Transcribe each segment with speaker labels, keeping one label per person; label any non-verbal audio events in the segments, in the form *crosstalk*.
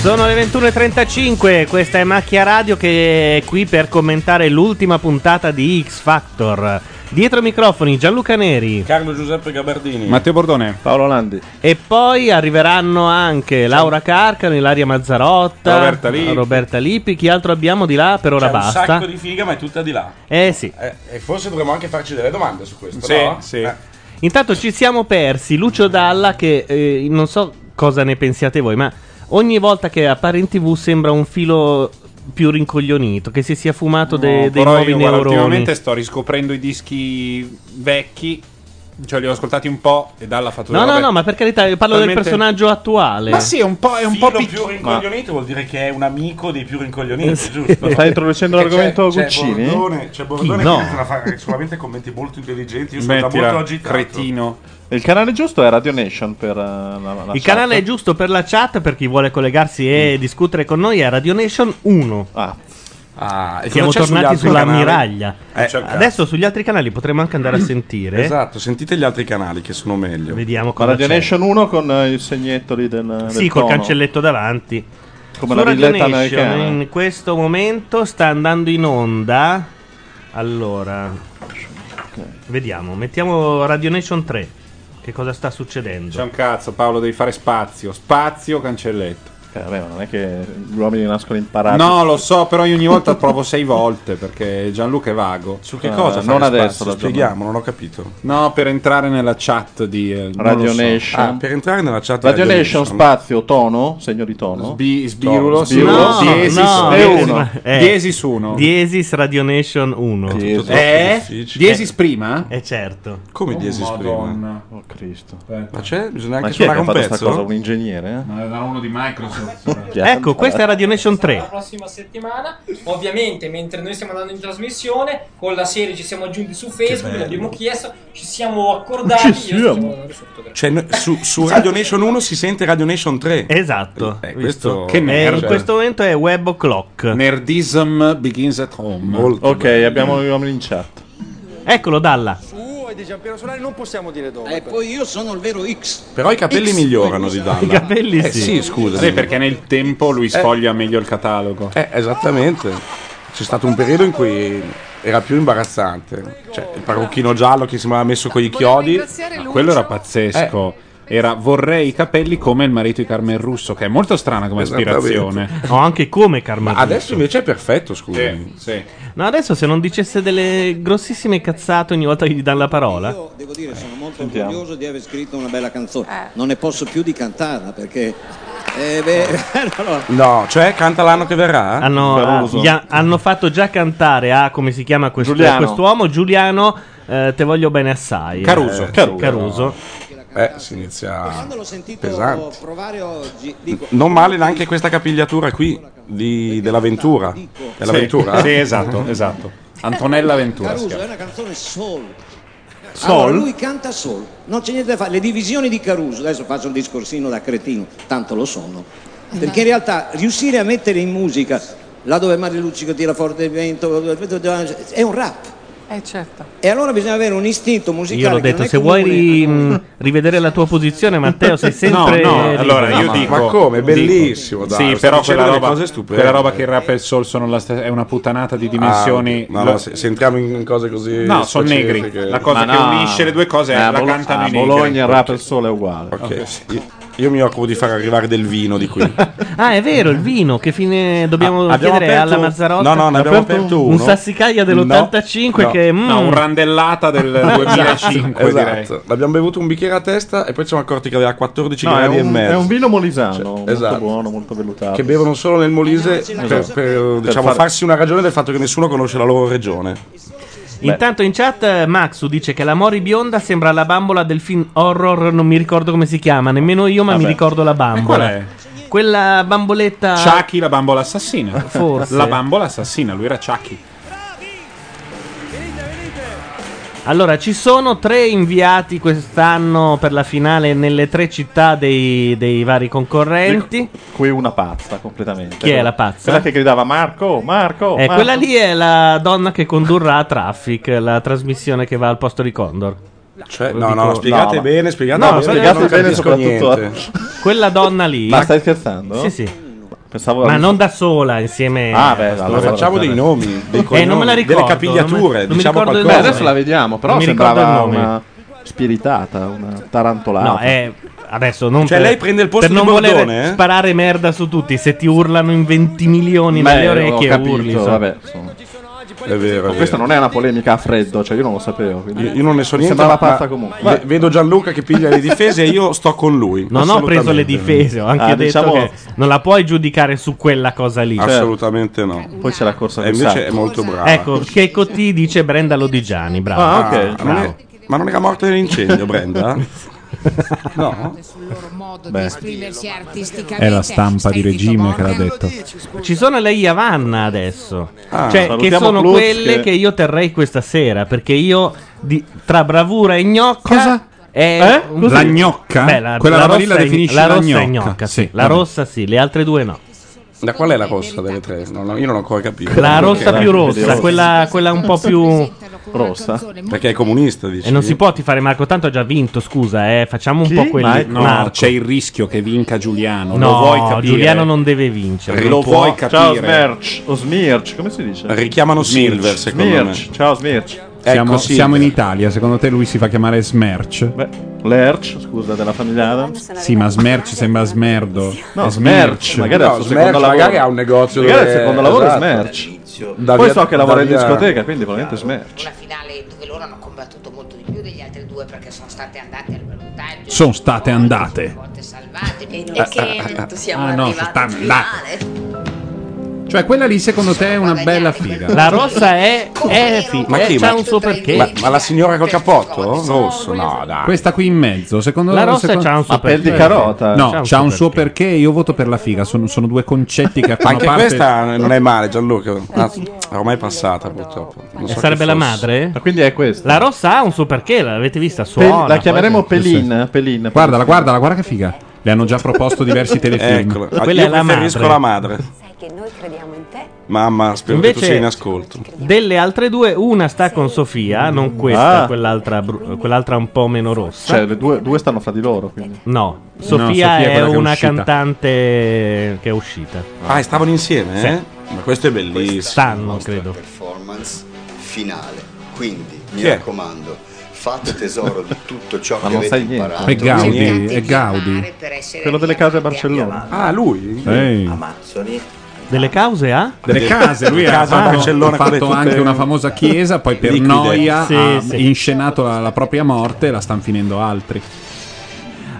Speaker 1: Sono le 21.35, questa è Macchia Radio che è qui per commentare l'ultima puntata di X Factor. Dietro i microfoni Gianluca Neri.
Speaker 2: Carlo Giuseppe Gabardini.
Speaker 1: Matteo Bordone. Paolo Landi. E poi arriveranno anche Laura Carcano, Ilaria Mazzarotta,
Speaker 2: Roberta Lippi.
Speaker 1: Roberta Lippi. Chi altro abbiamo di là? Per ora
Speaker 2: C'è un
Speaker 1: basta.
Speaker 2: sacco di figa, ma è tutta di là.
Speaker 1: Eh sì.
Speaker 2: Eh, e forse dovremmo anche farci delle domande su questo,
Speaker 1: Sì,
Speaker 2: no? Eh,
Speaker 1: sì. Intanto ci siamo persi Lucio Dalla che eh, non so cosa ne pensiate voi, ma ogni volta che appare in tv sembra un filo più rincoglionito, che si sia fumato de-
Speaker 3: No,
Speaker 1: dei
Speaker 3: però
Speaker 1: nuovi
Speaker 3: io, guarda,
Speaker 1: neuroni.
Speaker 3: Ultimamente sto riscoprendo i dischi vecchi, cioè li ho ascoltati un po' e dalla fattura.
Speaker 1: No, no, no, ma per carità, io parlo del personaggio attuale.
Speaker 3: Ma sì, è un po', è un po pic-
Speaker 2: più rincoglionito vuol dire che è un amico dei più rincoglioniti,
Speaker 1: Sì.
Speaker 2: giusto?
Speaker 1: Ma stai introducendo
Speaker 2: Perché
Speaker 1: l'argomento
Speaker 2: c'è-
Speaker 1: Guccini?
Speaker 2: C'è Bordone, c'è Bordone
Speaker 4: Chi? No.
Speaker 2: che inizia a fare solamente commenti molto intelligenti. Io sono da
Speaker 4: Smettila,
Speaker 2: molto agitato.
Speaker 4: Il canale giusto è Radio Nation per eh, la, la
Speaker 1: Il
Speaker 4: chat.
Speaker 1: canale
Speaker 3: certo.
Speaker 1: è giusto per la chat, per chi vuole collegarsi e
Speaker 3: Mm.
Speaker 1: discutere con noi, è Radio Nation 1.
Speaker 2: Ah, e
Speaker 1: Siamo
Speaker 2: cosa c'è sugli
Speaker 1: tornati
Speaker 2: altri
Speaker 1: sull'ammiraglia.
Speaker 2: canali? Eh, c'è il cazzo.
Speaker 1: Adesso sugli altri canali potremo anche andare a sentire.
Speaker 2: Esatto, sentite gli altri canali che sono meglio.
Speaker 1: Vediamo
Speaker 4: Ma
Speaker 1: cosa
Speaker 4: Radio
Speaker 1: c'è.
Speaker 4: Nation 1 con eh, il segnetto lì del.
Speaker 1: Sì, col cancelletto davanti.
Speaker 4: Come
Speaker 1: Su
Speaker 4: la
Speaker 1: Radio
Speaker 4: villetta
Speaker 1: Nation
Speaker 4: americana.
Speaker 1: in questo momento sta andando in onda. Allora, vediamo, mettiamo Radio Nation 3. Che cosa sta succedendo?
Speaker 3: C'è un cazzo, Paolo, devi fare spazio. Spazio, cancelletto.
Speaker 4: Eh, vabbè, ma non è che gli uomini nascono imparati.
Speaker 3: No, lo so, però io ogni volta provo sei volte perché Gianluca è vago. Su
Speaker 2: Che cosa?
Speaker 3: Non
Speaker 2: fare
Speaker 3: adesso,
Speaker 2: spazio? Eh, Spieghiamo, non ho capito.
Speaker 3: No, per entrare nella chat di eh, non
Speaker 4: Radio
Speaker 3: lo so.
Speaker 4: Nation.
Speaker 3: Ah,
Speaker 2: per entrare nella chat
Speaker 4: Radio Nation, spazio, tono, segno di tono.
Speaker 3: Sbi- sbirulo,
Speaker 4: Tono, sbirulo,
Speaker 1: No,
Speaker 4: diesis,
Speaker 1: no,
Speaker 4: e
Speaker 1: diesis-
Speaker 4: uno.
Speaker 1: eh.
Speaker 3: Diesis uno.
Speaker 1: Diesis Radio Nation 1.
Speaker 4: Diesis.
Speaker 3: Eh? Diesis prima? Oh,
Speaker 1: Eh certo.
Speaker 2: Come diesis
Speaker 3: Madonna.
Speaker 4: prima? Oh Cristo.
Speaker 2: Ma c'è? Bisogna
Speaker 4: Ma
Speaker 2: anche
Speaker 4: chi è che
Speaker 2: suonare
Speaker 4: ha
Speaker 2: un
Speaker 4: fatto questa
Speaker 2: pezzo?
Speaker 4: cosa? Un ingegnere? eh?
Speaker 3: Eh. Ma era uno di Microsoft.
Speaker 4: *laughs*
Speaker 1: Ecco, questa è Radio Nation 3.
Speaker 5: la prossima settimana. Ovviamente, mentre noi stiamo andando in trasmissione, con la serie ci siamo aggiunti su Facebook,
Speaker 2: bello.
Speaker 5: l'abbiamo chiesto, ci siamo accordati.
Speaker 2: Ci
Speaker 5: Oh, io
Speaker 2: siamo.
Speaker 5: sono risultato gra-
Speaker 2: Cioè, no- su, su
Speaker 5: Esatto.
Speaker 2: Radio Nation 1 si sente Radio Nation 3.
Speaker 1: Esatto.
Speaker 2: Eh, questo...
Speaker 1: Che in questo momento è Web O'Clock.
Speaker 3: Nerdism begins at home.
Speaker 4: ok, abbiamo gli uomini in chat.
Speaker 1: Eccolo, Dalla.
Speaker 6: Tu e di Giampiero Solari non possiamo dire dove.
Speaker 7: E Eh, poi io sono il vero X.
Speaker 2: Però i capelli
Speaker 7: X.
Speaker 2: migliorano di Dalla.
Speaker 1: I capelli
Speaker 2: eh,
Speaker 1: sì.
Speaker 2: sì. Eh. scusa.
Speaker 3: Sì, perché nel tempo lui sfoglia meglio il catalogo.
Speaker 2: Eh, esattamente. C'è stato un periodo in cui era più imbarazzante. Cioè, il parrucchino giallo che sembrava messo con i chiodi. Eh.
Speaker 3: Ma quello era pazzesco. Era vorrei i capelli come il marito di Carmen Russo, che è molto strana come
Speaker 2: Esattamente.
Speaker 3: aspirazione. Eh.
Speaker 1: No, anche come Carmen
Speaker 2: Adesso invece è perfetto, scusami.
Speaker 1: No, adesso se non dicesse delle grossissime cazzate ogni volta che gli danno la parola.
Speaker 7: Devo dire, sono molto
Speaker 1: Sentiamo.
Speaker 7: orgoglioso di aver scritto una bella canzone. Non ne posso più di cantarla perché. Eh, beh, *laughs*
Speaker 1: *laughs*
Speaker 7: allora,
Speaker 2: No, cioè canta l'anno che verrà?
Speaker 1: Hanno, ah, gli ha- hanno fatto già cantare a come si chiama questo,
Speaker 2: Giuliano.
Speaker 1: quest'uomo Giuliano. eh, te voglio bene assai.
Speaker 2: Caruso.
Speaker 1: Eh,
Speaker 2: Caruso.
Speaker 1: Caruso.
Speaker 2: Eh, si inizia
Speaker 7: quando l'ho sentito
Speaker 2: pesante.
Speaker 7: provare oggi, dico.
Speaker 2: Non male neanche questa capigliatura qui di- dell'avventura. Dell'avventura?
Speaker 3: Sì,
Speaker 2: eh?
Speaker 3: sì, esatto, esatto. Antonella Ventura.
Speaker 7: Caruso
Speaker 3: si chiama.
Speaker 7: è una canzone soul.
Speaker 3: Soul?
Speaker 7: Allora, lui canta soul, non c'è niente da fare. Le divisioni di Caruso, adesso faccio un discorsino da cretino, tanto lo sono. Perché in realtà riuscire a mettere in musica là dove Mario Lucico tira forte il vento è un rap.
Speaker 8: Eh certo.
Speaker 7: E allora bisogna avere un istinto musicale.
Speaker 1: Io l'ho
Speaker 7: che non
Speaker 1: detto,
Speaker 7: è
Speaker 1: se
Speaker 7: comune
Speaker 1: vuoi ri- mh, rivedere la tua posizione, Matteo,
Speaker 2: *laughs*
Speaker 1: sei sempre.
Speaker 3: No, no,
Speaker 1: libero.
Speaker 3: allora io dico.
Speaker 2: ma come?
Speaker 3: dico-
Speaker 2: Bellissimo, dai,
Speaker 3: Sì,
Speaker 2: sto dicendo
Speaker 3: però quella
Speaker 2: delle
Speaker 3: roba,
Speaker 2: cose stupende.
Speaker 3: quella roba che il rap e il soul sono la stessa. È una puttanata di dimensioni.
Speaker 2: Ah, no,
Speaker 3: Lo-
Speaker 2: no, se, se entriamo in cose così.
Speaker 3: No, son
Speaker 2: specifiche-
Speaker 3: negri. La cosa
Speaker 2: Ma
Speaker 3: che
Speaker 2: no.
Speaker 3: unisce le due cose è
Speaker 2: Eh,
Speaker 3: la
Speaker 2: Bolo-
Speaker 3: cantano
Speaker 2: ah,
Speaker 3: i negri.
Speaker 2: Bologna,
Speaker 4: Rap il sole è uguale.
Speaker 2: Ok, sì. io, io mi occupo di far arrivare del vino di
Speaker 3: *laughs*
Speaker 2: qui.
Speaker 1: Ah, è vero, il vino. Che fine dobbiamo
Speaker 2: Ah, abbiamo
Speaker 1: chiedere
Speaker 2: aperto-
Speaker 1: alla Mazzarotta?
Speaker 2: No, no, ne abbiamo aperto
Speaker 1: un
Speaker 2: uno.
Speaker 1: sassicaglia dell'85
Speaker 2: No,
Speaker 1: che.
Speaker 2: no,
Speaker 1: mm,
Speaker 3: No, un
Speaker 2: *laughs*
Speaker 3: randellata del 2005,
Speaker 2: esatto.
Speaker 3: direi.
Speaker 2: Abbiamo bevuto un bicchiere a testa e poi ci siamo accorti che aveva 14
Speaker 4: No, è
Speaker 2: gradi e
Speaker 4: un,
Speaker 2: mezzo.
Speaker 4: è un vino molisano, molto
Speaker 2: esatto.
Speaker 4: buono, molto vellutato.
Speaker 2: Che bevono solo nel Molise per,
Speaker 4: Esatto.
Speaker 2: per,
Speaker 4: Per
Speaker 2: diciamo,
Speaker 4: far-
Speaker 2: farsi una ragione del fatto che nessuno conosce la loro regione.
Speaker 1: Intanto in chat eh, Maxu dice che la Mori bionda sembra la bambola del film horror, non mi ricordo come si chiama, nemmeno io, ma mi
Speaker 2: Vabbè.
Speaker 1: ricordo la bambola.
Speaker 2: qual è?
Speaker 1: Quella bamboletta.
Speaker 3: Chucky, la bambola assassina.
Speaker 1: Forse.
Speaker 3: La bambola assassina, lui era Chucky.
Speaker 1: Allora, ci sono tre inviati quest'anno per la finale nelle tre città dei, dei vari concorrenti.
Speaker 4: Qui una pazza completamente.
Speaker 1: Chi è la pazza?
Speaker 4: Quella che gridava Marco, Marco.
Speaker 1: Eh,
Speaker 4: Marco".
Speaker 1: quella lì è la donna che condurrà a Traffic, la trasmissione che va al posto di Condor.
Speaker 2: Cioè,
Speaker 1: Lo
Speaker 2: no,
Speaker 1: dico-
Speaker 2: no, spiegate
Speaker 1: no, ma-
Speaker 2: bene, spiegate
Speaker 1: No,
Speaker 2: bene.
Speaker 1: spiegate
Speaker 2: non
Speaker 1: bene
Speaker 2: capisco
Speaker 1: soprattutto.
Speaker 2: niente.
Speaker 4: *laughs*
Speaker 1: Quella donna lì.
Speaker 4: Ma stai scherzando?
Speaker 1: Sì, sì.
Speaker 4: Pensavo
Speaker 1: Ma non da sola, insieme.
Speaker 4: Ah, beh,
Speaker 1: a-
Speaker 4: allora-
Speaker 2: Facciamo dei nomi, dei
Speaker 1: Eh, non me la
Speaker 2: cognomi,
Speaker 1: ricordo.
Speaker 2: delle capigliature,
Speaker 1: non mi- non mi
Speaker 2: diciamo
Speaker 1: ricordo il
Speaker 4: Beh,
Speaker 2: qualcosa.
Speaker 4: adesso la vediamo, però
Speaker 1: Non mi
Speaker 4: sembrava
Speaker 1: ricordo il nome.
Speaker 4: una spiritata, una tarantolata.
Speaker 1: No, eh, adesso non
Speaker 2: Cioè,
Speaker 1: per-
Speaker 2: lei prende il posto
Speaker 1: per
Speaker 2: di
Speaker 1: non
Speaker 2: Bordone,
Speaker 1: voler
Speaker 2: eh?
Speaker 1: sparare merda su tutti. Se ti urlano in 20 milioni
Speaker 4: Beh,
Speaker 1: nelle
Speaker 4: ho
Speaker 1: orecchie,
Speaker 4: capito,
Speaker 1: urli. insomma.
Speaker 4: vabbè, insomma.
Speaker 2: È vero, è
Speaker 4: Questa
Speaker 2: vero.
Speaker 4: non è una polemica a freddo, cioè io non lo sapevo. quindi-
Speaker 2: Io, io non ne so
Speaker 4: Mi
Speaker 2: niente.
Speaker 4: sembrava
Speaker 2: ma-
Speaker 4: pazza
Speaker 2: ma
Speaker 4: comunque.
Speaker 2: ve- vedo Gianluca che piglia le difese e io sto con lui.
Speaker 1: Non ho preso le
Speaker 2: assolutamente.
Speaker 1: difese, ho anche
Speaker 4: Ah,
Speaker 1: detto
Speaker 4: diciamo-
Speaker 1: che non la puoi giudicare su quella cosa lì.
Speaker 2: Assolutamente no.
Speaker 4: Poi c'è la corsa
Speaker 2: E
Speaker 4: del
Speaker 2: invece è
Speaker 4: sacco.
Speaker 2: molto brava.
Speaker 1: Ecco, Checo T dice Brenda Lodigiani, bravo.
Speaker 4: Esatto. Ah,
Speaker 2: Ah,
Speaker 4: ok.
Speaker 2: non è-
Speaker 1: bravo.
Speaker 2: ma non era morta nell'incendio, Brenda? no?
Speaker 9: sul loro modo
Speaker 4: Beh.
Speaker 9: di esprimersi artisticamente.
Speaker 3: È la stampa di
Speaker 9: Stai zitto,
Speaker 3: regime che l'ha
Speaker 9: Morgan.
Speaker 3: detto.
Speaker 1: Ci sono le Iavanna adesso.
Speaker 2: Ah.
Speaker 1: cioè, che
Speaker 4: Salutiamo
Speaker 1: sono
Speaker 4: Klutz
Speaker 1: quelle che...
Speaker 4: che
Speaker 1: io terrei questa sera. Perché io, di- tra bravura e gnocca.
Speaker 3: Cosa?
Speaker 1: È
Speaker 3: Eh? Cos'è? La gnocca? Quella roba lì
Speaker 1: rossa
Speaker 3: la
Speaker 1: è-
Speaker 3: definisci
Speaker 1: la
Speaker 3: la
Speaker 1: rossa è
Speaker 3: gnocca,
Speaker 1: gnocca,
Speaker 3: sì,
Speaker 1: sì. La
Speaker 3: vabbè.
Speaker 1: rossa sì, le altre due no.
Speaker 2: Da qual è la rossa delle tre? No, no, io non ho ancora capito.
Speaker 1: La rossa
Speaker 4: la
Speaker 1: più
Speaker 4: vediamo.
Speaker 1: rossa, quella, quella un po' più.
Speaker 4: Rossa.
Speaker 2: Perché è comunista, dici?
Speaker 1: E non si può tifare Marco, tanto ha già vinto, scusa, eh. Facciamo un
Speaker 4: Chi?
Speaker 1: po' quelli.
Speaker 4: Ma-
Speaker 3: No,
Speaker 1: Marco.
Speaker 3: c'è il rischio che vinca Giuliano.
Speaker 1: No,
Speaker 3: lo vuoi capire?
Speaker 1: Giuliano cioè, non deve vincere.
Speaker 3: Lo
Speaker 2: può.
Speaker 3: vuoi
Speaker 4: Ciao
Speaker 3: capire?
Speaker 4: Smerch, o Smirch, come si dice?
Speaker 2: Richiamano Silver, secondo
Speaker 4: Smirch, ciao Smirch.
Speaker 2: me.
Speaker 3: Siamo,
Speaker 2: Ecco,
Speaker 3: siamo in
Speaker 2: Silver.
Speaker 3: Italia, secondo te lui si fa chiamare Smerch?
Speaker 4: Beh, Lerch, scusa, della famiglia Adams.
Speaker 3: Sì, ma Smerch sembra smerdo.
Speaker 4: No,
Speaker 3: È
Speaker 4: Smerch, magari
Speaker 2: No,
Speaker 4: al suo
Speaker 2: Smerch
Speaker 4: secondo lavoro.
Speaker 2: magari ha un negozio
Speaker 4: Magari al
Speaker 2: dove-
Speaker 4: secondo lavoro
Speaker 2: esatto.
Speaker 4: è Smerch.
Speaker 2: Da
Speaker 4: Poi
Speaker 2: via-
Speaker 4: so che lavora in
Speaker 2: da via-
Speaker 4: discoteca, quindi veramente Smerch.
Speaker 9: Una finale dove loro hanno combattuto molto di più degli altri due perché sono state andate al ballottaggio.
Speaker 3: Sono state andate.
Speaker 9: Sono state salvate. E
Speaker 10: E
Speaker 11: *laughs*
Speaker 10: che siamo
Speaker 3: Ah, no,
Speaker 10: arrivati
Speaker 3: stanno-
Speaker 10: in finale.
Speaker 3: Cioè, quella lì secondo te è una bella figa.
Speaker 1: La rossa è. è fi-
Speaker 2: Ma
Speaker 1: eh,
Speaker 2: chi?
Speaker 1: c'ha
Speaker 2: Ma-
Speaker 1: un suo perché.
Speaker 2: Ma, ma la signora col cappotto? Rosso? No, dai.
Speaker 3: Questa qui in mezzo, secondo
Speaker 1: La rossa
Speaker 3: secondo-
Speaker 1: c'ha un suo
Speaker 4: Ma pel di
Speaker 1: perché.
Speaker 4: carota.
Speaker 3: No,
Speaker 1: C'ha un
Speaker 3: c'ha
Speaker 1: suo
Speaker 3: un suo perché. Io voto per la figa. Sono, sono due concetti che fanno
Speaker 2: Anche
Speaker 3: parte.
Speaker 2: questa non è male, Gianluca. Anzi, è ormai passata purtroppo. Non
Speaker 1: E
Speaker 2: so
Speaker 1: Eh, sarebbe
Speaker 2: chi
Speaker 1: la
Speaker 2: fosse.
Speaker 1: madre?
Speaker 4: Ma quindi è questa.
Speaker 1: La rossa ha un suo perché, l'avete vista?
Speaker 4: Pe-
Speaker 1: Suona,
Speaker 4: la chiameremo
Speaker 1: poi-
Speaker 4: Pelin, Pelin.
Speaker 3: Guardala, guardala, guarda che figa. Le hanno già
Speaker 2: *laughs*
Speaker 3: proposto diversi telefilm.
Speaker 2: Eccola. Ah,
Speaker 1: Quella
Speaker 2: Io
Speaker 1: è la
Speaker 2: preferisco
Speaker 1: madre.
Speaker 2: la madre.
Speaker 10: Sai che noi crediamo in te.
Speaker 2: Mamma, spero che tu
Speaker 1: Invece-
Speaker 2: sia in ascolto.
Speaker 1: Delle altre due, una sta con Sofia, non questa,
Speaker 4: Ah.
Speaker 1: quell'altra, bru- quell'altra un po' meno rossa.
Speaker 4: Cioè, le due, due stanno fra di loro, quindi.
Speaker 1: No, Sofia,
Speaker 3: Sofia è
Speaker 1: è,
Speaker 3: quella che è
Speaker 1: una
Speaker 3: uscita.
Speaker 1: cantante che è uscita.
Speaker 2: Ah, e stavano insieme? eh? Ma questo è bellissimo.
Speaker 1: Stanno, credo.
Speaker 11: performance finale. Quindi, mi
Speaker 2: Chi è?
Speaker 11: raccomando, fate tesoro di tutto ciò
Speaker 4: Ma
Speaker 11: che
Speaker 4: non
Speaker 11: avete
Speaker 4: sai niente.
Speaker 11: imparato.
Speaker 3: È Gaudi,
Speaker 9: Cercate
Speaker 3: è
Speaker 9: di
Speaker 3: Gaudi.
Speaker 9: amare per essere
Speaker 4: Quello delle case a
Speaker 9: riamati anche
Speaker 4: Barcellona.
Speaker 2: Ah, lui?
Speaker 3: Ehi.
Speaker 11: Amazzoni.
Speaker 1: Delle cause ah? a?
Speaker 3: Delle case, lui ha
Speaker 2: Eh, Casa a
Speaker 3: fatto,
Speaker 2: Barcellona
Speaker 3: ha fatto
Speaker 2: con le tute-
Speaker 3: anche una famosa chiesa, poi per
Speaker 2: Liquide.
Speaker 3: noia
Speaker 1: Sì,
Speaker 3: ha
Speaker 1: sì.
Speaker 3: inscenato la, la propria morte e la stanno finendo altri.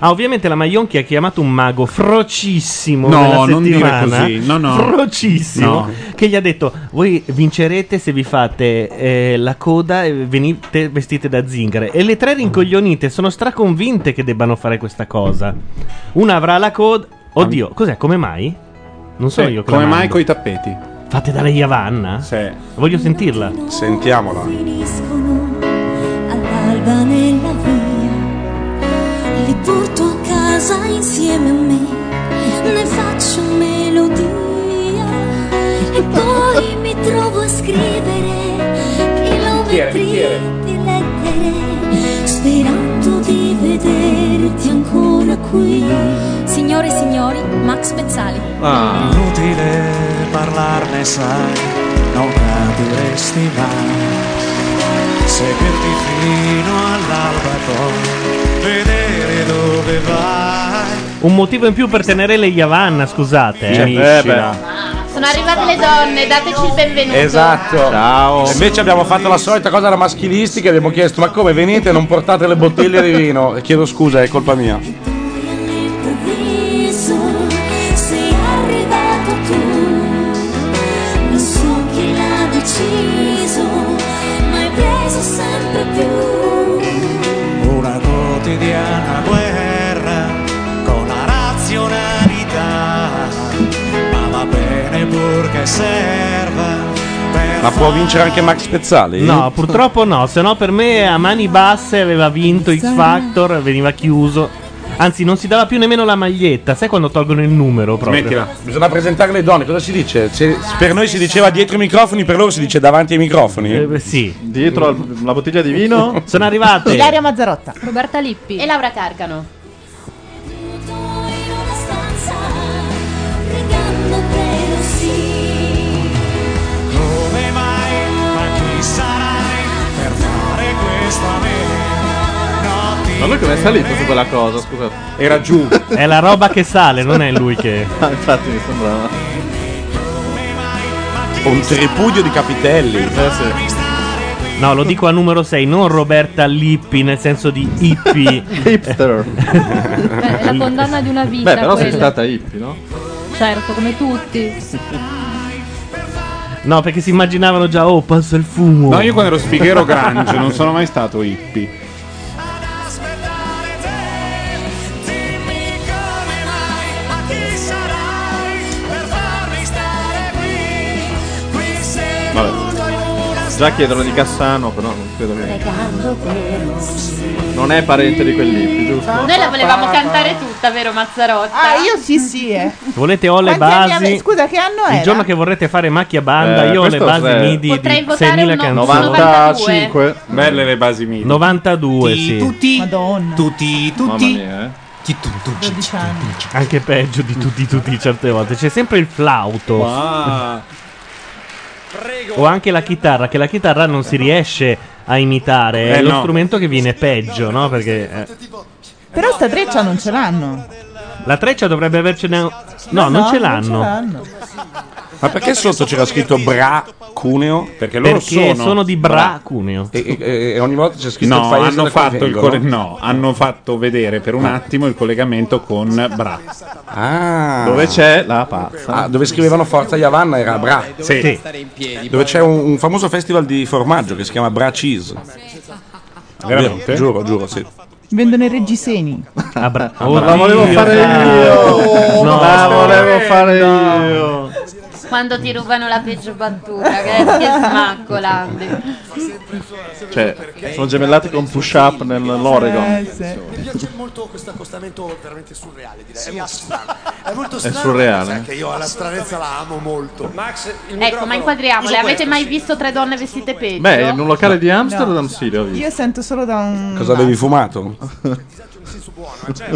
Speaker 1: Ah, ovviamente la Maionchi ha chiamato un mago frocissimo.
Speaker 3: No,
Speaker 1: nella
Speaker 3: non dire
Speaker 1: settimana,
Speaker 3: così, no, no.
Speaker 1: Frocissimo.
Speaker 3: No.
Speaker 1: Che gli ha detto: Voi vincerete se vi fate eh, la coda e venite vestite da zingare. E le tre rincoglionite sono straconvinte che debbano fare questa cosa. Una avrà la coda. Oddio, cos'è? Come mai? Non so
Speaker 3: Sì,
Speaker 1: io. che
Speaker 3: Eh, come
Speaker 1: la
Speaker 3: mai
Speaker 1: mando.
Speaker 3: coi tappeti?
Speaker 1: Fate dalle Yavanna?
Speaker 3: Sì.
Speaker 1: Voglio sentirla.
Speaker 2: Sentiamola.
Speaker 10: Finiscono all'alba nella via. Li porto a casa insieme a me. Ne faccio melodia. E poi mi trovo a scrivere chilometri di lettere. Sperando di vederti ancora qui. Signore e signori, Max Pezzali.
Speaker 4: Ah,
Speaker 12: Inutile parlarne, sai, non capiresti mai. Seguirti fino all'alba poi, vedere dove vai.
Speaker 1: Un motivo in più per tenere le Yavanna,
Speaker 3: Cioè,
Speaker 1: scusate. eh.
Speaker 4: eh beh.
Speaker 10: Sono arrivate le donne, dateci il benvenuto.
Speaker 2: Esatto. E Invece abbiamo fatto la solita cosa alla maschilistica e abbiamo chiesto ma come venite e non portate le bottiglie di vino? E Chiedo scusa, è colpa mia.
Speaker 10: Poi all'improvviso sei arrivato tu. Non so chi l'ha deciso, ma hai preso sempre più.
Speaker 12: Una quotidiana guerra con la razionalità.
Speaker 10: che serva per
Speaker 2: Ma può vincere anche Max Pezzali?
Speaker 1: No, purtroppo no, se no per me a mani basse aveva vinto X Factor, veniva chiuso. Anzi, non si dava più nemmeno la maglietta, sai quando tolgono il numero proprio?
Speaker 2: Smettila. Bisogna presentare le donne, cosa si dice? Se- per noi si diceva dietro i microfoni, per loro si dice davanti ai microfoni.
Speaker 1: Eh, sì.
Speaker 2: Dietro la bottiglia di vino?
Speaker 1: Sono arrivate.
Speaker 13: Ilaria Mazzarotta, Roberta Lippi e Laura Cargano.
Speaker 14: Pregando per un sì
Speaker 10: Come mai, ma chi sarai per fare questo a me? No, ti
Speaker 4: Ma lui come è salito su quella cosa? Scusa.
Speaker 3: Era giù.
Speaker 1: È la roba che sale, non è lui
Speaker 4: *laughs*
Speaker 1: che.
Speaker 4: Infatti mi sembrava.
Speaker 2: Un tripudio di capitelli.
Speaker 4: Eh,
Speaker 1: No, lo dico a numero 6, non Roberta Lippi, nel senso di hippie.
Speaker 4: *laughs* Hipster.
Speaker 13: Beh, è la condanna di una vita.
Speaker 4: Beh, però sei
Speaker 13: quella.
Speaker 4: stata hippie, no?
Speaker 13: Certo, come tutti.
Speaker 1: No, perché si immaginavano già, oh, passa il fumo.
Speaker 3: No, io quando ero sfighero grunge non sono mai stato hippie.
Speaker 14: Ma chi sarai per farmi stare qui Qui seduto in una
Speaker 4: Già chiedono di Cassano, però non credo che.
Speaker 14: Pregando per un sì
Speaker 4: Non è parente di quell'hippie, giusto?
Speaker 13: Noi la volevamo cantare tutta, vero Mazzarotta?
Speaker 15: Ah, io sì, sì, eh.
Speaker 1: Volete ho le
Speaker 15: Quanti anni
Speaker 1: basi?
Speaker 15: ave- Scusa, che anno
Speaker 1: Il
Speaker 15: era?
Speaker 1: giorno che vorrete fare macchia banda,
Speaker 3: Eh,
Speaker 1: io ho le
Speaker 3: questo
Speaker 1: basi
Speaker 3: cos'è?
Speaker 1: midi
Speaker 13: Potrei
Speaker 1: di
Speaker 13: votare
Speaker 1: 6.000
Speaker 13: un no-
Speaker 1: canzoni.
Speaker 13: 95.
Speaker 3: Belle le basi miti.
Speaker 1: 92, sì.
Speaker 15: Tutti. Madonna.
Speaker 1: Tutti,
Speaker 3: Mamma mia, eh.
Speaker 1: Anche peggio di tutti, tutti, certe volte. C'è sempre il flauto.
Speaker 3: Wow.
Speaker 1: O anche la chitarra, che la chitarra non si riesce a imitare. È
Speaker 3: Eh,
Speaker 1: lo
Speaker 3: no.
Speaker 1: strumento che viene peggio, no? Perché. eh,
Speaker 15: Però sta treccia non ce l'hanno.
Speaker 1: La treccia dovrebbe avercene. un- No, non ce l'hanno.
Speaker 2: Ma perché sotto c'era scritto bra cuneo? Perché
Speaker 1: loro Perché sono- sono di Bra Cuneo.
Speaker 2: E, e- e ogni volta c'è scritto il
Speaker 3: No,
Speaker 2: paese
Speaker 3: hanno
Speaker 2: da cui
Speaker 3: fatto, il
Speaker 2: vengono.
Speaker 3: colle- no, hanno fatto vedere per un attimo il collegamento con Bra.
Speaker 2: Ah.
Speaker 3: Dove c'è
Speaker 4: la pazza.
Speaker 2: Ah, dove scrivevano Forza Yavanna era Bra.
Speaker 3: Sì. Sì.
Speaker 2: Dove c'è un, un famoso festival di formaggio che si chiama Bra Cheese.
Speaker 3: Veramente?
Speaker 2: Giuro, giuro, sì. Oh,
Speaker 15: Vendono i reggiseni.
Speaker 1: Ah, bra-
Speaker 2: Ma la volevo
Speaker 1: Oddio,
Speaker 2: fare
Speaker 1: dai.
Speaker 15: io!
Speaker 1: No,
Speaker 15: La
Speaker 4: volevo fare
Speaker 1: no.
Speaker 13: *laughs* Quando ti rubano la peggio battuta, che, che smacco Landi.
Speaker 4: Cioè, sono gemellati con push up nell'Oregon.
Speaker 11: Eh, Mi piace molto questo accostamento veramente surreale, direi. È molto strano. È molto
Speaker 4: È
Speaker 11: strano.
Speaker 4: surreale. eh?
Speaker 11: sai Che io alla stranezza la amo molto. Max,
Speaker 13: Ecco, ma inquadriamole. Avete mai visto tre donne vestite peggio?
Speaker 4: Beh, in un locale di Amsterdam
Speaker 15: No.
Speaker 4: sì, le ho viste.
Speaker 15: Io sento solo da
Speaker 3: Mm.
Speaker 15: un.
Speaker 2: Cosa avevi fumato?
Speaker 3: Cioè,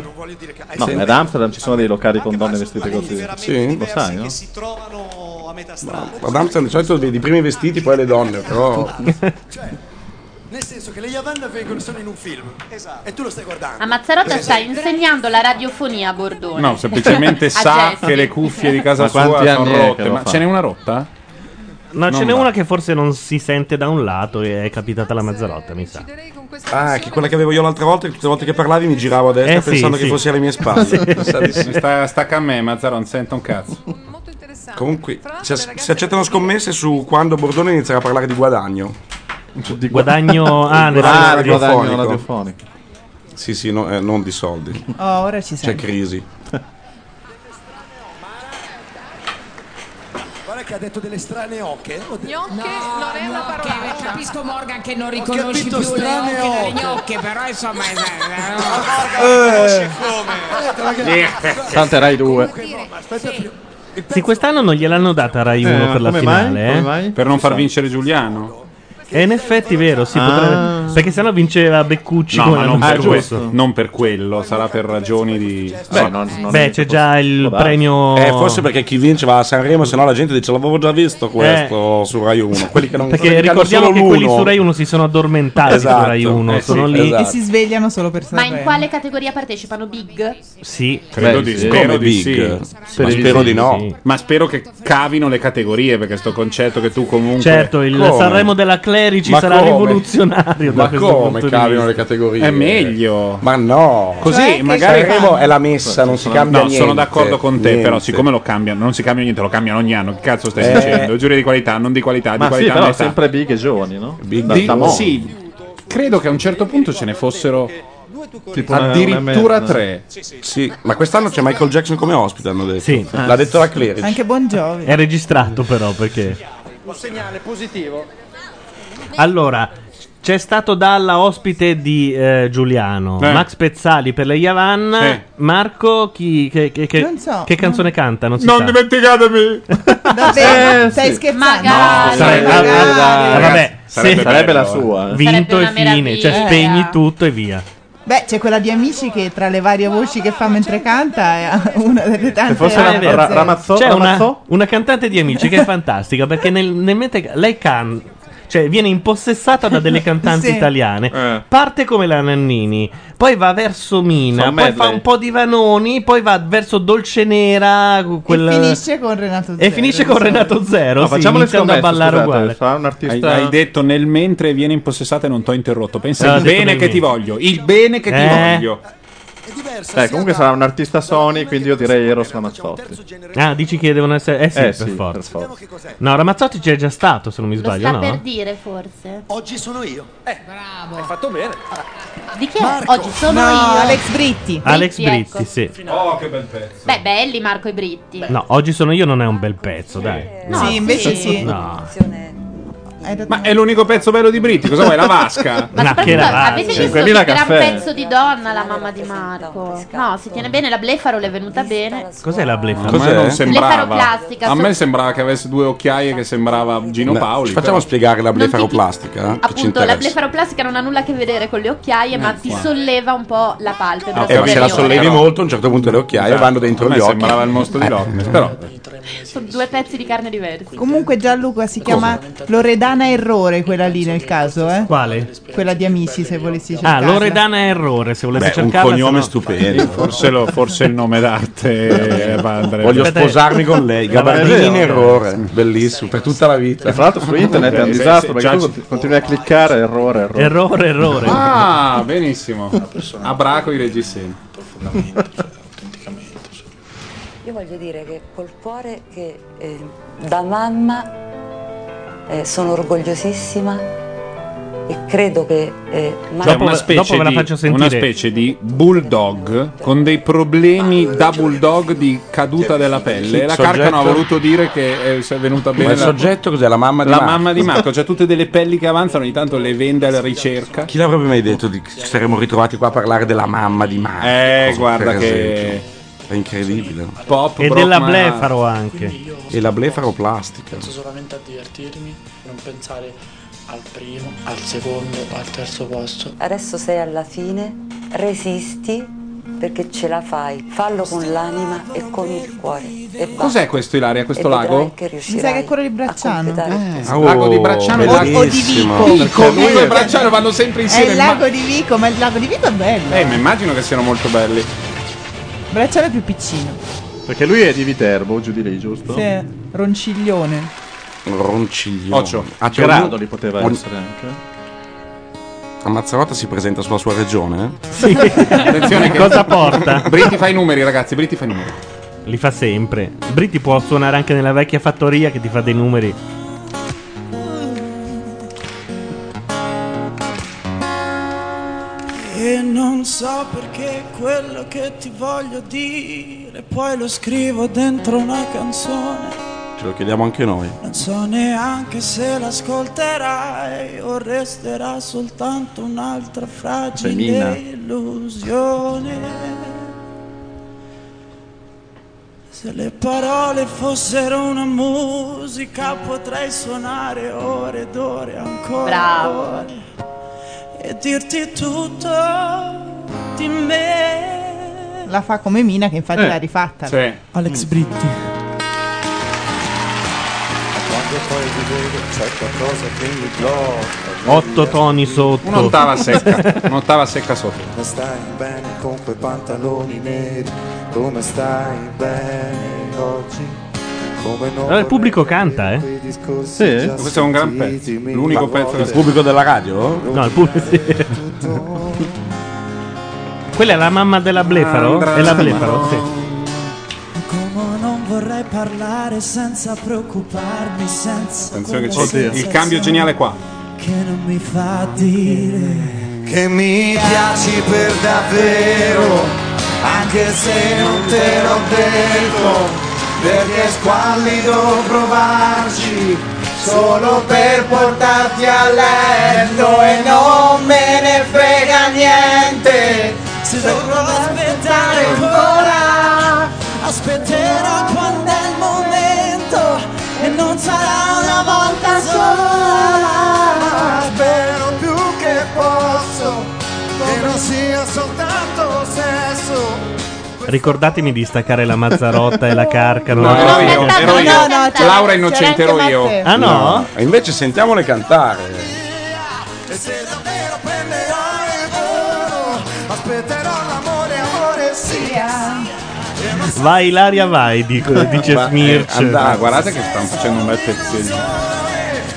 Speaker 4: No, ad Amsterdam ci sono dei locali con donne vestite così.
Speaker 2: Sì.
Speaker 4: Lo sai, no?
Speaker 2: Ad Amsterdam di solito vedi i primi vestiti, poi le donne,
Speaker 1: *laughs*
Speaker 2: però.
Speaker 11: Nel senso che le Yavanna vengono sono in un film. Esatto. E tu lo stai guardando.
Speaker 13: A Mazzarotta sta insegnando la radiofonia a Bordone.
Speaker 3: No,
Speaker 13: *laughs*
Speaker 3: semplicemente sa
Speaker 13: gesti.
Speaker 3: che le cuffie di casa
Speaker 4: Ma quanti
Speaker 3: sua
Speaker 4: anni
Speaker 3: sono
Speaker 4: è che
Speaker 3: rotte.
Speaker 4: lo
Speaker 3: Ma
Speaker 4: fa?
Speaker 3: ce n'è una rotta?
Speaker 1: No, ce
Speaker 3: Non
Speaker 1: n'è
Speaker 3: va.
Speaker 1: una che forse non si sente da un lato e è capitata la Mazzarotta, mi sa.
Speaker 2: Ah, che quella che avevo io l'altra volta, che tutte le volte che parlavi mi giravo a destra
Speaker 1: Eh sì,
Speaker 2: pensando
Speaker 1: sì.
Speaker 2: che fossi
Speaker 1: *laughs*
Speaker 2: alle
Speaker 3: *laughs*
Speaker 2: mie spalle.
Speaker 1: Sì.
Speaker 2: Sa di sì.
Speaker 3: Sta, stacca a me, Mazzaro, non sento un cazzo.
Speaker 2: Comunque, si, si accettano scommesse su quando Bordone inizierà a parlare di guadagno. *laughs*
Speaker 4: Di
Speaker 1: guadagno- ah, nel
Speaker 4: Ah, di guadagno radiofonico.
Speaker 2: Sì, sì, no, eh, non di soldi.
Speaker 15: Oh, ora ci
Speaker 2: C'è
Speaker 15: sei.
Speaker 2: crisi.
Speaker 11: Guarda che ha detto delle strane oche.
Speaker 16: Gnocche non è una parola.
Speaker 9: Capisco Morgan che non
Speaker 11: Ho
Speaker 9: riconosci
Speaker 11: capito,
Speaker 9: più le
Speaker 11: strane
Speaker 9: ocche dalle
Speaker 11: oche.
Speaker 9: gnocche, però insomma...
Speaker 11: *laughs*
Speaker 9: eh,
Speaker 11: Eh. Eh,
Speaker 4: Eh, Tante Rai 2.
Speaker 1: Sì, quest'anno non gliel'hanno data a Rai 1
Speaker 3: Eh,
Speaker 1: per la
Speaker 3: come
Speaker 1: finale.
Speaker 3: mai?
Speaker 1: eh.
Speaker 3: Come mai? Per non far vincere Giuliano?
Speaker 1: E in effetti è vero, sì,
Speaker 3: Ah.
Speaker 1: potrebbe- perché sennò vinceva Beccucci
Speaker 3: No,
Speaker 1: come
Speaker 3: ma
Speaker 1: l'anno
Speaker 3: non per,
Speaker 1: scorso.
Speaker 3: questo. non per quello, sarà per ragioni di...
Speaker 1: Beh, Beh, c'è già il
Speaker 2: Può
Speaker 1: premio.
Speaker 2: Eh, forse perché chi vince va a Sanremo, se no la gente dice l'avevo già visto questo su
Speaker 1: *laughs*
Speaker 2: Rai 1. Quelli che non
Speaker 1: Eh. Perché
Speaker 2: che hanno
Speaker 1: ricordiamo
Speaker 2: solo
Speaker 1: che quelli
Speaker 2: l'uno.
Speaker 1: su Rai 1 si sono addormentati
Speaker 2: Esatto,
Speaker 1: su Rai 1,
Speaker 2: eh sì,
Speaker 1: sono lì.
Speaker 2: esatto.
Speaker 15: E si svegliano solo per
Speaker 13: Ma
Speaker 15: Sanremo.
Speaker 13: in quale categoria partecipano? Big?
Speaker 1: Sì,
Speaker 3: Credo
Speaker 2: Beh,
Speaker 3: di,
Speaker 2: sì.
Speaker 3: spero
Speaker 2: Come
Speaker 3: di
Speaker 2: Big?
Speaker 3: sì.
Speaker 2: Ma spero di no.
Speaker 3: Ma spero che cavino le categorie perché sto concetto che tu comunque
Speaker 1: Certo, il
Speaker 3: Come?
Speaker 1: Sanremo della Clerici
Speaker 3: Ma
Speaker 1: sarà
Speaker 3: come?
Speaker 1: rivoluzionario. da
Speaker 3: Ma
Speaker 1: questo
Speaker 3: come
Speaker 1: punto di
Speaker 3: cavino
Speaker 1: vista.
Speaker 3: le categorie? È meglio.
Speaker 2: Ma no.
Speaker 3: Così Cioè, che magari-
Speaker 2: Sanremo è la messa, non si cambia
Speaker 3: no,
Speaker 2: niente.
Speaker 3: sono d'accordo con te, però
Speaker 2: Niente.
Speaker 3: siccome lo cambiano, non si cambia niente, lo cambiano ogni anno. Che cazzo stai
Speaker 2: Eh.
Speaker 3: dicendo? Giuria di qualità, non di qualità, Ah, di
Speaker 4: Ma sì,
Speaker 3: qualità.
Speaker 4: però
Speaker 3: metà.
Speaker 4: sempre big e giovani, no?
Speaker 3: Big
Speaker 4: Da
Speaker 3: Di-
Speaker 4: Tamò.
Speaker 3: sì, credo che a un certo punto ce ne fossero
Speaker 1: Ah,
Speaker 3: Tipo una- Addirittura una tre. merda.
Speaker 2: Sì, ma quest'anno c'è Michael Jackson come ospite, hanno detto.
Speaker 1: Sì.
Speaker 2: L'ha detto la Clerici.
Speaker 15: Anche Bon Jovi.
Speaker 1: È registrato però perché...
Speaker 5: Un segnale positivo.
Speaker 1: Allora, c'è stato Dalla ospite di eh, Giuliano,
Speaker 3: Eh.
Speaker 1: Max Pezzali per la Yavanna,
Speaker 3: Sì.
Speaker 1: Marco chi- che, che- che-
Speaker 15: Non so.
Speaker 1: che canzone canta? Non, si
Speaker 3: Non
Speaker 1: sa. Eh,
Speaker 3: dimenticatemi!
Speaker 15: Davvero? Stai scherzando?
Speaker 1: No, sarebbe,
Speaker 15: Dai,
Speaker 1: ah,
Speaker 15: dai.
Speaker 1: ah, vabbè,
Speaker 3: eh, Sarebbe
Speaker 1: se-
Speaker 3: Sarebbe la bello, sua, eh.
Speaker 1: Vinto
Speaker 15: Sarebbe
Speaker 1: e
Speaker 15: una
Speaker 1: fine, cioè
Speaker 15: meraviglia.
Speaker 1: spegni tutto e via.
Speaker 15: Beh, c'è quella di Amici che tra le varie voci che fa mentre canta è una delle tante.
Speaker 3: eh,
Speaker 1: Ah, è vero.
Speaker 15: ragazze.
Speaker 1: C'è una, una cantante di amici che è fantastica perché nel, nel mentre lei can, cioè viene impossessata da delle cantanti
Speaker 3: Sì.
Speaker 1: italiane.
Speaker 3: Eh.
Speaker 1: Parte come la Nannini, poi va verso Mina,
Speaker 3: Sono
Speaker 1: poi
Speaker 3: medley.
Speaker 1: fa un po' di Vanoni, poi va verso Dolce Nera. quel-
Speaker 15: E finisce con Renato Zero.
Speaker 1: e finisce con Renato Zero.
Speaker 3: No,
Speaker 1: sì,
Speaker 3: facciamo le
Speaker 1: iniziando a
Speaker 3: scommesse,
Speaker 1: ballare
Speaker 3: scusate,
Speaker 1: uguale.
Speaker 3: sarà un artista- Hai, hai detto nel mentre viene impossessata e non t'ho interrotto. Pensa
Speaker 1: Eh,
Speaker 3: al
Speaker 1: ho detto
Speaker 3: bene
Speaker 1: nel
Speaker 3: che ti
Speaker 1: mentre.
Speaker 3: voglio. Il bene che ti
Speaker 1: Eh.
Speaker 3: voglio.
Speaker 4: Eh, comunque sarà un artista Sony, quindi io direi Eros Ramazzotti.
Speaker 1: Ah, dici che devono essere. Eh sì,
Speaker 4: Eh
Speaker 1: per,
Speaker 4: sì, per
Speaker 1: forza.
Speaker 4: forza.
Speaker 1: No, Ramazzotti c'è già stato, se non mi
Speaker 13: Lo
Speaker 1: sbaglio,
Speaker 13: sta
Speaker 1: no?
Speaker 13: per dire forse.
Speaker 5: Oggi sono io.
Speaker 13: Eh, bravo. Hai
Speaker 5: fatto bene.
Speaker 13: Di chi è?
Speaker 5: Marco.
Speaker 13: Oggi sono
Speaker 15: No,
Speaker 13: io.
Speaker 15: Alex Britti.
Speaker 1: Alex Britti,
Speaker 13: ecco.
Speaker 1: sì.
Speaker 3: Oh, che bel pezzo.
Speaker 13: Beh, belli Marco e Britti.
Speaker 1: No, oggi sono io, non è un bel pezzo, dai.
Speaker 13: No, Sì, invece sì. sì.
Speaker 1: No.
Speaker 3: Ma è l'unico pezzo bello di Britti. Cosa vuoi? La vasca?
Speaker 1: Ma Ma che soprattutto, la vasca?
Speaker 13: Avete visto che
Speaker 3: 5.000
Speaker 13: gran
Speaker 3: caffè.
Speaker 13: pezzo di donna la mamma di Marco? No, si tiene bene, la Blefaro le è venuta bene.
Speaker 1: Cos'è la bleffa?
Speaker 3: A me non sembrava.
Speaker 13: plastica,
Speaker 3: A
Speaker 13: so-
Speaker 3: me sembrava che avesse due occhiaie che sembrava Gino
Speaker 2: Beh,
Speaker 3: Paoli.
Speaker 2: ci facciamo spiegare la blefaroplastica, eh, che ci
Speaker 13: Appunto, la
Speaker 2: interessa.
Speaker 13: blefaroplastica non ha nulla a che vedere con le occhiaie, ma ti solleva un po' la palpebra.
Speaker 2: Eh, ma se la
Speaker 13: superiore.
Speaker 2: sollevi molto, a un certo punto le occhiaie
Speaker 3: Esatto.
Speaker 2: vanno dentro
Speaker 3: A me
Speaker 2: gli occhi.
Speaker 3: sembrava il mostro di
Speaker 2: Eh.
Speaker 3: Loch Ness, però-
Speaker 13: Sono due pezzi di carne diversi.
Speaker 15: Comunque Gianluca si chiama Loredana Errore quella lì nel caso, eh?
Speaker 1: Quale?
Speaker 15: Quella di Amici se volessi
Speaker 1: Ah,
Speaker 15: cercarla.
Speaker 1: Loredana Errore, se volesse cercarla. se no-
Speaker 3: Forse, lo- forse il nome d'arte eh, va- andrebbe.
Speaker 2: Voglio
Speaker 1: Aspetta,
Speaker 2: sposarmi con
Speaker 3: *laughs*
Speaker 2: lei,
Speaker 3: È
Speaker 2: Gabardini in
Speaker 3: vero.
Speaker 2: errore, bellissimo, per tutta la vita.
Speaker 4: E fra l'altro su internet è un disastro perché tu cont- continui a cliccare errore, errore.
Speaker 1: Errore, errore.
Speaker 3: Ah, benissimo. A Braco i reggiseni. *laughs*
Speaker 17: Io voglio dire che col cuore che eh, da mamma eh, sono orgogliosissima e credo che eh,
Speaker 3: Cioè, una, specie di, una specie di bulldog con dei problemi da bulldog di caduta della pelle. E La
Speaker 2: Soggetto-
Speaker 3: Carcano ha voluto dire che eh, se è venuta
Speaker 2: Ma
Speaker 3: bene.
Speaker 2: il
Speaker 3: la-
Speaker 2: soggetto cos'è? La mamma di
Speaker 3: la
Speaker 2: Marco?
Speaker 3: mamma di Marco, cioè tutte delle pelli che avanzano, ogni tanto le vende alla ricerca.
Speaker 2: Chi l'avrebbe mai detto di- che ci saremmo ritrovati qua a parlare della mamma di Marco?
Speaker 3: Eh, guarda
Speaker 2: per
Speaker 3: che-
Speaker 2: esempio. È incredibile.
Speaker 3: Pop,
Speaker 1: E della blefaro anche.
Speaker 2: E la blefaroplastica.
Speaker 18: Penso solamente a divertirmi, non pensare al primo, al secondo, al terzo posto.
Speaker 17: adesso sei alla fine, resisti perché ce la fai, fallo con l'anima e con il cuore. E basta.
Speaker 3: Cos'è questo Ilaria, questo
Speaker 17: E vedrai
Speaker 3: lago?
Speaker 17: che
Speaker 15: Mi sa che è
Speaker 17: riuscirai
Speaker 15: quello di Bracciano.
Speaker 3: Eh, lago di Bracciano e
Speaker 15: O-
Speaker 3: lago
Speaker 15: o di Vico.
Speaker 3: Vico, Vico e Bracciano vanno sempre
Speaker 15: È
Speaker 3: insieme.
Speaker 15: il
Speaker 3: ma-
Speaker 15: lago di Vico, ma il lago di Vico è bello.
Speaker 3: Eh, ma immagino che siano molto belli.
Speaker 15: Bracciano è più piccino.
Speaker 4: Perché lui è di Viterbo, giù di lì, giusto?
Speaker 15: Sì, ronciglione.
Speaker 2: Ronciglione.
Speaker 4: Occhio.
Speaker 2: c'è un-
Speaker 4: Gradoli poteva
Speaker 2: un-
Speaker 4: essere anche.
Speaker 2: A Mazzarotta si presenta sulla sua regione? eh?
Speaker 1: Sì.
Speaker 3: Attenzione che-
Speaker 1: Cosa porta?
Speaker 3: Britti fa i numeri, ragazzi, Britti fa i numeri.
Speaker 1: Li fa sempre. Britti può suonare anche nella vecchia fattoria che ti fa dei numeri.
Speaker 19: E non so perché quello che ti voglio dire, poi lo scrivo dentro una canzone.
Speaker 2: Ce lo chiediamo anche noi.
Speaker 19: Non so neanche se l'ascolterai o resterà soltanto un'altra
Speaker 2: Mina.
Speaker 19: fragile illusione. Se le parole fossero una musica potrei suonare ore ed ore ancora.
Speaker 13: Bravo.
Speaker 19: ore, E dirti tutto di me.
Speaker 15: La fa come Mina che infatti
Speaker 19: Eh,
Speaker 15: l'ha rifatta.
Speaker 3: Mm.
Speaker 19: Alex Britti.
Speaker 10: Quando poi ti vedo c'è qualcosa che mi blocca.
Speaker 1: Otto toni sotto. *laughs*
Speaker 3: Un'ottava
Speaker 4: *laughs*
Speaker 3: secca, un'ottava secca sotto.
Speaker 10: Come stai bene con quei pantaloni neri? Come stai bene oggi? Come non
Speaker 1: Allora il pubblico canta, eh?
Speaker 3: Sì. Questo è un gran pezzo, l'unico pezzo
Speaker 2: Il pubblico della radio?
Speaker 1: No, il pubblico. Quella è la mamma della Blefaro? È la Blefaro? Sì.
Speaker 19: Come non vorrei parlare senza preoccuparmi, senza
Speaker 3: Attenzione che
Speaker 19: quella
Speaker 3: c'è il
Speaker 19: sensazione
Speaker 3: cambio geniale qua.
Speaker 19: *laughs* Che non mi fa dire
Speaker 20: E mi piaci per davvero, anche se non te l'ho detto, perché è squallido provarci, solo per portarti a letto e non me ne frega niente. Se dovrò aspettare
Speaker 21: ancora aspetterò quando è il momento e non sarà una volta sola spero più che posso che non sia soltanto sesso
Speaker 1: Ricordatemi di staccare la Mazzarotta e la Carcano.
Speaker 2: No, ero io,
Speaker 1: Aspetta,
Speaker 2: ero
Speaker 1: no,
Speaker 2: io.
Speaker 1: no, no, c'era-
Speaker 2: Laura
Speaker 1: c'era
Speaker 2: Innocente,
Speaker 1: anche
Speaker 2: ero io.
Speaker 1: Matteo. Ah, no?
Speaker 2: E invece sentiamole cantare.
Speaker 21: E se davvero prenderai il volo, aspetterò l'amore, amore sia.
Speaker 1: Vai Ilaria, vai, dico- dice cioè.
Speaker 3: Ma, eh,
Speaker 1: Smirch.
Speaker 3: andà, guardate che stanno facendo un bel pezzettino.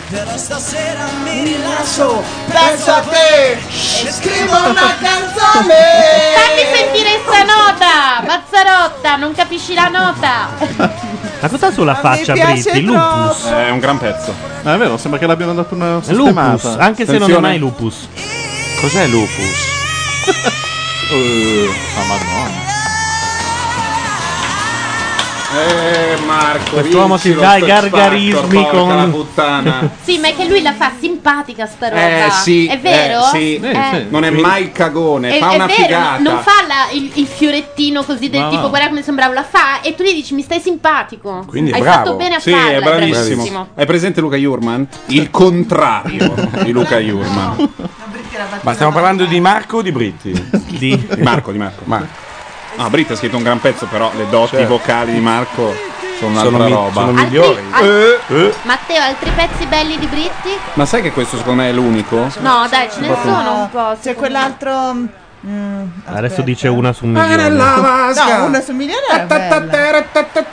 Speaker 21: Però stasera mi rilascio, penso a te, e scrivo
Speaker 13: *laughs*
Speaker 21: una canzone.
Speaker 13: Fammi sentire sta nota! Mazzarotta, non capisci la nota!
Speaker 1: Ma cosa sulla
Speaker 13: Ma mi
Speaker 1: faccia
Speaker 13: piace
Speaker 1: Britti? Lupus.
Speaker 13: troppo.
Speaker 4: È un gran pezzo.
Speaker 1: Ma è vero, sembra che l'abbiano dato una
Speaker 4: sistemata.
Speaker 1: Lupus, anche se non è
Speaker 4: Attenzione.
Speaker 1: mai lupus.
Speaker 2: Cos'è
Speaker 4: *laughs*
Speaker 2: lupus?
Speaker 1: Uh,
Speaker 4: Eh, ma madonna.
Speaker 2: Eh, Marco.
Speaker 1: Quest'uomo si
Speaker 2: vincilo,
Speaker 1: dà i
Speaker 2: sto spacco,
Speaker 1: gargarismi
Speaker 2: porca
Speaker 1: con-
Speaker 2: la puttana.
Speaker 13: Sì, ma è che lui la fa simpatica sta roba.
Speaker 3: Eh sì,
Speaker 13: è vero?
Speaker 3: eh, sì.
Speaker 13: Eh.
Speaker 3: Non è mai cagone,
Speaker 13: È,
Speaker 3: fa
Speaker 13: è
Speaker 3: una
Speaker 13: vero,
Speaker 3: figata.
Speaker 13: non fa la- il, il fiorettino così del
Speaker 3: No,
Speaker 13: tipo
Speaker 3: no.
Speaker 13: guarda come sembrava la fa e tu gli dici mi stai simpatico.
Speaker 3: Quindi è
Speaker 13: Hai
Speaker 3: bravo.
Speaker 13: fatto bene a
Speaker 3: sì,
Speaker 13: farla,
Speaker 3: è bravissimo.
Speaker 13: bravissimo.
Speaker 3: Hai presente Luca Jurman? Il contrario di Luca Jurman.
Speaker 2: Ma stiamo parlando di Marco o di Britti?
Speaker 1: Di,
Speaker 3: Marco, *laughs* di Marco. Eh Ah, Britta ha scritto un gran pezzo, però le doti
Speaker 2: Certo.
Speaker 3: vocali di Marco sono un'altra
Speaker 2: Sono mi-
Speaker 3: roba.
Speaker 2: sono
Speaker 13: migliori. Altri-
Speaker 3: Eh, eh.
Speaker 13: Matteo, altri pezzi belli di Britti?
Speaker 3: Ma sai che questo secondo me è l'unico?
Speaker 13: No, dai, ce ne
Speaker 3: Proprio-
Speaker 13: sono un po'.
Speaker 15: C'è quell'altro. mm,
Speaker 1: Adesso dice una su un
Speaker 15: Ah,
Speaker 1: milione.
Speaker 15: nella vasca. No, una su un milione era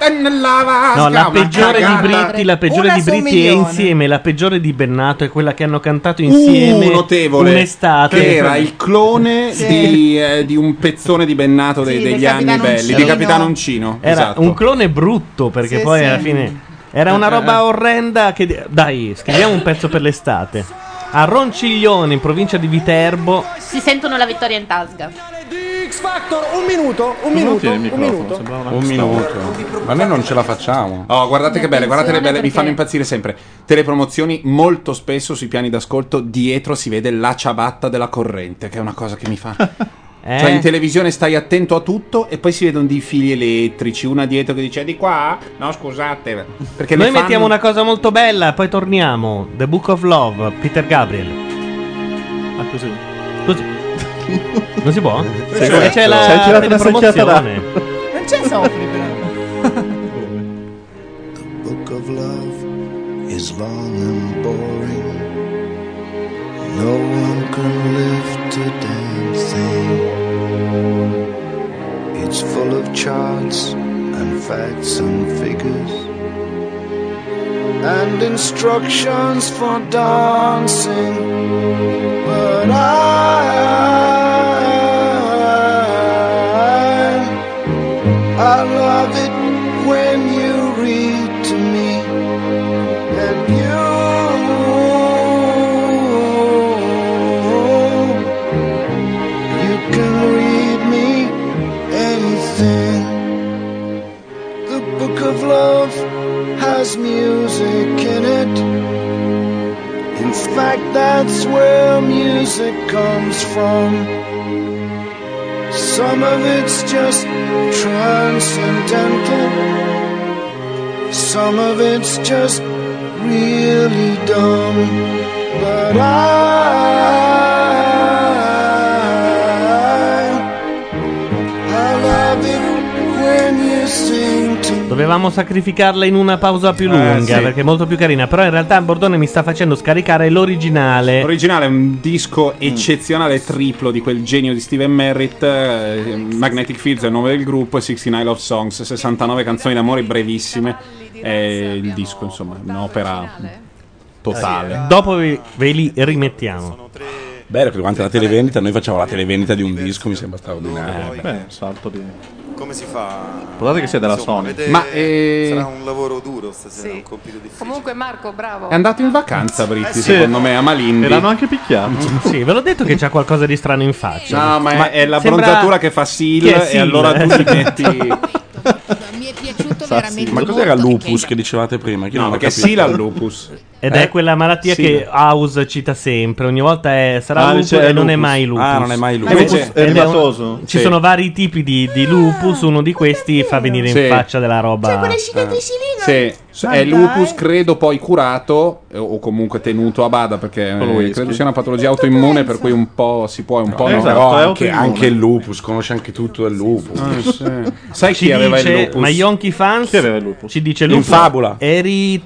Speaker 3: Ah,
Speaker 1: No, la peggiore di
Speaker 15: cagata.
Speaker 1: Britti, la peggiore
Speaker 15: Una
Speaker 1: di
Speaker 15: su un
Speaker 1: Britti è
Speaker 15: milione.
Speaker 1: insieme, la peggiore di Bennato è quella che hanno cantato
Speaker 3: Uh,
Speaker 1: insieme
Speaker 3: notevole.
Speaker 1: un'estate.
Speaker 3: Che era il clone
Speaker 1: Sì.
Speaker 3: di, eh, di un pezzone di Bennato dei-
Speaker 1: Sì, del
Speaker 3: degli anni
Speaker 1: Capitano
Speaker 3: belli,
Speaker 1: Uncino.
Speaker 3: di Capitano Uncino.
Speaker 1: Era
Speaker 3: esatto.
Speaker 1: un clone brutto perché
Speaker 3: Sì,
Speaker 1: poi
Speaker 3: sì.
Speaker 1: alla fine era una
Speaker 3: Eh, eh.
Speaker 1: roba orrenda che dai, scriviamo un pezzo per l'estate. A Ronciglione in provincia di Viterbo
Speaker 13: Si sentono la vittoria in tasca.
Speaker 22: X Factor, un minuto, un minuto, un minuto.
Speaker 2: Un minuto. Ma noi non ce la facciamo.
Speaker 3: Oh, guardate che belle, guardate le belle, mi
Speaker 22: perché-
Speaker 3: fanno impazzire sempre. Telepromozioni molto spesso sui piani d'ascolto dietro si vede la ciabatta della corrente, che è una cosa che mi
Speaker 1: *laughs*
Speaker 3: fa. Cioè
Speaker 22: Eh?
Speaker 3: in televisione stai attento a tutto e poi si vedono dei fili elettrici, una dietro che dice "È di qua? No, scusate. Perché
Speaker 1: Noi
Speaker 3: le fanno-
Speaker 1: mettiamo una cosa molto bella, poi torniamo. The Book of Love, Peter Gabriel. Ah, così. Così. Non si
Speaker 3: *laughs*
Speaker 1: può?
Speaker 21: Sì,
Speaker 1: Perché
Speaker 21: certo.
Speaker 1: c'è
Speaker 21: Ci hai
Speaker 1: la
Speaker 21: tirato una secchiata là.
Speaker 1: telepromozione.
Speaker 15: Non c'è Sofri, però.
Speaker 10: book of love is long and boring. No one can live to dancing. It's full of charts and facts and figures and instructions for dancing. But I I love it when you read to me and you you can read me anything the book of love has music in it in fact that's where music comes from some of it's just transcendental. Some of it's just really dumb. But I, I love it when you sing to me.
Speaker 1: Dovevamo sacrificarla in una pausa più lunga
Speaker 3: Eh, sì.
Speaker 1: perché è molto più carina. Però in realtà Bordone mi sta facendo scaricare l'originale.
Speaker 3: L'originale è un disco eccezionale triplo di quel genio di Steven Merritt. eh, Magnetic Fields è il nome del gruppo e 69 Love Songs, 69 canzoni d'amore brevissime. E il disco, insomma, è un'opera totale.
Speaker 1: Dopo ve, ve li rimettiamo.
Speaker 2: Beh, durante la televendita noi facciamo la televendita di un disco, mi sembra straordinario.
Speaker 4: Eh, beh, salto di...
Speaker 10: Come si fa?
Speaker 4: Guardate che sia della Sony.
Speaker 10: avete-
Speaker 4: Ma, eh,
Speaker 10: sarà un lavoro duro stasera,
Speaker 8: Sì.
Speaker 10: un compito difficile.
Speaker 8: Comunque Marco, bravo.
Speaker 3: È andato in vacanza, Britti,
Speaker 8: Eh sì.
Speaker 3: secondo me, a Malindi.
Speaker 4: E l'hanno anche picchiato.
Speaker 1: Sì, ve l'ho detto che c'ha qualcosa di strano in faccia.
Speaker 3: No, ma è- è la
Speaker 1: sembra-
Speaker 3: bronzatura che fa Seal,
Speaker 1: è
Speaker 3: e allora tu
Speaker 1: eh. *laughs*
Speaker 3: ti metti-
Speaker 8: Mi è piaciuto
Speaker 1: Sa veramente
Speaker 2: Ma cos'era lupus che dicevate prima? Che
Speaker 3: No,
Speaker 2: non ho
Speaker 3: perché
Speaker 2: capito.
Speaker 3: sì, la lupus.
Speaker 1: Ed
Speaker 2: Eh?
Speaker 1: è quella malattia
Speaker 2: Sì.
Speaker 1: che House cita sempre. Ogni volta è, sarà
Speaker 2: Ah,
Speaker 1: lupus
Speaker 2: dice,
Speaker 1: e
Speaker 2: è
Speaker 1: non è
Speaker 2: lupus.
Speaker 1: mai lupus.
Speaker 2: Ah, non è mai lupus.
Speaker 1: Ed
Speaker 2: Lupus
Speaker 1: ed un-
Speaker 4: ermatoso?
Speaker 1: Ci
Speaker 4: Sì.
Speaker 1: sono vari tipi di, di lupus. Uno di questi fa venire
Speaker 3: Sì.
Speaker 1: in faccia della roba.
Speaker 3: Cioè, quelle
Speaker 1: scinetticine
Speaker 3: Sì,
Speaker 1: Ma
Speaker 3: è
Speaker 1: dai.
Speaker 3: lupus, credo poi curato eh, o comunque tenuto a bada perché eh,
Speaker 2: Con whisky.
Speaker 3: credo sia una patologia autoimmune per cui un po' si può e un po' no.
Speaker 2: però anche, anche il lupus, conosce anche tutto del lupus.
Speaker 3: Ah, sì. Sai
Speaker 1: Ci dice, ma Yonki Fans ci dice
Speaker 2: In
Speaker 1: lupus
Speaker 2: fabula.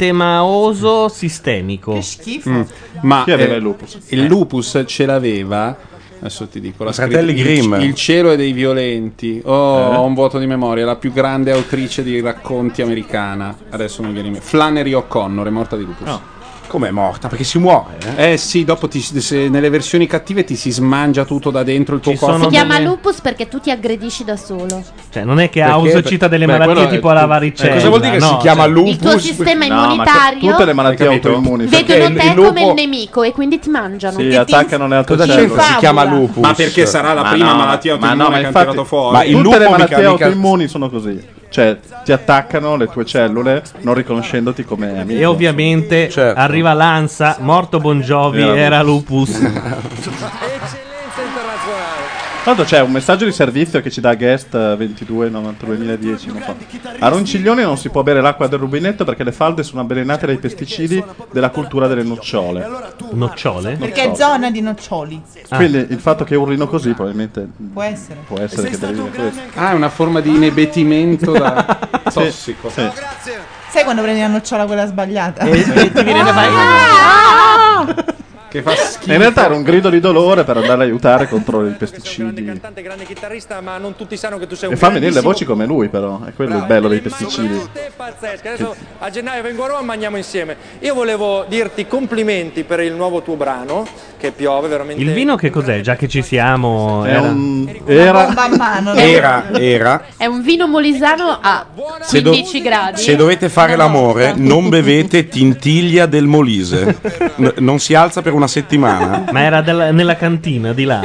Speaker 1: eritemaoso sistemico. Che
Speaker 15: schifo.
Speaker 3: Mm. Ma
Speaker 1: Chi aveva
Speaker 3: eh,
Speaker 1: il lupus?
Speaker 3: Il lupus ce l'aveva. Adesso ti dico. La
Speaker 2: Fratelli
Speaker 3: scritta-
Speaker 2: Grimm.
Speaker 3: Il, il cielo è dei violenti. Oh,
Speaker 2: Eh?
Speaker 3: ho un vuoto di memoria. La più grande autrice di racconti americana. Adesso non viene in me. Flannery O'Connor è morta di lupus.
Speaker 1: Oh.
Speaker 2: Com'è morta? Ah, Perché si muore.
Speaker 3: Eh, sì, dopo ti- se- nelle versioni cattive ti si smangia tutto da dentro il tuo corpo.
Speaker 13: Si chiama
Speaker 3: delle-
Speaker 13: lupus perché tu ti aggredisci da solo.
Speaker 1: Cioè, non è che
Speaker 3: Perché?
Speaker 1: House cita delle
Speaker 3: Beh,
Speaker 1: malattie
Speaker 3: quello è
Speaker 1: tipo la
Speaker 3: tu-
Speaker 1: varicella.
Speaker 3: eh, cosa vuol dire che
Speaker 1: no,
Speaker 3: si chiama
Speaker 1: cioè-
Speaker 3: lupus?
Speaker 13: Il tuo sistema
Speaker 4: No, ma tu-
Speaker 13: immunitario
Speaker 4: tutte le malattie autoimmuni.
Speaker 13: vedono
Speaker 4: perché
Speaker 13: te
Speaker 4: il lupo-
Speaker 13: come il nemico e quindi ti mangiano.
Speaker 4: Sì, attaccano le altre
Speaker 2: Cosa
Speaker 4: cellule.
Speaker 2: c'entra? Si chiama lupus.
Speaker 3: Ma perché sarà la
Speaker 4: Ma
Speaker 3: prima
Speaker 4: no,
Speaker 3: malattia
Speaker 4: ma
Speaker 3: autoimmune
Speaker 4: no, ma
Speaker 3: che hanno
Speaker 4: infatti-
Speaker 3: tirato fuori?
Speaker 4: Ma
Speaker 3: il
Speaker 4: tutte
Speaker 3: lupo
Speaker 4: le
Speaker 3: mica
Speaker 4: malattie
Speaker 3: mica-
Speaker 4: autoimmuni sono così. Cioè, ti attaccano le tue cellule non riconoscendoti come amico.
Speaker 1: E ovviamente
Speaker 2: Certo.
Speaker 1: arriva l'ansa, morto Bon Jovi,
Speaker 4: Era
Speaker 1: era lupus.
Speaker 4: *laughs* Tanto c'è un messaggio di servizio che ci dà Guest eh, 22 2010 non so. A Ronciglione non si può bere l'acqua del rubinetto perché le falde sono avvelenate dai pesticidi della cultura delle nocciole.
Speaker 1: Nocciole?
Speaker 15: Perché è zona di noccioli.
Speaker 4: Quindi il fatto che urlino così probabilmente
Speaker 15: Può essere.
Speaker 4: può essere che derivi da questo.
Speaker 3: Ah, è una forma di inebettimento da
Speaker 4: *laughs*
Speaker 3: tossico.
Speaker 15: Sai quando prendi la nocciola quella sbagliata? Ah!
Speaker 1: ti viene da fare-
Speaker 4: Che fa schifo. In realtà era un grido di dolore per andare a aiutare contro i pesticidi.
Speaker 5: grande chitarrista, ma non tutti sanno che tu sei un
Speaker 4: E fa venire le
Speaker 5: grandissimo-
Speaker 4: voci come lui, però. È quello il bello dei pesticidi.
Speaker 5: È pazzesco. Adesso a gennaio vengo a Roma, mangiamo insieme. Io volevo dirti complimenti per il nuovo tuo brano, che piove veramente.
Speaker 1: Il vino che cos'è? Già che ci siamo...
Speaker 4: È
Speaker 1: Era...
Speaker 4: un-
Speaker 13: Una bomba a mano.
Speaker 2: era.
Speaker 13: È un vino molisano a
Speaker 2: Se do-
Speaker 13: 15 gradi.
Speaker 2: Se dovete fare l'amore, non bevete tintiglia del Molise. N- non si alza per una settimana.
Speaker 1: Ma Ah, era della- nella cantina di là?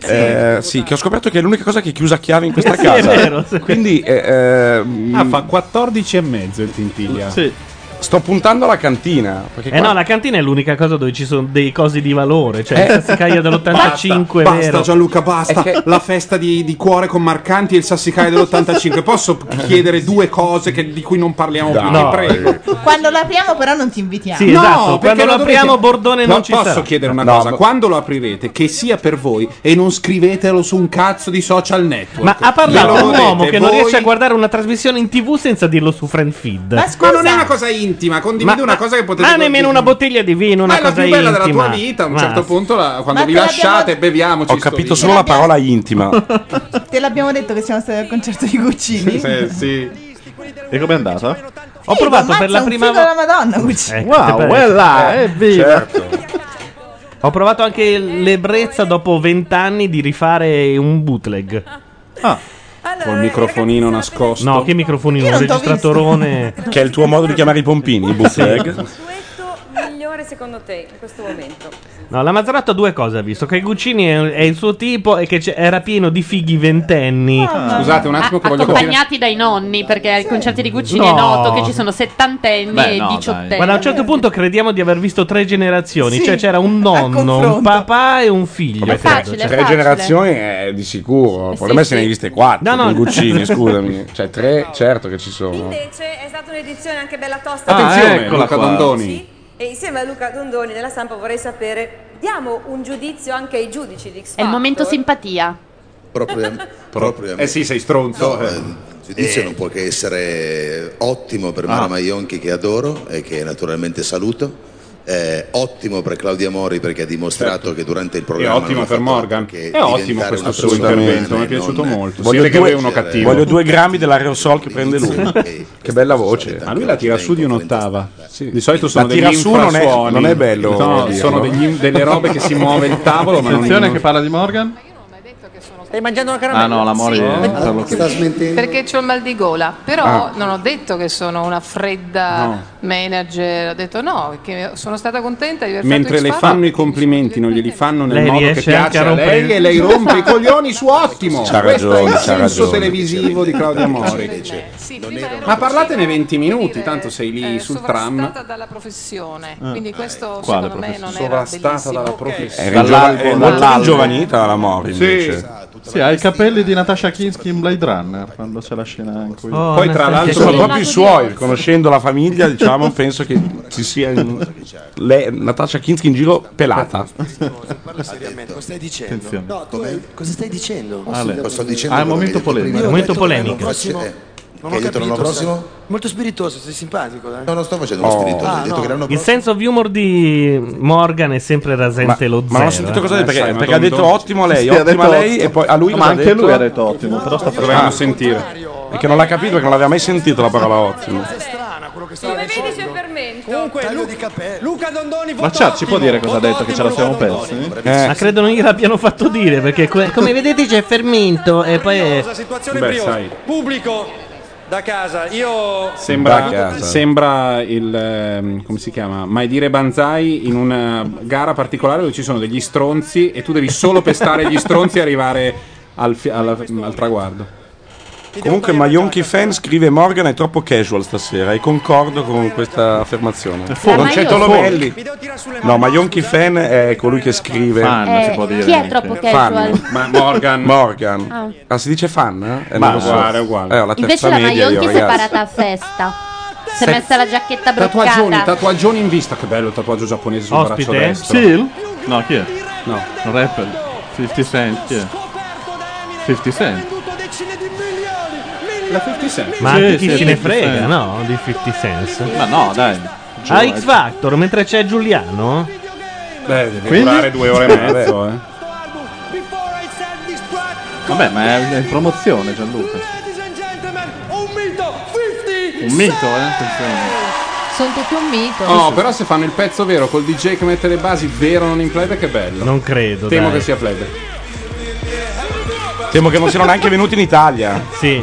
Speaker 2: Eh, *laughs* sì, che ho scoperto che è l'unica cosa che è chiusa a chiave in
Speaker 1: *laughs*
Speaker 2: questa
Speaker 1: Sì, è
Speaker 2: casa.
Speaker 1: vero, sì.
Speaker 2: Quindi. eh, ehm,
Speaker 3: Ah, fa 14 e mezzo il tintiglia.
Speaker 4: Sì.
Speaker 2: Sto puntando alla cantina. Perché
Speaker 1: Eh
Speaker 2: qua-
Speaker 1: no, la cantina è l'unica cosa dove ci sono dei cosi di valore. Cioè,
Speaker 2: Eh.
Speaker 1: la sassicaia dell'85
Speaker 3: basta, basta,
Speaker 1: vero.
Speaker 3: Gianluca, basta. La festa di, di cuore con Marcanti e il sassicaio dell'85. Posso chiedere due cose che- di cui non parliamo più?
Speaker 1: Dai.
Speaker 3: Ti prego.
Speaker 15: Quando lo apriamo però non ti invitiamo.
Speaker 3: No, perché
Speaker 1: esatto, lo
Speaker 3: dovete-
Speaker 1: apriamo Bordone
Speaker 3: No,
Speaker 1: non ci
Speaker 3: posso
Speaker 1: sarà.
Speaker 3: chiedere una
Speaker 1: No,
Speaker 3: cosa?
Speaker 1: ma-
Speaker 3: Quando lo aprirete, che sia per voi e non scrivetelo su un cazzo di social network.
Speaker 1: Ma ha parlato
Speaker 3: Ve lo
Speaker 1: un uomo
Speaker 3: godete
Speaker 1: che non
Speaker 3: voi?
Speaker 1: riesce a guardare una trasmissione in tv senza dirlo su friend feed.
Speaker 3: Ma scusa, non è una cosa intima, condivido una cosa che potete
Speaker 1: Ma nemmeno una bottiglia di vino, una
Speaker 3: Ma è la
Speaker 1: cosa
Speaker 3: più bella della
Speaker 1: intima.
Speaker 3: tua vita, a un
Speaker 1: Ma-
Speaker 3: certo punto la- quando
Speaker 15: Ma
Speaker 3: vi
Speaker 15: te
Speaker 3: lasciate
Speaker 15: l'abbiamo-
Speaker 3: beviamoci
Speaker 2: Ho
Speaker 3: sto
Speaker 2: capito
Speaker 3: vino.
Speaker 2: solo la parola intima.
Speaker 15: Te l'abbiamo detto che siamo stati al concerto di Guccini.
Speaker 4: E com'è andata?
Speaker 1: Ho provato per la prima
Speaker 15: volta.
Speaker 1: volta.
Speaker 15: la Madonna Guccini.
Speaker 1: Ecco,
Speaker 4: Wow,
Speaker 1: te pare-
Speaker 4: quella,
Speaker 1: Eh,
Speaker 4: evviva.
Speaker 2: Certo.
Speaker 1: *laughs* Ho provato anche l'ebbrezza dopo vent'anni di rifare un bootleg.
Speaker 3: Ah. Col microfonino nascosto.
Speaker 1: No, che microfonino?
Speaker 3: Io
Speaker 1: Un
Speaker 3: non t'ho
Speaker 1: registratorone.
Speaker 2: Che è il tuo modo di chiamare i pompini, i bootleg.
Speaker 17: migliore secondo te in questo momento?
Speaker 1: No, la Mazzarotto due cose ha visto: che Guccini è, è il suo tipo e che c'è- era pieno di fighi ventenni.
Speaker 13: Ah.
Speaker 3: Scusate un attimo che voglio capire.
Speaker 13: accompagnati dai nonni, perché ai concerti di Guccini
Speaker 1: No.
Speaker 13: è noto che ci sono settantenni
Speaker 1: Beh,
Speaker 13: e
Speaker 1: no,
Speaker 13: diciottenni.
Speaker 1: Guarda, a un certo punto crediamo di aver visto tre generazioni.
Speaker 13: Sì,
Speaker 1: cioè, c'era un
Speaker 13: confronto.
Speaker 1: nonno, un papà e un figlio.
Speaker 2: Vabbè,
Speaker 1: credo.
Speaker 2: tre generazioni Cioè, è di sicuro. Il problema è se ne hai viste quattro
Speaker 1: Eh, No, no.
Speaker 2: con
Speaker 1: *laughs*
Speaker 2: Guccini, scusami. Cioè, tre, certo che ci sono.
Speaker 17: Invece è stata un'edizione anche bella
Speaker 3: Ah.
Speaker 17: tosta.
Speaker 2: Attenzione,
Speaker 3: eccola
Speaker 2: Luca
Speaker 3: qua.
Speaker 2: Dondoni.
Speaker 17: E insieme a Luca Dondoni della Sampa vorrei sapere, diamo un giudizio anche ai giudici di X
Speaker 13: È il momento simpatia.
Speaker 8: *laughs*
Speaker 20: Proprio, proprio
Speaker 3: Eh sì, sei stronzo.
Speaker 20: No, eh, il giudizio non può che essere ottimo per
Speaker 3: Ah.
Speaker 20: Mara Maionchi che adoro e che naturalmente saluto. eh, ottimo per Claudia Mori perché ha dimostrato che durante il
Speaker 3: È
Speaker 20: programma non
Speaker 3: ottimo
Speaker 20: ha
Speaker 3: per
Speaker 20: fatto
Speaker 3: Morgan.
Speaker 20: che
Speaker 3: È
Speaker 20: diventare
Speaker 3: ottimo
Speaker 20: una
Speaker 3: questo suo
Speaker 20: persona
Speaker 3: intervento, mi
Speaker 20: umana
Speaker 3: è
Speaker 20: e
Speaker 3: piaciuto
Speaker 20: non-
Speaker 3: molto.
Speaker 20: Voglio
Speaker 3: Siete che
Speaker 20: due-
Speaker 3: voi è uno cattivo.
Speaker 2: Voglio due grammi dell'aerosol che prende lui. che bella voce.
Speaker 3: Ma lui la tira su di un'ottava. Di solito
Speaker 2: La
Speaker 3: sono degli
Speaker 2: tira su non è-
Speaker 3: infrasuoni.
Speaker 2: non è bello
Speaker 3: No,
Speaker 2: dirlo.
Speaker 3: sono degli- delle robe che si muove il tavolo, ma non
Speaker 4: Attenzione che parla di Morgan.
Speaker 8: Stai mangiando una
Speaker 4: Ah
Speaker 8: caramella?
Speaker 4: no, la Mori
Speaker 8: Sì.
Speaker 4: è-
Speaker 8: Perché-
Speaker 4: Carlo Cruz.
Speaker 8: Perché ho il mal di gola, però
Speaker 4: Ah.
Speaker 8: non ho detto che sono una fredda
Speaker 3: No.
Speaker 8: manager, ho detto no, che sono stata contenta di aver
Speaker 3: Mentre
Speaker 8: fatto
Speaker 3: le
Speaker 8: X
Speaker 3: fanno i complimenti, non glieli fanno nel
Speaker 2: Lei
Speaker 3: modo che
Speaker 2: riesce anche
Speaker 3: piace
Speaker 2: a
Speaker 3: a
Speaker 2: rompere-
Speaker 3: lei e
Speaker 2: *laughs*
Speaker 3: lei rompe i coglioni su ottimo.
Speaker 2: C'ha
Speaker 3: Questo è
Speaker 2: ragione,
Speaker 3: il
Speaker 2: c'ha
Speaker 3: senso
Speaker 2: ragione.
Speaker 3: televisivo di Claudia Mori.
Speaker 8: Sì, prima ero
Speaker 3: Ma parlatene 20 minuti, tanto sei lì sul tram.
Speaker 8: Eh, sovrastata dalla professione,
Speaker 3: Ah.
Speaker 8: quindi
Speaker 4: eh,
Speaker 8: questo
Speaker 3: Quale
Speaker 8: secondo me non era
Speaker 3: Sovrastata
Speaker 8: bellissimo.
Speaker 3: dalla
Speaker 2: È
Speaker 3: professione.
Speaker 2: ringiova- è molto
Speaker 4: dall'albo.
Speaker 2: ringiovanita la Mori
Speaker 4: Sì,
Speaker 2: invece.
Speaker 4: sì, ha i capelli di Natasha Kinski in Blade Runner quando c'è la scena in cui...
Speaker 2: Poi tra l'altro sono proprio i suoi, conoscendo la famiglia, diciamo, penso che ci sia in- le- Natasha Kinski in giro pelata.
Speaker 11: Parla seriamente, cosa stai dicendo?
Speaker 2: Attenzione.
Speaker 11: No, tu cosa stai dicendo?
Speaker 2: Ale.
Speaker 11: Seriamente.
Speaker 2: Sto dicendo Ah, è un quello momento che hai detto polemico. prima.
Speaker 11: Io ho
Speaker 2: Momento
Speaker 11: detto l'anno
Speaker 20: polemico.
Speaker 11: prossimo-
Speaker 20: Eh,
Speaker 11: Non
Speaker 20: che hai
Speaker 11: ho
Speaker 20: detto l'anno
Speaker 11: capito,
Speaker 20: prossimo?
Speaker 11: sai. Molto spiritoso, sei simpatico. dai.
Speaker 20: No, non sto facendo uno
Speaker 11: Oh.
Speaker 20: spiritoso,
Speaker 11: Ah,
Speaker 20: ho detto
Speaker 11: no.
Speaker 20: che l'anno
Speaker 1: Il senso of humor di Morgan è sempre rasente lo zero.
Speaker 2: ma non ho sentito cosa ha detto,
Speaker 1: eh.
Speaker 2: perché- perché ha detto ottimo lei,
Speaker 1: Sì, ha
Speaker 2: ottima
Speaker 1: detto
Speaker 2: lei
Speaker 1: ottimo.
Speaker 2: e poi a lui
Speaker 1: Ma
Speaker 2: non
Speaker 1: anche
Speaker 2: detto-
Speaker 1: lui ha
Speaker 4: detto ottimo, però sta
Speaker 2: Dovevamo
Speaker 4: facendo
Speaker 2: sentire. E che non l'ha capito, che non l'aveva mai sentito la parola ottimo.
Speaker 11: Come vedi c'è fermento. Comunque, Lu-
Speaker 5: Luca Dondoni,
Speaker 4: Ma Ciar ci può dire cosa ha detto che ce la siamo persi?
Speaker 1: Ma credo non gliel'abbiano fatto dire perché que- Eh, come vedete c'è fermento e poi è...
Speaker 5: la situazione briosa. Pubblico da casa. Io
Speaker 1: Da
Speaker 3: Sembra,
Speaker 1: casa.
Speaker 3: sembra il ehm, come si chiama? Mai dire banzai in una gara particolare dove ci sono degli stronzi e tu devi solo pestare gli stronzi e arrivare al, fi- alla- al traguardo.
Speaker 2: Comunque Maionchi Fan scrive Morgan è troppo casual stasera e concordo con questa affermazione.
Speaker 1: fuori.
Speaker 2: Non
Speaker 1: Ma
Speaker 2: c'è
Speaker 1: io-
Speaker 2: Tolomelli. No, Maionchi Fan è colui che scrive.
Speaker 4: Fan,
Speaker 20: Eh, si può dire chi è anche. troppo casual?
Speaker 2: Fan.
Speaker 3: Ma
Speaker 2: *laughs*
Speaker 3: Morgan.
Speaker 2: Morgan.
Speaker 20: Ah.
Speaker 2: Ah. si dice fan? eh? Eh,
Speaker 3: Ma
Speaker 2: non lo so.
Speaker 3: uguale, uguale.
Speaker 2: Eh, ho la terza
Speaker 23: Invece la
Speaker 2: media io,
Speaker 23: Maionchi si è
Speaker 2: ragazzi.
Speaker 23: parata a festa. Si è
Speaker 3: Se-
Speaker 23: messa la giacchetta
Speaker 3: Tatuaggioni,
Speaker 23: bruccata.
Speaker 3: tatuaggioni in vista. Che bello il tatuaggio giapponese sul
Speaker 4: Ospite?
Speaker 3: braccio destro.
Speaker 4: Seal? No, chi è?
Speaker 3: No.
Speaker 4: Un rapper. 50 Cent, chi è? 50 Cent.
Speaker 3: La 50 Cent.
Speaker 1: Ma
Speaker 4: Sì,
Speaker 1: anche
Speaker 4: sì,
Speaker 1: chi se ne
Speaker 4: 50
Speaker 1: frega,
Speaker 4: Cent.
Speaker 1: no? Di 50 Cent.
Speaker 4: Ma no, dai. Giù,
Speaker 1: A
Speaker 4: eh.
Speaker 1: X Factor, mentre c'è Giuliano.
Speaker 3: Beh, deve
Speaker 4: Quindi?
Speaker 3: durare due ore e mezzo, eh.
Speaker 4: Vabbè, ma è è in promozione Gianluca. Un mito, eh? Attenzione.
Speaker 13: Sono tutti un mito.
Speaker 3: Oh, però se fanno il pezzo vero col DJ che mette le basi vero non in playback è bello.
Speaker 1: Non credo.
Speaker 3: Temo
Speaker 2: dai.
Speaker 3: che sia playback.
Speaker 2: Temo che non siano neanche venuti in Italia.
Speaker 1: Sì.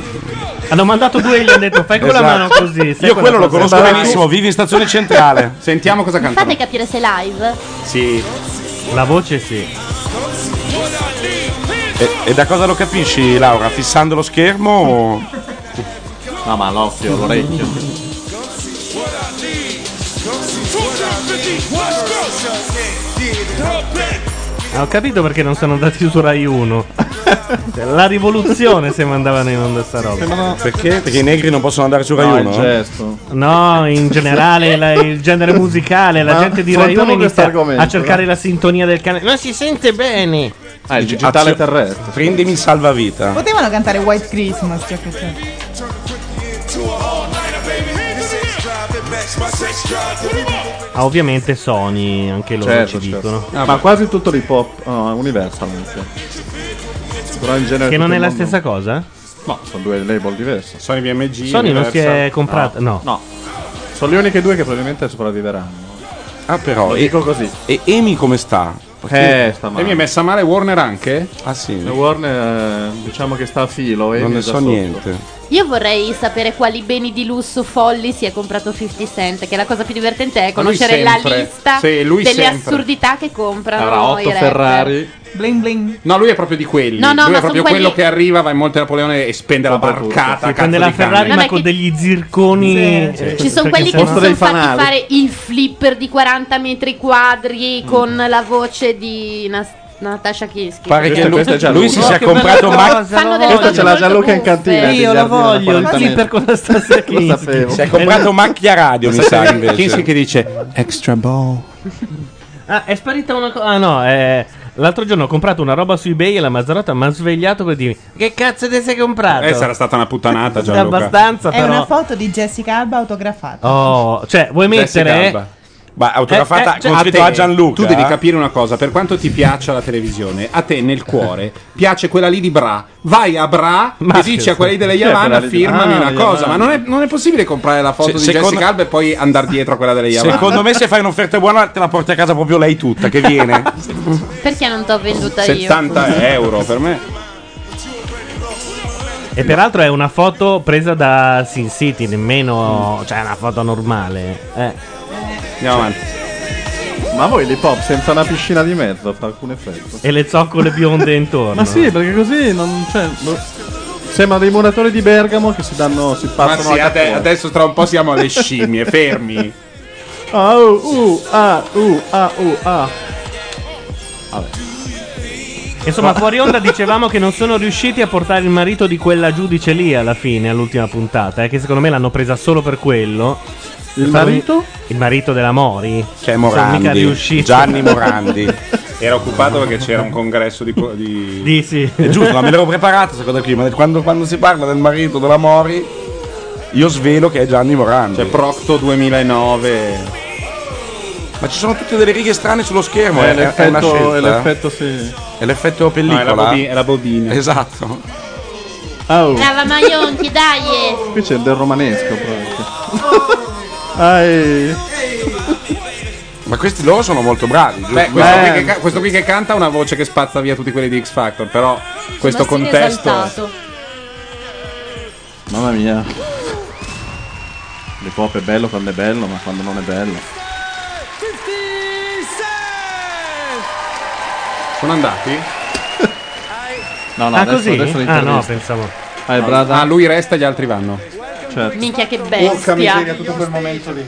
Speaker 1: Hanno mandato due e gli hanno detto fai con la
Speaker 2: Esatto.
Speaker 1: mano così. sai
Speaker 2: Io
Speaker 1: quella
Speaker 2: quello lo
Speaker 1: cosa?
Speaker 2: conosco
Speaker 1: Vai.
Speaker 2: benissimo, vive in stazione centrale.
Speaker 3: Sentiamo cosa
Speaker 13: Mi fate capire se live?
Speaker 3: Sì.
Speaker 1: La voce sì.
Speaker 2: E, e da cosa lo capisci, Laura? Fissando lo schermo o...
Speaker 4: No, ma l'occhio, l'orecchio.
Speaker 1: Ah, Ho capito perché non sono andati su Rai 1. La rivoluzione se mandavano in onda sta roba.
Speaker 2: Perché? Perché i negri non possono andare su Rai eh?
Speaker 1: No,
Speaker 2: 1?
Speaker 1: il gesto. No, in generale la- il genere musicale, la
Speaker 2: Ma
Speaker 1: gente di Rai
Speaker 2: affrontiamo
Speaker 1: 1 inizia
Speaker 2: quest'argomento,
Speaker 1: a cercare
Speaker 2: va.
Speaker 1: la sintonia del canale. Non si sente bene.
Speaker 4: Ah, il
Speaker 1: digitale
Speaker 4: terrestre.
Speaker 2: Prendimi il salvavita.
Speaker 15: Potevano cantare White Christmas, cioè che c'è.
Speaker 1: Ah, ovviamente Sony, anche loro
Speaker 4: Certo,
Speaker 1: ci
Speaker 4: certo.
Speaker 1: dicono.
Speaker 4: Ah, ma quasi tutto ah, l'hip hop no, Universal inizia. Però in genere
Speaker 1: Che non
Speaker 4: tutto
Speaker 1: è
Speaker 4: il
Speaker 1: la
Speaker 4: mondo-
Speaker 1: stessa cosa?
Speaker 4: No, sono due label diverse.
Speaker 3: Sony BMG.
Speaker 1: Sony non si è comprata- no.
Speaker 4: No. Sono le uniche due che probabilmente sopravviveranno.
Speaker 2: Ah, però.
Speaker 4: Lo
Speaker 2: e-
Speaker 4: dico così.
Speaker 2: E Emi come sta?
Speaker 4: Eh, sta male.
Speaker 3: E mi è messa male Warner anche?
Speaker 2: Ah sì.
Speaker 4: La Warner eh, diciamo che sta a filo e
Speaker 2: Non
Speaker 4: mi
Speaker 2: ne
Speaker 4: è già
Speaker 2: so
Speaker 4: sotto.
Speaker 2: niente.
Speaker 13: Io vorrei sapere quali beni di lusso folli si è comprato 50 Cent, che la cosa più divertente è
Speaker 3: Ma lui
Speaker 13: conoscere la
Speaker 3: sempre.
Speaker 13: lista
Speaker 3: Sì, lui
Speaker 13: delle
Speaker 3: sempre.
Speaker 13: assurdità che comprano
Speaker 3: Avrà
Speaker 13: i
Speaker 3: 8
Speaker 13: rapper.
Speaker 3: Ferrari.
Speaker 15: Bling bling.
Speaker 3: No, lui è proprio di quelli.
Speaker 13: No, no,
Speaker 3: lui
Speaker 13: ma
Speaker 3: è proprio
Speaker 13: son
Speaker 3: quello
Speaker 13: quelli-
Speaker 3: che arriva, va in Monte Napoleone e spende la barcata.
Speaker 1: Si prende
Speaker 3: a cazzo
Speaker 1: la
Speaker 3: di cane.
Speaker 1: Ferrari
Speaker 13: No,
Speaker 1: ma
Speaker 13: ma
Speaker 1: con
Speaker 13: che-
Speaker 1: degli zirconi.
Speaker 3: Sì.
Speaker 1: eh,
Speaker 13: Ci sono
Speaker 1: perché
Speaker 13: quelli che
Speaker 1: sennò-
Speaker 13: si sono fatti fare il flipper di 40 metri quadri
Speaker 1: Mm.
Speaker 13: con la voce di Nas- Natasha Kinski.
Speaker 2: Pare che
Speaker 4: questo è
Speaker 2: lui,
Speaker 4: Gianluca.
Speaker 2: lui si
Speaker 4: No,
Speaker 2: sia
Speaker 4: che bella
Speaker 2: comprato
Speaker 4: cosa,
Speaker 13: Fanno
Speaker 2: ma-
Speaker 13: lo delle voglio.
Speaker 4: Questo ce l'ha Gianluca in cantina.
Speaker 1: Io lo voglio, il flipper con la stessa
Speaker 4: Lo sapevo.
Speaker 2: Si è comprato macchia radio, mi sa invece.
Speaker 3: Kinski che dice extra ball.
Speaker 1: Ah, è sparita una cosa. Ah, no, eh, l'altro giorno ho comprato una roba su eBay e la Mazzarotta mi ha svegliato per dirmi: Che cazzo ti sei comprato?
Speaker 3: Eh, sarà stata una puttanata
Speaker 1: È
Speaker 3: Gianluca.
Speaker 1: abbastanza,
Speaker 15: È
Speaker 1: però.
Speaker 15: una foto di Jessica Alba autografata.
Speaker 1: Oh, cioè, vuoi
Speaker 3: Jessica
Speaker 1: mettere
Speaker 3: Alba.
Speaker 2: Ma autografata
Speaker 3: Eh, eh, cioè,
Speaker 2: con
Speaker 3: a
Speaker 2: scritto
Speaker 3: te,
Speaker 2: a Gianluca.
Speaker 3: Tu devi capire una cosa: per quanto ti piaccia la televisione, a te nel cuore *laughs* piace quella lì di Bra. Vai a Bra
Speaker 2: Ma
Speaker 3: e dici a quella lì della
Speaker 2: chi è quella
Speaker 3: Yavanna:
Speaker 2: lì di-
Speaker 3: firmami
Speaker 2: Ah,
Speaker 3: una
Speaker 2: la
Speaker 3: cosa. Ma
Speaker 2: Yavanna.
Speaker 3: non è, non è possibile comprare la foto
Speaker 2: Se-
Speaker 3: di
Speaker 2: secondo-
Speaker 3: Jessica Alba e poi andare dietro a quella della Yavanna.
Speaker 2: Secondo
Speaker 3: *laughs*
Speaker 2: me se fai un'offerta buona te la porti a casa proprio lei tutta che viene.
Speaker 13: Perché non t'ho venduta io?
Speaker 3: 70 euro per me.
Speaker 1: E peraltro è una foto presa da Sin City, nemmeno. cioè è una foto normale. Eh.
Speaker 3: Andiamo avanti.
Speaker 4: Ma voi l'hip hop senza una piscina di mezzo fa alcun effetto.
Speaker 1: E le zoccole bionde
Speaker 3: *laughs*
Speaker 1: intorno.
Speaker 4: Ma sì, perché così non c'è. no- Sembrano dei muratori di Bergamo che si danno. si
Speaker 3: Ma
Speaker 4: passano
Speaker 3: sì, eh.
Speaker 4: a
Speaker 3: ade-
Speaker 4: cappone.
Speaker 3: adesso tra un po' siamo alle scimmie, fermi.
Speaker 4: Ah, uh, uh, ah, uh, ah, uh, ah.
Speaker 1: Insomma, fuori onda dicevamo che non sono riusciti a portare il marito di quella giudice lì alla fine, all'ultima puntata. eh, che secondo me l'hanno presa solo per quello.
Speaker 4: Il marito?
Speaker 1: Il marito della Mori.
Speaker 2: Cioè
Speaker 1: Sono mica
Speaker 2: Morandi.
Speaker 1: riusciti.
Speaker 2: Gianni Morandi.
Speaker 1: *laughs*
Speaker 3: Era occupato perché c'era un congresso di. co- di...
Speaker 1: Sì, sì.
Speaker 2: È giusto, ma me l'ero preparato secondo prima. Quando, quando si parla del marito della Mori, io svelo che è Gianni Morandi. C'è
Speaker 3: Procto 2009.
Speaker 2: Ma ci sono tutte delle righe strane sullo schermo.
Speaker 4: Eh,
Speaker 2: è, è una
Speaker 4: l'effetto-
Speaker 2: scelta.
Speaker 4: è l'effetto, sì.
Speaker 2: È l'effetto pellicola.
Speaker 4: No, è la bobi- è la
Speaker 3: bobina.
Speaker 2: Esatto.
Speaker 13: Brava Maionchi, dai!
Speaker 4: Ah, oh.
Speaker 13: eh.
Speaker 4: Qui c'è del romanesco proprio. Ai.
Speaker 2: Ma questi loro sono molto bravi, giusto?
Speaker 3: Beh, questo,
Speaker 1: Eh.
Speaker 3: qui che, ca- questo qui che canta ha una voce che spazza via tutti quelli di X Factor, però questo contesto.
Speaker 4: Mamma mia. L'hip hop è bello quando è bello, ma quando non è bello.
Speaker 3: Sono andati?
Speaker 4: No, no,
Speaker 1: Ah,
Speaker 4: adesso,
Speaker 1: così?
Speaker 4: adesso
Speaker 1: Ah, no,
Speaker 4: l'intervista.
Speaker 1: pensavo.
Speaker 4: Ah, è
Speaker 3: No,
Speaker 4: Brada?
Speaker 3: ah, lui resta, gli altri vanno.
Speaker 4: Certo.
Speaker 9: Minchia che
Speaker 4: Porca miseria,
Speaker 9: bestia.
Speaker 4: tutto quel momento lì.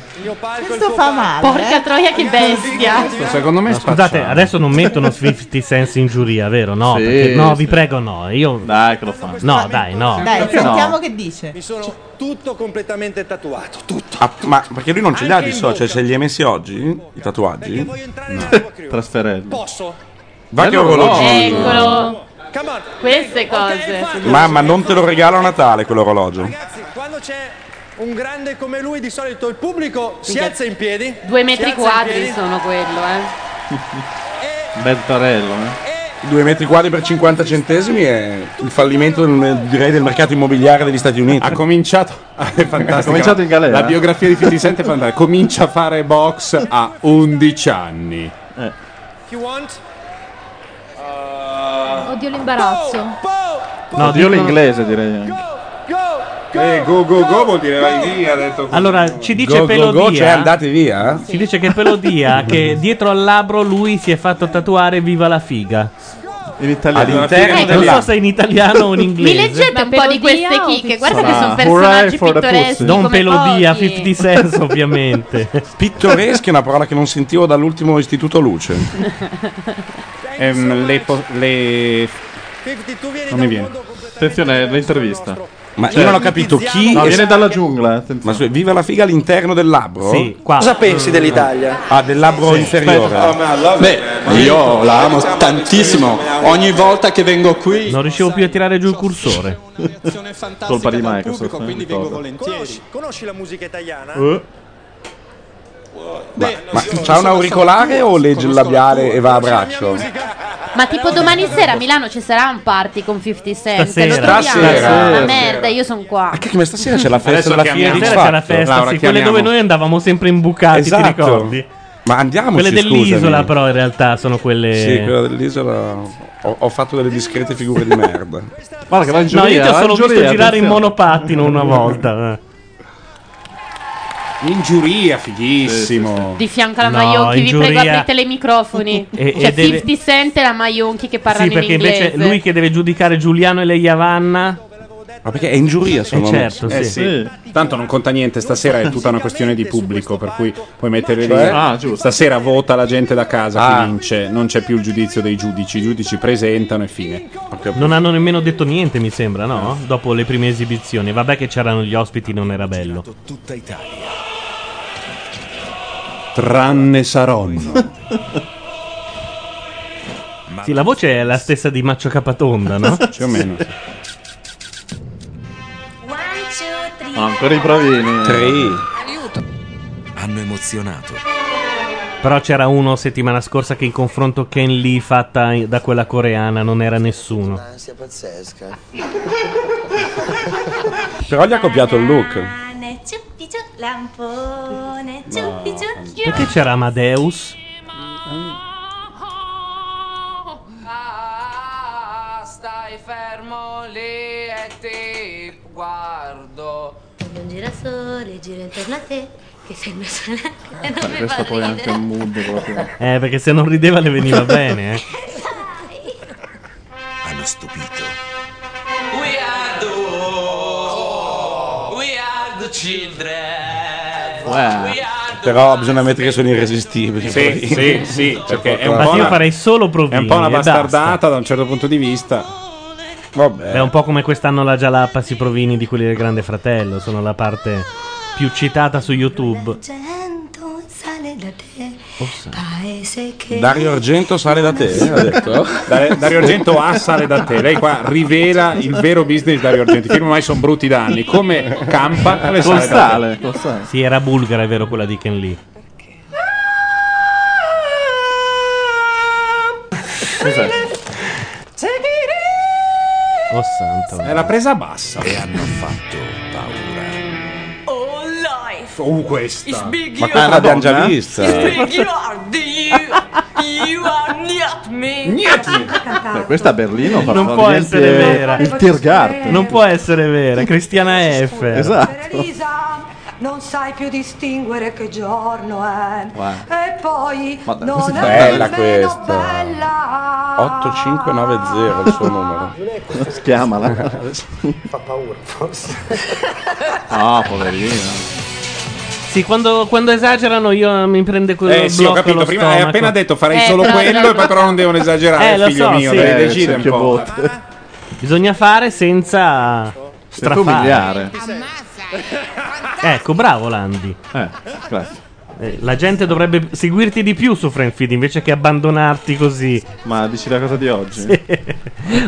Speaker 15: Questo fa male. eh.
Speaker 9: Porca troia che bestia.
Speaker 3: Secondo me
Speaker 1: No, *laughs* scusate, adesso non mettono 50 Cent in giuria, vero? No,
Speaker 4: Sì,
Speaker 1: perché- no,
Speaker 4: sì.
Speaker 1: vi prego, no. Io...
Speaker 4: Dai, che lo fa.
Speaker 1: No, dai, no.
Speaker 15: Dai,
Speaker 1: Perché
Speaker 15: sentiamo
Speaker 1: Ah. no?
Speaker 15: che dice. Mi
Speaker 5: sono tutto completamente tatuato.
Speaker 2: Ah, ma perché lui non ce li ha di so, cioè se li hai messi oggi, i tatuaggi? No.
Speaker 4: Trasferelli.
Speaker 5: Posso?
Speaker 2: Va che orologino.
Speaker 9: Eccolo. Queste cose.
Speaker 2: Mamma, non te lo regalo a Natale quell'orologio.
Speaker 4: *laughs*
Speaker 5: Quando c'è un grande come lui, di solito il pubblico si alza in piedi.
Speaker 9: Due
Speaker 5: si
Speaker 9: metri
Speaker 5: alza in
Speaker 9: quadri
Speaker 5: piedi.
Speaker 9: sono quello, eh.
Speaker 4: Bertarello, eh.
Speaker 2: Due metri quadri per 50 centesimi è il fallimento del, direi del mercato immobiliare degli Stati Uniti. Ha *laughs*
Speaker 3: cominciato. È
Speaker 4: Ha cominciato in galera.
Speaker 3: La biografia di 50 Cent è fantastica. Comincia a fare box a 11 anni.
Speaker 5: If you want.
Speaker 4: Eh.
Speaker 24: Oddio l'imbarazzo.
Speaker 5: Oh,
Speaker 4: No, dio l'inglese direi.
Speaker 3: Eh, go go go vuol dire vai via, ha detto.
Speaker 1: Allora, ci dice
Speaker 2: Go, go,
Speaker 1: Pelodia.
Speaker 2: go, cioè andate via?
Speaker 1: Ci dice che
Speaker 2: *laughs*
Speaker 1: Pelodia, che dietro al labbro lui si è fatto tatuare Viva la figa. Eh,
Speaker 4: In
Speaker 2: italiano. All'interno
Speaker 1: non
Speaker 2: della-
Speaker 1: so se in italiano o in
Speaker 13: Mi
Speaker 1: inglese.
Speaker 13: leggete un po' di queste chicche, guarda che sono personaggi pittoreschi.
Speaker 1: Don
Speaker 13: come
Speaker 1: Pelodia,
Speaker 13: pochi.
Speaker 1: 50 Cent ovviamente.
Speaker 2: *laughs* Pittoreschi è una parola che non sentivo dall'ultimo istituto luce.
Speaker 3: Ehm, le, po- le- Non mi viene.
Speaker 4: Attenzione, è l'intervista.
Speaker 2: Ma
Speaker 4: Cioè-
Speaker 2: io non ho capito chi...
Speaker 4: No,
Speaker 2: è-
Speaker 4: viene dalla giungla.
Speaker 2: Ma scusa, viva la figa all'interno del labbro?
Speaker 4: Sì, qua.
Speaker 25: Cosa pensi dell'Italia?
Speaker 2: Ah, del labbro inferiore.
Speaker 26: Beh, io la amo tantissimo. Ogni volta che vengo qui.
Speaker 1: Non riuscivo più a tirare giù il cursore.
Speaker 4: Colpa di Microsoft. eh, mi ricordo.
Speaker 5: Conosci, conosci la musica italiana?
Speaker 4: Eh.
Speaker 2: Ma, ma c'ha un auricolare o legge il labiale e va a braccio?
Speaker 13: Ma tipo domani sera a Milano ci sarà un party con 50 Cent.
Speaker 2: Stasera.
Speaker 13: Lo troviamo.
Speaker 2: Stasera.
Speaker 13: Ah,
Speaker 2: Stasera.
Speaker 13: merda, io sono qua.
Speaker 2: Ma stasera c'è la
Speaker 1: Adesso
Speaker 2: festa della
Speaker 1: chiamiamo.
Speaker 2: fiera di
Speaker 1: Stasera c'è la festa,
Speaker 2: Laura,
Speaker 1: sì, quelle
Speaker 2: chiamiamo.
Speaker 1: dove noi andavamo sempre imbucati, ti
Speaker 2: Esatto.
Speaker 1: ricordi?
Speaker 2: Ma andiamoci,
Speaker 1: Quelle dell'isola
Speaker 2: scusami.
Speaker 1: però in realtà sono quelle...
Speaker 2: Sì, quella dell'isola. Ho, ho fatto delle discrete figure di merda.
Speaker 4: *laughs* Guarda che va in
Speaker 1: No,
Speaker 4: giuria,
Speaker 1: io ti ho
Speaker 4: va in
Speaker 1: solo visto
Speaker 4: giuria,
Speaker 1: girare in
Speaker 4: attenzione.
Speaker 1: monopattino una volta. eh.
Speaker 3: In giuria, fighissimo.
Speaker 13: Di fianco alla
Speaker 1: No,
Speaker 13: Maionchi,
Speaker 1: in
Speaker 13: vi
Speaker 1: giuria-
Speaker 13: prego aprite i microfoni.
Speaker 1: E-
Speaker 13: C'è
Speaker 1: e deve-
Speaker 13: 50 Cent e la Maionchi che
Speaker 1: Sì,
Speaker 13: parlano in
Speaker 1: perché
Speaker 13: inglese.
Speaker 1: invece lui che deve giudicare Giuliano e lei Yavanna...
Speaker 2: Ma perché è in giuria
Speaker 1: sono- certo,
Speaker 3: Eh
Speaker 1: sì.
Speaker 3: sì. Tanto non conta niente, stasera è tutta una questione di pubblico, per cui puoi mettere lì.
Speaker 2: Cioè? Ah.
Speaker 4: Ah, giusto.
Speaker 3: Stasera vota la gente da casa chi vince, non c'è più il giudizio dei giudici, i giudici presentano e fine.
Speaker 1: Non hanno nemmeno detto niente, mi sembra, no? Dopo le prime esibizioni. Vabbè che c'erano gli ospiti, non era bello.
Speaker 10: Tutta Italia.
Speaker 3: Tranne Saronno.
Speaker 1: *laughs* Sì, la voce è la stessa di Maccio Capatonda,
Speaker 2: *laughs*
Speaker 1: no?
Speaker 3: Più o meno.
Speaker 4: No, ancora i provini.
Speaker 2: Tre.
Speaker 10: Hanno emozionato.
Speaker 1: Però c'era uno settimana scorsa che in confronto a Ken Lee fatta in- da quella coreana non era nessuno.
Speaker 11: Un'ansia pazzesca.
Speaker 2: Però gli ha copiato il look.
Speaker 10: Lampone, ciuppi ciu, lampone, ciuppi ciu,
Speaker 1: Perché c'era Amadeus?
Speaker 27: Ah, stai fermo lì e ti guardo.
Speaker 10: Un girasole gira intorno a te, che sei una sola che non mi
Speaker 4: Questo
Speaker 10: fa
Speaker 4: poi è anche un mood proprio.
Speaker 1: Eh, perché se non rideva le
Speaker 2: *laughs*
Speaker 1: veniva bene, eh.
Speaker 11: Hanno stupito.
Speaker 27: We are the We are the children.
Speaker 2: Però bisogna ammettere che sono irresistibili.
Speaker 3: Sì,
Speaker 2: Poi- *laughs* Cioè,
Speaker 3: sì, sì, perché è un
Speaker 2: Ma
Speaker 3: po'
Speaker 2: io
Speaker 3: una-
Speaker 2: farei
Speaker 1: solo provini
Speaker 3: È un po' una
Speaker 1: e eh, basta.
Speaker 3: bastardata da un certo punto di vista. Vabbè.
Speaker 1: È un po' come quest'anno la Gialappa si provini di quelli del Grande Fratello, sono la parte più citata su YouTube.
Speaker 10: Cento sale da te,
Speaker 1: Forse.
Speaker 10: paese che...
Speaker 2: Dario Argento sale da te, eh, ha detto.
Speaker 3: *laughs* Dario, Dario Argento ha sale da te. Lei qua rivela il vero business di Dario Argento. I film ormai sono brutti da anni. Come campa con le
Speaker 1: Col
Speaker 3: sale da te.
Speaker 1: Sì, era bulgara, è vero, quella di Ken Lee. Cos'è? Oh santo.
Speaker 3: È la presa bassa.
Speaker 11: E hanno fatto paura.
Speaker 27: Oh life.
Speaker 3: Oh, questa. Eh,
Speaker 27: Is big
Speaker 11: Ma
Speaker 27: you-
Speaker 11: questa l'abbiamo già
Speaker 27: Madonna.
Speaker 11: vista.
Speaker 27: Is big *laughs* you are the you. You are not me.
Speaker 4: Beh, questa a Berlino fa
Speaker 1: Non
Speaker 4: fa
Speaker 1: può
Speaker 4: niente-
Speaker 1: essere vera.
Speaker 4: Il Tiergarten.
Speaker 1: Non può essere vera. Cristiana F.
Speaker 4: Esatto.
Speaker 17: Elisa, non sai più distinguere che giorno è.
Speaker 2: Guarda.
Speaker 17: E poi
Speaker 2: Ma dai,
Speaker 17: non
Speaker 2: questa
Speaker 17: è
Speaker 2: è bella
Speaker 17: nemmeno
Speaker 2: questa. 8590 il suo numero.
Speaker 4: Chiamala.
Speaker 2: *laughs*
Speaker 11: Fa paura, forse.
Speaker 4: Ah, poverino.
Speaker 1: Sì, quando, quando esagerano io mi prende quello
Speaker 3: Eh sì, ho
Speaker 1: blocco
Speaker 3: capito.
Speaker 1: allo
Speaker 3: Prima hai
Speaker 1: stomaco.
Speaker 3: appena detto
Speaker 27: Eh,
Speaker 3: farei solo quello e poi Eh, però non devono esagerare,
Speaker 1: Eh, lo
Speaker 3: figlio
Speaker 1: so,
Speaker 3: mio.
Speaker 1: sì.
Speaker 3: Devi
Speaker 1: Eh,
Speaker 3: decidere un
Speaker 1: cerchio
Speaker 3: po'.
Speaker 1: Bisogna fare senza strafare.
Speaker 4: umiliare.
Speaker 1: Ecco, bravo Landi. Eh, La gente dovrebbe seguirti di più su Friendfeed invece che abbandonarti così.
Speaker 4: Ma dici la cosa di oggi?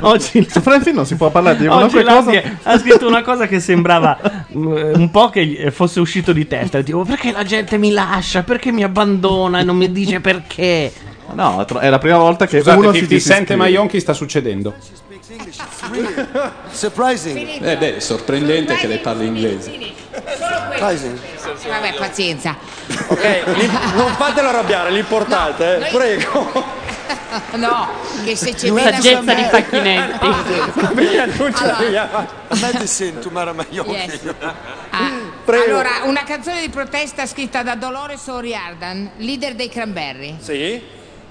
Speaker 1: Oggi
Speaker 4: su Franklin non Cioè, si può parlare di
Speaker 1: Oggi
Speaker 4: qualunque cosa.
Speaker 1: Landi ha scritto una cosa che sembrava mm, un po' che gli fosse uscito di testa. Tipo, perché la gente mi lascia? Perché mi abbandona e non mi dice perché?
Speaker 4: No, tro- è la prima volta che
Speaker 3: Scusate,
Speaker 4: uno
Speaker 3: 50
Speaker 4: si
Speaker 3: Cent e
Speaker 4: sente
Speaker 3: Maionchi sta succedendo.
Speaker 11: Surprising.
Speaker 28: Eh beh, è sorprendente che lei parli inglese.
Speaker 9: Vabbè, pazienza.
Speaker 5: Ok, li- non fatelo arrabbiare, li portate, eh, prego.
Speaker 9: No, che se c'è
Speaker 5: Una saggezza
Speaker 11: eh, *laughs*
Speaker 5: di
Speaker 9: facchinetti.
Speaker 11: Medicine to Mara Maionchi.
Speaker 9: Ah, Allora, una canzone di protesta scritta da Dolores O'Riordan, leader dei Cranberry.
Speaker 5: Sì.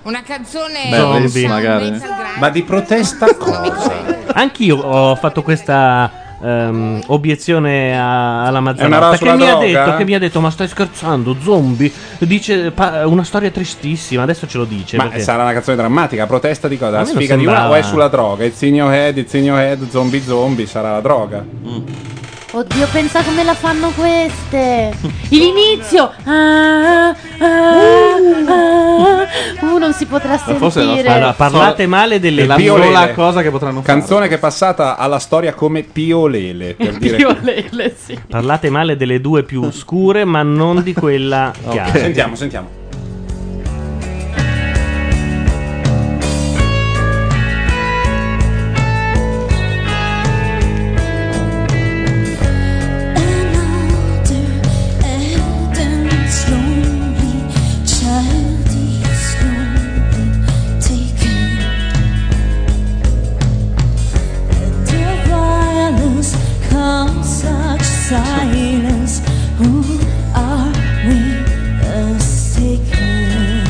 Speaker 9: Una canzone
Speaker 1: Zombie.
Speaker 3: Ma di protesta
Speaker 1: Anch'io ho fatto questa ehm, obiezione a- alla
Speaker 3: È una
Speaker 1: Mazzana
Speaker 3: roba
Speaker 1: perché
Speaker 3: sulla
Speaker 1: mi ha,
Speaker 3: droga? eh?
Speaker 1: detto, che mi ha detto ma stai scherzando zombie dice pa- una storia tristissima adesso ce lo dice
Speaker 3: Ma
Speaker 1: perché-
Speaker 3: sarà una canzone drammatica, protesta di
Speaker 1: A
Speaker 3: cosa? La
Speaker 1: me non
Speaker 3: sfiga di
Speaker 1: sembrava-
Speaker 3: una o è sulla droga? It's in your head, it's in your head, zombie zombie, sarà la droga.
Speaker 13: Oddio, pensa come la fanno
Speaker 15: *laughs*
Speaker 13: queste. L'inizio. Ah, ah, ah, uh, non si potrà sentire.
Speaker 1: Allora, parlate male delle
Speaker 3: È
Speaker 1: violele.
Speaker 3: Piolele.
Speaker 4: cosa che potranno
Speaker 3: fare. Canzone che è passata alla storia come Piolele, per dire che-
Speaker 13: Violele, sì.
Speaker 1: parlate male delle due più scure ma non di
Speaker 3: *laughs*
Speaker 1: quella chiara
Speaker 3: Sentiamo, sentiamo.
Speaker 10: Silence, who are we us taken?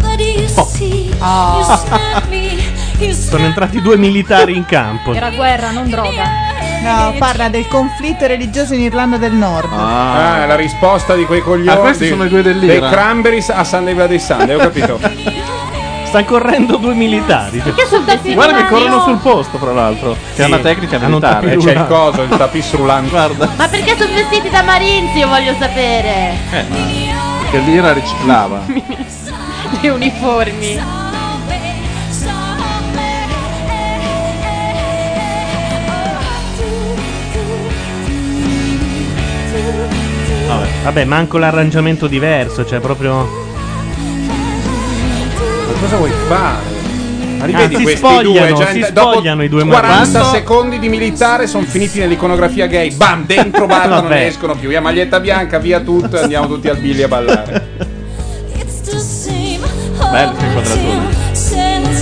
Speaker 10: But you see, you snap me, you
Speaker 1: sono entrati due militari in campo
Speaker 15: guerra, non droga. No, parla del conflitto religioso in Irlanda del Nord.
Speaker 3: Ah, è la risposta di quei coglioni.
Speaker 4: Ah, questi
Speaker 3: di-
Speaker 4: sono i due dell'Ira.
Speaker 3: Dei Cranberries a San Levia dei Sande, ho capito.
Speaker 1: Stanno correndo due militari.
Speaker 4: Guarda che corrono sul posto, fra l'altro. Che è una tecnica
Speaker 3: hanno un
Speaker 4: militare. eh,
Speaker 3: tapis C'è il coso, il tapis roulant.
Speaker 4: Guarda.
Speaker 13: Ma perché sono vestiti da marinzi? Io voglio sapere. *laughs*
Speaker 4: Eh, ma... Che l'ira riciclava.
Speaker 13: Le uniformi.
Speaker 1: Vabbè, manco l'arrangiamento diverso, cioè proprio
Speaker 2: Ma Cosa vuoi fare? Ma
Speaker 1: Ah,
Speaker 2: rivedi
Speaker 1: si
Speaker 2: questi
Speaker 1: spogliano,
Speaker 2: due,
Speaker 1: si
Speaker 2: gente, dopo
Speaker 1: spogliano i due
Speaker 2: 40
Speaker 1: marroni.
Speaker 2: secondi di militare sono finiti nell'iconografia gay.
Speaker 1: *laughs*
Speaker 2: Bam, dentro balla, non
Speaker 1: Vabbè.
Speaker 2: ne escono più. Via maglietta bianca, via tutto, e andiamo tutti al Billy a ballare.
Speaker 4: Bello che inquadratura.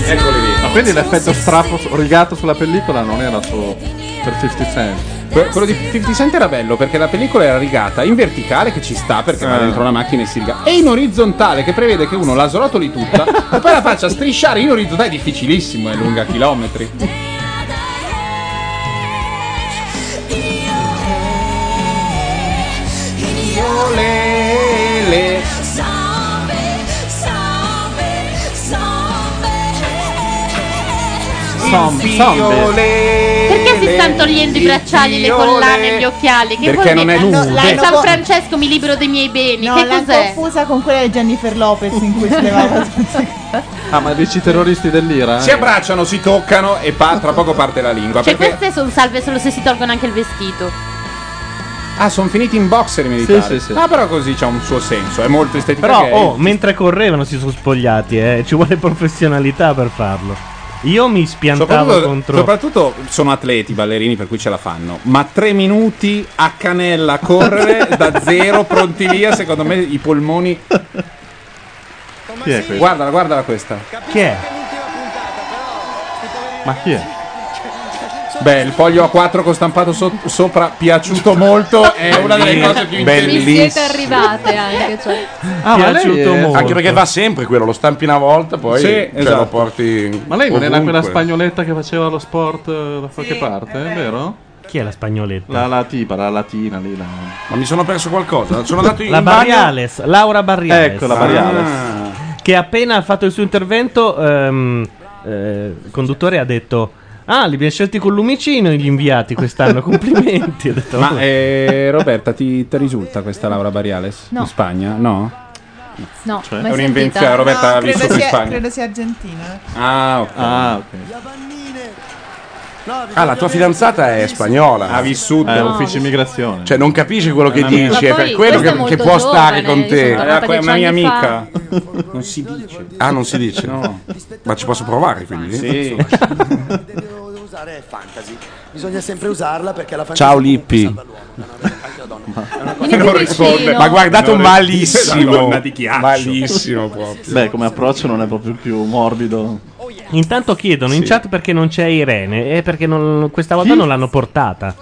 Speaker 2: Eccoli lì.
Speaker 4: Ma quindi l'effetto strappo su- rigato sulla pellicola non era solo per 50 Cent.
Speaker 3: Que- Quello di 50 Cent era bello perché la pellicola era rigata in verticale che ci sta perché va
Speaker 4: Eh.
Speaker 3: dentro la macchina e si riga e in orizzontale che prevede che uno la srotoli tutta e poi la faccia strisciare in orizzontale è difficilissimo, è lunga chilometri.
Speaker 10: Olele.
Speaker 3: Zombie.
Speaker 13: Perché si stanno togliendo i bracciali, le collane, gli occhiali? Che
Speaker 3: Perché
Speaker 13: vuol
Speaker 3: non
Speaker 13: dire?
Speaker 3: è nude.
Speaker 13: Dai,
Speaker 3: L'hanno
Speaker 13: San
Speaker 3: co-
Speaker 13: Francesco mi libero dei miei beni.
Speaker 15: No,
Speaker 13: che
Speaker 15: l'hanno
Speaker 13: cos'è?
Speaker 15: confusa con quella di Jennifer Lopez
Speaker 13: *laughs*
Speaker 15: in cui si levava
Speaker 4: Ah, ma dici i terroristi dell'Ira? eh?
Speaker 3: Si abbracciano, si toccano e pa- tra poco parte la lingua.
Speaker 13: Cioè,
Speaker 3: perché...
Speaker 13: queste sono salve solo se si tolgono anche il vestito.
Speaker 3: Ah, sono finiti in boxer i militari.
Speaker 1: Sì, sì, sì.
Speaker 3: Ah, però così c'ha un suo senso, è molto estetico.
Speaker 1: Però,
Speaker 3: gay.
Speaker 1: oh, mentre correvano si sono spogliati, eh. Ci vuole professionalità per farlo. Io mi spiantavo
Speaker 3: Soprattutto,
Speaker 1: contro.
Speaker 3: soprattutto sono atleti, ballerini, per cui ce la fanno. Ma tre minuti a canella a
Speaker 1: *laughs*
Speaker 3: correre da zero, pronti via. Secondo me i polmoni.
Speaker 4: Chi è questo?
Speaker 3: Guardala, guardala questa.
Speaker 1: Chi è?
Speaker 4: Ma chi è?
Speaker 3: Beh, il foglio A4 con stampato so- sopra, piaciuto molto, è una delle cose più
Speaker 29: Mi siete arrivate anche, cioè.
Speaker 2: Ah,
Speaker 4: ma lei è-
Speaker 2: Anche perché va sempre quello, lo stampi una volta, poi
Speaker 4: Sì,
Speaker 28: cioè,
Speaker 2: ce
Speaker 4: esatto.
Speaker 2: lo porti.
Speaker 4: Ma lei non era
Speaker 2: ovunque.
Speaker 4: quella spagnoletta che faceva lo sport eh, da qualche parte, è vero?
Speaker 1: Chi è la spagnoletta?
Speaker 4: La, la tipa, la latina lì. La...
Speaker 2: Ma mi sono perso qualcosa. Cioè, Sono andato in
Speaker 1: La
Speaker 2: bagno-
Speaker 1: Barriales, Laura Barriales.
Speaker 4: Ecco, la Barriales. Ah.
Speaker 1: Che appena ha fatto il suo intervento, ehm, eh, il conduttore ha detto... Ah, li abbiamo scelti con lumicino gli inviati
Speaker 2: *laughs*
Speaker 1: quest'anno, complimenti. Ho detto,
Speaker 3: Ma *laughs* eh, Roberta, ti, ti risulta questa Laura Bariales?
Speaker 15: No.
Speaker 3: In Spagna? No?
Speaker 15: No,
Speaker 3: Cioè, mai è un'invenzione, sentita. Roberta ha
Speaker 15: no,
Speaker 3: vissuto
Speaker 15: credo
Speaker 3: in
Speaker 15: sia-
Speaker 3: Spagna.
Speaker 15: Credo sia argentina.
Speaker 3: Ah, ok.
Speaker 4: Ah,
Speaker 2: Ah, la tua fidanzata è spagnola. Ha
Speaker 3: vissuto.
Speaker 4: È ufficio immigrazione.
Speaker 2: Cioè, non capisce quello che
Speaker 4: È un'amica.
Speaker 2: dici, è
Speaker 4: Ma
Speaker 2: per
Speaker 4: poi
Speaker 2: quello
Speaker 4: questa è
Speaker 2: che, che
Speaker 4: molto
Speaker 2: può
Speaker 4: giovane,
Speaker 2: stare con
Speaker 4: io
Speaker 2: te.
Speaker 3: Eh,
Speaker 4: sono tornata
Speaker 2: è
Speaker 4: dieci anni fa.
Speaker 3: Non si dice.
Speaker 2: Ah, non si dice? Ma ci posso provare quindi?
Speaker 3: Sì.
Speaker 5: Ah.
Speaker 11: Devo usare fantasy. Bisogna sempre usarla perché la fantasy
Speaker 2: Ciao Lippi. Non risponde, ma guardato malissimo. Malissimo proprio.
Speaker 4: Beh, come approccio non è proprio il più morbido.
Speaker 1: Intanto chiedono in chat perché non c'è Irene e perché non- questa volta non l'hanno portata.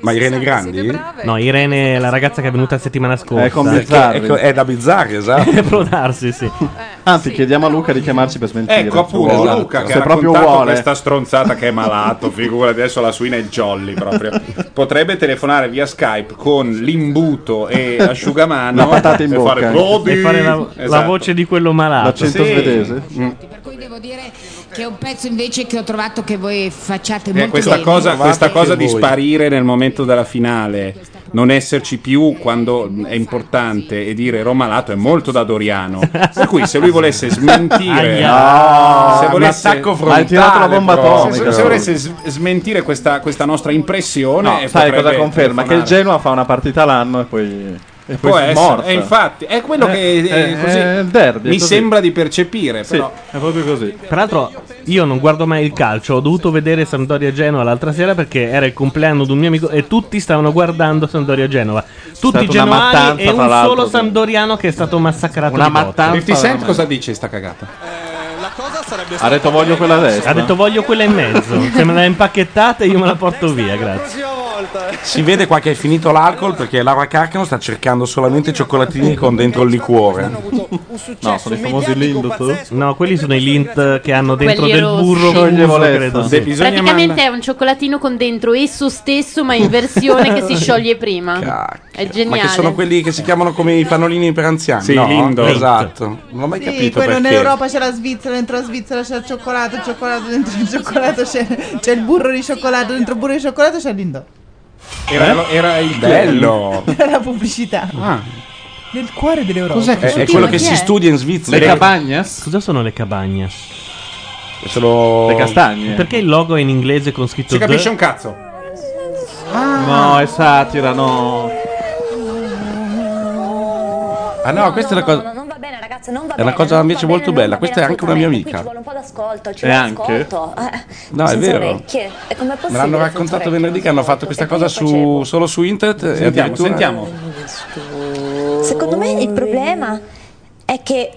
Speaker 2: Ma Irene Grandi?
Speaker 1: No, Irene è la ragazza che è venuta settimana scorsa.
Speaker 4: È con Bizzarri.
Speaker 1: Ecco,
Speaker 2: da
Speaker 1: *laughs*
Speaker 2: bizzarri, esatto.
Speaker 1: Può darsi, sì.
Speaker 4: Anzi, chiediamo a Luca di chiamarci per smentire.
Speaker 3: Ecco appunto
Speaker 4: Esatto.
Speaker 3: Luca che
Speaker 4: se
Speaker 3: ha
Speaker 4: proprio
Speaker 3: raccontato
Speaker 4: vuole.
Speaker 3: questa stronzata che è *laughs* malato, figurati adesso la suina è jolly proprio. Potrebbe telefonare via Skype con l'imbuto *laughs* e l'asciugamano
Speaker 4: La patata in
Speaker 3: e
Speaker 4: bocca.
Speaker 3: fare "Brody!"
Speaker 1: E fare la, la
Speaker 3: Esatto.
Speaker 1: voce di quello malato.
Speaker 4: L'accento
Speaker 3: Sì.
Speaker 4: svedese.
Speaker 3: Mm.
Speaker 9: Che è un pezzo invece che ho trovato che voi facciate
Speaker 3: Eh,
Speaker 9: molto
Speaker 3: questa
Speaker 9: bene.
Speaker 3: cosa, questa cosa di
Speaker 9: voi.
Speaker 3: sparire nel momento della finale, non esserci più quando è importante e dire ero malato è molto da Doriano. Per cui se lui volesse smentire, Ah,
Speaker 4: Aia.
Speaker 3: se
Speaker 4: Un
Speaker 3: volesse,
Speaker 4: attacco frontale, Hai tirato la bomba
Speaker 3: proprio.
Speaker 4: atomica.
Speaker 3: Se, se volesse s- smentire questa, questa nostra impressione,
Speaker 4: No,
Speaker 3: eh,
Speaker 4: sai
Speaker 3: potrebbe
Speaker 4: cosa conferma? Che il
Speaker 3: telefonare.
Speaker 4: Genoa fa una partita l'anno e poi, e poi
Speaker 3: Può
Speaker 4: è
Speaker 3: essere,
Speaker 4: morta.
Speaker 3: e infatti, è quello che
Speaker 4: Eh,
Speaker 3: eh,
Speaker 4: eh,
Speaker 3: così
Speaker 4: è il derby, è
Speaker 3: mi
Speaker 4: così.
Speaker 3: sembra di percepire,
Speaker 4: Sì,
Speaker 3: però.
Speaker 4: è proprio così.
Speaker 1: Tra l'altro, io non guardo mai il calcio. Ho dovuto vedere Sampdoria Genova l'altra sera perché era il compleanno di un mio amico e tutti stavano guardando Sampdoria Genova. Tutti
Speaker 4: stata
Speaker 1: i
Speaker 4: una
Speaker 1: genovani
Speaker 4: mattanza,
Speaker 1: e
Speaker 4: tra
Speaker 1: un
Speaker 4: l'altro,
Speaker 1: solo
Speaker 4: sì.
Speaker 1: Sampdoriano che è stato massacrato.
Speaker 4: Una
Speaker 1: di botte.
Speaker 4: mattanza
Speaker 3: 50 Cent cosa dice sta cagata?
Speaker 4: Ha detto voglio quella destra.
Speaker 1: Ha detto voglio quella e
Speaker 4: *laughs*
Speaker 1: mezzo. Se me la impacchettate io me la porto via, grazie.
Speaker 2: Si vede qua che hai finito l'alcol perché Laura Carcano sta cercando solamente cioccolatini con dentro il liquore.
Speaker 4: *laughs*
Speaker 10: Cioè,
Speaker 4: No, sono i famosi Lindt.
Speaker 1: No, quelli sono i lint che hanno dentro
Speaker 13: Quelli
Speaker 1: del
Speaker 13: rossi.
Speaker 1: burro fuso,
Speaker 4: Scioglievolezza.
Speaker 1: credo.
Speaker 4: De-
Speaker 1: sì.
Speaker 13: Praticamente è un cioccolatino con dentro esso stesso, ma in versione
Speaker 2: *laughs*
Speaker 13: che si scioglie prima. È
Speaker 2: Ma
Speaker 13: geniale.
Speaker 2: che sono quelli che si chiamano come i panolini per anziani?
Speaker 3: Sì,
Speaker 2: no?
Speaker 3: Lindo.
Speaker 2: Esatto. Non ho mai
Speaker 15: Sì,
Speaker 2: capito
Speaker 15: quello
Speaker 2: perché.
Speaker 15: nell'Europa c'è la Svizzera, dentro la Svizzera c'è il cioccolato, il cioccolato dentro il cioccolato c'è, c'è il burro di cioccolato, dentro il burro di cioccolato c'è l'indò.
Speaker 3: Era,
Speaker 4: Eh?
Speaker 10: Eh?
Speaker 3: era il
Speaker 2: Bello.
Speaker 15: *laughs* La pubblicità. Nel cuore dell'Europa.
Speaker 2: Cos'è che È- è succede? quello che si studia in Svizzera. Le
Speaker 4: cabagnas?
Speaker 1: Cosa sono le cabagnas?
Speaker 2: Sono
Speaker 4: Le castagne.
Speaker 1: Perché il logo è in inglese con scritto
Speaker 3: Si capisce
Speaker 1: the?
Speaker 3: un cazzo.
Speaker 4: No, è satira, no.
Speaker 2: Ah no, questa è la cosa.
Speaker 10: ragazzo, non va
Speaker 2: È una
Speaker 10: bene,
Speaker 2: cosa
Speaker 10: non va bene,
Speaker 2: invece molto
Speaker 10: non va
Speaker 2: bella.
Speaker 10: bene
Speaker 2: Questa è anche una mia
Speaker 10: assolutamente. Qui
Speaker 2: amica.
Speaker 10: ci vuole un po' d'ascolto, ci
Speaker 2: E
Speaker 10: vuole
Speaker 2: anche?
Speaker 10: ascolto. *laughs*
Speaker 2: No, è
Speaker 10: senza
Speaker 2: vero.
Speaker 10: Orecchie. E com'è
Speaker 2: Me
Speaker 10: possibile?
Speaker 2: l'hanno
Speaker 10: senza
Speaker 2: raccontato
Speaker 10: orecchie?
Speaker 2: venerdì che hanno fatto questa cosa su, solo su internet. e
Speaker 3: Sentiamo,
Speaker 2: addirittura-
Speaker 3: sentiamo.
Speaker 10: Secondo me il problema è che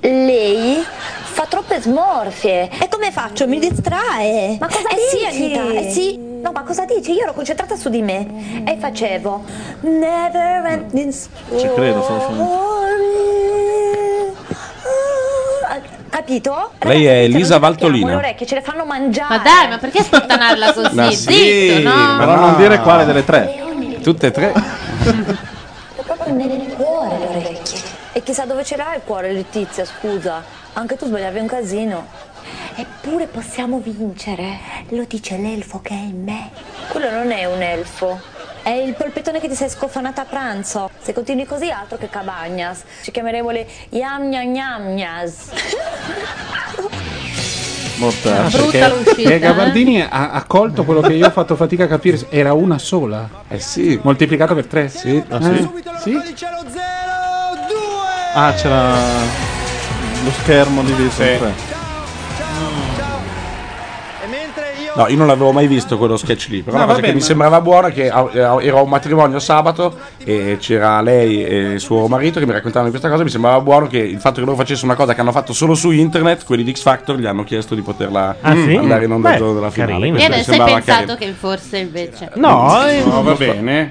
Speaker 10: lei fa troppe smorfie. E come faccio? Mi distrae. Ma cosa
Speaker 9: Eh
Speaker 10: dici?
Speaker 9: sì, Anita, eh sì.
Speaker 10: No, ma cosa dici? Io ero concentrata su di me e facevo Never ending
Speaker 4: Ci credo,
Speaker 13: Oh,
Speaker 4: sono
Speaker 10: Capito?
Speaker 2: Lei è Elisa
Speaker 10: Le
Speaker 2: Valtolina.
Speaker 10: orecchie ce le fanno mangiare.
Speaker 13: Ma dai, ma perché spattanarla così?
Speaker 2: Ma
Speaker 13: Zitto, no?
Speaker 4: Però non dire quale delle tre.
Speaker 2: Tutte e tre.
Speaker 10: Proprio nel cuore le orecchie. E chissà dove ce l'ha il cuore, Letizia, scusa. Anche tu sbagliavi un casino. Eppure possiamo vincere. Lo dice l'elfo che è in me. Quello non è un elfo. È il polpettone che ti sei scofanata a pranzo. Se continui così, altro che cabagnas. Ci chiameremo le yamgnamgnamgnas.
Speaker 13: Ah,
Speaker 3: Morta,
Speaker 10: Brutta l'uscita, eh?
Speaker 3: Gabardini ha, ha colto quello che io ho fatto fatica a capire. Era una sola. Eh sì. Moltiplicata per tre. Sì.
Speaker 4: Ah, c'era lo schermo di lì. sempre.
Speaker 2: No, io non l'avevo mai visto quello sketch lì, però
Speaker 4: No,
Speaker 2: una cosa
Speaker 4: vabbè,
Speaker 2: che mi
Speaker 4: ma-
Speaker 2: sembrava buona che a- eh, ero a un matrimonio sabato e c'era lei e il suo marito che mi raccontavano questa cosa, mi sembrava buono che il fatto che loro facessero una cosa che hanno fatto solo su internet, quelli di X Factor gli hanno chiesto di poterla
Speaker 11: Ah, sì?
Speaker 2: andare in onda il
Speaker 11: Beh,
Speaker 2: giorno della finale.
Speaker 11: carino.
Speaker 2: Questo
Speaker 13: E
Speaker 2: mi
Speaker 13: adesso hai
Speaker 2: sembrava
Speaker 13: pensato
Speaker 2: carino.
Speaker 13: che forse invece... *laughs*
Speaker 1: eh,
Speaker 13: eh,
Speaker 2: No, va
Speaker 3: bene.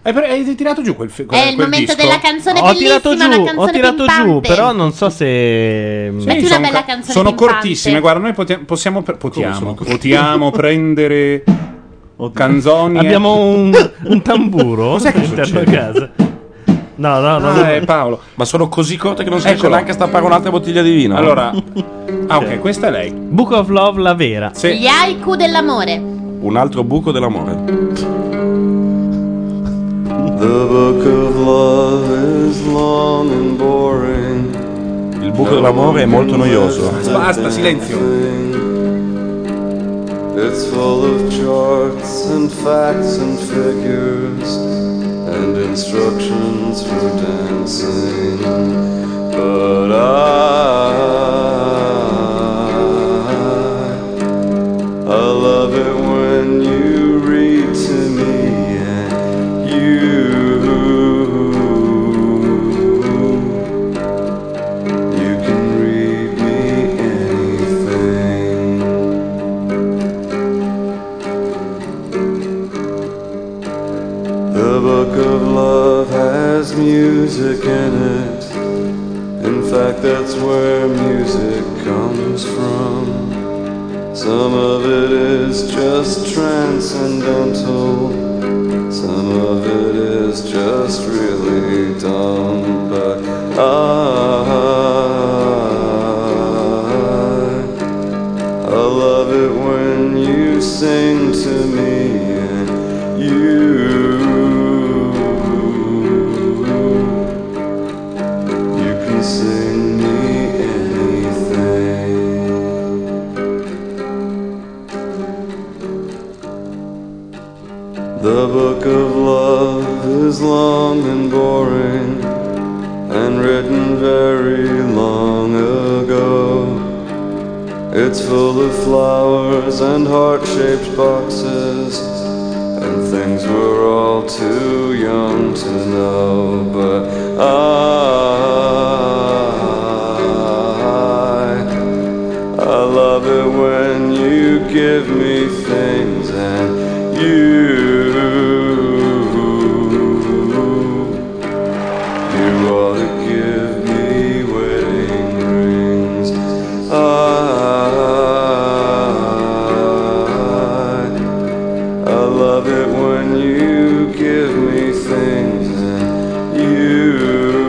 Speaker 3: Hai, pre- Eh, hai tirato giù quel, fi-
Speaker 13: È il
Speaker 3: quel
Speaker 13: momento
Speaker 3: disco?
Speaker 13: della canzone
Speaker 11: Ho tirato
Speaker 13: bellissima, una
Speaker 11: giù, ho
Speaker 13: canzone
Speaker 11: tirato giù,
Speaker 13: pimpante.
Speaker 11: però non so se. mm,
Speaker 13: Sì, Metti una
Speaker 3: sono
Speaker 13: bella
Speaker 3: ca-
Speaker 13: canzone
Speaker 3: Sono
Speaker 13: pimpante.
Speaker 3: cortissime, guarda, noi potiamo, possiamo, pre- potiamo,
Speaker 11: sono
Speaker 3: *laughs* potiamo prendere canzoni.
Speaker 11: Abbiamo un, *laughs* un tamburo
Speaker 3: Cos'è che
Speaker 11: all'interno
Speaker 3: succede?
Speaker 11: di casa. No, no, no.
Speaker 3: Ah, è Paolo.
Speaker 2: Ma sono così corte che non si riesce
Speaker 3: Eccolo.
Speaker 2: neanche a stappare un'altra bottiglia di vino. eh? *laughs*
Speaker 3: Allora, ah, ok, questa è lei.
Speaker 11: Book of Love, la vera.
Speaker 13: Gli haiku dell'amore.
Speaker 2: Un altro buco dell'amore.
Speaker 12: The book of love is long and boring.
Speaker 2: Il buco dell'amore è molto noioso.
Speaker 3: Basta, silenzio.
Speaker 12: It's full of charts and facts and figures and instructions for dancing. But I, I love it when you read to me and you. You can read me anything. The book of love has music in it. In fact, that's where music comes from. Some of it is just transcendental. Some of it is just really dumb. But ah, I, I love it when you sing to me and you. You can sing me anything. The book of love is long and boring and written very long ago. It's full of flowers and heart shaped boxes and things we're all too young to know. But I, I love it when you give me things and you. You ought to give me wedding rings. I, I love it when you give me things and you.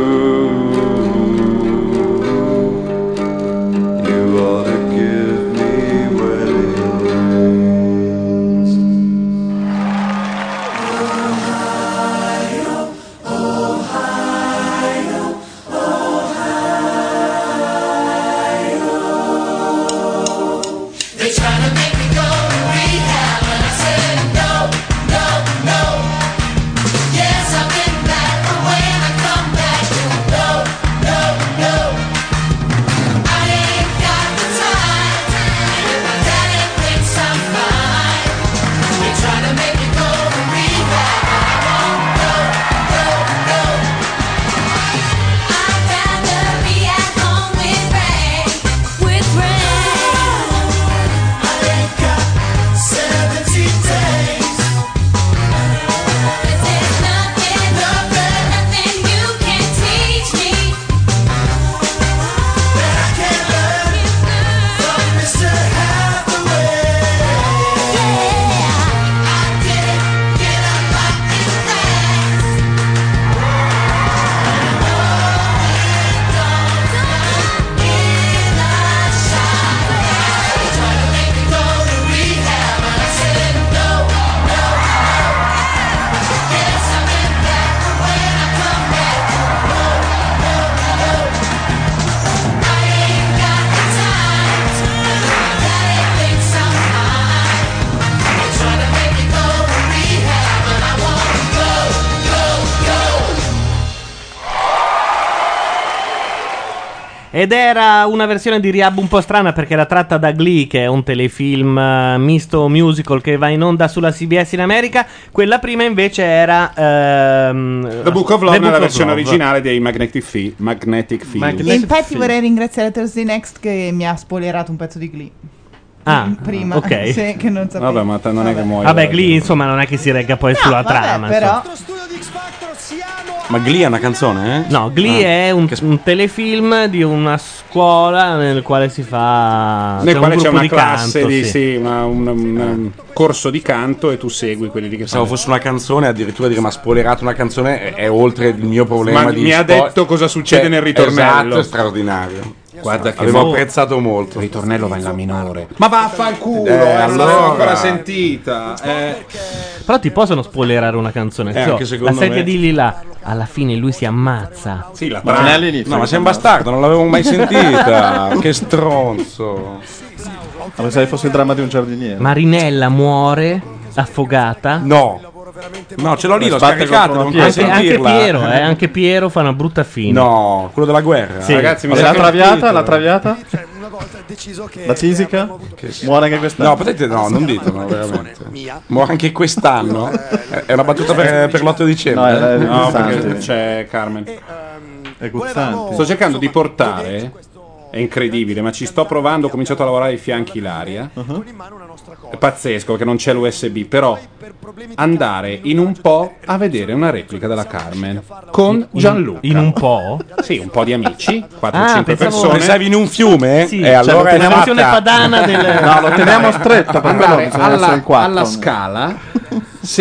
Speaker 1: Ed era una versione di Rehab un po' strana perché era tratta da Glee, che è un telefilm eh, misto musical che va in onda sulla CBS in America. Quella prima invece era. ehm,
Speaker 3: The Book of Love nella
Speaker 1: of
Speaker 3: versione
Speaker 1: Love.
Speaker 3: originale dei Magnetic, Fi- Magnetic Field.
Speaker 15: E infatti vorrei ringraziare Thursday Next che mi ha spoilerato un pezzo di Glee.
Speaker 1: Ah,
Speaker 15: prima, *laughs*
Speaker 1: ok,
Speaker 15: sì, che non sapevo.
Speaker 3: Vabbè, ma te non è che muoio.
Speaker 1: Vabbè, Glee, insomma, non è che si regga poi sulla
Speaker 15: vabbè,
Speaker 1: trama.
Speaker 15: però-
Speaker 1: insomma.
Speaker 2: Ma Glee è una canzone, eh?
Speaker 1: No, Glee è un, un telefilm di una scuola nel quale si fa. Ah, un
Speaker 3: Nel quale c'è
Speaker 1: gruppo
Speaker 3: una
Speaker 1: di
Speaker 3: classe
Speaker 1: canto,
Speaker 3: di,
Speaker 1: sì.
Speaker 3: sì, una- un, un- un corso di canto e tu segui quelli lì che
Speaker 2: Pensavo fosse una canzone, addirittura dire ma spoilerato una canzone è, è oltre il mio problema
Speaker 3: Ma
Speaker 2: di
Speaker 3: mi ha
Speaker 2: spo-
Speaker 3: detto cosa succede
Speaker 2: Cioè,
Speaker 3: nel ritornello.
Speaker 2: Esatto, è straordinario.
Speaker 3: Guarda che
Speaker 2: Avevo
Speaker 3: mo-
Speaker 2: apprezzato molto. Il
Speaker 3: ritornello va in la minore. Ma vaffanculo, eh, non l'avevo ancora sentita. eh.
Speaker 1: Però ti possono spoilerare una canzone.
Speaker 3: Eh,
Speaker 1: che so,
Speaker 3: anche
Speaker 1: la
Speaker 3: secondo
Speaker 1: sedia
Speaker 3: me.
Speaker 1: di Lila. Alla fine lui si ammazza.
Speaker 3: Sì, la
Speaker 2: Ma non è all'inizio. No, ma sei un bastardo, non l'avevo mai
Speaker 3: *laughs*
Speaker 2: sentita. che stronzo.
Speaker 4: Ma pensavo fosse il dramma di un
Speaker 1: *laughs*
Speaker 4: giardiniere.
Speaker 1: Marinella muore affogata.
Speaker 2: No. No, ce l'ho lì, l'ho
Speaker 1: Sbatte
Speaker 2: scaricato,
Speaker 1: contro
Speaker 2: non
Speaker 1: una
Speaker 2: puoi
Speaker 1: pietra. anche, anche
Speaker 2: sentirla.
Speaker 1: Piero, eh, anche Piero fa una brutta fine.
Speaker 2: No, quello della guerra.
Speaker 4: Ragazzi, mi
Speaker 2: Ho
Speaker 4: sa che-
Speaker 2: capito.
Speaker 4: traviata, la traviata? La tisica? Muore anche quest'anno.
Speaker 2: No, potete, no, non ditelo, veramente. Muore anche quest'anno? Eh, È è una battuta per, per l'8 dicembre.
Speaker 3: No, eh, è- è
Speaker 2: No,
Speaker 3: Guzzanti.
Speaker 2: perché
Speaker 3: c'è Carmen. ehm, Sto cercando di portare. È incredibile, ma ci sto provando. Ho cominciato a lavorare ai fianchi l'aria.
Speaker 4: Uh-huh.
Speaker 3: È pazzesco perché non c'è l'USB, però andare in un po' a vedere una replica della Carmen con Gianluca.
Speaker 1: In un po'?
Speaker 3: Sì, un po' di amici, 4-5
Speaker 2: Ah, pensavo-
Speaker 3: persone.
Speaker 2: Pensavi in un fiume? Sì, E cioè, allora lo è teniamo- fatta. versione padana
Speaker 3: *laughs*
Speaker 2: del-
Speaker 4: No, lo teniamo stretto, per quello
Speaker 3: Andare
Speaker 4: bisogna essere
Speaker 3: alla,
Speaker 4: in quattro.
Speaker 3: alla scala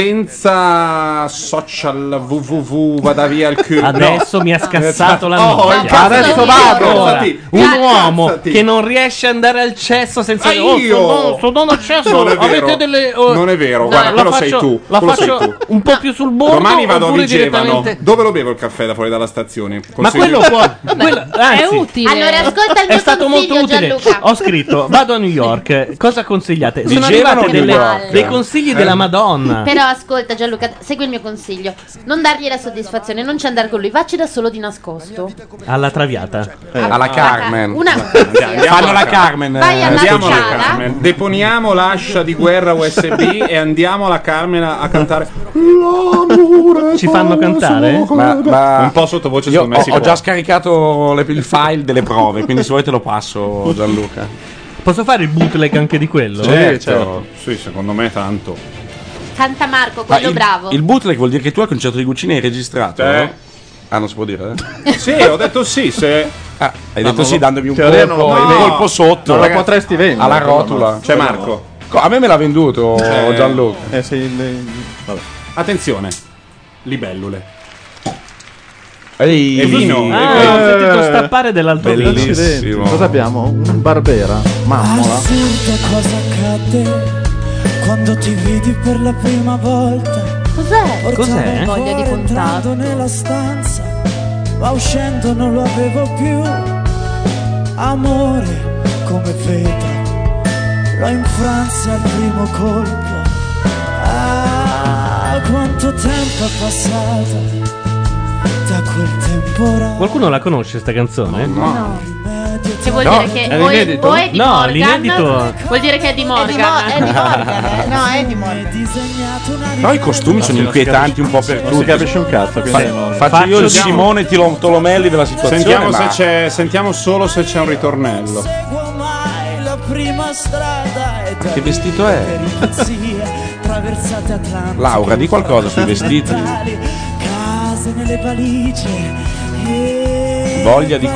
Speaker 3: senza social www vada via il culo
Speaker 1: Adesso mi ha scassato la
Speaker 3: Eh, Oh,
Speaker 1: minchia.
Speaker 3: incazzati,
Speaker 1: Adesso vado.
Speaker 3: incazzati.
Speaker 1: Un
Speaker 3: Incazzati.
Speaker 1: uomo che non riesce ad andare al cesso senza
Speaker 3: Ah, io?
Speaker 1: Oh, sono, sono al cesso.
Speaker 3: Non è
Speaker 1: avete
Speaker 3: vero.
Speaker 1: delle, oh,
Speaker 3: Non è vero, guarda,
Speaker 1: la
Speaker 3: quello
Speaker 1: faccio-
Speaker 3: sei tu,
Speaker 1: La
Speaker 3: quello
Speaker 1: faccio
Speaker 3: sei tu.
Speaker 1: un po' più sul bordo.
Speaker 3: Domani vado a
Speaker 1: oppure
Speaker 3: Vigevano.
Speaker 1: direttamente-
Speaker 3: Dove lo bevo il caffè da fuori dalla stazione?
Speaker 1: Ma quello può. quello- anzi,
Speaker 13: utile. Allora, ascolta il
Speaker 1: È
Speaker 13: mio
Speaker 1: stato molto
Speaker 13: consiglio,
Speaker 1: utile.
Speaker 13: Gianluca.
Speaker 1: Ho scritto, vado a New York. eh, Cosa consigliate? Sono
Speaker 2: Vigevano
Speaker 1: arrivati
Speaker 2: o New
Speaker 1: delle-
Speaker 2: York?
Speaker 1: dei consigli
Speaker 2: Eh.
Speaker 1: della Madonna.
Speaker 13: Però ascolta Gianluca, segui il mio consiglio. Non dargli la soddisfazione, non ci andare con lui, vacci da solo di nascosto.
Speaker 1: Alla traviata.
Speaker 3: Eh. Ah.
Speaker 2: alla Carmen.
Speaker 13: Una
Speaker 2: Fanno la Carmen.
Speaker 13: Vai alla
Speaker 3: andiamo alla
Speaker 13: scala.
Speaker 3: Carmen. Deponiamo l'ascia di guerra *laughs* USB e andiamo alla Carmen a, a cantare. L'amore
Speaker 1: Ci fanno cantare?
Speaker 2: Ma, ma
Speaker 3: Un po' sottovoce
Speaker 2: io
Speaker 3: secondo me
Speaker 2: ho,
Speaker 3: si
Speaker 2: ho
Speaker 3: può.
Speaker 2: già scaricato le- il file delle prove, quindi se vuoi te lo passo Gianluca.
Speaker 1: Posso fare il bootleg anche di quello?
Speaker 2: Certo.
Speaker 3: Sì, secondo me tanto.
Speaker 13: Canta Marco,
Speaker 2: Ma
Speaker 13: quello
Speaker 2: il,
Speaker 13: bravo.
Speaker 2: il bootleg vuol dire che tu al concerto di Guccini hai registrato?
Speaker 3: Sì.
Speaker 2: no? Ah, non si può dire? eh?
Speaker 3: Eh. *laughs* Sì, ho detto sì, se.
Speaker 2: Ah, hai
Speaker 3: No,
Speaker 2: detto
Speaker 3: non
Speaker 2: sì
Speaker 3: lo-
Speaker 2: dandomi un
Speaker 3: teoria non
Speaker 2: colpo,
Speaker 3: lo puoi
Speaker 2: un
Speaker 3: vendere.
Speaker 2: colpo sotto.
Speaker 3: Non lo
Speaker 2: Ragazzi,
Speaker 3: potresti vendere,
Speaker 2: Alla
Speaker 3: però,
Speaker 2: rotula.
Speaker 3: Marco. C'è Marco.
Speaker 2: Co- a me me l'ha venduto
Speaker 3: C'è-
Speaker 2: Oh, Gianluca.
Speaker 4: Eh, sì, il-
Speaker 3: Attenzione, libellule.
Speaker 2: Ehi,
Speaker 3: E vino.
Speaker 4: Ah,
Speaker 3: E vino.
Speaker 4: ho sentito
Speaker 1: stappare dell'altro vino.
Speaker 4: Accidenti, Cosa abbiamo? Un barbera.
Speaker 19: Ah,
Speaker 4: Mammola.
Speaker 19: Assurdo cosa accade quando ti vedi per la prima volta. Cos'è?
Speaker 1: Cos'è?
Speaker 19: Voglia di contatto nella stanza, ma uscendo non lo avevo più. Amore come vetro, l'ho infranzi al primo colpo. Ah, quanto tempo è passato da quel temporale.
Speaker 1: Qualcuno la conosce sta canzone?
Speaker 13: No. Che vuol
Speaker 1: No,
Speaker 13: dire che
Speaker 1: è
Speaker 13: o è,
Speaker 1: l'inedito?
Speaker 13: o è di
Speaker 1: No,
Speaker 13: Morgan,
Speaker 1: l'inedito-
Speaker 13: vuol dire che è di Morgan.
Speaker 15: È di Morgan,
Speaker 2: *laughs*
Speaker 15: eh. No, è di
Speaker 2: Però i costumi sono inquietanti un po' per tutti.
Speaker 4: Non si capisce un cazzo. quindi è
Speaker 2: Fa-
Speaker 4: Morgan.
Speaker 2: faccio io il
Speaker 3: Faccio-
Speaker 2: Simone Tilo- Tolomelli della situazione.
Speaker 3: Sentiamo,
Speaker 2: ma-
Speaker 3: se c'è, sentiamo solo se c'è un ritornello.
Speaker 19: seguo mai la prima strada e da
Speaker 2: Che vestito
Speaker 19: lì
Speaker 2: è?
Speaker 19: per Ipazia, traversate Atlantiche
Speaker 2: Laura, di qualcosa sui vestiti.
Speaker 19: Case nelle valigie e
Speaker 2: Voglia
Speaker 19: valigie
Speaker 2: di
Speaker 19: nei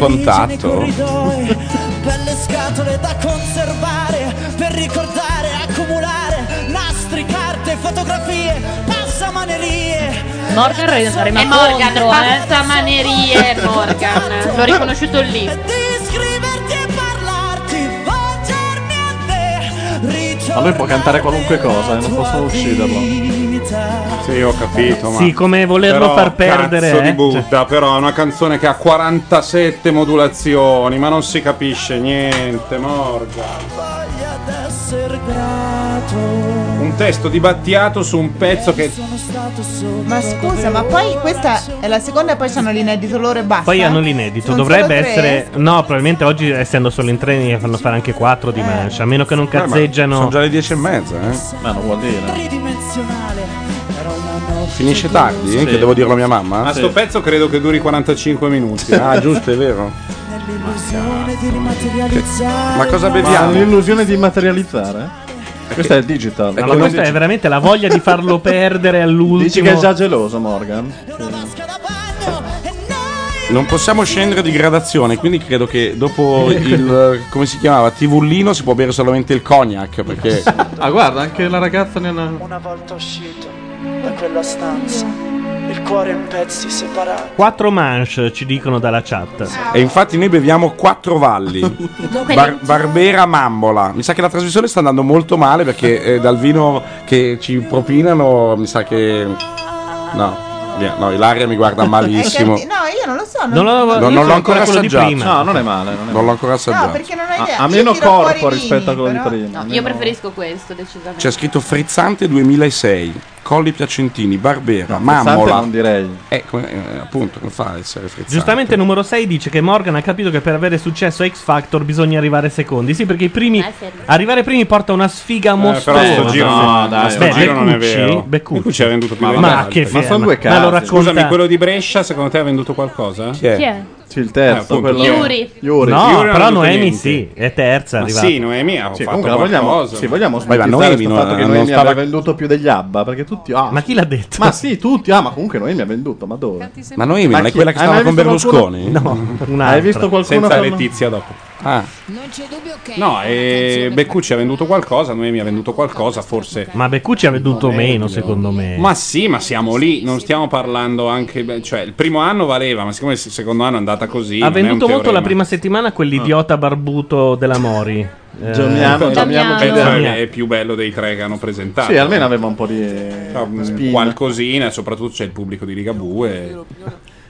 Speaker 2: contatto?
Speaker 19: corridoi, Belle scatole da conservare Per ricordare, accumulare Nastri, carte, fotografie Passamanerie
Speaker 13: Morgan
Speaker 19: È Esatto.
Speaker 13: è Morgan, pazza manerie eh. *laughs* Morgan. L'ho riconosciuto lì.
Speaker 4: Ma lui può cantare qualunque cosa, eh, non possono ucciderlo.
Speaker 3: Sì, ho capito. Ma...
Speaker 1: Sì, come volerlo
Speaker 3: Però,
Speaker 1: far perdere,
Speaker 3: Cazzo
Speaker 1: eh.
Speaker 3: di Buddha, però è una canzone che ha 47 modulazioni, ma non si capisce niente, Morgan.
Speaker 19: d'essere grato
Speaker 3: Un un testo di Battiato su un pezzo che
Speaker 15: Ma scusa, ma poi questa è la seconda e poi c'hanno l'inedito loro e basta.
Speaker 1: Poi hanno l'inedito,
Speaker 15: Sono
Speaker 1: dovrebbe
Speaker 15: solo tre?
Speaker 1: essere. No, probabilmente oggi, essendo solo in tre, ne fanno fare anche quattro
Speaker 13: Eh.
Speaker 1: di mancia. A meno che non
Speaker 2: ma
Speaker 1: cazzeggiano.
Speaker 2: sono già
Speaker 1: le dieci e mezza, eh?
Speaker 4: Ma non vuol dire.
Speaker 19: Tridimensionale. Era una notte.
Speaker 2: Finisce tardi, eh, che devo dirlo a mia mamma.
Speaker 3: Ma sto pezzo credo che duri 45 minuti.
Speaker 2: Ah, giusto, è vero.
Speaker 19: Nell'illusione di rimaterializzare.
Speaker 2: Ma cosa
Speaker 19: il
Speaker 2: beviamo?
Speaker 19: mondo.
Speaker 4: L'illusione di materializzare? Questo è il digital.
Speaker 1: Ma questa è veramente la voglia di farlo perdere all'ultimo.
Speaker 4: Dici che è già geloso Morgan.
Speaker 2: Non possiamo scendere di gradazione, quindi credo che dopo il eh, come si chiamava? Tivullino si può bere solamente il cognac
Speaker 4: *laughs*
Speaker 2: perché
Speaker 4: Ah, guarda, anche la ragazza nella.
Speaker 19: Una volta uscito da quella stanza, il cuore in pezzi separato.
Speaker 1: Quattro manche ci dicono dalla chat.
Speaker 2: E infatti noi beviamo quattro valli. Bar- Barbera Mambola. Mi sa che la trasmissione sta andando molto male perché eh, dal vino che ci propinano mi sa che no, via, no, Ilaria mi guarda malissimo.
Speaker 15: *laughs* È che- no, io non lo so.
Speaker 2: Non
Speaker 4: l'avevo-
Speaker 2: Non-
Speaker 4: io
Speaker 2: non
Speaker 4: sono
Speaker 2: l'ho ancora
Speaker 4: ancora quello di
Speaker 2: assaggiato.
Speaker 4: prima. No, non è male, non è male.
Speaker 2: l'ho ancora assaggiato.
Speaker 15: No, perché non ho idea.
Speaker 4: ha
Speaker 15: Io
Speaker 4: meno
Speaker 15: tiro fuori i
Speaker 4: corpo
Speaker 15: vini,
Speaker 4: rispetto a quello di
Speaker 15: però-
Speaker 4: prima.
Speaker 13: No, io preferisco questo, decisamente.
Speaker 2: C'è scritto Frizzante 2006, Colli Piacentini, Barbera,
Speaker 4: frizzante
Speaker 2: Mammola.
Speaker 4: non direi.
Speaker 2: Eh, come- eh, appunto, non fa ad essere frizzante.
Speaker 3: Esatto.
Speaker 1: Giustamente il numero 6 dice che Morgan ha capito che per avere successo a X Factor bisogna arrivare secondi. Sì, perché i primi arrivare primi porta una sfiga mostruosa.
Speaker 3: Eh, però sto giro no, dai, sto
Speaker 1: Beh,
Speaker 3: giro non è
Speaker 1: Beccucci-
Speaker 3: vero.
Speaker 1: Beccucci.
Speaker 3: Beccucci ha venduto più
Speaker 1: Ma
Speaker 3: degli
Speaker 1: va,
Speaker 3: altri.
Speaker 1: che
Speaker 3: ma
Speaker 1: fiera.
Speaker 3: sono due
Speaker 1: Ma lo
Speaker 3: casi.
Speaker 1: racconta-
Speaker 3: Scusami, quello di Brescia secondo te ha venduto qualcosa?
Speaker 13: Chi è?
Speaker 4: Sì, il
Speaker 3: Eh,
Speaker 4: terzo,
Speaker 3: appunto,
Speaker 4: quello.
Speaker 3: Yuri.
Speaker 4: Yuri.
Speaker 1: No,
Speaker 4: Yuri non ha
Speaker 1: però
Speaker 4: detto
Speaker 1: Noemi
Speaker 4: niente.
Speaker 1: sì, è terza.
Speaker 4: Ma
Speaker 1: arrivata.
Speaker 4: sì, Noemi ha Sì, fatto comunque la vogliamo- qualcosa. sì, vogliamo
Speaker 1: Vai, va,
Speaker 4: smentire
Speaker 1: Noemi
Speaker 4: questo
Speaker 1: non-
Speaker 4: fatto che
Speaker 1: non
Speaker 4: Noemi
Speaker 1: stava-
Speaker 4: aveva venduto più degli Abba perché tutti ah,
Speaker 1: ma chi l'ha detto?
Speaker 4: ma sì tutti ah ma comunque Noemi ha venduto ma dove
Speaker 2: Ma Noemi non è
Speaker 4: chi- Ah,
Speaker 2: quella che
Speaker 4: hai
Speaker 2: stava
Speaker 4: mai
Speaker 2: con
Speaker 4: visto qualcuno-
Speaker 2: Berlusconi?
Speaker 4: *laughs* no hai visto qualcuno
Speaker 3: Senza
Speaker 4: con-
Speaker 3: Letizia dopo.
Speaker 2: Ah.
Speaker 3: No, e Beccucci ha venduto qualcosa, Noemi ha venduto qualcosa, forse.
Speaker 1: Ma Beccucci ha venduto meno, secondo me.
Speaker 3: Ma sì, ma siamo lì, non stiamo parlando anche. beh, Cioè, il primo anno valeva, ma siccome il secondo anno è andata così.
Speaker 1: ha
Speaker 3: non è un
Speaker 1: venduto molto
Speaker 3: teorema.
Speaker 1: la prima settimana quell'idiota barbuto della Mori. Eh,
Speaker 3: Giammiano, Giammiano Eh, cioè, è più bello dei tre che hanno presentato.
Speaker 4: sì almeno aveva un po' di
Speaker 3: Fa un qualcosina, soprattutto c'è il pubblico di Ligabue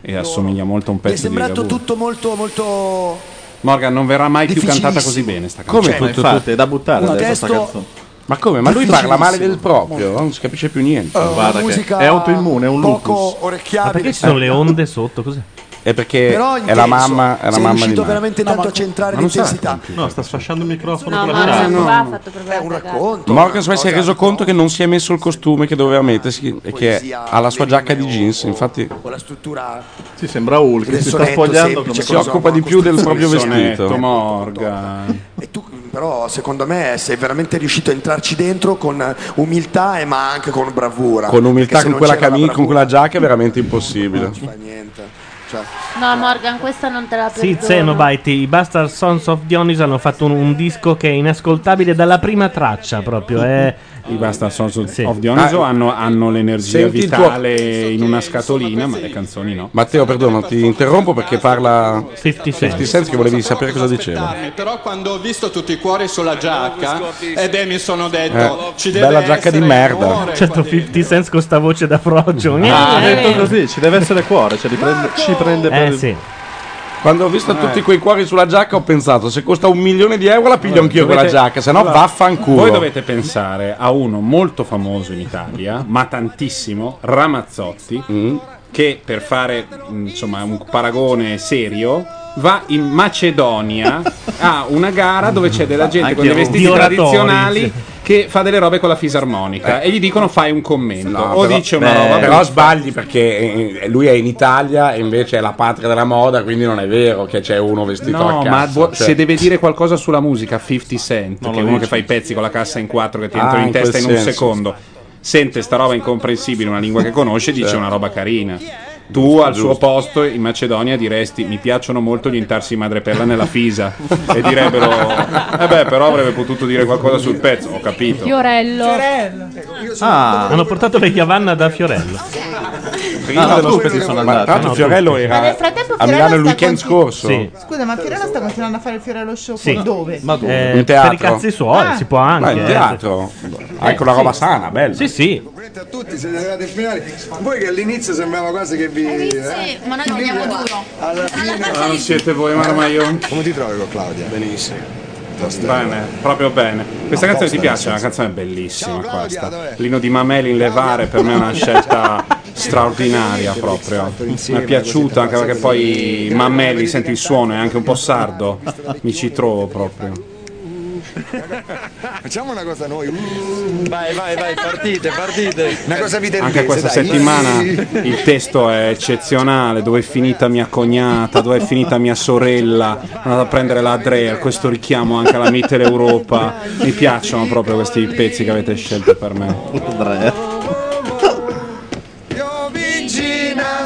Speaker 3: e, e assomiglia molto a un
Speaker 11: Mi è
Speaker 3: pezzo di
Speaker 11: sembrato
Speaker 3: Ligabue.
Speaker 11: tutto molto, molto.
Speaker 3: Morgan non verrà mai più
Speaker 11: Difficilissimo. Cioè,
Speaker 3: cantata così bene sta
Speaker 2: Come
Speaker 3: canzone.
Speaker 2: tutto, tutto?
Speaker 11: Un testo
Speaker 2: Ma come? Ma lui parla male del proprio,
Speaker 11: Molto.
Speaker 2: non si capisce più niente.
Speaker 11: Eh, Guarda che musica è autoimmune, è un poco lupus. orecchiabile.
Speaker 1: Ma perché ci sono le onde sotto? Cos'è?
Speaker 2: È perché
Speaker 11: Eh, Però
Speaker 2: è la
Speaker 11: intenso.
Speaker 2: mamma, è la
Speaker 11: Sei
Speaker 2: mamma di
Speaker 11: riuscito
Speaker 2: Marco.
Speaker 11: veramente tanto a centrare l'intensità.
Speaker 4: no sta sfasciando il microfono
Speaker 11: No,
Speaker 4: con
Speaker 11: ma
Speaker 4: la
Speaker 11: no,
Speaker 4: chat. No.
Speaker 11: no.
Speaker 30: Qua ha fatto provare. a cagare.
Speaker 2: Morgan Sway si è reso conto che non si è messo il costume che doveva mettersi e che
Speaker 11: Poesia,
Speaker 2: ha la sua giacca di jeans, infatti
Speaker 11: Con la struttura.
Speaker 4: si sembra Hulk
Speaker 11: del
Speaker 4: si sta
Speaker 11: sonetto
Speaker 4: sfogliando
Speaker 11: semplice,
Speaker 4: come-
Speaker 11: con la costruzione.
Speaker 3: Morgan.
Speaker 11: E tu, però, secondo me, sei veramente riuscito a entrarci dentro con umiltà e ma anche con bravura.
Speaker 2: con umiltà
Speaker 11: Perché se
Speaker 2: con
Speaker 11: non
Speaker 2: quella,
Speaker 11: c'era la
Speaker 2: cami- con quella giacca è veramente impossibile.
Speaker 11: bravura, niente. Cioè,
Speaker 13: No, Morgan, questa non te la
Speaker 1: Sì,
Speaker 13: perdono.
Speaker 1: Xenobite, i Bastard Sons of Dionysus hanno fatto un, un disco che è inascoltabile dalla prima traccia proprio. eh.
Speaker 3: I Basta Sons of, of Dioniso hanno, hanno l'energia
Speaker 2: Ah, Senti il tuo-
Speaker 3: vitale in una scatolina, ma le canzoni no.
Speaker 2: Matteo, perdono, ti interrompo perché parla
Speaker 1: 50
Speaker 2: Cent, che volevi sapere cosa diceva.
Speaker 31: Però quando ho visto tutti i cuori sulla giacca, e beh, mi sono detto,
Speaker 2: Eh,
Speaker 31: ci deve
Speaker 2: bella giacca di
Speaker 31: essere
Speaker 2: merda.
Speaker 1: Certo, 50 Cent con sta voce da froggio.
Speaker 2: eh.
Speaker 4: Ah, ha
Speaker 1: Eh,
Speaker 4: detto così ci deve essere cuore cioè li prende- ci prende per
Speaker 1: sì.
Speaker 2: Quando ho visto
Speaker 4: Eh.
Speaker 2: tutti quei cuori sulla giacca ho pensato se costa un milione di euro la piglio anch'io quella
Speaker 3: Dovete-
Speaker 2: giacca, se no
Speaker 3: Allora,
Speaker 2: vaffanculo.
Speaker 3: Voi dovete pensare a uno molto famoso in Italia, ma tantissimo, Ramazzotti,
Speaker 2: Mm.
Speaker 3: che per fare mh, insomma un paragone serio va in Macedonia a una gara dove c'è della gente con dei
Speaker 1: Anche io.
Speaker 3: vestiti
Speaker 1: Di oratori,
Speaker 3: tradizionali
Speaker 1: sì.
Speaker 3: che fa delle robe con la fisarmonica e gli dicono fai un commento
Speaker 2: No,
Speaker 3: Eh, o
Speaker 2: però-
Speaker 3: dice una
Speaker 2: beh,
Speaker 3: roba
Speaker 2: Eh, Però
Speaker 3: brutta.
Speaker 2: sbagli perché eh, lui è in Italia e invece è la patria della moda, quindi non è vero che c'è uno vestito a
Speaker 3: No,
Speaker 2: cazzo.
Speaker 3: ma bu-
Speaker 2: cioè-
Speaker 3: se deve dire qualcosa sulla musica, 50 Cent,
Speaker 2: Non
Speaker 3: che
Speaker 2: lo
Speaker 3: è uno
Speaker 2: dice.
Speaker 3: che fa i pezzi con la cassa in quattro che ti
Speaker 2: Ah,
Speaker 3: entra in
Speaker 2: in
Speaker 3: testa in
Speaker 2: quel
Speaker 3: un
Speaker 2: senso.
Speaker 3: secondo, sente sta roba incomprensibile, una lingua che conosce, dice
Speaker 2: Certo.
Speaker 3: una roba carina. Tu al suo
Speaker 2: Giusto.
Speaker 3: posto in Macedonia diresti mi piacciono molto gli intarsi di madreperla nella fisa e direbbero eh beh però avrebbe potuto dire qualcosa sul pezzo, ho capito.
Speaker 9: Fiorello.
Speaker 1: Ah, hanno portato le Yavanna da Fiorello.
Speaker 2: Prima dello spettacolo sono andati. Ma tanto Fiorello era
Speaker 15: Ma nel frattempo
Speaker 2: a Milano
Speaker 15: Fiorello
Speaker 2: il
Speaker 15: sta
Speaker 2: weekend
Speaker 15: continu-
Speaker 2: scorso.
Speaker 1: Sì.
Speaker 15: Scusa, ma Fiorello sta continuando a fare il Fiorello Show
Speaker 1: Sì.
Speaker 15: con- dove?
Speaker 1: Eh,
Speaker 2: In teatro.
Speaker 1: Per i cazzi suoi
Speaker 15: Ah.
Speaker 1: si può anche.
Speaker 2: Ma in
Speaker 1: eh.
Speaker 2: teatro.
Speaker 3: Ecco
Speaker 2: Anche una
Speaker 1: sì.
Speaker 2: roba sana, bella.
Speaker 1: Sì, sì.
Speaker 21: a tutti, siete arrivati in finale. Voi che all'inizio sembrava quasi che vi. eh?
Speaker 10: ma noi andiamo duro.
Speaker 21: Alla fine.
Speaker 3: Ah, non siete voi Marmaion.
Speaker 21: Come ti trovi con Claudia? Benissimo.
Speaker 3: Bene, proprio bene. Questa canzone ti piace? È una canzone bellissima questa. Lino di Mameli in Levare per me è una scelta straordinaria proprio. Mi è piaciuta anche perché poi Mameli senti il suono, è anche un po' sardo. Mi ci trovo proprio.
Speaker 11: Facciamo una cosa noi.
Speaker 5: Vai, vai, vai, partite, partite.
Speaker 11: Una cosa vitellese,
Speaker 3: Anche questa
Speaker 11: dai.
Speaker 3: settimana il testo è eccezionale. Dove è finita mia cognata? Dove è finita mia sorella? Sono andato a prendere la Drea. Questo richiamo anche alla Mitteleuropa. Mi piacciono proprio questi pezzi che avete scelto per me.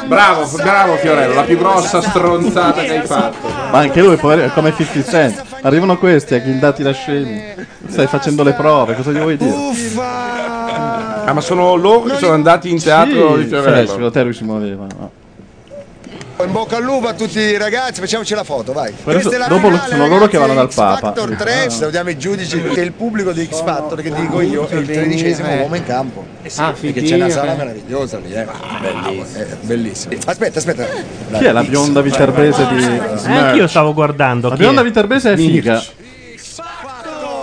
Speaker 3: Bravo, bravo Fiorello, la più grossa stronzata che hai fatto.
Speaker 4: Ma anche lui, poverino, è come 50 Cent. Arrivano questi a ghindati da scemi. Stai facendo le prove, cosa gli vuoi dire?
Speaker 3: Ah, ma sono loro che sono andati in teatro
Speaker 4: sì,
Speaker 3: di Fiorello.
Speaker 4: sì, secondo te lui si muoveva. no.
Speaker 11: In bocca al lupo a tutti i ragazzi, facciamoci la foto, vai.
Speaker 4: Poi adesso- dopo lo- sono loro che vanno dal Papa. Ah.
Speaker 11: Factor 3, salutiamo i giudici e il pubblico di X Factor che dico io è il tredicesimo uomo in campo.
Speaker 3: Ah,
Speaker 11: Eh. perché
Speaker 3: fighissimo.
Speaker 11: c'è una sala meravigliosa lì, eh. Bellissimo. Eh, bellissimo. Aspetta, aspetta.
Speaker 4: Chi è la bionda viterbese di.
Speaker 1: Anche io Eh, stavo guardando.
Speaker 4: La
Speaker 1: chi è?
Speaker 4: bionda viterbese è figa.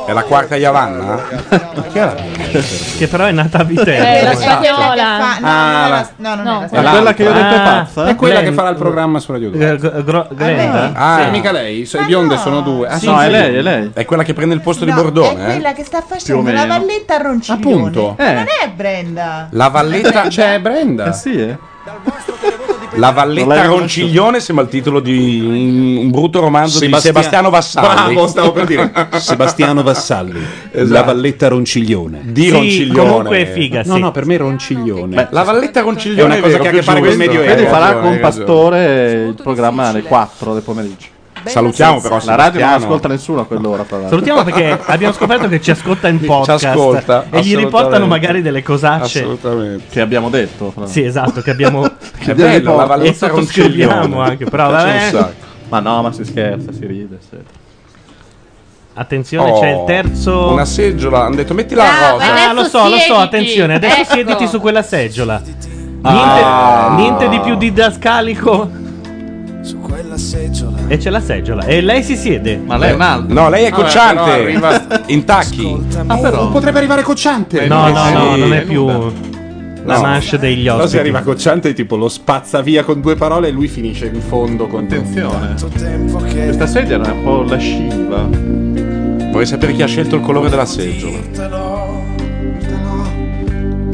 Speaker 3: È la quarta Yavanna?
Speaker 1: Che però è nata a Viterbo.
Speaker 15: Eh, la
Speaker 1: Esatto.
Speaker 15: spagnola. No, non
Speaker 3: Ah,
Speaker 15: è la-
Speaker 3: la-
Speaker 15: no, non è la
Speaker 3: È
Speaker 15: spagnola.
Speaker 3: quella che ho detto è
Speaker 1: Ah,
Speaker 3: pazza? È quella
Speaker 1: Glenn-
Speaker 3: che farà il programma su Radio 2.
Speaker 1: Eh, Gr- Gr- Glenda?
Speaker 3: Ah,
Speaker 1: Sì.
Speaker 3: è mica lei, so- bionde sono due. Ah,
Speaker 1: Sì,
Speaker 3: sono
Speaker 1: sì.
Speaker 3: due.
Speaker 1: No, è lei,
Speaker 3: È quella che prende il posto di
Speaker 15: No,
Speaker 3: Bordone.
Speaker 15: è quella
Speaker 3: eh?
Speaker 15: che sta
Speaker 3: Più o
Speaker 15: facendo la
Speaker 3: meno.
Speaker 15: valletta a ronciglione.
Speaker 3: Appunto. Eh.
Speaker 15: Non è Brenda.
Speaker 3: La valletta c'è Brenda. La
Speaker 4: Non
Speaker 3: valletta
Speaker 4: l'hai
Speaker 3: Ronciglione sembra il titolo di un, un brutto romanzo di
Speaker 2: Sebastia-
Speaker 3: Sebastiano Vassalli.
Speaker 2: Bravo, stavo per dire.
Speaker 1: *laughs*
Speaker 3: *laughs*
Speaker 2: Sebastiano Vassalli, la valletta Ronciglione.
Speaker 3: Esatto. Di Sì, Ronciglione. comunque è figa,
Speaker 2: No,
Speaker 3: sì.
Speaker 2: no, per me Ronciglione.
Speaker 3: Beh, la valletta Ronciglione
Speaker 2: è una cosa
Speaker 3: vero,
Speaker 2: che ha a
Speaker 3: più
Speaker 2: che fare col
Speaker 3: giusto.
Speaker 2: Medioevo.
Speaker 4: Quindi farà
Speaker 3: ragione,
Speaker 4: con
Speaker 3: hai ragione.
Speaker 4: Pastore il programma alle 4 del pomeriggio.
Speaker 3: Salutiamo però,
Speaker 4: La radio non
Speaker 3: Sebastiano.
Speaker 4: ascolta nessuno a quell'ora. Tra l'altro.
Speaker 1: Salutiamo perché abbiamo scoperto che ci ascolta in podcast
Speaker 4: ascolta,
Speaker 1: e gli
Speaker 4: assolutamente.
Speaker 1: riportano magari delle cosacce.
Speaker 3: Assolutamente.
Speaker 4: Che abbiamo detto. fra-
Speaker 1: Sì, esatto, che abbiamo che
Speaker 4: È bello,
Speaker 1: abbiamo-
Speaker 4: la Valletta
Speaker 1: e sottoscriviamo
Speaker 4: Ronciglione.
Speaker 1: anche, però
Speaker 4: Piace
Speaker 1: vabbè.
Speaker 4: un sacco. Ma no, ma si scherza, si ride. eccetera.
Speaker 1: Attenzione,
Speaker 4: Oh,
Speaker 1: c'è il terzo
Speaker 4: una
Speaker 3: seggiola, hanno detto mettila
Speaker 1: a
Speaker 3: a rosa.
Speaker 1: Ah, lo so, lo so,
Speaker 3: siediti.
Speaker 1: attenzione, adesso
Speaker 3: Ecco.
Speaker 1: siediti su quella seggiola. Niente,
Speaker 3: Ah.
Speaker 1: niente di più didascalico.
Speaker 10: Su quella seggiola.
Speaker 1: E c'è la seggiola e lei si siede. Ma
Speaker 4: lei è un altro.
Speaker 3: No, lei è
Speaker 1: Vabbè,
Speaker 3: cocciante.
Speaker 1: però arriva-
Speaker 3: In tacchi.
Speaker 1: Ah, però.
Speaker 32: Potrebbe arrivare cocciante.
Speaker 3: Eh,
Speaker 1: No, no, no,
Speaker 2: Sì,
Speaker 1: non è
Speaker 2: è
Speaker 1: più la
Speaker 2: No.
Speaker 1: manche degli
Speaker 2: Però
Speaker 1: ospiti.
Speaker 2: se arriva cocciante tipo lo spazza via con due parole e lui finisce in fondo con
Speaker 4: Attenzione. Questa sedia era un po' lasciva.
Speaker 3: Vorrei sapere chi ha scelto il colore della seggiola.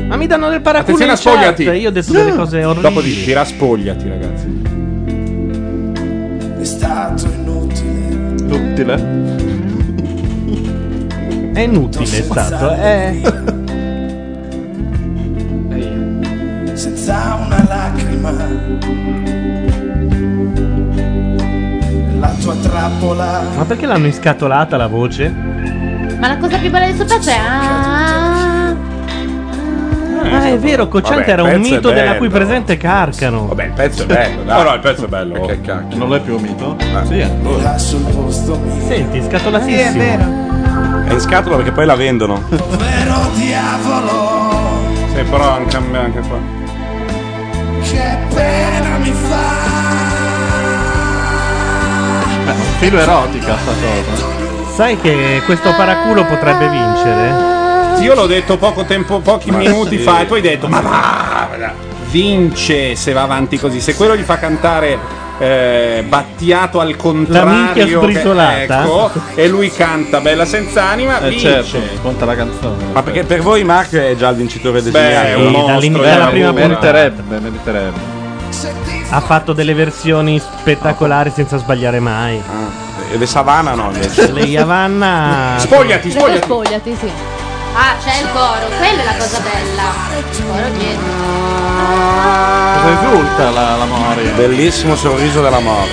Speaker 1: Ma mi danno del paraculo
Speaker 3: Attenzione
Speaker 1: in
Speaker 3: a
Speaker 1: chat.
Speaker 3: spogliati.
Speaker 1: Io ho detto delle cose orribili.
Speaker 3: Dopo dici tira spogliati, ragazzi.
Speaker 10: È stato inutile.
Speaker 4: Inutile.
Speaker 1: È inutile è stato. Eh.
Speaker 10: Senza una lacrima. La tua trappola.
Speaker 1: Ma perché l'hanno inscatolata la voce?
Speaker 13: Ma la cosa più bella di sopra c'è. Ah,
Speaker 1: Ah, è vero, Cocciante
Speaker 3: Vabbè,
Speaker 1: era un
Speaker 3: pezzo è
Speaker 1: mito della
Speaker 3: bello.
Speaker 1: cui presente Carcano.
Speaker 3: Vabbè, il pezzo è bello, dai.
Speaker 1: No, no,
Speaker 3: il pezzo è bello. Che cacchio. Ah.
Speaker 4: Non l'è più un mito?
Speaker 3: Sì, è.
Speaker 10: Là sul posto mio.
Speaker 1: Senti, scatolatissimo.
Speaker 10: Sì, è vero.
Speaker 3: È in scatola perché poi la vendono.
Speaker 10: Vero diavolo.
Speaker 3: *laughs* Sì, però anche a me, anche qua.
Speaker 10: Che pena mi fa.
Speaker 4: Beh, filo erotica sta cosa.
Speaker 1: Sai che questo paraculo potrebbe vincere?
Speaker 3: Io l'ho detto poco tempo, pochi
Speaker 1: Ma
Speaker 3: minuti
Speaker 1: sì.
Speaker 3: fa, e tu hai detto: Ma va, va, vince se va avanti così. Se quello gli fa cantare. eh, battiato al contrario
Speaker 1: La minchia
Speaker 3: che-
Speaker 1: sbritolata.
Speaker 3: ecco, e lui canta bella senza anima
Speaker 4: Eh,
Speaker 3: vince
Speaker 4: certo, sconta la canzone.
Speaker 3: ma perché per voi Mark è già il vincitore designato
Speaker 4: Beh,
Speaker 1: un Sì, mostro, dall'inizio dalla era prima un- puntata.
Speaker 4: meriterebbe, meriterebbe.
Speaker 1: Ha fatto delle versioni spettacolari senza sbagliare mai.
Speaker 3: e le Savana no invece
Speaker 1: Le Yavanna.
Speaker 3: Spogliati,
Speaker 13: spogliati. spogliati, sì. Ah, c'è il coro, quella è la cosa bella. Il coro dietro.
Speaker 4: Cosa esulta la, la Mori?
Speaker 3: bellissimo sorriso della Mori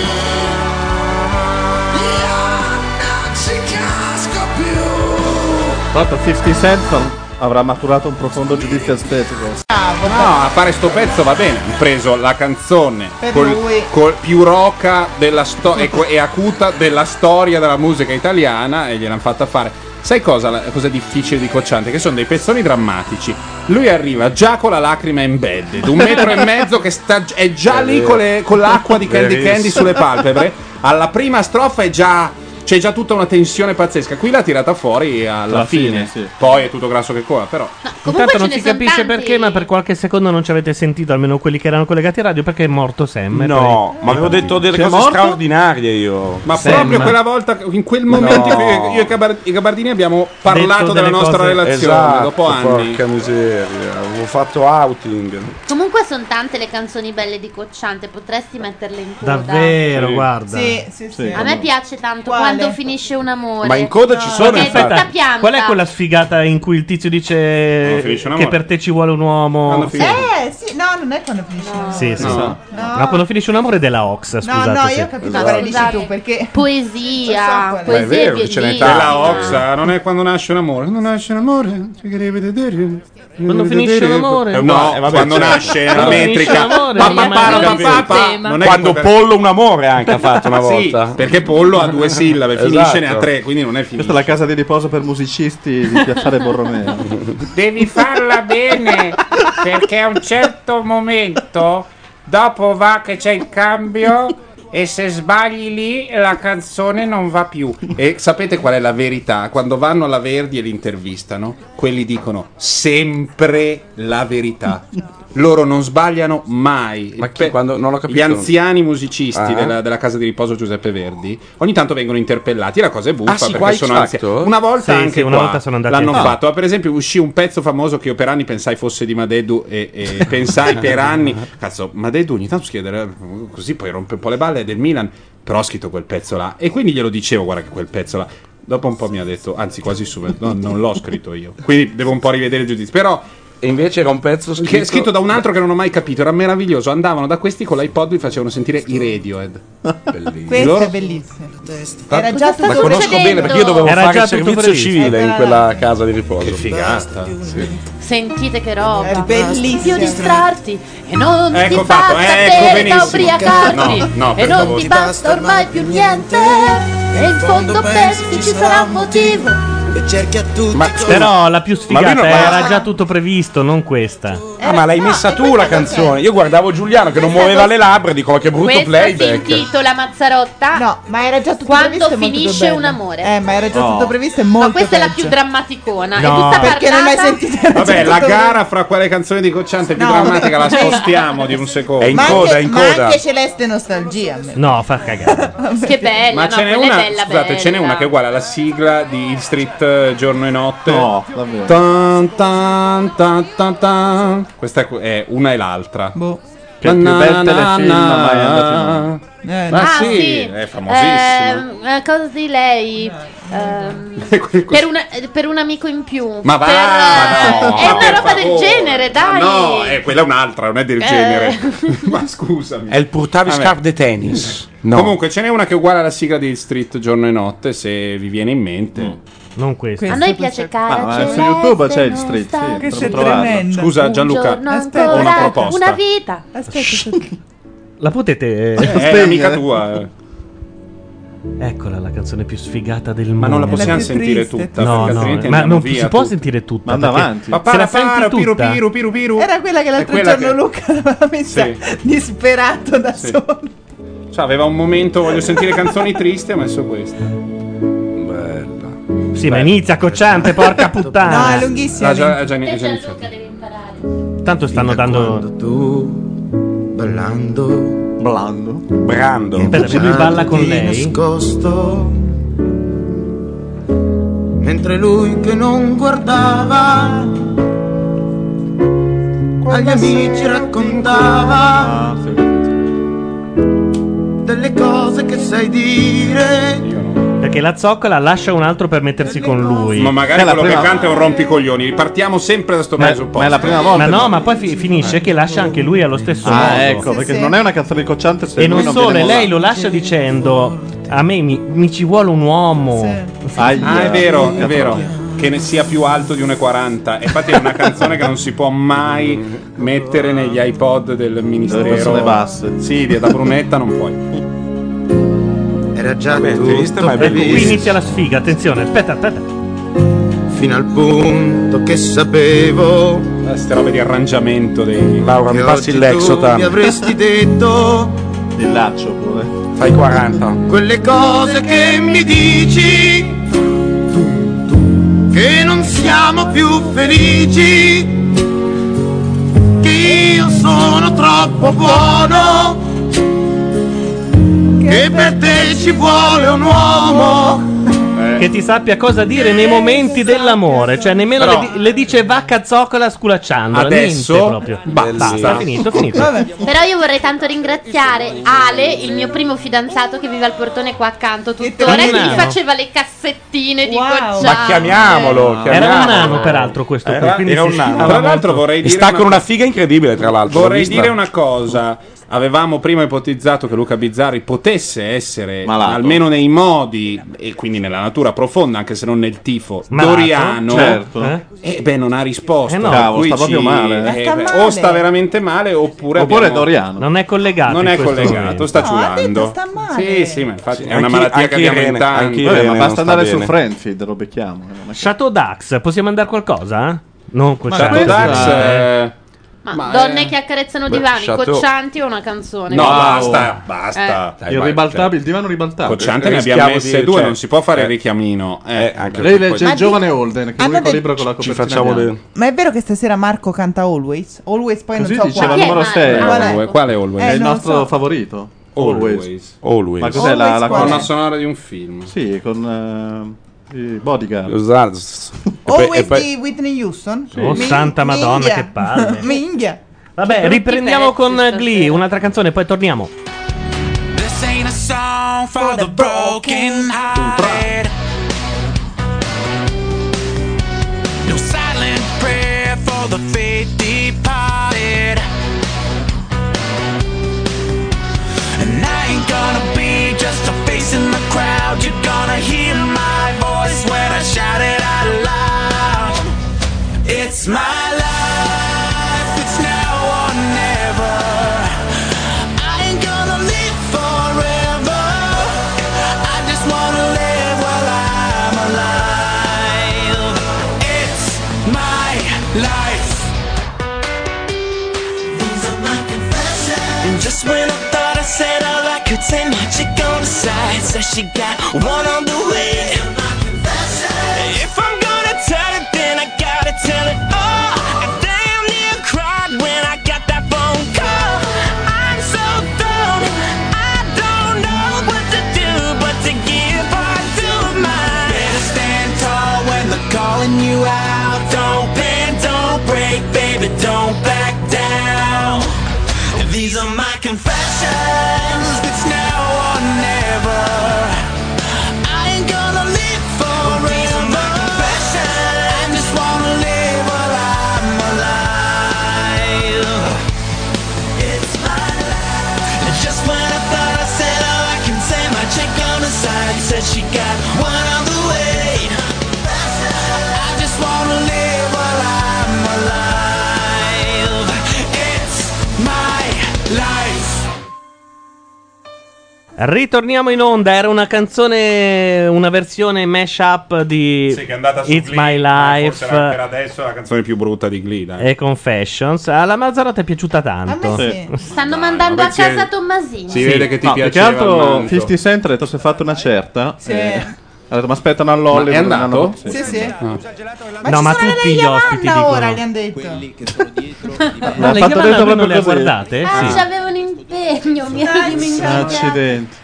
Speaker 10: Non ci casco più.
Speaker 4: Tra l'altro 50 Cent avrà maturato un profondo giudizio estetico.
Speaker 3: Ah, No, a fare sto pezzo va bene. Ho preso la canzone
Speaker 15: Per
Speaker 3: col,
Speaker 15: lui.
Speaker 3: col- più roca della sto- e, co- e acuta della storia della musica italiana e gliel'hanno fatta fare. Sai cosa, la cosa difficile di Cocciante? Che sono dei pezzoni drammatici. Lui arriva già con la lacrima embedded, un metro e mezzo che sta, è già
Speaker 4: È
Speaker 3: lì
Speaker 4: vero.
Speaker 3: con, le- con l'acqua di Candy
Speaker 4: Verissimo.
Speaker 3: Candy sulle palpebre. Alla prima strofa è già. c'è già tutta una tensione pazzesca. Qui l'ha tirata fuori alla
Speaker 4: Alla
Speaker 3: fine.
Speaker 4: fine,
Speaker 3: Poi è tutto grasso che cola, però.
Speaker 1: Intanto non
Speaker 13: ce
Speaker 1: si
Speaker 13: ne son
Speaker 1: capisce
Speaker 13: tanti.
Speaker 1: perché, ma per qualche secondo non ci avete sentito, almeno quelli che erano collegati a radio, perché è morto Sam. eh,
Speaker 2: No, ma avevo detto delle cose straordinarie io.
Speaker 3: Ma
Speaker 1: Sam.
Speaker 3: proprio quella volta, in quel momento, in cui io- io e Gabar- i Gabardini abbiamo parlato della nostra relazione
Speaker 2: Esatto,
Speaker 3: dopo anni.
Speaker 2: Porca miseria, avevo fatto outing.
Speaker 13: Comunque sono tante le canzoni belle di Cocciante, potresti metterle in coda.
Speaker 1: Davvero, guarda.
Speaker 13: Sì,
Speaker 15: sì,
Speaker 1: sì.
Speaker 13: A me piace tanto
Speaker 15: Quale?
Speaker 13: quando finisce un amore. Perché è tutta
Speaker 1: Aspetta,
Speaker 13: pianta.
Speaker 1: qual è quella sfigata in cui il tizio dice
Speaker 2: Quando finisce un
Speaker 1: che
Speaker 2: amore.
Speaker 1: per te ci vuole un uomo?
Speaker 15: Eh, sì, no, non è quando finisce. No.
Speaker 1: Sì, sì.
Speaker 15: No.
Speaker 1: Ma quando finisce un amore è della Ox,
Speaker 15: No,
Speaker 1: scusate.
Speaker 15: no,
Speaker 1: sì.
Speaker 15: io ho capito quale
Speaker 3: Esatto.
Speaker 15: dici tu perché
Speaker 13: Poesia,
Speaker 15: Non so quale.
Speaker 13: poesia bellissima.
Speaker 3: Della Oxa, non è quando nasce un amore. Quando nasce un amore, ci chiede vedere.
Speaker 13: Quando
Speaker 1: finisce un amore?
Speaker 3: No,
Speaker 2: No, Mm, eh, vabbè,
Speaker 3: quando
Speaker 2: c'è-
Speaker 3: nasce è la
Speaker 2: Quando finisce
Speaker 3: metrica.
Speaker 2: un amore,
Speaker 3: Pa, pa,
Speaker 2: non è
Speaker 3: pa,
Speaker 2: mai
Speaker 3: pa,
Speaker 2: capito.
Speaker 3: pa, pa.
Speaker 2: Tema.
Speaker 3: Non è
Speaker 2: Quando
Speaker 3: come-
Speaker 2: Pollo un amore Esatto. anche ha fatto una
Speaker 3: Sì,
Speaker 2: volta.
Speaker 3: perché Pollo ha due sillabe, finisce ne ha tre, quindi non è
Speaker 4: Questa è la casa di riposo per musicisti di Piazzale Borromeo.
Speaker 33: Devi farla bene perché a un certo momento dopo va che c'è il cambio e se sbagli lì la canzone non va più.
Speaker 3: E sapete qual è la verità? Quando vanno alla Verdi e li intervistano, quelli dicono sempre la verità. Loro non sbagliano mai. Ma quando non l'ho
Speaker 2: capito.
Speaker 3: Gli anziani musicisti
Speaker 2: Ah.
Speaker 3: della, della casa di riposo Giuseppe Verdi ogni tanto vengono interpellati. La cosa è buffa
Speaker 2: Ah, sì, qua
Speaker 3: perché
Speaker 2: X
Speaker 3: sono
Speaker 2: Factor?
Speaker 3: anziani. Una volta
Speaker 1: Sì,
Speaker 3: anche
Speaker 1: sì, una
Speaker 3: qua
Speaker 1: volta sono andati
Speaker 3: l'hanno
Speaker 1: anche qua.
Speaker 3: fatto. Ah, Per esempio, uscì un pezzo famoso che io per anni pensai fosse di Madeddu e, *laughs* e pensai per *laughs* anni. Cazzo, Madeddu ogni tanto schiedere così, poi rompe un po' le balle è del Milan. Però ho scritto quel pezzo là. E quindi glielo dicevo, guarda che quel pezzo là. Dopo un po' mi ha detto, anzi, quasi subito, no, non l'ho scritto io. Quindi devo un po' rivedere il giudizio. Però. E invece era un pezzo scritto... Che è scritto da un altro che non ho mai capito, era meraviglioso. Andavano da questi con l'iPod e facevano sentire i Radiohead.
Speaker 15: questo
Speaker 3: Loro-
Speaker 15: è bellissimo. Era già tutto
Speaker 2: la conosco
Speaker 15: previsto.
Speaker 2: bene perché io dovevo
Speaker 3: Era
Speaker 2: fare
Speaker 3: già
Speaker 2: il servizio
Speaker 3: tutto previsto.
Speaker 2: civile in
Speaker 15: Eh,
Speaker 2: quella casa di riposo. Che
Speaker 3: figata.
Speaker 13: Sentite che roba.
Speaker 15: È bellissimo.
Speaker 13: Più distrarti e non
Speaker 3: Ecco
Speaker 13: ti basta
Speaker 3: fatto, eh, ecco,
Speaker 13: bere da
Speaker 3: benissimo.
Speaker 13: ubriacarti
Speaker 3: No, no,
Speaker 13: e
Speaker 3: per
Speaker 13: non
Speaker 3: favore.
Speaker 13: ti basta ormai più niente. E in fondo pensi ci sarà un motivo e cerchi a tutti.
Speaker 1: Ma- Però la più sfigata
Speaker 2: Ma lui non-
Speaker 1: era
Speaker 2: ma-
Speaker 1: già tutto previsto, non questa.
Speaker 2: Ah, ma l'hai messa tu la canzone? Io guardavo Giuliano che non muoveva le labbra e dico ma che brutto
Speaker 13: Questo si
Speaker 2: playback.
Speaker 13: intitola Mazzarotta. No,
Speaker 15: ma era già tutto
Speaker 13: Quando
Speaker 15: previsto e molto
Speaker 13: finisce
Speaker 15: bello.
Speaker 13: un amore.
Speaker 15: Eh, ma era già
Speaker 3: No.
Speaker 15: tutto previsto e molto
Speaker 13: Ma questa è la più
Speaker 15: peggio.
Speaker 13: drammaticona.
Speaker 3: No.
Speaker 13: È tutta
Speaker 15: Perché non
Speaker 13: parlata.
Speaker 15: hai sentito
Speaker 3: Vabbè, la
Speaker 15: tutto
Speaker 3: gara fra quale canzone di Cocciante è più
Speaker 15: No.
Speaker 3: drammatica la spostiamo di un secondo.
Speaker 2: È in
Speaker 15: ma anche, ma anche Celeste Nostalgia. a me.
Speaker 1: No, fa cagare.
Speaker 13: Che bella,
Speaker 3: Ma
Speaker 13: no,
Speaker 3: ce n'è
Speaker 13: quella
Speaker 3: una,
Speaker 13: è bella,
Speaker 3: scusate, ce n'è
Speaker 13: bella.
Speaker 3: una che è uguale alla sigla di Hill Street eh, giorno e notte.
Speaker 4: No, davvero.
Speaker 3: Tan, tan, tan, tan, tan. Questa è, è una e l'altra.
Speaker 4: Che è il più bel telefilm mai andato
Speaker 3: Ma
Speaker 4: in
Speaker 15: Eh,
Speaker 3: ah,
Speaker 13: Ah,
Speaker 3: sì,
Speaker 13: sì.
Speaker 3: è famosissima.
Speaker 13: Ehm, eh, cosa di lei? Ehm, per, una- eh, per un amico in più.
Speaker 3: Ma va,
Speaker 13: Per,
Speaker 3: ma no,
Speaker 13: eh, è
Speaker 3: ma
Speaker 13: una
Speaker 3: per
Speaker 13: roba del
Speaker 3: favore.
Speaker 13: genere, dai.
Speaker 3: No, eh, quella è un'altra, non è del
Speaker 13: Eh.
Speaker 3: genere.
Speaker 2: *laughs*
Speaker 3: ma scusami.
Speaker 2: È il Purtavi
Speaker 3: Vabbè.
Speaker 2: Scarf de Tennis.
Speaker 3: Comunque ce n'è una che è uguale alla sigla di Hill Street giorno e notte, se vi viene in mente.
Speaker 1: Mm. Non questa.
Speaker 13: A noi piace cara
Speaker 3: Ma,
Speaker 13: celeste,
Speaker 3: su YouTube c'è il
Speaker 13: cioè, non
Speaker 3: street, sì,
Speaker 13: sta
Speaker 3: per
Speaker 13: qui.
Speaker 3: trovarlo. Tremendo. Scusa,
Speaker 13: Un
Speaker 3: Gianluca,
Speaker 13: giorno
Speaker 3: aspetta.
Speaker 13: ancora,
Speaker 3: ho una proposta.
Speaker 13: Una vita.
Speaker 3: *laughs*
Speaker 1: La potete.
Speaker 3: Eh, è
Speaker 1: spegnere?
Speaker 3: amica tua, eh.
Speaker 1: Eccola la canzone più sfigata del mondo.
Speaker 3: Ma non la possiamo sentire tutta,
Speaker 1: No,
Speaker 3: perché
Speaker 1: no,
Speaker 3: altrimenti
Speaker 1: ma
Speaker 3: andiamo
Speaker 1: non
Speaker 3: via
Speaker 1: si può
Speaker 3: tutti.
Speaker 1: sentire tutta.
Speaker 3: Ma
Speaker 1: perché
Speaker 3: avanti. Pa,
Speaker 1: Se
Speaker 3: para,
Speaker 1: la senti
Speaker 3: para, piru,
Speaker 1: tutta.
Speaker 3: piru,
Speaker 15: Era quella che l'altro
Speaker 3: quella
Speaker 15: giorno
Speaker 3: che-
Speaker 15: Luca aveva
Speaker 3: *laughs*
Speaker 15: messa disperato da
Speaker 3: Sì.
Speaker 15: solo.
Speaker 3: Cioè, aveva un momento, voglio sentire canzoni tristi, ha messo questa.
Speaker 1: Sì, ma inizia cocciante, porca puttana.
Speaker 3: Ah, già- già- già iniziato.
Speaker 1: Tanto stanno dando.
Speaker 20: Tu ballando, blando,
Speaker 2: brando.
Speaker 1: Aspetta, lui balla con
Speaker 20: Ti
Speaker 1: lei.
Speaker 20: nascosto. Mentre lui che non guardava agli amici raccontava delle cose che sai dire.
Speaker 1: Perché la zoccola lascia un altro per mettersi con lui.
Speaker 3: Ma
Speaker 4: Cioè,
Speaker 3: magari quello che canta è un rompicoglioni. Partiamo sempre da sto presupposto.
Speaker 1: Ma no, ma poi fi- finisce che lascia anche lui allo stesso modo.
Speaker 4: Ah, ecco, perché non è una canzone di cocciante se
Speaker 1: E
Speaker 4: lui
Speaker 1: non solo,
Speaker 4: viene
Speaker 1: e lei
Speaker 4: mollato.
Speaker 1: lo lascia dicendo: A me mi, mi ci vuole un uomo.
Speaker 3: Ah, è vero, è vero. Che ne sia più alto di 1,40. E Infatti è una canzone che non si può mai mettere negli iPod del ministero.
Speaker 4: persone basse.
Speaker 3: Sì, via da Brunetta non puoi.
Speaker 20: Era già tutto
Speaker 1: Ecco, qui
Speaker 20: previsto.
Speaker 1: inizia la sfiga. Attenzione, aspetta, aspetta.
Speaker 20: fino al punto che sapevo
Speaker 3: Eh, Queste robe di arrangiamento dei Laura,
Speaker 20: che oggi tu mi avresti detto
Speaker 4: Il laccio pure.
Speaker 2: Fai 40.
Speaker 10: quelle cose che mi dici che non siamo più felici che io sono troppo buono che per te ci vuole un uomo
Speaker 3: Eh.
Speaker 1: Che ti sappia cosa dire nei momenti dell'amore, cioè nemmeno
Speaker 2: Però-
Speaker 1: le, di- le dice vacca zoccola sculacciando.
Speaker 2: Adesso
Speaker 1: niente proprio. Basta,
Speaker 2: basta.
Speaker 1: finito, finito.
Speaker 13: Però io vorrei tanto ringraziare Ale, il mio primo fidanzato che vive al portone qua accanto tuttora, che mi
Speaker 1: Milano.
Speaker 13: faceva le cassettine di cocciante.
Speaker 2: Ma chiamiamolo,
Speaker 1: Eh, Era un
Speaker 2: chiamiamolo.
Speaker 1: nano, peraltro, questo qui.
Speaker 2: Era-
Speaker 1: Eh, quindi
Speaker 2: era
Speaker 1: si
Speaker 2: un nano.
Speaker 1: schifava
Speaker 2: Tra
Speaker 1: molto.
Speaker 2: l'altro vorrei dire sta con una figa incredibile, tra l'altro.
Speaker 7: Vorrei
Speaker 2: l'ho vista.
Speaker 7: dire una cosa. Avevamo prima ipotizzato che Luca Bizzarri potesse essere,
Speaker 2: Malato.
Speaker 7: almeno nei modi, e quindi nella natura profonda, anche se non nel tifo,
Speaker 2: Malato,
Speaker 7: Doriano.
Speaker 2: certo.
Speaker 7: Eh? E beh, non ha risposto.
Speaker 1: Eh no.
Speaker 7: per
Speaker 1: Cavolo,
Speaker 7: cui
Speaker 1: sta proprio
Speaker 7: ci-
Speaker 1: male.
Speaker 7: eh,
Speaker 1: Ma sta
Speaker 7: beh,
Speaker 1: male.
Speaker 7: O sta veramente male, oppure.
Speaker 1: Oppure
Speaker 7: abbiamo-
Speaker 1: Doriano. Non è collegato.
Speaker 7: Non
Speaker 1: Ah, in
Speaker 7: è
Speaker 1: questo
Speaker 7: collegato,
Speaker 1: momento.
Speaker 7: sta
Speaker 1: No, ha detto
Speaker 7: ciurando.
Speaker 1: sta
Speaker 7: Sì, sì, ma infatti è una
Speaker 2: Anche-
Speaker 7: malattia che Eh,
Speaker 2: anche
Speaker 7: abbiamo
Speaker 2: Irene,
Speaker 7: in tanti.
Speaker 4: Vabbè, ma basta andare su Friendfeed, lo becchiamo. eh, non è che-
Speaker 1: Shadow Dax, possiamo andare qualcosa? Non col
Speaker 4: Ma
Speaker 1: Shadow
Speaker 4: questo
Speaker 1: Dax.
Speaker 4: è-
Speaker 1: eh.
Speaker 13: Ma,
Speaker 4: Ma,
Speaker 13: donne
Speaker 4: eh,
Speaker 13: che accarezzano
Speaker 4: beh,
Speaker 13: divani,
Speaker 4: Chateau.
Speaker 13: coccianti o una canzone?
Speaker 7: No,
Speaker 13: Wow.
Speaker 7: basta, basta.
Speaker 13: Eh.
Speaker 7: Dai,
Speaker 4: il
Speaker 7: vai,
Speaker 4: ribaltabile, il divano ribaltabile.
Speaker 7: Cocciante ne abbiamo
Speaker 4: Rischiavo di-
Speaker 7: messe due,
Speaker 4: cioè,
Speaker 7: non si può fare il
Speaker 4: eh.
Speaker 7: richiamino. Eh,
Speaker 4: Lei legge il giovane Holden, che è l'unico libro con la
Speaker 7: Ci
Speaker 4: copertina
Speaker 7: facciamo
Speaker 4: bianca.
Speaker 7: le-
Speaker 15: Ma è vero che stasera Marco canta Always? Always poi
Speaker 4: Così
Speaker 15: non so
Speaker 4: diceva
Speaker 15: quale.
Speaker 4: il numero 6.
Speaker 15: Qual è?
Speaker 7: Quale Always?
Speaker 4: È
Speaker 7: Eh,
Speaker 4: il
Speaker 7: non lo
Speaker 4: nostro
Speaker 7: so.
Speaker 4: favorito.
Speaker 7: Always. Always.
Speaker 4: Ma cos'è la, la
Speaker 7: Always qual è? Colonna sonora di un film?
Speaker 4: Sì, con eh, i Bodyguard.
Speaker 15: Always di Whitney Houston?
Speaker 4: Oh,
Speaker 1: santa Madonna,
Speaker 15: minchia.
Speaker 1: che
Speaker 15: *laughs*
Speaker 1: palle.
Speaker 15: minchia.
Speaker 1: Vabbè, riprendiamo con Glee, un'altra canzone, poi torniamo.
Speaker 10: This ain't a song for the broken hearted. No silent prayer for the faith departed. And I ain't gonna be just a face in the crowd. You're gonna hear my voice when I shout it out loud. It's my life, it's now or never. I ain't gonna live forever. I just wanna live while I'm alive. It's my life. These are my confessions. And just when I thought I said all I could say, my chick on the side says she got one on the way. If I'm gonna tell it, then I gotta tell it all. I damn near cried when I got that phone call. I'm so down, I don't know what to do but to give our two of mine. Better stand tall when they're calling you out. Don't bend, don't break, baby, don't back down. These are my confessions. It's now or never. I ain't gonna live forever. I just wanna live while I'm alive. It's my life. And just when I thought I said all I can say, my chick on the side said she got one on the way. I just wanna live while I'm alive. It's my life.
Speaker 1: Ritorniamo in onda, era una canzone, una versione mashup di
Speaker 2: Sì, che è andata su
Speaker 1: It's
Speaker 2: Glee,
Speaker 1: My
Speaker 2: eh, forse era per
Speaker 1: Life Ecco.
Speaker 2: adesso la canzone
Speaker 7: canzone più brutta di Glee, dai.
Speaker 1: e Confessions. Alla Mazzarotta è piaciuta tanto.
Speaker 13: Stanno mandando a
Speaker 7: vabbè,
Speaker 13: casa
Speaker 7: sì.
Speaker 13: Tommasini.
Speaker 7: Si vede che ti
Speaker 4: no,
Speaker 7: piaceva
Speaker 4: Più che altro,
Speaker 7: il manzo.
Speaker 4: 50 Cent ha detto: Se fate una certa,
Speaker 13: Sì.
Speaker 4: ha detto: Ma aspettano all'Hollywood.
Speaker 7: Ma è andato?
Speaker 4: non hanno-
Speaker 15: Sì, sì.
Speaker 4: Ah.
Speaker 15: Ma
Speaker 4: No,
Speaker 15: ci sono
Speaker 4: ma tutti
Speaker 15: le
Speaker 4: gli ospiti
Speaker 15: Yavanna
Speaker 4: dicono.
Speaker 15: ora, gli hanno detto.
Speaker 4: Ma
Speaker 1: le
Speaker 4: ha fatto
Speaker 1: Yavanna
Speaker 4: detto
Speaker 1: voi non
Speaker 4: proprio
Speaker 1: le ha
Speaker 4: così. Eh,
Speaker 1: guardate?
Speaker 13: Ah,
Speaker 4: Sì.
Speaker 13: c'avevo un impegno, mi ero dimenticato.
Speaker 4: Accidenti.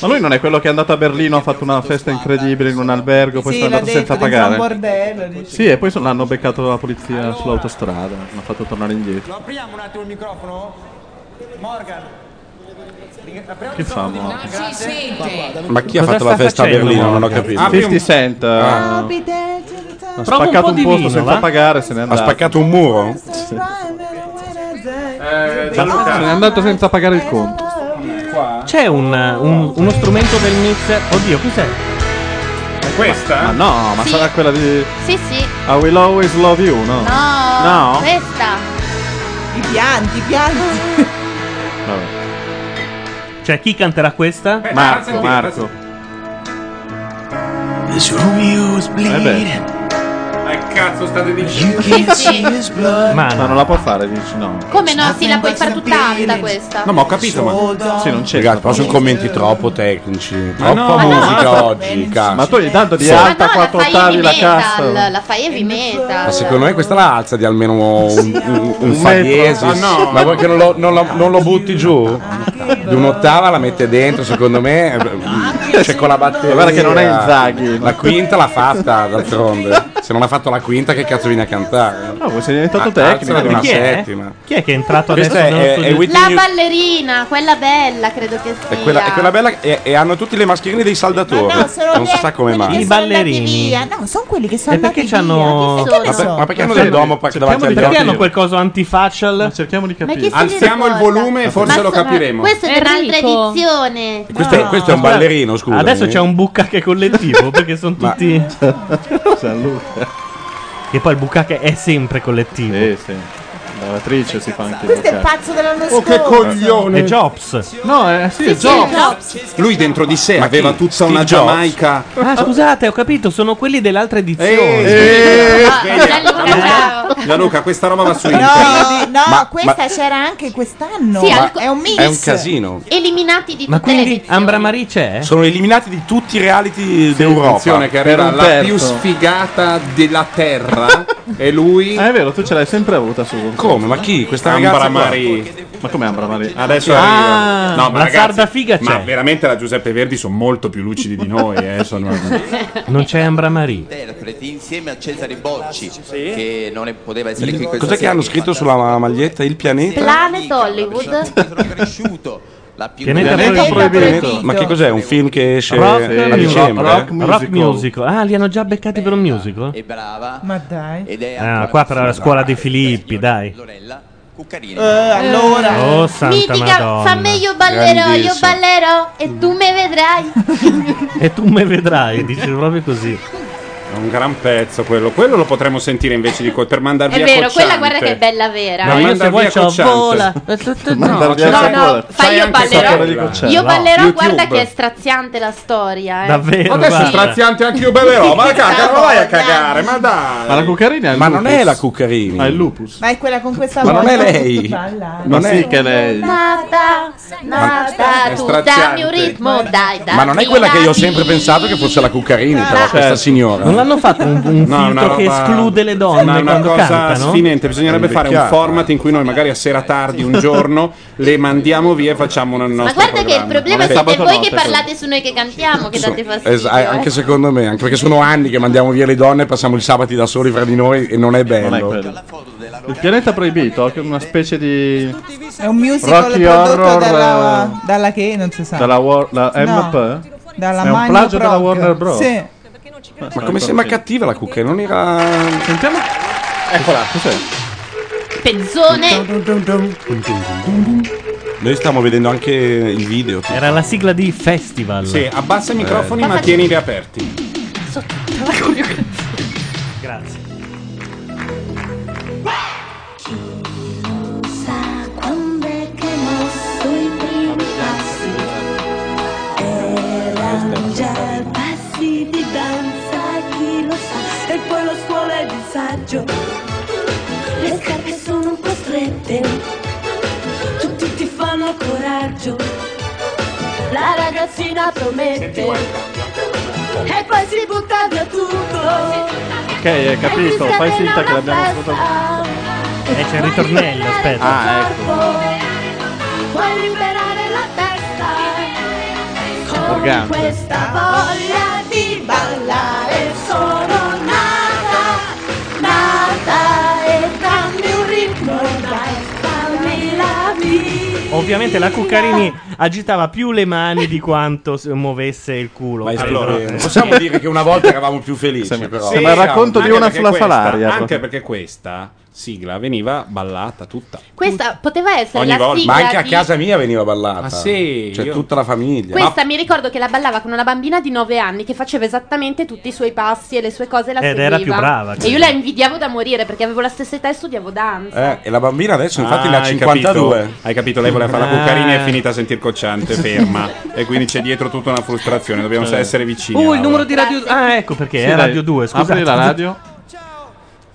Speaker 4: Ma lui non è quello che è andato a Berlino, ha fatto una festa incredibile in un albergo, poi
Speaker 15: Sì,
Speaker 4: sono
Speaker 15: l'ha
Speaker 4: andato senza
Speaker 15: detto, dentro un
Speaker 4: pagare.
Speaker 15: bordello, dice.
Speaker 4: Sì, e poi so- l'hanno beccato la polizia sull'autostrada, l'hanno fatto tornare indietro.
Speaker 34: Apriamo un attimo il microfono. Morgan. Apriamo
Speaker 4: Che fa, Morgan?
Speaker 2: Ma chi ha fatto la festa a Berlino? Non ho capito.
Speaker 4: 50 Cent. eh,
Speaker 15: Ah,
Speaker 2: *laughs*
Speaker 4: Ha
Speaker 2: Prova un
Speaker 4: spaccato
Speaker 2: po'
Speaker 4: un,
Speaker 2: di
Speaker 4: posto
Speaker 2: vino,
Speaker 4: senza
Speaker 2: va?
Speaker 4: pagare, se n'è
Speaker 2: Ha
Speaker 4: andato.
Speaker 2: spaccato un muro?
Speaker 4: Sì.
Speaker 2: Eh,
Speaker 4: Se n'è andato senza pagare il conto.
Speaker 1: C'è un, un- uno strumento del mixer. Oddio, cos'è?
Speaker 2: È questa?
Speaker 4: Ma no, ma
Speaker 13: Sì.
Speaker 4: sarà quella di
Speaker 13: Sì, sì.
Speaker 4: I Will Always Love You, no?
Speaker 13: No,
Speaker 4: No?
Speaker 13: questa.
Speaker 15: I pianti, i pianti.
Speaker 1: Cioè, chi canterà questa?
Speaker 4: Marco, Marco.
Speaker 10: This room you was bleeding.
Speaker 4: Eh beh.
Speaker 2: Ecco. cazzo state
Speaker 13: can't see his
Speaker 2: dicendo?
Speaker 4: Ma non la può fare, dici no.
Speaker 13: Come no? Sì, la puoi fare tutta alta questa.
Speaker 2: No, ma ho capito, ma.
Speaker 4: Sì, non c'è.
Speaker 2: Ragazzi, però sono commenti troppo tecnici. Troppa
Speaker 4: no, ma no,
Speaker 2: musica
Speaker 4: ma-
Speaker 2: oggi, cazzo.
Speaker 4: Ma tu gli tanto di
Speaker 2: Sì.
Speaker 4: alta
Speaker 13: Ma no,
Speaker 4: 4
Speaker 13: la fai
Speaker 4: ottavi
Speaker 13: heavy
Speaker 4: la
Speaker 13: metal.
Speaker 4: cassa.
Speaker 13: La fai heavy metal.
Speaker 2: Ma
Speaker 4: Eh,
Speaker 2: secondo me questa la alza di almeno un, un, un fa
Speaker 4: metro.
Speaker 2: diesis.
Speaker 4: Ah, no.
Speaker 2: Ma vuoi che non lo, non la- non lo butti giù?
Speaker 4: Ah,
Speaker 2: Di un'ottava la mette dentro, secondo me. eh, Cioè con la batteria.
Speaker 4: Guarda che non è il
Speaker 2: Zaghi. La quinta l'ha fatta d'altronde. Se non ha fatto la quinta, che cazzo vieni a cantare?
Speaker 4: No, sei diventato
Speaker 2: Ah,
Speaker 4: tecnico.
Speaker 2: alzala di
Speaker 4: Ma
Speaker 2: una
Speaker 4: chi è?
Speaker 2: settima.
Speaker 1: Chi è che è entrato
Speaker 2: Questa
Speaker 1: adesso?
Speaker 2: è-
Speaker 1: nello
Speaker 2: è
Speaker 1: studio?
Speaker 2: Whitney
Speaker 13: La
Speaker 2: New-
Speaker 13: ballerina, quella bella, credo che sia.
Speaker 2: È quella, è quella bella e, e hanno tutti le mascherine dei saldatori.
Speaker 13: Ma no, sono
Speaker 2: non si
Speaker 13: gli-
Speaker 2: sa come mai.
Speaker 1: I ballerini.
Speaker 15: No, sono quelli che sono
Speaker 1: E perché
Speaker 15: andati
Speaker 1: c'hanno.
Speaker 15: via. Che ne
Speaker 2: Ma,
Speaker 15: so?
Speaker 2: per- ma perché hanno del domopac davanti agli
Speaker 1: Perché
Speaker 2: occhi?
Speaker 1: hanno quel coso antifacial?
Speaker 4: cerchiamo di
Speaker 13: Ma chi se ne Alziamo il ricorda? volume e
Speaker 2: forse lo capiremo.
Speaker 13: Questa è un'altra
Speaker 35: Enrico.
Speaker 13: edizione.
Speaker 2: Questo, è, questo è un
Speaker 1: Guarda,
Speaker 2: ballerino, scusa.
Speaker 1: Adesso c'è un bucacche *laughs* collettivo perché sono tutti. Che poi il bucacche è sempre collettivo.
Speaker 4: Sì, sì. La lavatrice si fa anche
Speaker 15: Questo è il
Speaker 4: toccare.
Speaker 15: pazzo dell'anno scorso.
Speaker 4: Oh, che coglione.
Speaker 1: È Jobs.
Speaker 4: No, eh, sì,
Speaker 15: Sì, sì,
Speaker 4: Jobs.
Speaker 15: Jobs.
Speaker 7: Lui dentro di sé
Speaker 4: Ma
Speaker 7: aveva
Speaker 4: chi?
Speaker 7: tutta
Speaker 4: Steve
Speaker 7: una
Speaker 4: Jobs?
Speaker 7: Giamaica.
Speaker 1: Ah, scusate, ho capito, sono quelli dell'altra edizione.
Speaker 2: Eh, Cioè,
Speaker 7: Gianluca, questa roba va su
Speaker 15: No,
Speaker 7: internet.
Speaker 15: no,
Speaker 7: Ma-
Speaker 15: questa
Speaker 7: ma-
Speaker 15: c'era anche quest'anno.
Speaker 13: Sì,
Speaker 15: Ma-
Speaker 13: al-
Speaker 15: è un mix.
Speaker 13: Eliminati di
Speaker 2: Ma
Speaker 13: tutte le
Speaker 2: quindi
Speaker 1: Ambra Marie c'è?
Speaker 2: Sono eliminati di tutti i reality
Speaker 7: attenzione
Speaker 2: d'Europa.
Speaker 7: che arriva la più sfigata della terra e lui
Speaker 4: Ah, è vero, tu ce l'hai sempre avuta su.
Speaker 2: Come? Ma chi? Questa
Speaker 4: Ambra
Speaker 2: ragazza qua?
Speaker 4: Marie. Ma come Ambra Marie?
Speaker 7: Adesso
Speaker 4: Ah,
Speaker 7: arrivo. No, ma
Speaker 4: la
Speaker 7: ragazzi,
Speaker 4: sarda figa
Speaker 7: Ma
Speaker 4: c'è.
Speaker 7: veramente la Giuseppe Verdi sono molto più lucidi di noi.
Speaker 4: *laughs*
Speaker 7: eh, sono-
Speaker 1: Non c'è Ambra Marie.
Speaker 21: Interpreti insieme a Cesare Bocci, che non è- poteva essere qui questa
Speaker 2: Cos'è che
Speaker 21: sera,
Speaker 2: hanno scritto sulla ma- maglietta? Il pianeta?
Speaker 13: Planet Hollywood.
Speaker 21: la più
Speaker 2: Pianeta
Speaker 21: grande-
Speaker 2: Ma che cos'è? Un film che esce
Speaker 1: Rock,
Speaker 2: a
Speaker 1: music-
Speaker 2: dicembre?
Speaker 1: rock musical. Ah, li hanno già beccati per un musical?
Speaker 21: E brava.
Speaker 15: Ma dai.
Speaker 1: Ah, qua però la scuola di Filippi, dai.
Speaker 15: Eh,
Speaker 13: Eh.
Speaker 15: allora.
Speaker 1: Oh, santa
Speaker 13: Mitica,
Speaker 1: Madonna.
Speaker 13: fammi io ballerò, io
Speaker 1: Grandioso.
Speaker 13: ballerò e tu me vedrai.
Speaker 1: E tu me vedrai, dice proprio così.
Speaker 7: È un gran pezzo quello. Quello lo potremmo sentire invece di col per mandar
Speaker 13: È
Speaker 7: via
Speaker 13: vero,
Speaker 7: Cocciante.
Speaker 13: quella guarda che è bella vera.
Speaker 7: Ma io se vuoi c'ho vola.
Speaker 13: No, no, no, fai io ballerò. Io ballerò,
Speaker 7: YouTube.
Speaker 13: guarda che è straziante la storia. Eh.
Speaker 7: Davvero, Adesso è guarda. straziante anche io
Speaker 13: *laughs*
Speaker 7: ballerò, ma cacca, non vai a cagare, ma dai.
Speaker 4: Ma la Cuccarini è il
Speaker 2: Ma non
Speaker 4: lupus.
Speaker 2: è la Cuccarini. Ma è il
Speaker 4: lupus.
Speaker 15: Ma è quella con questa
Speaker 2: Ma
Speaker 15: voce.
Speaker 2: non è lei.
Speaker 15: Balla.
Speaker 2: Non
Speaker 4: Ma
Speaker 2: è-
Speaker 4: sì che lei.
Speaker 13: Nata, nata,
Speaker 2: È
Speaker 13: tu
Speaker 2: straziante.
Speaker 13: dammi un ritmo, dai, dai.
Speaker 2: Ma non è quella che io ho sempre pensato che fosse la Cuccarini, però
Speaker 4: Certo.
Speaker 2: questa signora.
Speaker 1: Non l'hanno fatto un, un
Speaker 2: No,
Speaker 1: filtro
Speaker 2: una
Speaker 1: che
Speaker 2: roba-
Speaker 1: esclude le donne
Speaker 7: Ma è una
Speaker 1: quando
Speaker 7: cosa
Speaker 1: cantano?
Speaker 7: sfinente, bisognerebbe fare un
Speaker 2: Invecchiata.
Speaker 7: format in cui noi magari a sera tardi, un giorno, le mandiamo via e facciamo una nostra
Speaker 13: Ma guarda che il problema
Speaker 2: Non è
Speaker 13: siete
Speaker 2: sabato
Speaker 13: voi
Speaker 2: notte,
Speaker 13: che parlate su noi che cantiamo, che date fastidio.
Speaker 2: Es- eh, anche secondo me, anche perché sono anni che mandiamo via le donne e passiamo i sabati da soli fra di noi e non è
Speaker 4: Non è
Speaker 2: bello.
Speaker 4: quello. Il pianeta proibito, che è una specie di.
Speaker 15: È un musical
Speaker 4: Rocky
Speaker 15: prodotto
Speaker 4: Horror, eh,
Speaker 15: dalla, dalla che non si sa.
Speaker 4: dalla War- la
Speaker 15: No.
Speaker 4: MP?
Speaker 15: Dalla
Speaker 4: È un
Speaker 15: Magno
Speaker 4: plagio della
Speaker 15: Prog.
Speaker 4: Warner Bros.
Speaker 15: Sì.
Speaker 2: Ma come sembra cattiva la cucca? eh? Non era.
Speaker 4: Sentiamo.
Speaker 2: Eccola. Cos'è?
Speaker 13: Pezzone.
Speaker 2: Noi stiamo vedendo anche il video. tipo.
Speaker 1: Era la sigla di Festival.
Speaker 2: Sì, abbassa i microfoni,
Speaker 7: Ma ma faccio- tienili aperti.
Speaker 1: Grazie.
Speaker 10: Sa quando è che mosso i primi passi erano già passi di danza chi lo sa e poi la scuola è disagio le scarpe sono un po' strette tutti ti fanno coraggio la ragazzina promette e poi si butta via tutto
Speaker 4: Ok, hai Eh, capito. Fai finta che l'abbiamo ascoltato.
Speaker 1: Eh, c'è il ritornello, aspetta.
Speaker 4: Ah, ecco.
Speaker 10: Puoi liberare la testa con
Speaker 4: Organo.
Speaker 10: questa voglia di ballare. Sono nata, nata e dammi un ritmo, dai, dammi la vita.
Speaker 1: Ovviamente la Cuccarini agitava più le mani di quanto s- muovesse il culo.
Speaker 2: Ma è
Speaker 1: Allora, eh.
Speaker 2: allora, possiamo dire che una volta eravamo più felici. però.
Speaker 7: Sì,
Speaker 4: Sembra il
Speaker 7: no,
Speaker 4: racconto di
Speaker 7: anche
Speaker 4: una
Speaker 7: perché
Speaker 4: sulla
Speaker 7: questa-
Speaker 4: Salaria,
Speaker 7: Anche
Speaker 4: proprio.
Speaker 7: perché questa sigla veniva ballata tutta.
Speaker 13: Questa poteva essere
Speaker 7: Ogni
Speaker 13: la
Speaker 7: volta.
Speaker 13: sigla
Speaker 2: Ma anche a
Speaker 13: di-
Speaker 2: casa mia veniva ballata.
Speaker 7: Ah, sì,
Speaker 2: Cioè,
Speaker 7: io-
Speaker 2: tutta la famiglia.
Speaker 13: Questa mi ricordo che la ballava con una bambina di 9 anni che faceva esattamente tutti i suoi passi e le sue cose e la
Speaker 2: Ed
Speaker 13: seguiva.
Speaker 2: era più brava,
Speaker 13: E
Speaker 2: credo.
Speaker 13: io la invidiavo da morire perché avevo la stessa età e studiavo danza.
Speaker 2: Eh, e la bambina adesso, infatti,
Speaker 7: Ah,
Speaker 2: ne ha
Speaker 7: hai
Speaker 2: 52.
Speaker 7: capito. Hai capito, lei voleva fare la cuccarina e è
Speaker 2: Ah.
Speaker 7: finita a sentir cocciante, ferma. e quindi c'è dietro tutta una frustrazione,
Speaker 2: Certo.
Speaker 7: dobbiamo
Speaker 4: Eh.
Speaker 7: essere vicini.
Speaker 1: Uh, il
Speaker 7: Laura.
Speaker 1: numero di Radio Ah, ecco perché
Speaker 7: Sì,
Speaker 1: è
Speaker 7: dai.
Speaker 1: Radio 2, scusa.
Speaker 7: Apri la radio.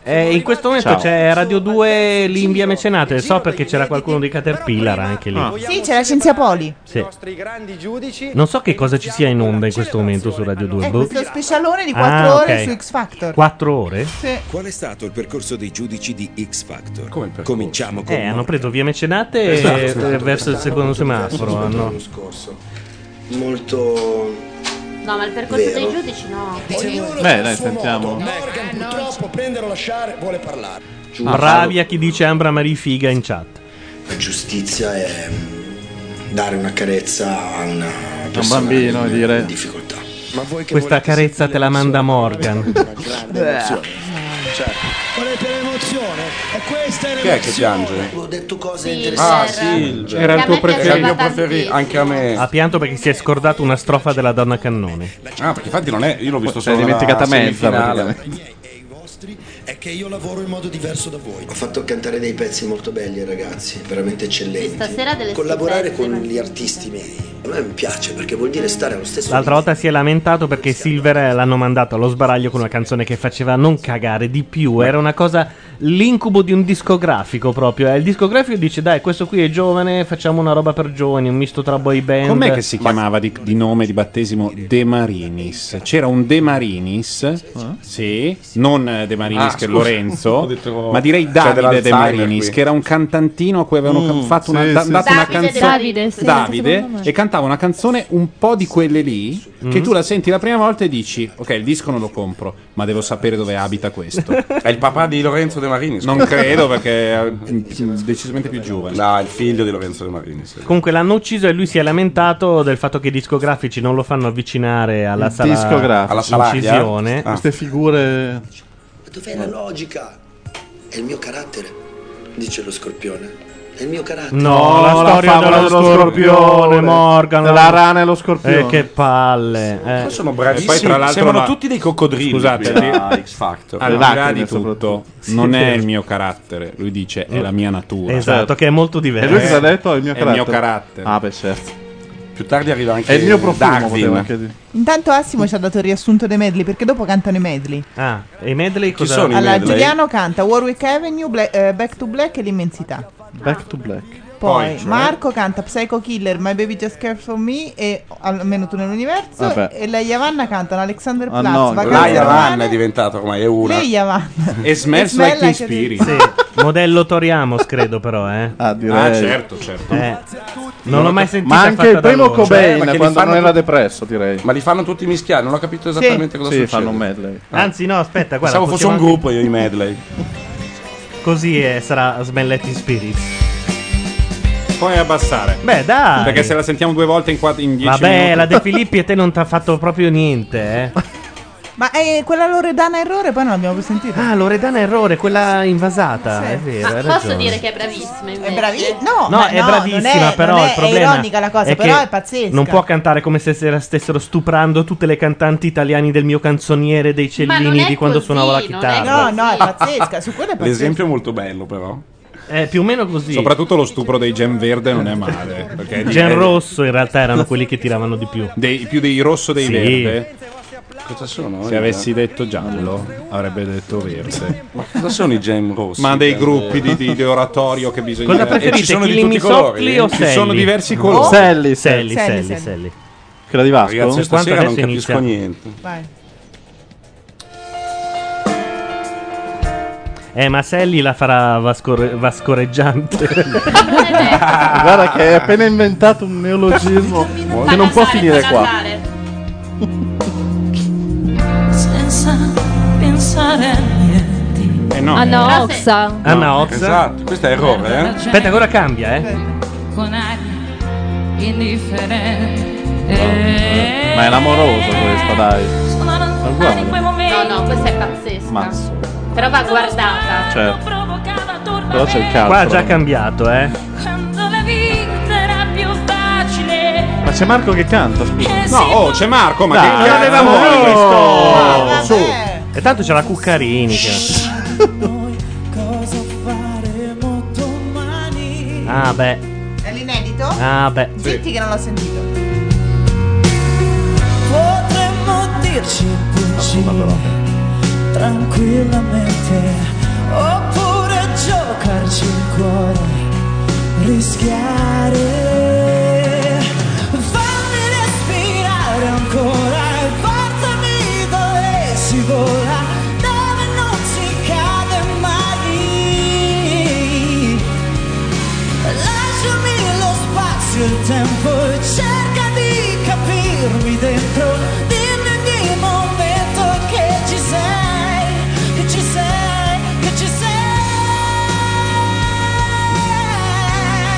Speaker 1: Eh, in questo momento
Speaker 4: Ciao.
Speaker 1: c'è Radio 2 l'Invia Mecenate. So perché c'era qualcuno di Caterpillar anche lì.
Speaker 15: Sì, c'è la Cinzia Poli.
Speaker 1: Ah. Sì.
Speaker 5: I grandi giudici
Speaker 1: Non so che cosa ci sia in onda in questo momento su Radio 2.
Speaker 15: È
Speaker 1: boh.
Speaker 15: Eh, questo specialone di 4
Speaker 1: Ah,
Speaker 15: ore
Speaker 1: ok.
Speaker 15: su X Factor.
Speaker 1: 4 ore?
Speaker 6: Qual è stato il percorso dei giudici di X Factor? Cominciamo con
Speaker 1: Eh, hanno preso via Mecenate e-
Speaker 6: Esatto.
Speaker 1: e verso il secondo semaforo. hanno-
Speaker 6: molto
Speaker 35: No, ma il percorso
Speaker 6: Vero.
Speaker 35: dei giudici no. Eh,
Speaker 4: Beh, dai, sentiamo.
Speaker 11: Morgan purtroppo prendere o lasciare vuole parlare.
Speaker 1: Bravia chi dice Ambra Marie Figa in chat.
Speaker 6: La giustizia è dare una carezza a una
Speaker 4: A un
Speaker 6: persona
Speaker 4: bambino e
Speaker 6: in
Speaker 4: dire.
Speaker 6: difficoltà.
Speaker 1: Questa carezza te la manda Morgan.
Speaker 6: Cioè,
Speaker 10: Qual è per emozione? E questa è
Speaker 2: Chi è che piange?
Speaker 6: ho detto cose
Speaker 2: Ah,
Speaker 6: interessanti.
Speaker 2: sì,
Speaker 1: Era il tuo preferito.
Speaker 2: Era il mio preferito, anche a me.
Speaker 1: Ha pianto perché si è scordato una strofa della donna cannone.
Speaker 2: Ah, perché infatti non è. Io l'ho visto
Speaker 1: Cioè,
Speaker 2: solo.
Speaker 1: è dimenticata
Speaker 2: nella
Speaker 1: mezza,
Speaker 2: semifinale.
Speaker 6: È che io lavoro in modo diverso da voi. Ho fatto cantare dei pezzi molto belli ai ragazzi, veramente eccellenti.
Speaker 35: Stasera delle
Speaker 6: Collaborare con gli artisti miei a me mi piace perché vuol dire stare allo stesso
Speaker 1: L'altra volta si è lamentato perché Silver eh, l'hanno mandato allo sbaraglio con una canzone che faceva non cagare di più. Era una cosa. L'incubo di un discografico proprio. eh. Il discografico dice: Dai, questo qui è giovane, facciamo una roba per giovani, un misto tra boy band.
Speaker 3: Com'è che si chiamava di, di nome di battesimo De Marinis? C'era un De Marinis, sì, non eh, De Marinis
Speaker 2: Eh? Ah,
Speaker 3: che è
Speaker 2: scusa, *laughs* ho
Speaker 3: Lorenzo,
Speaker 2: detto-
Speaker 3: ma direi
Speaker 2: c'è
Speaker 3: Davide De
Speaker 2: dell'Alzheimer
Speaker 3: Marinis,
Speaker 2: qui.
Speaker 3: che era un cantantino a cui avevano
Speaker 2: Mm,
Speaker 3: ca- fatto una,
Speaker 2: sì,
Speaker 3: da-
Speaker 2: sì,
Speaker 3: dato
Speaker 2: sì.
Speaker 3: una
Speaker 2: Davide
Speaker 3: canzone
Speaker 36: Davide, sì,
Speaker 3: Davide,
Speaker 36: secondo me.
Speaker 3: e cantava una canzone un po' di quelle lì che
Speaker 2: Mm.
Speaker 3: tu la senti la prima volta e dici "Ok, il disco non lo compro, ma devo sapere dove abita questo".
Speaker 2: È il papà di Lorenzo De Marini.
Speaker 3: Non credo perché è decisamente più giovane.
Speaker 2: No, è il figlio di Lorenzo De Marini. sì.
Speaker 1: Comunque l'hanno ucciso e lui si è lamentato del fatto che i discografici non lo fanno avvicinare alla
Speaker 4: Il
Speaker 1: sala
Speaker 4: discografico. Alla salacchia?
Speaker 1: incisione.
Speaker 4: Ah. Queste figure.
Speaker 6: Dov'è la logica? È il mio carattere, dice lo scorpione. È il mio carattere.
Speaker 1: No, la, storia
Speaker 4: favola
Speaker 1: dello,
Speaker 4: dello
Speaker 1: scorpione,
Speaker 4: scorpione,
Speaker 1: Morgan.
Speaker 4: della
Speaker 1: la-
Speaker 4: rana e lo scorpione.
Speaker 1: Eh, che palle. eh.
Speaker 2: Sono bravissimi. Sembrano tutti dei coccodrilli.
Speaker 3: Scusate,
Speaker 2: qui, Ah,
Speaker 3: di-
Speaker 2: a X Factor.
Speaker 3: al di là di tutto,
Speaker 4: soprattutto.
Speaker 3: non
Speaker 4: Sì. Certo.
Speaker 3: è il mio carattere, lui dice è la mia natura.
Speaker 1: Esatto, che è molto diverso.
Speaker 4: E lui cosa ha detto? È il mio
Speaker 3: È il
Speaker 4: carattere.
Speaker 3: mio carattere.
Speaker 4: Ah, beh, certo.
Speaker 2: Più tardi arriva anche
Speaker 4: È il mio profumo,
Speaker 2: Eh, Darwin.
Speaker 4: poteva anche dire.
Speaker 15: Intanto Assimo ci ha dato il riassunto dei medley perché dopo cantano i medley.
Speaker 1: Ah, e i medley cosa
Speaker 2: sono i
Speaker 15: Allora, Giuliano canta Warwick Avenue, Bla- eh, Back to Black e l'immensità.
Speaker 4: Back to black.
Speaker 15: Poi
Speaker 4: Poi, cioè?
Speaker 15: Marco canta Psycho Killer, My Baby Just Care For Me e Almeno tu nell'universo.
Speaker 2: Vabbè.
Speaker 15: E lei e Yavanna cantano Alexander
Speaker 2: Ah,
Speaker 15: Platz,
Speaker 2: no,
Speaker 15: Vacanze
Speaker 2: la Yavanna è diventata ormai è una.
Speaker 15: Lei e Yavanna.
Speaker 3: E
Speaker 15: smells smell like like teen spirit.
Speaker 1: Sì, modello Toriamos, credo però, eh.
Speaker 4: Ah,
Speaker 3: Ah, certo, certo.
Speaker 1: Eh. Non l'ho mai sentito.
Speaker 4: Ma anche il primo Cobain,
Speaker 2: Cioè, ma che li
Speaker 4: quando
Speaker 2: fanno
Speaker 4: non era
Speaker 2: tutti-
Speaker 4: depresso, direi.
Speaker 2: Ma li fanno tutti mischiati, non ho capito
Speaker 4: Sì.
Speaker 2: esattamente cosa
Speaker 4: Sì,
Speaker 2: succede.
Speaker 4: fanno un medley.
Speaker 1: Anzi, no, aspetta, guarda.
Speaker 2: Pensavo fosse un
Speaker 1: possiamo
Speaker 2: gruppo io i medley.
Speaker 1: anche- Così eh, sarà Smelletti Spirit.
Speaker 3: Puoi abbassare.
Speaker 1: Beh, dai.
Speaker 3: Perché se la sentiamo due volte in, quatt- in dieci
Speaker 1: Vabbè,
Speaker 3: minuti.
Speaker 1: la
Speaker 3: *laughs*
Speaker 1: De Filippi e te non ti ha fatto proprio niente, eh.
Speaker 15: Ma eh, quella Loredana Errore poi non l'abbiamo più sentita.
Speaker 1: Ah, Loredana Errore,
Speaker 15: Ah,
Speaker 1: quella invasata.
Speaker 15: Sì.
Speaker 1: È vero,
Speaker 15: Ma
Speaker 1: hai
Speaker 15: posso
Speaker 1: ragione.
Speaker 13: dire che è bravissima invece.
Speaker 15: È bravissima. No,
Speaker 1: No,
Speaker 15: ma
Speaker 1: è bravissima,
Speaker 15: non è-
Speaker 1: però
Speaker 15: non è,
Speaker 1: il problema
Speaker 15: è ironica la cosa,
Speaker 1: è
Speaker 15: però
Speaker 1: che
Speaker 15: è pazzesca.
Speaker 1: Non può cantare come se se la stessero stuprando tutte le cantanti italiane del mio canzoniere dei Cellini di quando suonavo la chitarra.
Speaker 15: No, no, è pazzesca, su quello è pazzesca.
Speaker 3: L'esempio
Speaker 2: è molto bello, però.
Speaker 1: È più o meno così.
Speaker 3: Soprattutto lo stupro dei Gen Verde non è male. Perché
Speaker 1: Gen Rosso in realtà erano quelli che tiravano di più.
Speaker 3: Dei, più dei rosso dei
Speaker 1: Sì.
Speaker 3: verde.
Speaker 2: Cosa sono? eh?
Speaker 3: Se avessi detto giallo, avrebbe detto verde.
Speaker 2: Ma cosa sono i gem rossi?
Speaker 3: Ma dei
Speaker 2: Eh,
Speaker 3: gruppi di, di- di oratorio che bisogna
Speaker 2: Cosa preferite,
Speaker 3: E ci sono di
Speaker 2: Killing
Speaker 3: tutti i
Speaker 2: Me
Speaker 3: colori.
Speaker 2: Softly o
Speaker 3: ci sono
Speaker 2: Sally?
Speaker 3: diversi
Speaker 2: No.
Speaker 3: colori.
Speaker 4: Selli,
Speaker 1: Selli, Selli, Selli.
Speaker 4: Quella di Vasco?
Speaker 2: Ragazzi, stasera non
Speaker 1: Quanto adesso
Speaker 2: capisco
Speaker 1: inizia?
Speaker 2: niente.
Speaker 15: Vai.
Speaker 1: Eh, ma Sally la farà vascore-
Speaker 4: *laughs*
Speaker 1: vascoreggiante.
Speaker 4: Guarda che hai appena inventato un neologismo che non può finire qua.
Speaker 10: Senza pensare Ah, a niente.
Speaker 3: Eh
Speaker 2: Ah,
Speaker 10: Anna
Speaker 37: Oxa.
Speaker 1: Anna Oxa.
Speaker 2: Esatto, questo è errore, eh?
Speaker 1: Aspetta, ora cambia, eh.
Speaker 37: Con aria indifferente.
Speaker 4: Ma è l'amoroso questo, dai.
Speaker 13: Eh,
Speaker 37: Sono
Speaker 4: Ma
Speaker 37: lontana in quei
Speaker 4: guarda.
Speaker 37: momenti.
Speaker 13: No, no, questa è pazzesca.
Speaker 4: Mazzo.
Speaker 13: Però va guardata.
Speaker 4: Certo.
Speaker 37: Provocava turba
Speaker 4: Però c'è il calcio.
Speaker 1: Qua ha già cambiato, eh.
Speaker 37: quando la vita era più facile.
Speaker 4: Ma c'è Marco che canta, scusa.
Speaker 3: No, oh, c'è Marco, ma
Speaker 4: Dai,
Speaker 3: che
Speaker 4: non
Speaker 3: avevamo
Speaker 4: no.
Speaker 3: noi
Speaker 4: Oh,
Speaker 3: questo.
Speaker 1: E tanto c'è la Cuccarini. che-
Speaker 10: Cosa faremo domani?
Speaker 1: Ah, beh.
Speaker 15: È l'inedito?
Speaker 1: Ah, beh.
Speaker 15: Zitti che non l'ho sentito.
Speaker 10: Potremmo dirci così tranquillamente
Speaker 21: oppure giocarci il cuore, rischiare. Fammi respirare ancora e portami dove si vola, dove non si cade mai. Lasciami lo spazio e il tempo e cerca di capirmi dentro. Dimmi ogni momento che ci sei, che ci sei, che ci sei.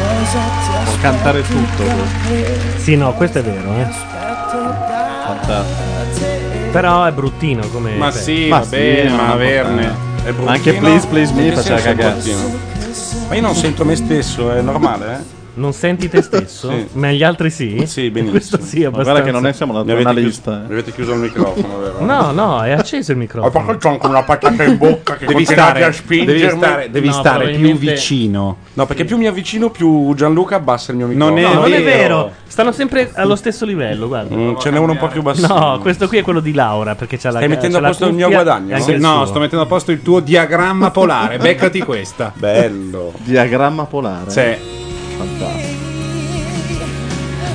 Speaker 21: Cosa ti
Speaker 4: Può cantare tutto. lui.
Speaker 1: Sì, no, questo è vero, eh. Però è bruttino come.
Speaker 3: Ma sì, va bene, ma averne.
Speaker 2: È bruttino.
Speaker 4: Anche Please, Please Me
Speaker 2: In che
Speaker 4: faceva
Speaker 2: senso è
Speaker 4: cagare.
Speaker 2: bruttino? Ma io non sento me stesso, è normale, eh?
Speaker 1: Non senti te stesso?
Speaker 2: Sì.
Speaker 1: Ma gli altri sì?
Speaker 2: Sì, benissimo.
Speaker 1: *laughs* Questo sì,
Speaker 2: Ma
Speaker 1: abbastanza.
Speaker 2: guarda che non è- siamo una- Mi avete una chiuso- lista, eh. mi avete chiuso il microfono, vero?
Speaker 1: No, no, è acceso il microfono. Ma
Speaker 2: perché c'ho ancora una patata in bocca che
Speaker 3: Devi stare, devi stare, devi stare più vicino.
Speaker 2: No, perché più mi avvicino, più Gianluca abbassa il mio microfono.
Speaker 1: No, non è vero. Stanno sempre allo stesso livello, guarda.
Speaker 2: Mm, ce n'è uno un po' più bassino.
Speaker 1: No, questo qui è quello di Laura, perché c'ha la
Speaker 2: Stai
Speaker 1: c'ha
Speaker 2: mettendo a
Speaker 1: eh, la
Speaker 2: posto il mio
Speaker 1: cuffia
Speaker 2: guadagno,
Speaker 1: e anche
Speaker 2: no?
Speaker 1: il
Speaker 3: No,
Speaker 1: suo.
Speaker 3: sto mettendo a posto il tuo diagramma polare. Beccati
Speaker 1: *laughs*
Speaker 3: questa.
Speaker 2: Bello.
Speaker 4: Diagramma polare.
Speaker 3: Sì. Ecco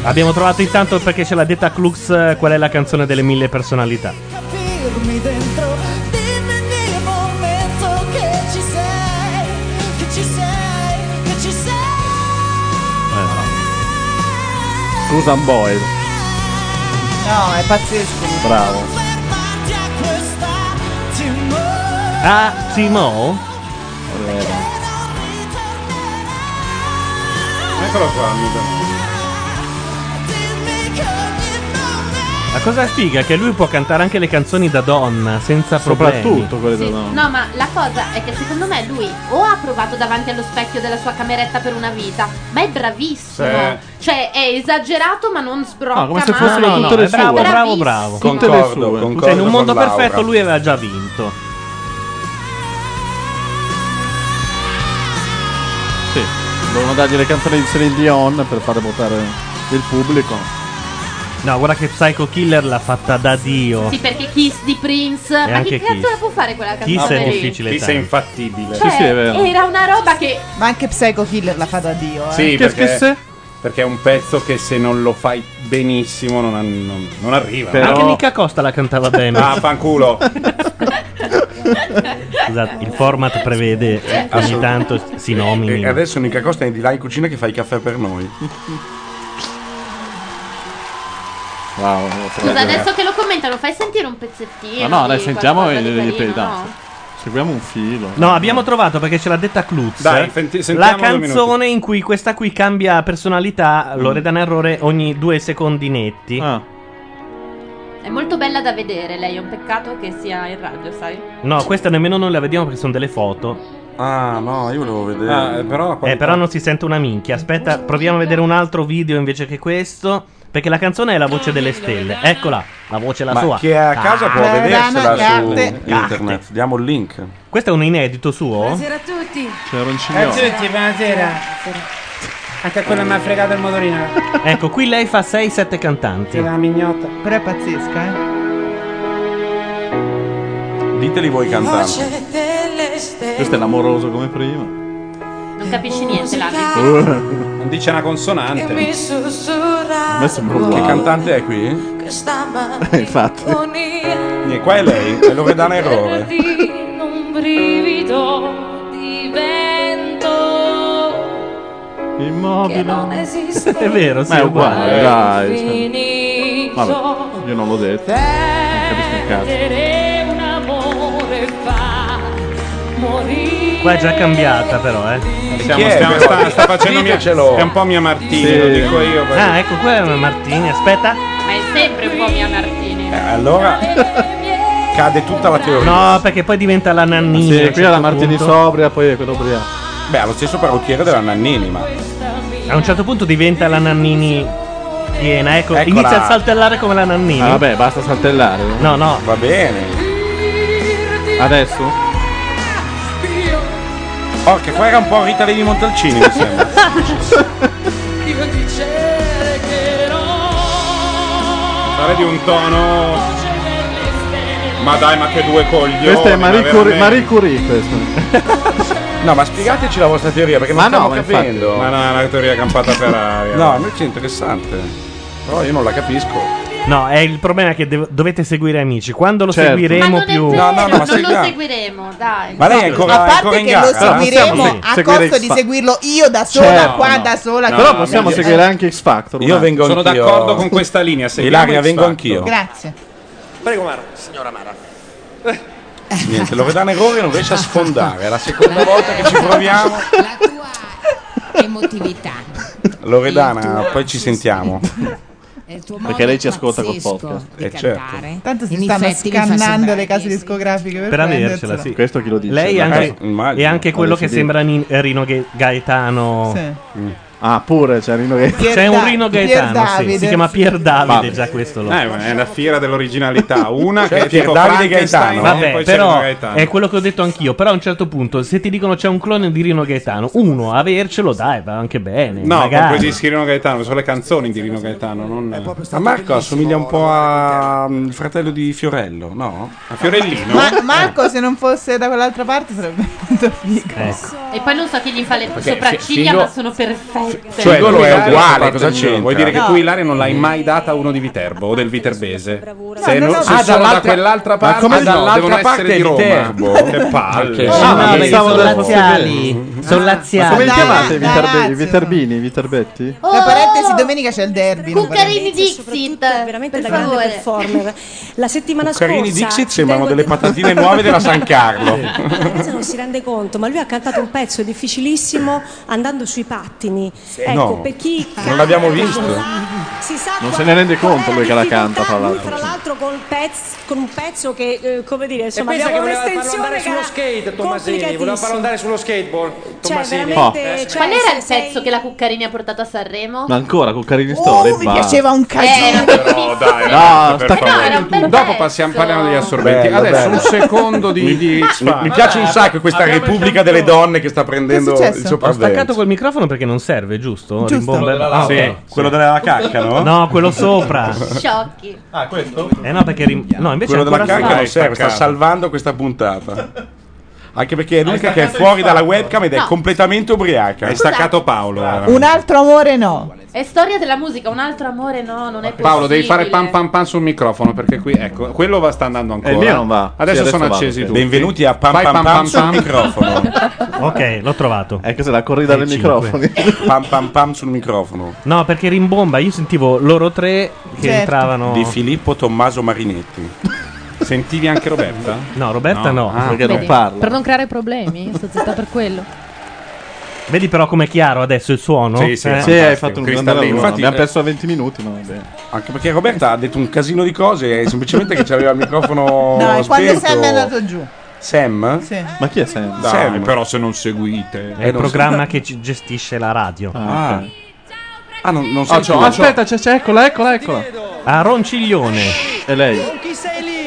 Speaker 1: Abbiamo trovato intanto perché ce l'ha detta Clux eh, qual è la canzone delle mille personalità.
Speaker 21: capirmi dentro dimmi ogni momento che ci sei che ci sei che ci sei
Speaker 4: Susan Boyle.
Speaker 15: No, è pazzesco.
Speaker 4: Bravo.
Speaker 1: Ah, Timo?
Speaker 2: Eccolo qua, amico.
Speaker 1: La cosa figa è che lui può cantare anche le canzoni da donna senza problemi.
Speaker 4: Soprattutto quelle da
Speaker 1: Sì.
Speaker 4: donna.
Speaker 13: No, ma la cosa è che secondo me lui o ha provato davanti allo specchio della sua cameretta per una vita, ma è bravissimo.
Speaker 3: Sì.
Speaker 13: Cioè, è esagerato ma non sbrocca
Speaker 1: No, come se
Speaker 13: mai.
Speaker 1: fossero tutte le sue. Bravo, bravo, bravo.
Speaker 3: Concordo,
Speaker 1: Tutte le sue.
Speaker 3: concordo
Speaker 1: Cioè, in un
Speaker 3: con
Speaker 1: mondo
Speaker 3: Laura.
Speaker 1: perfetto lui aveva già vinto.
Speaker 4: Sì. Dovevano dargli le canzoni di Celine Dion per fare votare il pubblico.
Speaker 1: No, guarda che Psycho Killer l'ha fatta da Dio.
Speaker 13: Sì, perché Kiss di Prince. ma che
Speaker 1: anche
Speaker 13: cazzo
Speaker 1: Kiss.
Speaker 13: la può fare quella
Speaker 1: Kiss
Speaker 13: canzone?
Speaker 1: è
Speaker 13: lì?
Speaker 1: difficile.
Speaker 3: Kiss è
Speaker 1: tanto.
Speaker 3: infattibile.
Speaker 13: Cioè,
Speaker 10: eh,
Speaker 13: Era una roba che.
Speaker 15: Ma anche Psycho Killer la fa da Dio, eh.
Speaker 3: Sì, perché, perché è un pezzo che se non lo fai benissimo non, non- non arriva.
Speaker 1: Anche Nica *laughs* Costa la cantava bene.
Speaker 3: Ah, fanculo.
Speaker 1: Scusate, Esatto, il format prevede eh, ogni
Speaker 2: assolutamente.
Speaker 1: tanto si nomini.
Speaker 2: E adesso Nica Costa è di là in cucina che fa i caffè per noi.
Speaker 4: Wow.
Speaker 13: Scusa, adesso che lo commentano, fai sentire un pezzettino.
Speaker 4: Ma no,
Speaker 13: dai,
Speaker 4: dai, sentiamo i- i
Speaker 13: no?
Speaker 4: pedazzi. Seguiamo un filo.
Speaker 1: No, abbiamo trovato perché ce l'ha detta Cluz.
Speaker 4: Dai, senti-
Speaker 1: la
Speaker 4: sentiamo due Mm.
Speaker 1: canzone in cui questa qui cambia personalità, Loredana Errore, ogni due secondi netti.
Speaker 4: Ah.
Speaker 13: È molto bella da vedere lei, è un peccato che sia in radio, sai?
Speaker 1: No, questa nemmeno noi la vediamo perché sono delle foto.
Speaker 2: Ah, no, io volevo vedere.
Speaker 4: Ah,
Speaker 1: eh, però, non si sente una minchia. Aspetta, proviamo a vedere un altro video invece che questo. Perché la canzone è La voce delle stelle. Eccola, la voce è la
Speaker 2: Ma
Speaker 1: sua.
Speaker 2: chi è a casa può
Speaker 1: Ah.
Speaker 2: vedersela su
Speaker 1: Carte.
Speaker 2: internet. Diamo il link.
Speaker 1: Questo è un inedito suo?
Speaker 10: Buonasera a tutti.
Speaker 4: C'era un
Speaker 2: Eh,
Speaker 5: A tutti, buonasera. Anche quello mi ha fregato il motorino.
Speaker 1: Ecco, qui lei fa 6-7 cantanti.
Speaker 5: La mignotta.
Speaker 15: Però è pazzesca, eh.
Speaker 2: Diteli voi cantanti.
Speaker 4: Questo è l'amoroso come prima.
Speaker 13: Non capisci niente là.
Speaker 3: Dice una consonante.
Speaker 10: sussurra
Speaker 2: Che cantante è qui?
Speaker 10: che stamattina
Speaker 2: *laughs* Infatti.
Speaker 10: unì
Speaker 2: qua è lei, è Loredana Errore.
Speaker 10: in un brivido di vento che non
Speaker 4: Immobile.
Speaker 10: esiste.
Speaker 4: È vero, sì,
Speaker 10: Ma
Speaker 4: è uguale, dai, cioè.
Speaker 10: Infinito.
Speaker 4: Vabbè, io non l'ho detto. Non capisco un cazzo.
Speaker 10: Vedere un amore fa morire.
Speaker 1: Qua è già cambiata, però, eh.
Speaker 3: Siamo- stiamo- sta, sta facendo mia, è un po' mia Martini,
Speaker 1: Sì.
Speaker 3: lo dico io. però.
Speaker 1: Ah, ecco, qua è una Martini. Aspetta.
Speaker 13: Ma è sempre un po' mia
Speaker 3: Eh,
Speaker 13: Martini.
Speaker 2: Allora cade tutta la teoria.
Speaker 1: No, perché poi diventa la nannina. a
Speaker 4: Sì,
Speaker 1: un
Speaker 4: qui è la
Speaker 1: certo
Speaker 4: Martini
Speaker 1: punto.
Speaker 4: sobria, poi è quello ubriaco.
Speaker 2: Beh, ha lo stesso parrucchiere della Nannini, ma.
Speaker 1: A un certo punto diventa la nannini piena. Ecco,
Speaker 2: Eccola.
Speaker 1: inizia a saltellare come la nannini.
Speaker 4: Ah, vabbè, basta saltellare.
Speaker 1: No, no.
Speaker 2: Va bene.
Speaker 4: Adesso?
Speaker 2: Oh, che qua era un po' Rita Levi Montalcini, mi sembra.
Speaker 4: *laughs*
Speaker 10: Io dicere che no.
Speaker 3: Fare di un tono.
Speaker 7: Ma dai, ma che due coglioni.
Speaker 4: Questa è Marie,
Speaker 7: ma
Speaker 4: Curie,
Speaker 7: veramente.
Speaker 4: Marie Curie, questa.
Speaker 2: No, ma spiegateci la vostra teoria, perché
Speaker 4: Ma
Speaker 2: non stiamo
Speaker 4: no, ma
Speaker 2: capendo.
Speaker 4: infatti.
Speaker 7: Ma no, è una teoria campata per aria.
Speaker 2: No, invece è interessante. Però io non la
Speaker 4: *laughs*
Speaker 2: capisco.
Speaker 1: No, è il problema è che dev- dovete seguire amici. Quando lo
Speaker 2: Certo.
Speaker 13: Ma
Speaker 1: seguiremo
Speaker 13: non è
Speaker 1: più.
Speaker 13: vero, non lo seguiremo, dai.
Speaker 1: Ah. Ma lei è ancora-
Speaker 15: a parte
Speaker 1: ancora in
Speaker 15: che
Speaker 1: gara?
Speaker 3: eh?
Speaker 15: lo
Speaker 1: Però possiamo
Speaker 15: seguiremo
Speaker 1: se-
Speaker 15: a
Speaker 1: seguire
Speaker 15: costo
Speaker 1: X
Speaker 15: di
Speaker 1: Factor.
Speaker 15: seguirlo io da sola,
Speaker 1: Certo,
Speaker 15: qua
Speaker 1: no.
Speaker 15: da sola.
Speaker 1: No,
Speaker 15: che-
Speaker 4: Però possiamo
Speaker 15: Eh,
Speaker 4: seguire anche X Factor.
Speaker 2: Io vengo
Speaker 3: Sono
Speaker 2: anch'io.
Speaker 3: d'accordo con questa linea. seguiamo
Speaker 2: Ilaria,
Speaker 3: X
Speaker 2: vengo
Speaker 3: Factor.
Speaker 2: anch'io.
Speaker 15: Grazie.
Speaker 5: Prego Mara.
Speaker 34: Signora Mara.
Speaker 2: Niente, Loredana Errore non riesce a sfondare. È la seconda volta che ci proviamo.
Speaker 9: Emotività.
Speaker 2: Loredana, poi ci sentiamo.
Speaker 9: È il tuo modo
Speaker 2: Perché lei ci ascolta col
Speaker 9: pazzesco
Speaker 2: podcast.
Speaker 9: di
Speaker 2: Eh,
Speaker 9: cantare.
Speaker 15: Tanto si
Speaker 9: In
Speaker 15: stanno
Speaker 9: effetti mi fa
Speaker 15: scannando
Speaker 9: sembrare
Speaker 15: le case discografiche per,
Speaker 1: Per avercela,
Speaker 15: prendersela.
Speaker 1: sì.
Speaker 4: Questo chi lo dice?
Speaker 1: Lei è
Speaker 4: Eh,
Speaker 1: anche,
Speaker 4: immagino.
Speaker 1: è anche quello che
Speaker 4: Adesso
Speaker 1: sembra Nin- eh, Rino Ghe- Gaetano.
Speaker 15: Sì.
Speaker 4: Ah, pure c'è Rino Gaetano.
Speaker 1: C'è un Rino
Speaker 3: Pier
Speaker 1: Gaetano, sì.
Speaker 3: Davide.
Speaker 1: si chiama Pier Davide,
Speaker 3: Vabbè.
Speaker 1: già questo lo
Speaker 3: Eh, ma è la fiera dell'originalità. Una
Speaker 1: Cioè,
Speaker 3: Ah, che è
Speaker 1: Pier
Speaker 3: tipo
Speaker 1: Davide
Speaker 3: Frankenstein,
Speaker 1: Gaetano.
Speaker 3: e
Speaker 1: Vabbè,
Speaker 3: poi c'è Rino
Speaker 1: però
Speaker 3: Gaetano.
Speaker 1: è quello che ho detto anch'io. Però a un certo punto, se ti dicono c'è un clone di Rino Gaetano, uno avercelo, dai, va anche bene.
Speaker 3: No, con
Speaker 1: magari.
Speaker 3: quelli di Rino Gaetano, sono le canzoni di Rino Gaetano. Non...
Speaker 2: Ma Marco assomiglia un po' a mm, il fratello di Fiorello, no? A
Speaker 3: Fiorellino?
Speaker 15: Ma- Marco, se non fosse da quell'altra parte, sarebbe molto figo.
Speaker 2: Ecco. Eh,
Speaker 13: E poi non so chi gli fa le
Speaker 3: Perché
Speaker 13: sopracciglia,
Speaker 3: figo-
Speaker 13: ma sono perfette.
Speaker 3: Cioè,
Speaker 2: Singolo
Speaker 3: lui
Speaker 2: è
Speaker 3: Ilaria
Speaker 2: uguale,
Speaker 3: fa
Speaker 2: cosa
Speaker 3: il giro.
Speaker 2: c'entra?
Speaker 3: Vuoi dire che
Speaker 2: No.
Speaker 3: tu Ilaria non l'hai mai data a uno di Viterbo o del Viterbese? se
Speaker 2: no,
Speaker 3: non,
Speaker 2: no, ah,
Speaker 3: se sono da
Speaker 2: dall'altra-
Speaker 3: quell'altra
Speaker 2: ma
Speaker 3: parte,
Speaker 2: come
Speaker 3: ah,
Speaker 2: no,
Speaker 3: dall'altra
Speaker 2: devono
Speaker 3: parte
Speaker 2: essere
Speaker 3: di Roma.
Speaker 2: Viterbo.
Speaker 3: che palle.
Speaker 2: Ah, ma
Speaker 3: Sì,
Speaker 2: pensavo
Speaker 3: sì,
Speaker 2: del
Speaker 3: sì.
Speaker 1: laziali.
Speaker 15: Ah,
Speaker 1: Sono laziali.
Speaker 4: Ma come li
Speaker 1: Da-
Speaker 4: chiamate? i
Speaker 1: da
Speaker 4: Viterbe-
Speaker 1: Lazio.
Speaker 4: i Viterbini? i Viterbetti?
Speaker 15: Tra parentesi, domenica c'è il derby. non
Speaker 13: Cuccarini Oh, Dixit,
Speaker 19: veramente
Speaker 13: per
Speaker 19: da grande
Speaker 13: favore.
Speaker 19: performer. La settimana
Speaker 2: Carini
Speaker 19: scorsa
Speaker 2: Dixit sembrano delle patatine nuove della San Carlo.
Speaker 19: la ragazza non si rende conto, ma lui ha cantato un pezzo difficilissimo andando sui pattini. Ecco,
Speaker 4: No,
Speaker 19: per chi
Speaker 4: non l'abbiamo
Speaker 19: canta,
Speaker 4: visto.
Speaker 19: Si sa
Speaker 4: Non
Speaker 19: qual-
Speaker 4: se ne rende conto lui che la canta, fra
Speaker 19: lui, Tra
Speaker 4: l'altro.
Speaker 19: l'altro con, pezz- con un pezzo che, eh, come dire, insomma,
Speaker 5: pensa
Speaker 19: abbiamo
Speaker 5: che voleva farlo
Speaker 19: un'estensione
Speaker 5: andare
Speaker 19: che era
Speaker 5: sullo skate Tommasini, voleva farlo andare sullo skateboard Tommasini.
Speaker 4: veramente,
Speaker 13: *laughs*
Speaker 5: Eh,
Speaker 19: cioè,
Speaker 13: Qual era il pezzo che la Cuccarini ha portato a Sanremo?
Speaker 4: Ma ancora con Carini Story.
Speaker 15: Oh, mi
Speaker 1: Ah.
Speaker 15: piaceva un casino.
Speaker 3: No, dai,
Speaker 4: No,
Speaker 3: per
Speaker 4: sta-
Speaker 3: favore.
Speaker 4: No, era un bel
Speaker 3: Dopo passiamo, parliamo degli assorbenti.
Speaker 2: Bello,
Speaker 3: Adesso
Speaker 2: bello.
Speaker 3: un secondo di, di X
Speaker 2: Mi,
Speaker 3: Factor.
Speaker 2: mi piace un sacco questa
Speaker 3: Abbiamo il
Speaker 2: Repubblica delle Donne che sta prendendo
Speaker 1: Ho
Speaker 2: il sopravvento.
Speaker 1: staccato quel microfono perché non serve, giusto?
Speaker 2: Giusto.
Speaker 1: Rimbomber-
Speaker 2: Quello della-
Speaker 1: Ah, ok.
Speaker 2: sì, quello della cacca, no?
Speaker 1: No, quello sopra.
Speaker 13: Sciocchi.
Speaker 2: Ah, questo?
Speaker 1: Eh no, perché rim- no, invece
Speaker 2: Quello della
Speaker 1: ancora
Speaker 2: cacca
Speaker 1: sopra.
Speaker 2: non serve, sta salvando questa *laughs* puntata. Anche perché è l'unica che è fuori dalla webcam ed è
Speaker 13: No.
Speaker 2: completamente ubriaca.
Speaker 13: Hai staccato
Speaker 2: Paolo.
Speaker 15: Un altro amore no.
Speaker 13: È storia della musica, un altro amore no, non è possibile.
Speaker 3: Paolo, devi fare pam pam pam sul microfono perché qui, ecco, quello va, sta andando ancora.
Speaker 2: Eh, il mio non va.
Speaker 3: Adesso
Speaker 2: Sì, adesso
Speaker 3: sono
Speaker 2: va,
Speaker 3: accesi
Speaker 2: ok.
Speaker 3: tutti.
Speaker 2: Benvenuti a pam
Speaker 3: Vai,
Speaker 2: pam pam sul
Speaker 3: *laughs*
Speaker 2: microfono.
Speaker 1: Ok, l'ho trovato.
Speaker 4: Eh, È cos'è la corrida
Speaker 1: dei
Speaker 4: dei microfoni?
Speaker 2: pam pam pam sul microfono.
Speaker 1: No, perché rimbomba. Io sentivo loro tre che
Speaker 2: Certo.
Speaker 1: entravano.
Speaker 2: Di Filippo Tommaso Marinetti.
Speaker 3: Sentivi anche Roberta?
Speaker 1: No, Roberta no.
Speaker 2: perché
Speaker 1: non
Speaker 12: Vedi, Per non creare problemi, io sto zitta per quello.
Speaker 1: Vedi però com'è chiaro adesso il suono? Eh.
Speaker 2: Sì, sì,
Speaker 4: Sì, hai fatto un grande lavoro.
Speaker 2: Infatti,
Speaker 4: Abbiamo
Speaker 2: eh,
Speaker 4: perso 20 minuti, ma va bene.
Speaker 2: Anche perché Roberta ha detto un casino di cose, è semplicemente che c'aveva il
Speaker 1: Oh,
Speaker 2: microfono
Speaker 15: No, è quando
Speaker 2: spento.
Speaker 15: Sam è andato giù.
Speaker 2: Sam?
Speaker 15: Sì.
Speaker 4: Ma chi è Sam?
Speaker 2: Dai,
Speaker 3: Sam.
Speaker 2: però
Speaker 3: se non seguite.
Speaker 1: È il programma che ci gestisce la radio.
Speaker 2: Ah.
Speaker 1: Ok.
Speaker 2: Ah, non, non
Speaker 4: Ah, c'ho-
Speaker 2: più.
Speaker 4: aspetta, c'è, c'è, eccola, eccola, eccola.
Speaker 1: A Ah, Ronciglione.
Speaker 4: E lei?
Speaker 12: Chi sei lì?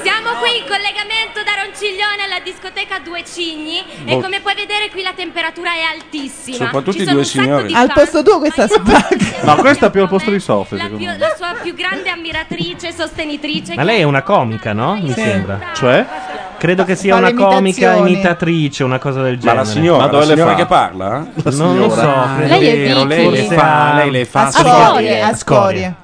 Speaker 38: Siamo qui in collegamento da Ronciglione alla discoteca Due Cigni
Speaker 2: Boh.
Speaker 38: e come puoi vedere qui la temperatura è altissima.
Speaker 2: Soprattutto
Speaker 38: Ci
Speaker 2: i
Speaker 38: sono
Speaker 2: due
Speaker 38: un sacco
Speaker 2: signori.
Speaker 38: di
Speaker 15: Al
Speaker 38: fan.
Speaker 15: posto tuo questa spacca.
Speaker 2: eh,
Speaker 4: No, questa è più al posto di Sofia,
Speaker 38: La,
Speaker 4: secondo
Speaker 38: più-
Speaker 4: me.
Speaker 38: la sua più grande ammiratrice, sostenitrice.
Speaker 1: Ma lei è una comica, no? Mi sembra.
Speaker 4: Cioè?
Speaker 1: Credo che sia
Speaker 38: Fa le
Speaker 1: una comica
Speaker 38: imitazioni.
Speaker 1: imitatrice, una cosa del
Speaker 2: Ma
Speaker 1: genere.
Speaker 2: la signora,
Speaker 1: Ma
Speaker 2: la signora che parla?
Speaker 1: Non lo so.
Speaker 2: Ah,
Speaker 1: credo.
Speaker 2: lei è Vero, lei le
Speaker 1: Forse
Speaker 2: fa-
Speaker 1: a-
Speaker 2: lei le fa
Speaker 1: a
Speaker 2: solo-
Speaker 15: Scorie, a
Speaker 1: A
Speaker 15: scorie.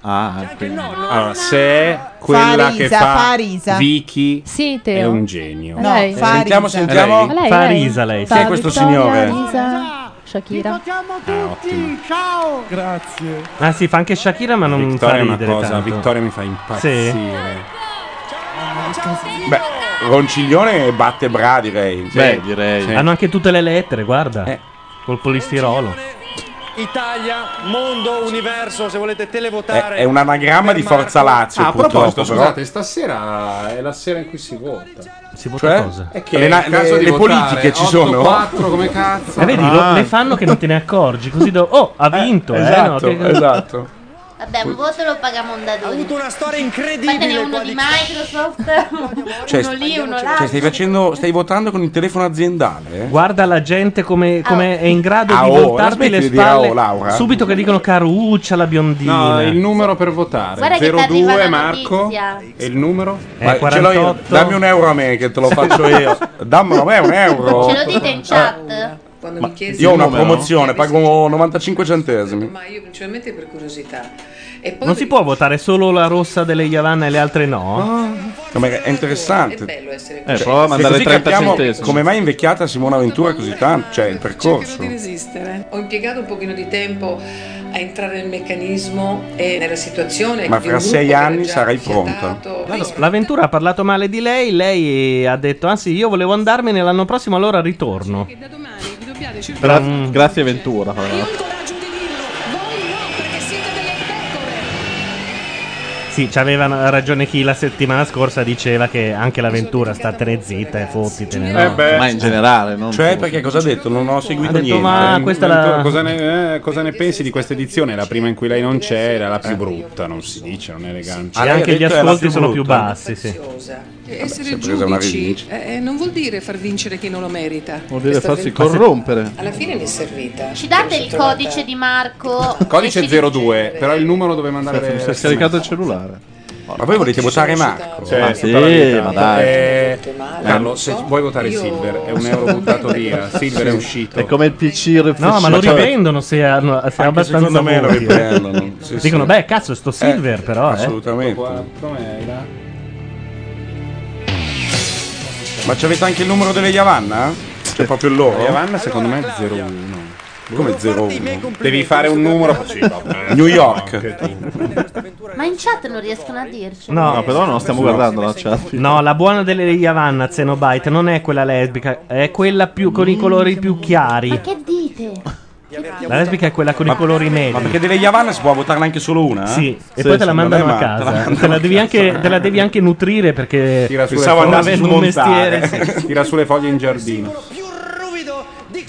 Speaker 4: Ah, quindi.
Speaker 3: Allora, se è quella
Speaker 15: Farisa,
Speaker 3: che fa
Speaker 15: Farisa.
Speaker 3: Vicky
Speaker 12: Sì,
Speaker 3: è
Speaker 12: Teo.
Speaker 3: un genio.
Speaker 12: No, Lei. Farisa.
Speaker 2: Sentiamo, sentiamo.
Speaker 3: Lei, lei. Farisa, lei.
Speaker 12: Fa
Speaker 3: Chi è questo
Speaker 12: Vittoria,
Speaker 3: signore?
Speaker 12: Risa, Shakira.
Speaker 36: Ciao!
Speaker 12: Grazie.
Speaker 1: Ah sì, fa anche Shakira, ma non
Speaker 3: Vittoria è
Speaker 1: fa
Speaker 3: una
Speaker 1: ridere
Speaker 3: cosa,
Speaker 1: tanto.
Speaker 3: Vittoria mi fa impazzire.
Speaker 1: Sì.
Speaker 2: Beh, Ronciglione batte Bra, direi.
Speaker 1: Beh,
Speaker 2: direi.
Speaker 1: Hanno anche tutte le lettere, guarda.
Speaker 2: Eh.
Speaker 1: Col polistirolo.
Speaker 5: Italia, mondo, universo, se volete
Speaker 2: È,
Speaker 3: Eh,
Speaker 5: televotare.
Speaker 2: è un anagramma di Forza Lazio.
Speaker 3: Ah, a
Speaker 2: purtroppo,
Speaker 3: proposito,
Speaker 2: però.
Speaker 3: scusate, stasera è la sera in cui si vota.
Speaker 1: Si
Speaker 3: vota
Speaker 2: Cioè?
Speaker 3: cosa?
Speaker 2: È che le,
Speaker 3: è il caso di
Speaker 2: le
Speaker 3: votare.
Speaker 2: politiche ci sono.
Speaker 3: 8-4 come cazzo.
Speaker 2: Ah.
Speaker 1: Ma vedi, lo- le fanno che non te ne accorgi. Così do- Oh, ha vinto, eh, no,
Speaker 2: Esatto,
Speaker 1: che-
Speaker 2: esatto.
Speaker 13: Vabbè, un voto lo paga Mondadori. Ho avuto
Speaker 39: una storia
Speaker 13: incredibile. Fatene uno di Cioè, Microsoft, uno lì, uno là.
Speaker 2: Cioè, stai, facendo, stai votando con il telefono aziendale? eh?
Speaker 1: Guarda la gente come, come è in grado
Speaker 2: Ah,
Speaker 1: di
Speaker 2: oh, la
Speaker 1: voltarti
Speaker 2: smetti
Speaker 1: le
Speaker 2: di dire ah, oh,
Speaker 1: spalle
Speaker 2: Laura?
Speaker 1: subito che dicono caruccia la biondina.
Speaker 3: No, il numero per votare.
Speaker 13: Guarda che ti arriva
Speaker 3: 02
Speaker 13: la
Speaker 3: Marco.
Speaker 13: notizia.
Speaker 3: E il numero?
Speaker 2: Eh, ce l'ho io. Dammi un euro a me che te lo
Speaker 1: *laughs*
Speaker 2: faccio io. Dammelo a me un euro. Ah,
Speaker 13: Ce lo dite in chat?
Speaker 8: Eh. Quando mi chiesi
Speaker 2: Io ho
Speaker 8: il
Speaker 2: una
Speaker 8: numero,
Speaker 2: promozione, pago 95 centesimi.
Speaker 8: ma io principalmente per curiosità. E poi
Speaker 1: Non si può votare solo la rossa delle Yavanna e le altre
Speaker 3: Ah.
Speaker 1: no?
Speaker 2: Come è
Speaker 1: Ah.
Speaker 8: È
Speaker 2: interessante.
Speaker 8: bello essere
Speaker 2: Cioè,
Speaker 8: così.
Speaker 2: se così capiamo Come mai è invecchiata Simona Ventura così tanto? Cioè, il percorso.
Speaker 8: cerco di resistere. Ho impiegato un pochino di tempo a entrare nel meccanismo e nella situazione.
Speaker 2: Ma
Speaker 8: di un
Speaker 2: fra
Speaker 8: gruppo
Speaker 2: sei
Speaker 8: che era
Speaker 2: anni
Speaker 8: già
Speaker 2: sarai
Speaker 8: affiatato.
Speaker 2: pronta.
Speaker 1: L'avventura ha parlato male di lei, lei ha detto anzi io volevo andarmene l'anno prossimo allora ritorno. Mm.
Speaker 4: Gra- Grazie Ventura. fra l'altro.
Speaker 1: Sì, c'aveva ragione chi la settimana scorsa diceva che anche l'avventura statene zitta e fottitene. no?
Speaker 4: Ma in generale, non
Speaker 2: Cioè,
Speaker 4: solo.
Speaker 2: perché cosa ha detto? Non ho seguito
Speaker 3: Ha detto,
Speaker 2: niente.
Speaker 3: ma
Speaker 2: Eh,
Speaker 3: questa
Speaker 2: non-
Speaker 3: la-
Speaker 2: cosa
Speaker 3: cosa,
Speaker 2: ne-
Speaker 3: ne, eh, cosa ne pensi di questa edizione? La prima in cui lei non c'era, la più brutta, non si dice, non è elegante.
Speaker 1: Eh. Ah, lei Anche ha gli detto è la ascolti più sono brutta? più bassi, sì.
Speaker 8: E essere
Speaker 3: sempre che è una
Speaker 8: giudici
Speaker 3: rivincita.
Speaker 8: eh, non vuol dire far vincere chi non lo merita.
Speaker 4: Vuol dire
Speaker 8: Questa
Speaker 4: farsi
Speaker 8: avventura-
Speaker 4: corrompere.
Speaker 8: Alla fine mi è servita.
Speaker 13: Ci date il codice di Marco?
Speaker 8: *laughs*
Speaker 3: Codice 02, però il numero dove mandare
Speaker 4: Mi
Speaker 3: le
Speaker 4: si è scaricato il cellulare.
Speaker 2: Ma voi volete votare Marco?
Speaker 3: Cioè,
Speaker 4: sì,
Speaker 3: tutta
Speaker 4: diciamo
Speaker 3: la vita.
Speaker 4: ma dai.
Speaker 3: Eh, Carlo, se vuoi votare Silver, è un euro
Speaker 4: *laughs*
Speaker 3: buttato via. Ah, Silver è uscito.
Speaker 4: È come il PC
Speaker 1: No, ma lo rivendono se hanno se hanno abbastanza
Speaker 3: secondo me lo
Speaker 1: voti, eh.
Speaker 3: riprendono, sì,
Speaker 1: Dicono,
Speaker 3: sì.
Speaker 1: beh, cazzo, sto Silver, però. eh."
Speaker 2: Assolutamente.
Speaker 3: Com'è? là?
Speaker 2: Ma c'avete anche il numero delle Yavanna? C'è proprio il loro?
Speaker 3: Yavanna secondo me è 01.
Speaker 2: Come 01?
Speaker 3: Devi fare un
Speaker 39: *laughs*
Speaker 3: numero. Sì, vabbè.
Speaker 2: New York.
Speaker 13: Ma in chat non riescono a dirci.
Speaker 4: No, però non stiamo guardando la chat.
Speaker 1: No, la buona delle Yavanna Zenobite non è quella lesbica, è quella più con i colori più chiari.
Speaker 13: Che dite?
Speaker 1: La lesbica è quella con i colori neri.
Speaker 2: Ma perché delle Yavanna si può votarne anche solo una?
Speaker 1: Sì, e poi te la mandano a casa. Te la devi anche, te la devi anche nutrire perché
Speaker 3: Tira sulle
Speaker 1: Pensavo
Speaker 3: foglie
Speaker 1: avendo un mestiere. sì.
Speaker 3: *laughs* Tira sulle foglie in giardino.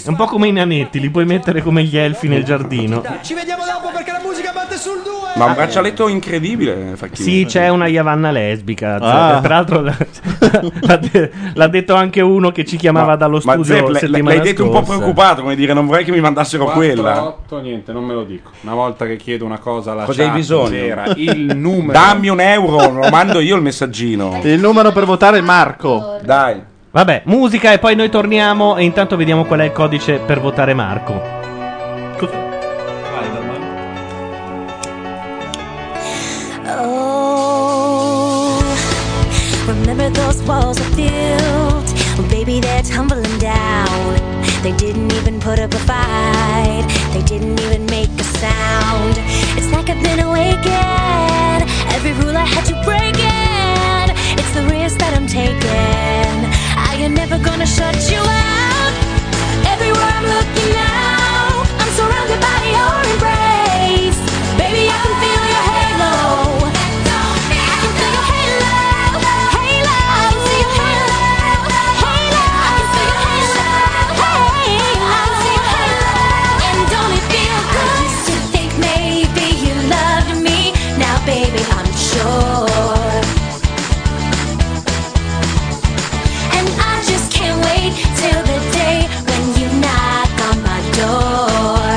Speaker 1: È un po' come i nanetti, li puoi mettere come gli elfi nel giardino.
Speaker 39: Ci vediamo dopo perché la musica batte sul 2.
Speaker 2: Ma un braccialetto incredibile, Facchini.
Speaker 1: Sì, c'è una Yavanna lesbica.
Speaker 2: Ah.
Speaker 1: Peraltro l'ha, *laughs* l'ha de- l'ha detto anche uno che ci chiamava dallo
Speaker 2: Ma
Speaker 1: studio
Speaker 2: Zepp, le- le-
Speaker 1: settimana
Speaker 2: l'hai detto un po'
Speaker 1: scorsa.
Speaker 2: preoccupato, come dire, non vorrei che mi mandassero quella.
Speaker 3: 8, niente, non me lo dico. Una volta che chiedo una cosa alla
Speaker 2: Cosa hai
Speaker 3: chat,
Speaker 2: bisogno?
Speaker 3: *laughs* c'era il numero.
Speaker 2: Dammi un euro, lo mando io il messaggino.
Speaker 4: Il numero per votare è Marco.
Speaker 2: Dai.
Speaker 1: Vabbè, musica e poi noi torniamo e intanto vediamo qual è il codice per votare Marco.
Speaker 10: Oh, remember those walls I built? Baby, they're tumbling down. They didn't even put up a fight. They didn't even make a sound. It's like I've been awakened. Every rule I had to break in. It's the risk that I'm taking. I am never gonna shut you out. Everywhere I'm looking now, I'm surrounded by your embrace. Baby, I can feel your halo. I can feel your halo, halo. I can see your halo, halo. I can feel your halo, halo. I can see your halo, and don't it feel good? I used to think maybe you loved me. Now, baby, I'm sure. And I just can't wait Oh,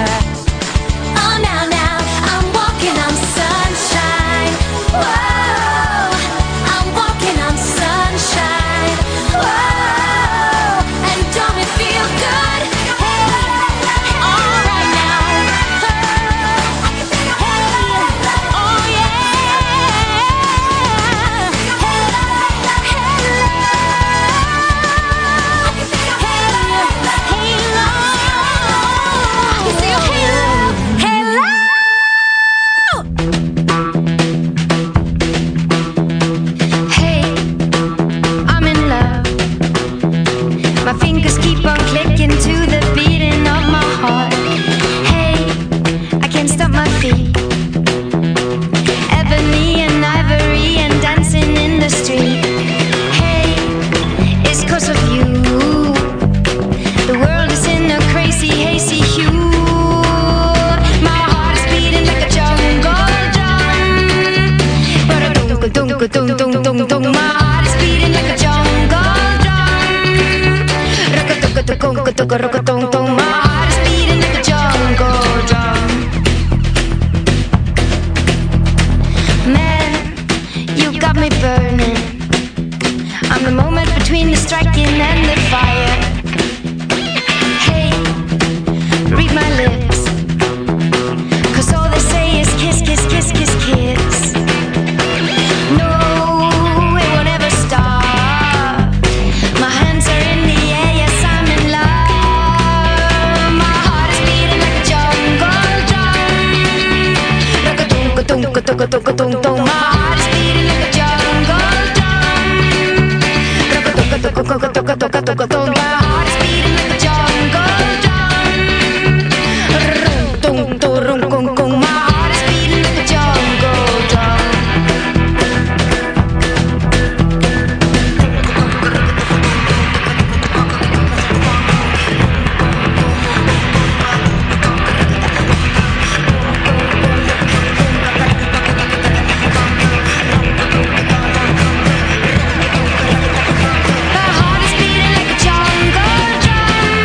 Speaker 35: tung tung tung tung. My heart is beating like a jungle drum. Rock a tung tung tung tung rock a tung tung. My heart is beating like a jungle drum. Man, you got me burning. I'm the moment between the striking and the fire. Hey, read my lips. Cause all they say is kiss, kiss, kiss, kiss, kiss. No, it will never stop. My hands are in the air, yes, I'm in love. My heart is beating like a jungle drum. Rock-a-tung, tung-a-tung, tung-a-tung. My heart is beating like a jungle drum. Rock-a-tung-a-tung, My heart is beating like a jungle drum. Tung-tung-tung-tung. My heart is beating like a jungle drum.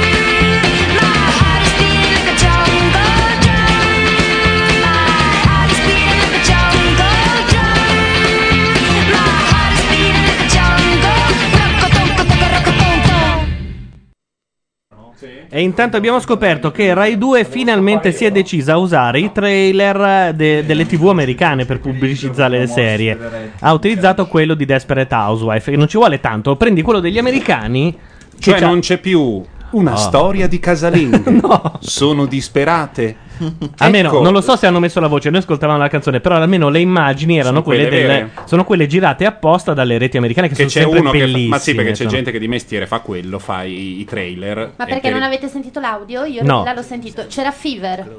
Speaker 10: Ah.
Speaker 1: E intanto abbiamo scoperto che Rai 2 finalmente si è decisa a usare i trailer de- delle tv americane per pubblicizzare le serie. Ha utilizzato quello di Desperate Housewife, che non ci vuole tanto. Prendi quello degli americani.
Speaker 3: Cioè, non c'è più una
Speaker 4: Ah.
Speaker 1: Oh.
Speaker 3: storia di casalinghe. Sono disperate.
Speaker 1: Almeno,
Speaker 3: Ecco.
Speaker 1: non lo so se hanno messo la voce, noi ascoltavamo la canzone, però almeno le immagini erano
Speaker 3: Sono
Speaker 1: quelle,
Speaker 3: quelle
Speaker 1: delle,
Speaker 3: vere.
Speaker 1: sono quelle girate apposta dalle reti americane che,
Speaker 3: Che c'è
Speaker 1: sono sempre
Speaker 3: uno che. Fa,
Speaker 1: bellissime.
Speaker 3: ma sì, perché c'è
Speaker 1: sono-
Speaker 3: gente che di mestiere fa quello, fa i, i trailer.
Speaker 13: Ma
Speaker 3: e
Speaker 13: perché
Speaker 3: per-
Speaker 13: non avete sentito l'audio? Io
Speaker 3: No.
Speaker 13: là l'ho sentito. C'era Fever.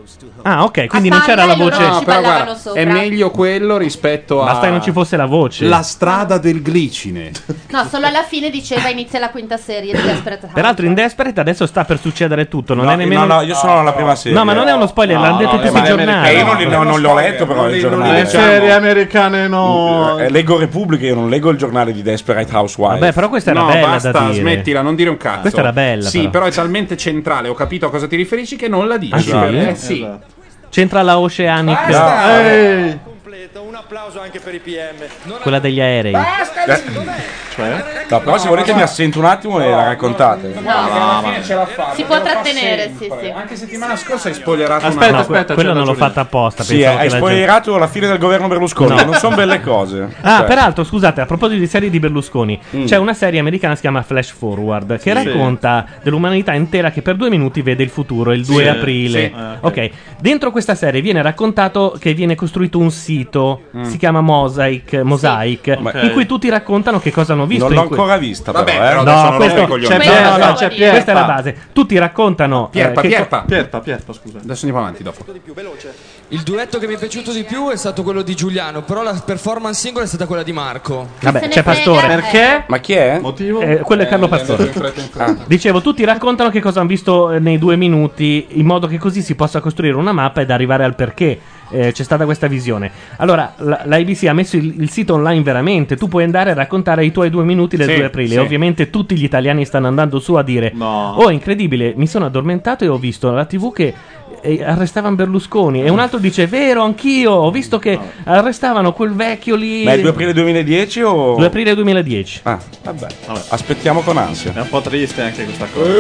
Speaker 1: Ah, ok, quindi
Speaker 13: A
Speaker 1: non c'era la
Speaker 13: Palma e loro
Speaker 1: voce.
Speaker 13: ci
Speaker 3: Però
Speaker 13: ballavano
Speaker 3: guarda, eh,
Speaker 13: sopra.
Speaker 3: è meglio quello rispetto a.
Speaker 1: Basta che non ci fosse la voce.
Speaker 3: La strada del glicine.
Speaker 13: No, solo alla fine diceva inizia la quinta serie di Desperate House.
Speaker 1: Peraltro in Desperate adesso sta per succedere tutto, non
Speaker 2: No,
Speaker 1: è nemmeno
Speaker 2: no, no, io sono alla prima serie.
Speaker 1: No, ma non è uno spoiler,
Speaker 2: No,
Speaker 1: l'hanno detto
Speaker 2: no,
Speaker 1: tutti
Speaker 2: ma
Speaker 1: i
Speaker 2: è
Speaker 1: giornali.
Speaker 2: americano. Eh, io non li- non li ho letto, però, i giornali.
Speaker 4: Le
Speaker 2: diciamo.
Speaker 4: serie americane no.
Speaker 2: Eh, leggo Repubblica, io non leggo il giornale di Desperate Housewives.
Speaker 1: Vabbè, però questa era
Speaker 2: no,
Speaker 1: bella da
Speaker 2: basta,
Speaker 1: dire.
Speaker 2: smettila,
Speaker 3: non dire un cazzo.
Speaker 1: Questa era bella,
Speaker 3: Sì,
Speaker 1: però.
Speaker 3: però. è talmente centrale. Ho capito a cosa ti riferisci che non la dici.
Speaker 1: Ah, sì?
Speaker 3: Eh, sì.
Speaker 1: C'entra la Oceanic,
Speaker 3: Basta!
Speaker 4: Ehi.
Speaker 1: quella degli aerei.
Speaker 2: Eh. Cioè? No, però se volete mi assento un attimo e la raccontate.
Speaker 3: Ah,
Speaker 13: ce l'ha fatta. Si può trattenere, sì, sì.
Speaker 3: Anche settimana scorsa hai spoilerato
Speaker 2: Aspetta,
Speaker 1: no,
Speaker 3: una
Speaker 2: aspetta,
Speaker 1: quello
Speaker 2: c'è
Speaker 1: non l'ho
Speaker 2: ragione.
Speaker 1: fatta apposta.
Speaker 2: Sì,
Speaker 1: pensavo
Speaker 2: eh,
Speaker 1: che
Speaker 2: hai
Speaker 1: la gente-
Speaker 2: spoilerato la fine del governo Berlusconi.
Speaker 1: No.
Speaker 2: Non sono belle cose.
Speaker 1: Ah,
Speaker 2: Cioè, Mm.
Speaker 1: peraltro, scusate, a proposito di serie di Berlusconi, c'è una serie americana che si chiama Flash Forward che
Speaker 4: Sì.
Speaker 1: racconta dell'umanità intera che per due minuti vede il futuro, il 2
Speaker 4: Sì.
Speaker 1: aprile.
Speaker 4: Sì. Ah, ok.
Speaker 1: ok, dentro questa serie viene raccontato che viene costruito un sito, si chiama Mosaic, Mosaic
Speaker 2: Mm. Ok.
Speaker 1: in cui tutti raccontano che cosa hanno visto.
Speaker 2: Non l'ho
Speaker 1: in cui-
Speaker 2: ancora vista, però,
Speaker 1: Vabbè,
Speaker 2: eh.
Speaker 1: no,
Speaker 2: Adesso non rompo i
Speaker 1: questo-
Speaker 2: coglioni.
Speaker 1: c'è-
Speaker 2: C'è
Speaker 1: no, no,
Speaker 2: Pierpa,
Speaker 1: c'è
Speaker 2: Pierpa.
Speaker 1: questa è la base. Tutti raccontano. eh,
Speaker 7: Pierpa,
Speaker 1: che
Speaker 7: Pierpa.
Speaker 4: Pierpa, Pierpa, scusa.
Speaker 7: Adesso andiamo avanti dopo.
Speaker 11: Il duetto che mi è piaciuto di più è stato quello di Giuliano, però la performance singola è stata quella di Marco.
Speaker 1: Vabbè, c'è Pastore.
Speaker 2: Ma chi è?
Speaker 4: Motivo?
Speaker 1: Eh, quello è Carlo Pastore. Ah. Dicevo, tutti raccontano che cosa hanno visto eh, nei due minuti, in modo che così si possa costruire una mappa ed arrivare al perché eh, c'è stata questa visione. Allora, la, la ABC ha messo il, il sito online veramente, tu puoi andare a raccontare i tuoi due minuti del
Speaker 4: Sì,
Speaker 1: 2 aprile.
Speaker 4: sì.
Speaker 1: Ovviamente tutti gli italiani stanno andando su a dire, oh incredibile, mi sono addormentato e ho visto la tv che... eh, arrestavano Berlusconi e un altro dice vero anch'io ho visto che arrestavano quel vecchio lì
Speaker 2: Ma è il 2 aprile 2010 o...
Speaker 1: 2 aprile 2010
Speaker 2: Ah, vabbè. Aspettiamo con ansia. Eh. È
Speaker 4: un po' triste anche questa cosa.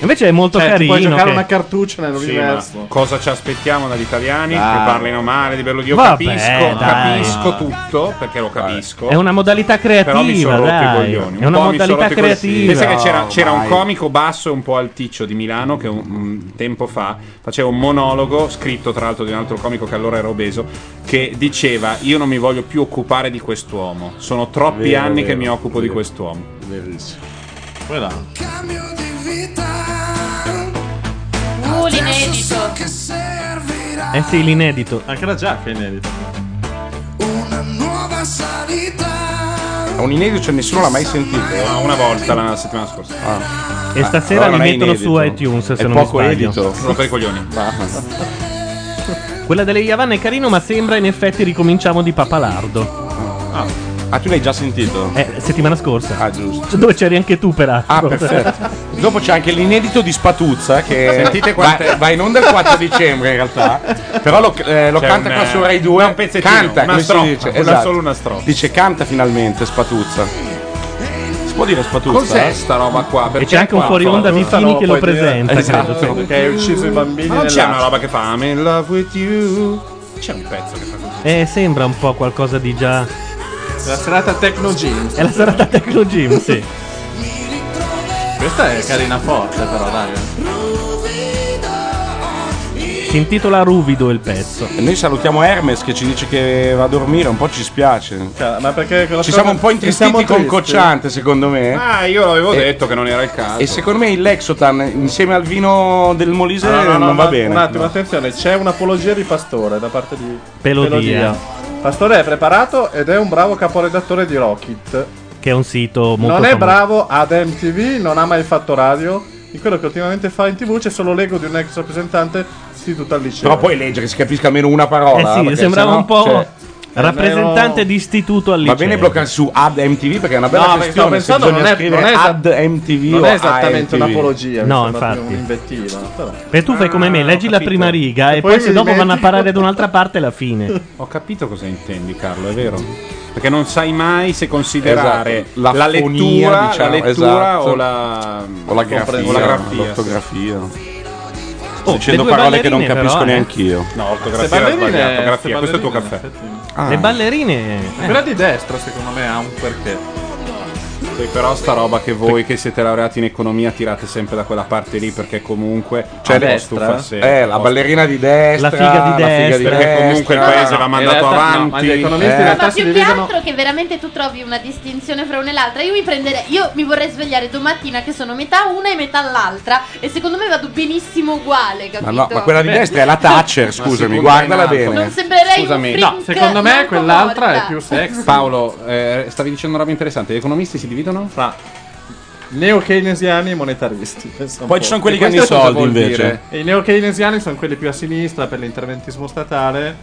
Speaker 1: Invece è molto
Speaker 4: Cioè, ti
Speaker 1: carino.
Speaker 4: puoi giocare
Speaker 1: che-
Speaker 4: una cartuccia nell'universo.
Speaker 3: Sì, ma cosa ci aspettiamo dagli italiani
Speaker 4: Dai.
Speaker 3: che parlino male di Berlusconi? Io
Speaker 1: Vabbè,
Speaker 3: capisco,
Speaker 1: dai.
Speaker 3: capisco tutto perché lo capisco.
Speaker 1: È una modalità creativa,
Speaker 3: Ecco. Però mi sono rotto
Speaker 1: dai.
Speaker 3: i coglioni.
Speaker 1: È una
Speaker 3: po' mi
Speaker 1: modalità
Speaker 3: sono rotto i coglioni.
Speaker 1: creativa.
Speaker 3: Pensa che c'era,
Speaker 1: No,
Speaker 3: c'era un
Speaker 1: vai.
Speaker 3: comico basso un po' alticcio di Milano che un, un tempo fa faceva un monologo, scritto tra l'altro di un altro comico che allora era obeso, che diceva io non mi voglio più occupare di quest'uomo. Sono troppi
Speaker 2: Vero,
Speaker 3: anni che
Speaker 2: vero,
Speaker 3: mi occupo di
Speaker 2: vero.
Speaker 3: quest'uomo.
Speaker 2: Bellissimo.
Speaker 13: Uh, l'inedito.
Speaker 1: Eh sì, l'inedito.
Speaker 4: Anche la giacca è inedita.
Speaker 10: Nuova sanità.
Speaker 2: È un inedito, cioè nessuno l'ha mai sentito.
Speaker 3: Eh,
Speaker 2: Ah.
Speaker 3: No, una volta la settimana scorsa.
Speaker 1: E stasera li mettono su iTunes, se
Speaker 2: è
Speaker 1: non mi
Speaker 2: poco
Speaker 1: sbaglio.
Speaker 2: edito.
Speaker 3: Sono per i coglioni.
Speaker 1: Quella delle Yavanna è carino, ma sembra in effetti ricominciamo di Papalardo.
Speaker 4: Ah.
Speaker 2: Ah, tu l'hai già sentito?
Speaker 1: Eh, settimana scorsa.
Speaker 2: Ah, giusto.
Speaker 1: Dove c'eri anche tu, peraltro.
Speaker 2: Ah, perfetto. Dopo c'è anche l'inedito di Spatuzza che
Speaker 1: Sentite
Speaker 3: quante-
Speaker 2: va, va in onda il 4 dicembre in realtà. Però lo, eh, lo
Speaker 3: C'è
Speaker 2: canta
Speaker 3: un,
Speaker 2: qua su
Speaker 3: eh,
Speaker 2: Rai 2.
Speaker 3: un pezzettino,
Speaker 2: canta,
Speaker 3: una
Speaker 2: come si
Speaker 3: strofa,
Speaker 2: dice? Esatto.
Speaker 3: una- solo una strofa.
Speaker 2: Dice canta finalmente Spatuzza. Si può dire Spatuzza?
Speaker 3: Cos'è eh, sta roba qua? Perché
Speaker 1: c'è anche un
Speaker 3: qua?
Speaker 1: fuori onda di
Speaker 3: Spatuzza
Speaker 1: Fini
Speaker 3: no,
Speaker 1: che lo
Speaker 3: puoi dire.
Speaker 1: presenta,
Speaker 3: Esatto,
Speaker 1: credo, sì.
Speaker 3: Che ha ucciso i bambini. Ma non c'è
Speaker 1: nell'Africa.
Speaker 3: una roba che fa I'm in love with you. C'è un pezzo che fa così.
Speaker 1: *laughs* Eh, sembra un po' qualcosa di già.
Speaker 4: La serata Techno Gym.
Speaker 1: È la
Speaker 4: *laughs*
Speaker 1: serata Tecno Gym, sì.
Speaker 4: Questa è carina forte, però, dai.
Speaker 1: Si intitola Ruvido il pezzo.
Speaker 2: Noi salutiamo Hermes che ci dice che va a dormire, un po' ci spiace.
Speaker 4: Ma perché
Speaker 2: Ci siamo un po' intristiti con Cocciante, Eh. secondo me.
Speaker 3: Ah, io l'avevo
Speaker 2: E-
Speaker 3: detto che non era il caso.
Speaker 2: E secondo me il Lexotan insieme al vino del Molise
Speaker 4: No, no, no,
Speaker 2: non va
Speaker 4: ma-
Speaker 2: bene.
Speaker 4: Un attimo,
Speaker 2: No.
Speaker 4: attenzione, c'è un'apologia di Pastore da parte di
Speaker 1: Pelodia.
Speaker 4: Pastore è preparato ed è un bravo caporedattore di Rockit.
Speaker 1: Che è un sito molto
Speaker 4: non è
Speaker 1: famoso.
Speaker 4: bravo ad MTV, non ha mai fatto radio. In quello che ultimamente fa in TV c'è solo l'ego di un ex rappresentante istituto al liceo.
Speaker 2: Però puoi leggere, si capisca almeno una parola.
Speaker 1: Eh sì,
Speaker 2: perché
Speaker 1: sembrava
Speaker 2: sennò,
Speaker 1: un po'
Speaker 2: cioè,
Speaker 1: rappresentante di istituto al
Speaker 2: Va
Speaker 1: liceo.
Speaker 2: bene bloccare su ad MTV perché è una bella
Speaker 1: No, perché
Speaker 2: questione.
Speaker 1: stavo pensando,
Speaker 2: se bisogna
Speaker 1: non è- non
Speaker 2: scrivere
Speaker 1: è esa-
Speaker 3: esatto,
Speaker 2: ad MTV
Speaker 4: non
Speaker 2: o
Speaker 4: è esattamente
Speaker 2: AMTV.
Speaker 4: un'apologia, mi
Speaker 1: No,
Speaker 4: sembra più
Speaker 1: infatti.
Speaker 4: un'invettiva. però.
Speaker 1: E tu fai come me, leggi la prima riga e,
Speaker 4: E
Speaker 1: poi,
Speaker 4: poi
Speaker 1: se
Speaker 4: mi
Speaker 1: dopo vanno a
Speaker 4: dimentico.
Speaker 1: parare da un'altra parte la fine.
Speaker 3: Ho capito cosa intendi, Carlo, è vero. Perché non sai mai se considerare
Speaker 2: Esatto,
Speaker 3: la,
Speaker 2: la fonia,
Speaker 3: lettura,
Speaker 2: diciamo,
Speaker 3: la lettura
Speaker 2: esatto.
Speaker 3: o la,
Speaker 2: O la grafia,
Speaker 3: o la grafia,
Speaker 2: l'ortografia.
Speaker 3: Oh,
Speaker 2: dicendo
Speaker 3: le due
Speaker 2: parole che non
Speaker 3: ballerine,
Speaker 2: capisco
Speaker 3: però, eh.
Speaker 2: neanche io.
Speaker 3: No, ortografia era sbagliato, grafia, questo è il tuo caffè.
Speaker 2: Ah.
Speaker 1: Le ballerine. eh.
Speaker 4: Quella di destra, secondo me, ha un perché.
Speaker 3: Sì, però sta roba che voi che siete laureati in economia tirate sempre da quella parte lì perché comunque
Speaker 2: Cioè,
Speaker 3: un po'
Speaker 2: destra?
Speaker 3: stufa sempre.
Speaker 2: Eh, la ballerina di destra,
Speaker 3: La figa di
Speaker 2: la figa
Speaker 3: destra. Perché comunque il paese va
Speaker 2: In
Speaker 3: mandato
Speaker 2: realtà no,
Speaker 3: avanti.
Speaker 2: ma gli economisti
Speaker 3: Eh.
Speaker 2: in realtà
Speaker 13: Ma
Speaker 2: si
Speaker 13: più che
Speaker 2: dividono
Speaker 13: altro che veramente tu trovi una distinzione fra una e l'altra. Io mi prenderei. Io mi vorrei svegliare domattina che sono metà una e metà l'altra. E secondo me vado benissimo uguale, capito?
Speaker 2: Ma, no, ma quella di
Speaker 13: Beh.
Speaker 2: destra è Cioè, la Thatcher, scusami, guardala bene.
Speaker 13: Non sembrerei Scusami. un freak
Speaker 2: No, secondo me
Speaker 13: non
Speaker 2: quell'altra
Speaker 13: comorta.
Speaker 2: è più sexy.
Speaker 3: Paolo, eh, stavi dicendo una roba interessante. Gli economisti si dividono fra
Speaker 4: neo-keynesiani e monetaristi. pensa un
Speaker 2: Poi
Speaker 4: po'.
Speaker 2: ci sono quelli
Speaker 4: E
Speaker 2: che hanno i
Speaker 4: questo cosa
Speaker 2: soldi,
Speaker 4: vuol
Speaker 2: invece.
Speaker 4: dire? E I neo-keynesiani sono quelli più a sinistra per l'interventismo statale,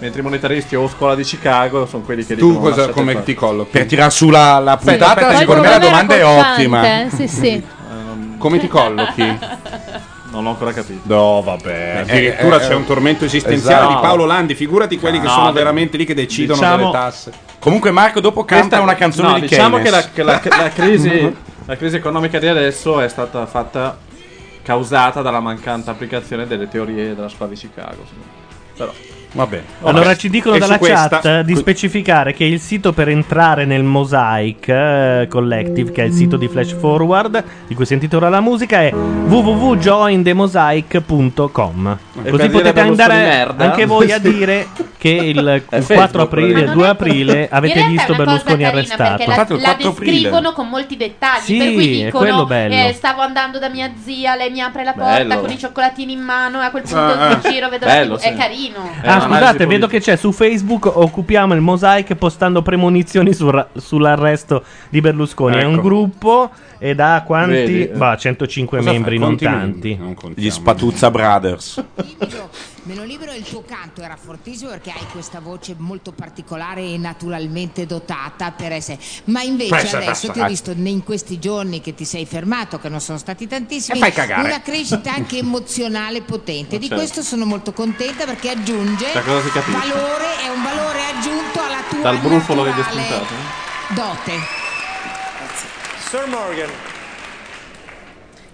Speaker 4: mentre i monetaristi o scuola di Chicago sono quelli che
Speaker 3: Tu
Speaker 4: dicono,
Speaker 3: cosa-
Speaker 4: "Lasciate
Speaker 3: come
Speaker 4: fare".
Speaker 3: ti collochi?
Speaker 2: Per tirare su la, la
Speaker 4: Aspetta,
Speaker 2: puntata,
Speaker 4: aspetta,
Speaker 2: secondo me la
Speaker 4: secondo me
Speaker 2: domanda è
Speaker 4: era
Speaker 2: ottima.
Speaker 12: Sì, sì.
Speaker 3: Come ti collochi?
Speaker 4: *laughs* Non l'ho ancora capito.
Speaker 3: No, vabbè. Addirittura
Speaker 4: Eh, eh,
Speaker 3: c'è
Speaker 4: eh.
Speaker 3: un tormento esistenziale
Speaker 4: Esatto.
Speaker 3: di Paolo Landi. Figurati quelli che
Speaker 4: No,
Speaker 3: sono
Speaker 4: beh,
Speaker 3: veramente lì che decidono
Speaker 4: diciamo-
Speaker 3: delle tasse.
Speaker 2: Comunque, Marco, dopo canta una canzone
Speaker 4: no,
Speaker 2: di
Speaker 4: diciamo che,
Speaker 2: Keynes.
Speaker 4: la, che la- che
Speaker 2: *laughs*
Speaker 3: *laughs*
Speaker 4: la crisi, la crisi economica di adesso è stata fatta causata dalla mancante applicazione delle teorie della scuola di Chicago. secondo me. Però
Speaker 3: Vabbè.
Speaker 1: Allora ci dicono
Speaker 4: E su
Speaker 1: dalla
Speaker 4: questa-
Speaker 1: chat di specificare che il sito per entrare nel Mosaic eh, Collective, che è il sito di Flash Forward, di cui sentite ora la musica, è www.jointhemosaic.com.
Speaker 4: E
Speaker 1: Così
Speaker 4: per dire
Speaker 1: potete
Speaker 4: per gusto di
Speaker 1: andare
Speaker 4: merda. Eh,
Speaker 1: anche voi a
Speaker 4: Sì. *laughs*
Speaker 1: dire che il
Speaker 4: Facebook,
Speaker 1: 4 aprile e il
Speaker 4: probabilmente.
Speaker 1: 2 aprile Eh, avete
Speaker 13: In realtà è
Speaker 1: visto
Speaker 13: una cosa
Speaker 1: Berlusconi
Speaker 13: carina,
Speaker 1: arrestato.
Speaker 13: Perché la, la descrivono con molti dettagli.
Speaker 1: Sì,
Speaker 13: per cui
Speaker 1: è
Speaker 13: dicono:
Speaker 1: quello bello.
Speaker 13: eh, Stavo andando da mia zia, lei mi apre la porta
Speaker 1: Bello.
Speaker 13: con i cioccolatini in mano. E a quel punto
Speaker 1: Ah,
Speaker 13: mi giro, vedo
Speaker 1: bello,
Speaker 13: la TV. È
Speaker 1: sì.
Speaker 13: carino.
Speaker 1: Ah, scusate, vedo che c'è su Facebook Occupiamo il Mosaic postando premonizioni sul ra- sull'arresto di Berlusconi. È un
Speaker 2: Ecco.
Speaker 1: gruppo ed ha quanti?
Speaker 2: Vedi, eh.
Speaker 1: Bah, 105
Speaker 2: Cosa
Speaker 1: membri,
Speaker 2: fa?
Speaker 1: non
Speaker 2: Conti
Speaker 1: tanti.
Speaker 2: Gli Spatuzza Brothers.
Speaker 6: Me lo libero il tuo canto era fortissimo perché hai questa voce molto particolare e naturalmente dotata per essere. Ma invece
Speaker 20: Questa è
Speaker 6: adesso
Speaker 20: tassa,
Speaker 6: ti ho
Speaker 20: eh.
Speaker 6: visto ne- in questi giorni che ti sei fermato, che non sono stati tantissimi,
Speaker 20: E fai cagare.
Speaker 6: una crescita anche
Speaker 4: *laughs*
Speaker 6: emozionale potente.
Speaker 4: Ma
Speaker 6: Di
Speaker 4: certo.
Speaker 6: questo sono molto contenta perché aggiunge
Speaker 4: Da cosa si capisce?
Speaker 6: valore, è un valore aggiunto alla tua
Speaker 4: dal brufolo che ti è
Speaker 6: naturale
Speaker 4: spuntato.
Speaker 6: dote.
Speaker 5: Sir Morgan.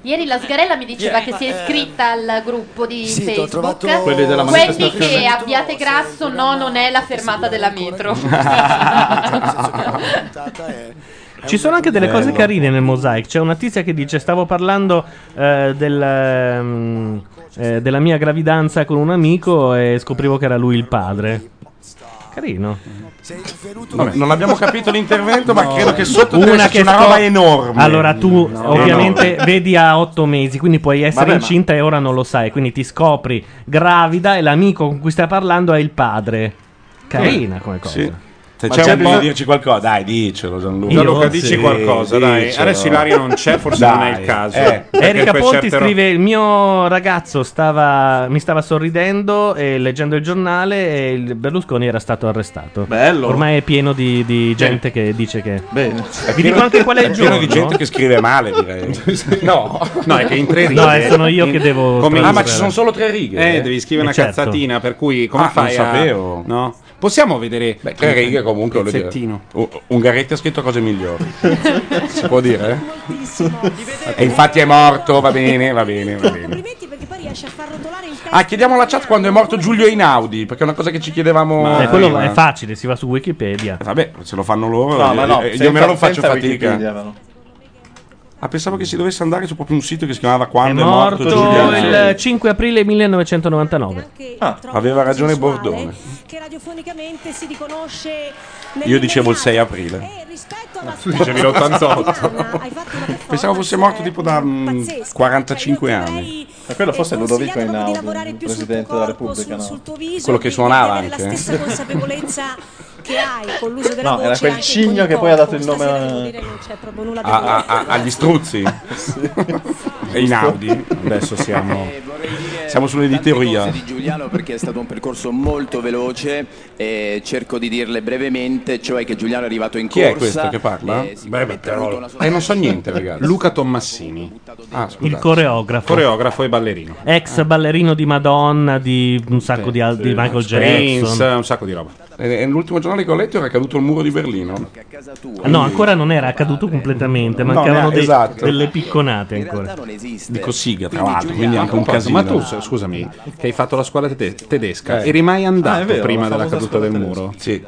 Speaker 13: Ieri la Sgarella mi diceva
Speaker 5: Yeah.
Speaker 13: che si è
Speaker 5: Eh,
Speaker 13: iscritta al gruppo di
Speaker 5: sì, t'ho
Speaker 13: Facebook.
Speaker 5: trovato- Quelli
Speaker 4: della
Speaker 13: Quelli
Speaker 4: manifestazione.
Speaker 13: che abbiate grasso, no, non è la fermata della metro.
Speaker 1: Ci sono anche delle cose
Speaker 2: Bello.
Speaker 1: carine nel Mosaic. C'è una tizia che dice: Stavo parlando eh, del, ehm, eh, della mia gravidanza con un amico e scoprivo che era lui il padre. Carino.
Speaker 2: Vabbè, non abbiamo capito l'intervento, ma credo che sotto
Speaker 1: Una
Speaker 2: una,
Speaker 1: che
Speaker 2: c'è una
Speaker 1: sto-
Speaker 2: roba enorme.
Speaker 1: Allora tu
Speaker 2: No,
Speaker 1: ovviamente
Speaker 2: enorme.
Speaker 1: vedi a otto mesi, quindi puoi essere
Speaker 2: Vabbè, ma-
Speaker 1: incinta e ora non lo sai, quindi ti scopri gravida e l'amico con cui stai parlando è il padre. Carina come cosa.
Speaker 2: Sì. Se
Speaker 3: Ma
Speaker 2: c'è,
Speaker 3: c'è
Speaker 2: un bisogno
Speaker 3: bisogno-
Speaker 2: di dirci qualcosa, dai, dicelo Gianluca.
Speaker 3: Gianluca, dici qualcosa, dai. Adesso Ilaria non c'è, forse non è il caso.
Speaker 2: Eh.
Speaker 3: Perché
Speaker 1: Erika
Speaker 3: poi
Speaker 1: Ponti
Speaker 3: certe ro-
Speaker 1: scrive: Il mio ragazzo stava, mi stava sorridendo e leggendo il giornale e il Berlusconi era stato arrestato.
Speaker 2: Bello.
Speaker 1: Ormai è pieno di, di gente che dice che.
Speaker 4: Bene.
Speaker 1: Vi dico anche qual è il giorno. Eh,
Speaker 2: pieno di gente che scrive male, direi.
Speaker 3: *laughs*
Speaker 2: no.
Speaker 3: No, è che in tre righe.
Speaker 1: No, eh, sono io che devo
Speaker 3: Come-
Speaker 1: tradurre.
Speaker 3: Ah, ma ci sono
Speaker 2: solo tre righe.
Speaker 3: Eh, devi scrivere
Speaker 2: Eh,
Speaker 3: una
Speaker 2: certo.
Speaker 3: cazzatina, per cui come
Speaker 2: Ah,
Speaker 3: fai
Speaker 2: non
Speaker 3: a-
Speaker 2: sapevo.
Speaker 3: No? Possiamo vedere
Speaker 2: Beh, tre righe comunque, voglio dire.
Speaker 3: pezzettino.
Speaker 2: U- Ungaretti ha scritto cose
Speaker 3: *laughs*
Speaker 2: migliori. si può dire? E infatti è morto, va bene, va bene, va bene. Ah, chiediamo alla chat quando è morto Giulio Einaudi, perché è una cosa che ci chiedevamo.
Speaker 1: Ma eh, quello
Speaker 2: prima. Eh,
Speaker 1: è facile, si va su Wikipedia.
Speaker 2: Vabbè, se lo fanno loro,
Speaker 1: No,
Speaker 2: eh,
Speaker 1: ma no,
Speaker 2: eh, io
Speaker 1: senza-
Speaker 2: almeno non faccio
Speaker 1: senza
Speaker 2: fatica.
Speaker 1: Wikipedia,
Speaker 2: Ah, pensavo che si dovesse andare su proprio un sito che si chiamava Quando
Speaker 1: è
Speaker 2: è morto,
Speaker 1: morto
Speaker 2: Giulio Einaudi.
Speaker 1: il 5 aprile 1999.
Speaker 2: Aveva ragione Bordone.
Speaker 19: che radiofonicamente si riconosce nel
Speaker 2: Io dicevo il 6 aprile. Tu dicevi l'88. *laughs* Pensavo fosse morto tipo da mm, 45 anni.
Speaker 4: Ma quello forse è Ludovico Einaudi, presidente della Repubblica, no?
Speaker 2: Quello che suonava
Speaker 19: la
Speaker 2: anche. eh.
Speaker 19: stessa consapevolezza che hai con l'uso della
Speaker 4: No,
Speaker 19: voce
Speaker 4: era quel
Speaker 19: anche
Speaker 4: cigno
Speaker 19: con
Speaker 4: che
Speaker 19: il
Speaker 4: poi ha dato il
Speaker 19: corpo.
Speaker 4: nome a-
Speaker 19: Stasera non c'è proprio nulla
Speaker 2: *laughs* A- a- a- agli struzzi. Einaudi. Adesso siamo. Siamo sull'editoria.
Speaker 8: di Giuliano perché è stato un percorso molto veloce e cerco di dirle brevemente, cioè che Giuliano è arrivato in
Speaker 2: Chi
Speaker 8: corsa.
Speaker 2: è questo che parla?
Speaker 8: eh, si-
Speaker 2: Beh, però. Eh, non so niente, ragazzi.
Speaker 3: Luca Tommassini.
Speaker 2: Ah,
Speaker 1: Il coreografo.
Speaker 3: Coreografo e ballerino.
Speaker 1: Ex ballerino di Madonna, di un sacco di, al- di Michael Jackson.
Speaker 3: Prince, un sacco di roba.
Speaker 2: E- e Eh, l'ultimo giornale che ho letto era caduto il muro di Berlino.
Speaker 1: Ah, No, ancora non era accaduto completamente,
Speaker 2: No,
Speaker 1: mancavano
Speaker 2: no,
Speaker 1: dei-
Speaker 2: esatto.
Speaker 1: delle picconate ancora.
Speaker 3: Di
Speaker 2: Cossiga,
Speaker 3: tra l'altro,
Speaker 2: quindi anche un
Speaker 3: Ma
Speaker 2: casino.
Speaker 3: tu, se- scusami, che hai fatto la scuola tede- tedesca,
Speaker 2: Ah. Eh.
Speaker 3: eri mai andato
Speaker 2: Ah, è vero, la
Speaker 3: prima della
Speaker 2: famosa
Speaker 3: caduta del
Speaker 2: scuola
Speaker 3: muro?
Speaker 2: Sì.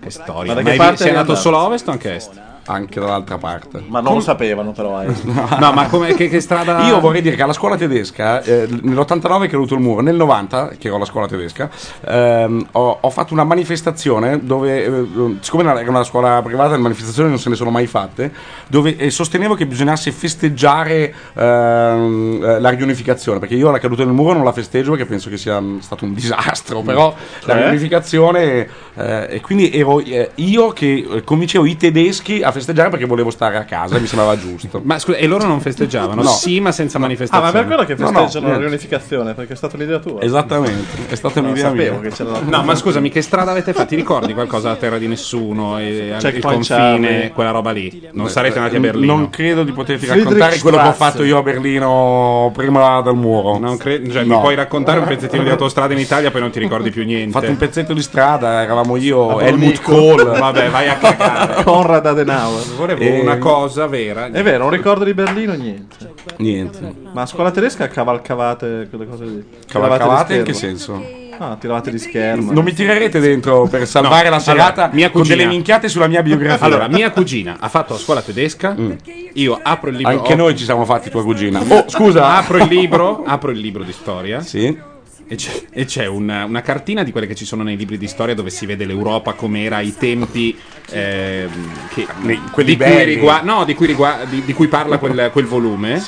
Speaker 3: Che
Speaker 2: Ma da
Speaker 3: storia. Ma
Speaker 2: che
Speaker 3: hai-
Speaker 2: parte
Speaker 3: sei
Speaker 2: eri
Speaker 3: andato
Speaker 2: andato?
Speaker 3: solo a ovest o anche a est?
Speaker 2: Anche dall'altra parte.
Speaker 4: Ma non lo sapevano, però. Eh.
Speaker 3: *laughs* No, ma come- che- che
Speaker 2: *laughs*
Speaker 3: strada-
Speaker 2: Io vorrei dire che alla scuola tedesca, eh, nell'89 che è caduto il muro, nel 90, che ero alla scuola tedesca, ehm, ho, ho fatto una manifestazione dove, eh, siccome era una scuola privata, le manifestazioni non se ne sono mai fatte, dove eh, sostenevo che bisognasse festeggiare ehm, eh, la riunificazione, perché io la caduta del muro non la festeggio perché penso che sia mm, stato un disastro, però la
Speaker 4: Cioè?
Speaker 2: riunificazione... eh, e quindi ero eh, io che eh, convincevo i tedeschi a festeggiare perché volevo stare a casa, e mi sembrava giusto.
Speaker 3: Ma scusa, e loro non festeggiavano?
Speaker 2: No.
Speaker 3: Sì, ma senza
Speaker 4: Ah,
Speaker 3: manifestazione.
Speaker 4: ma per quello che
Speaker 3: No, no,
Speaker 4: festeggiano la
Speaker 3: niente.
Speaker 4: riunificazione, perché è stata l'idea tua.
Speaker 2: Esattamente, è stata
Speaker 4: Non
Speaker 2: un'idea
Speaker 4: sapevo
Speaker 2: mia.
Speaker 4: che c'era la-
Speaker 3: No, ma scusami, che strada avete fatto? Ti ricordi qualcosa a terra di nessuno? E,
Speaker 2: Checkpoint
Speaker 3: il confine,
Speaker 2: Charlie.
Speaker 3: quella roba lì. Non
Speaker 2: Beh,
Speaker 3: sarete andati a
Speaker 2: n-
Speaker 3: Berlino.
Speaker 2: Eh, Non credo di poterti raccontare quello che ho fatto io a Berlino prima del muro.
Speaker 3: Non cre- cioè, Mi puoi raccontare un pezzettino
Speaker 2: *laughs*
Speaker 3: di autostrada in Italia, poi non ti ricordi più niente.
Speaker 2: Ho fatto un pezzetto di strada, eravamo io,
Speaker 3: A
Speaker 2: Helmut
Speaker 3: Bornico.
Speaker 2: Kohl.
Speaker 3: Vabbè, vai a cagare.
Speaker 4: Conrad Adenauer.
Speaker 3: Volevo una cosa vera.
Speaker 4: È vero, un ricordo di Berlino, niente.
Speaker 2: Niente.
Speaker 4: Ma a scuola tedesca cavalcavate quelle cose lì.
Speaker 2: Cavalcavate in
Speaker 4: di
Speaker 2: che
Speaker 4: schermo.
Speaker 2: senso?
Speaker 4: Ah, tiravate di schermo.
Speaker 2: Non mi tirerete dentro per salvare
Speaker 3: No,
Speaker 2: la serata
Speaker 3: allora, mia
Speaker 2: con
Speaker 3: cugina-
Speaker 2: delle minchiate sulla mia biografia. Mm.
Speaker 3: Allora, mia cugina ha fatto la scuola tedesca. Io apro il libro.
Speaker 2: Anche
Speaker 3: ho-
Speaker 2: noi ci siamo fatti tua cugina. Oh, scusa.
Speaker 3: Apro il libro, *laughs* apro il libro di storia. E c'è, e c'è una, una cartina di quelle che ci sono nei libri di storia dove si vede l'Europa com'era ai tempi ehm, che-
Speaker 2: quelli
Speaker 3: di, cui
Speaker 2: belli.
Speaker 3: rigua- no, di, cui rigua- di- di cui parla quel, quel volume.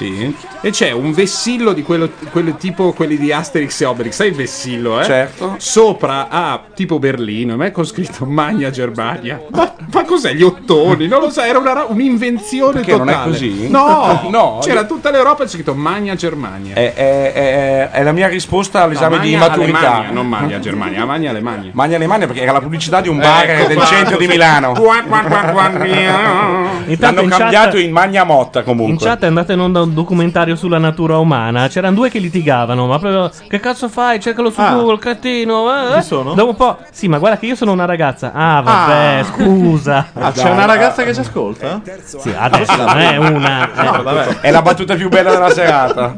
Speaker 3: E c'è un vessillo di quello, quello tipo quelli di Asterix e Obelix. Sai il vessillo, eh?
Speaker 2: Certo.
Speaker 3: Sopra a tipo Berlino, e me con scritto Magna Germania. Ma, ma cos'è gli ottoni? Non lo so, era una ra- un'invenzione
Speaker 2: Perché non è
Speaker 3: totale.
Speaker 2: così?
Speaker 3: No,
Speaker 2: *laughs* No,
Speaker 3: C'era
Speaker 2: io-
Speaker 3: tutta l'Europa e c'è scritto Magna Germania.
Speaker 2: È, è- è- è la mia risposta all'esame
Speaker 3: No,
Speaker 2: di
Speaker 3: Magna
Speaker 2: maturità.
Speaker 3: Alemagna, non Magna Germania, Magna Alemagna.
Speaker 2: Magna Alemagna perché era la pubblicità di un bar
Speaker 3: Ecco
Speaker 2: del
Speaker 3: qua.
Speaker 2: centro di Milano.
Speaker 3: Qua, qua, qua, qua, via.
Speaker 2: L'hanno
Speaker 1: in chat-
Speaker 2: cambiato in Magna Motta comunque.
Speaker 1: In chat è andata in onda un documentario sulla natura umana. C'erano due che litigavano, ma proprio che cazzo fai? Cercalo su
Speaker 4: Ah.
Speaker 1: Google, catino. eh,
Speaker 4: Chi sono?
Speaker 1: Dopo un po'. Sì, ma guarda che io sono una ragazza. Ah, vabbè,
Speaker 4: Ah.
Speaker 1: scusa.
Speaker 4: *laughs* Ah, c'è una ragazza che ci ascolta?
Speaker 1: Sì, adesso non è una. eh.
Speaker 4: *laughs* No, vabbè.
Speaker 2: È la battuta più bella della serata.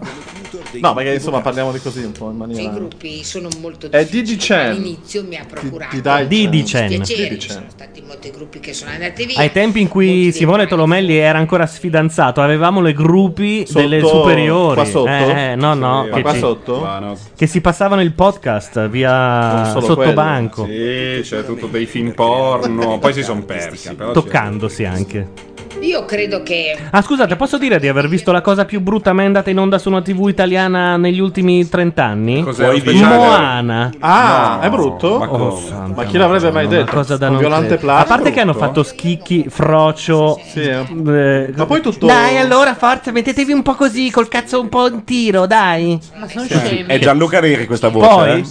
Speaker 4: No, perché insomma parliamo di così un po' in maniera.
Speaker 6: gruppi sono molto
Speaker 4: È
Speaker 6: difficili.
Speaker 4: Didi Chen.
Speaker 6: All'inizio mi ha procurato
Speaker 4: Di- Dai Chen. Didi Chen.
Speaker 6: dispiaceri,
Speaker 4: Didi
Speaker 6: ci
Speaker 4: Chen.
Speaker 6: sono stati molti gruppi che sono andati via.
Speaker 1: Ai tempi in cui Simone Tolomelli era ancora sfidanzato, avevamo le gruppi
Speaker 4: Sotto-
Speaker 1: delle superiori.
Speaker 4: qua sotto?
Speaker 1: Eh, eh, no, no.
Speaker 4: Ma
Speaker 1: che
Speaker 4: qua
Speaker 1: ci-
Speaker 4: sotto?
Speaker 1: Che si passavano il podcast via
Speaker 3: Non solo
Speaker 1: sottobanco,
Speaker 3: Sì, c'è tutto dei film porno, poi si sono persi. però c'è-
Speaker 1: toccandosi anche.
Speaker 9: Io credo che
Speaker 1: Ah, scusate, posso dire di aver visto la cosa più brutta mai andata in onda su una TV italiana negli ultimi 30 anni?
Speaker 4: Cos'è,
Speaker 1: Vuoi
Speaker 4: lo
Speaker 1: dire?
Speaker 4: speciale?
Speaker 1: Moana.
Speaker 4: Ah, è brutto?
Speaker 1: Ma,
Speaker 4: Oh, ma chi l'avrebbe mai detto?
Speaker 1: Cosa da
Speaker 4: Un
Speaker 1: non
Speaker 4: violante
Speaker 1: credere. A
Speaker 4: plastico? eh.
Speaker 1: parte che hanno fatto schicchi, frocio. eh, ma poi tutto. Dai, allora, forza, mettetevi un po' così, col cazzo un po' in tiro, dai. Ma sono
Speaker 2: È Gianluca Neri questa voce.
Speaker 1: Poi,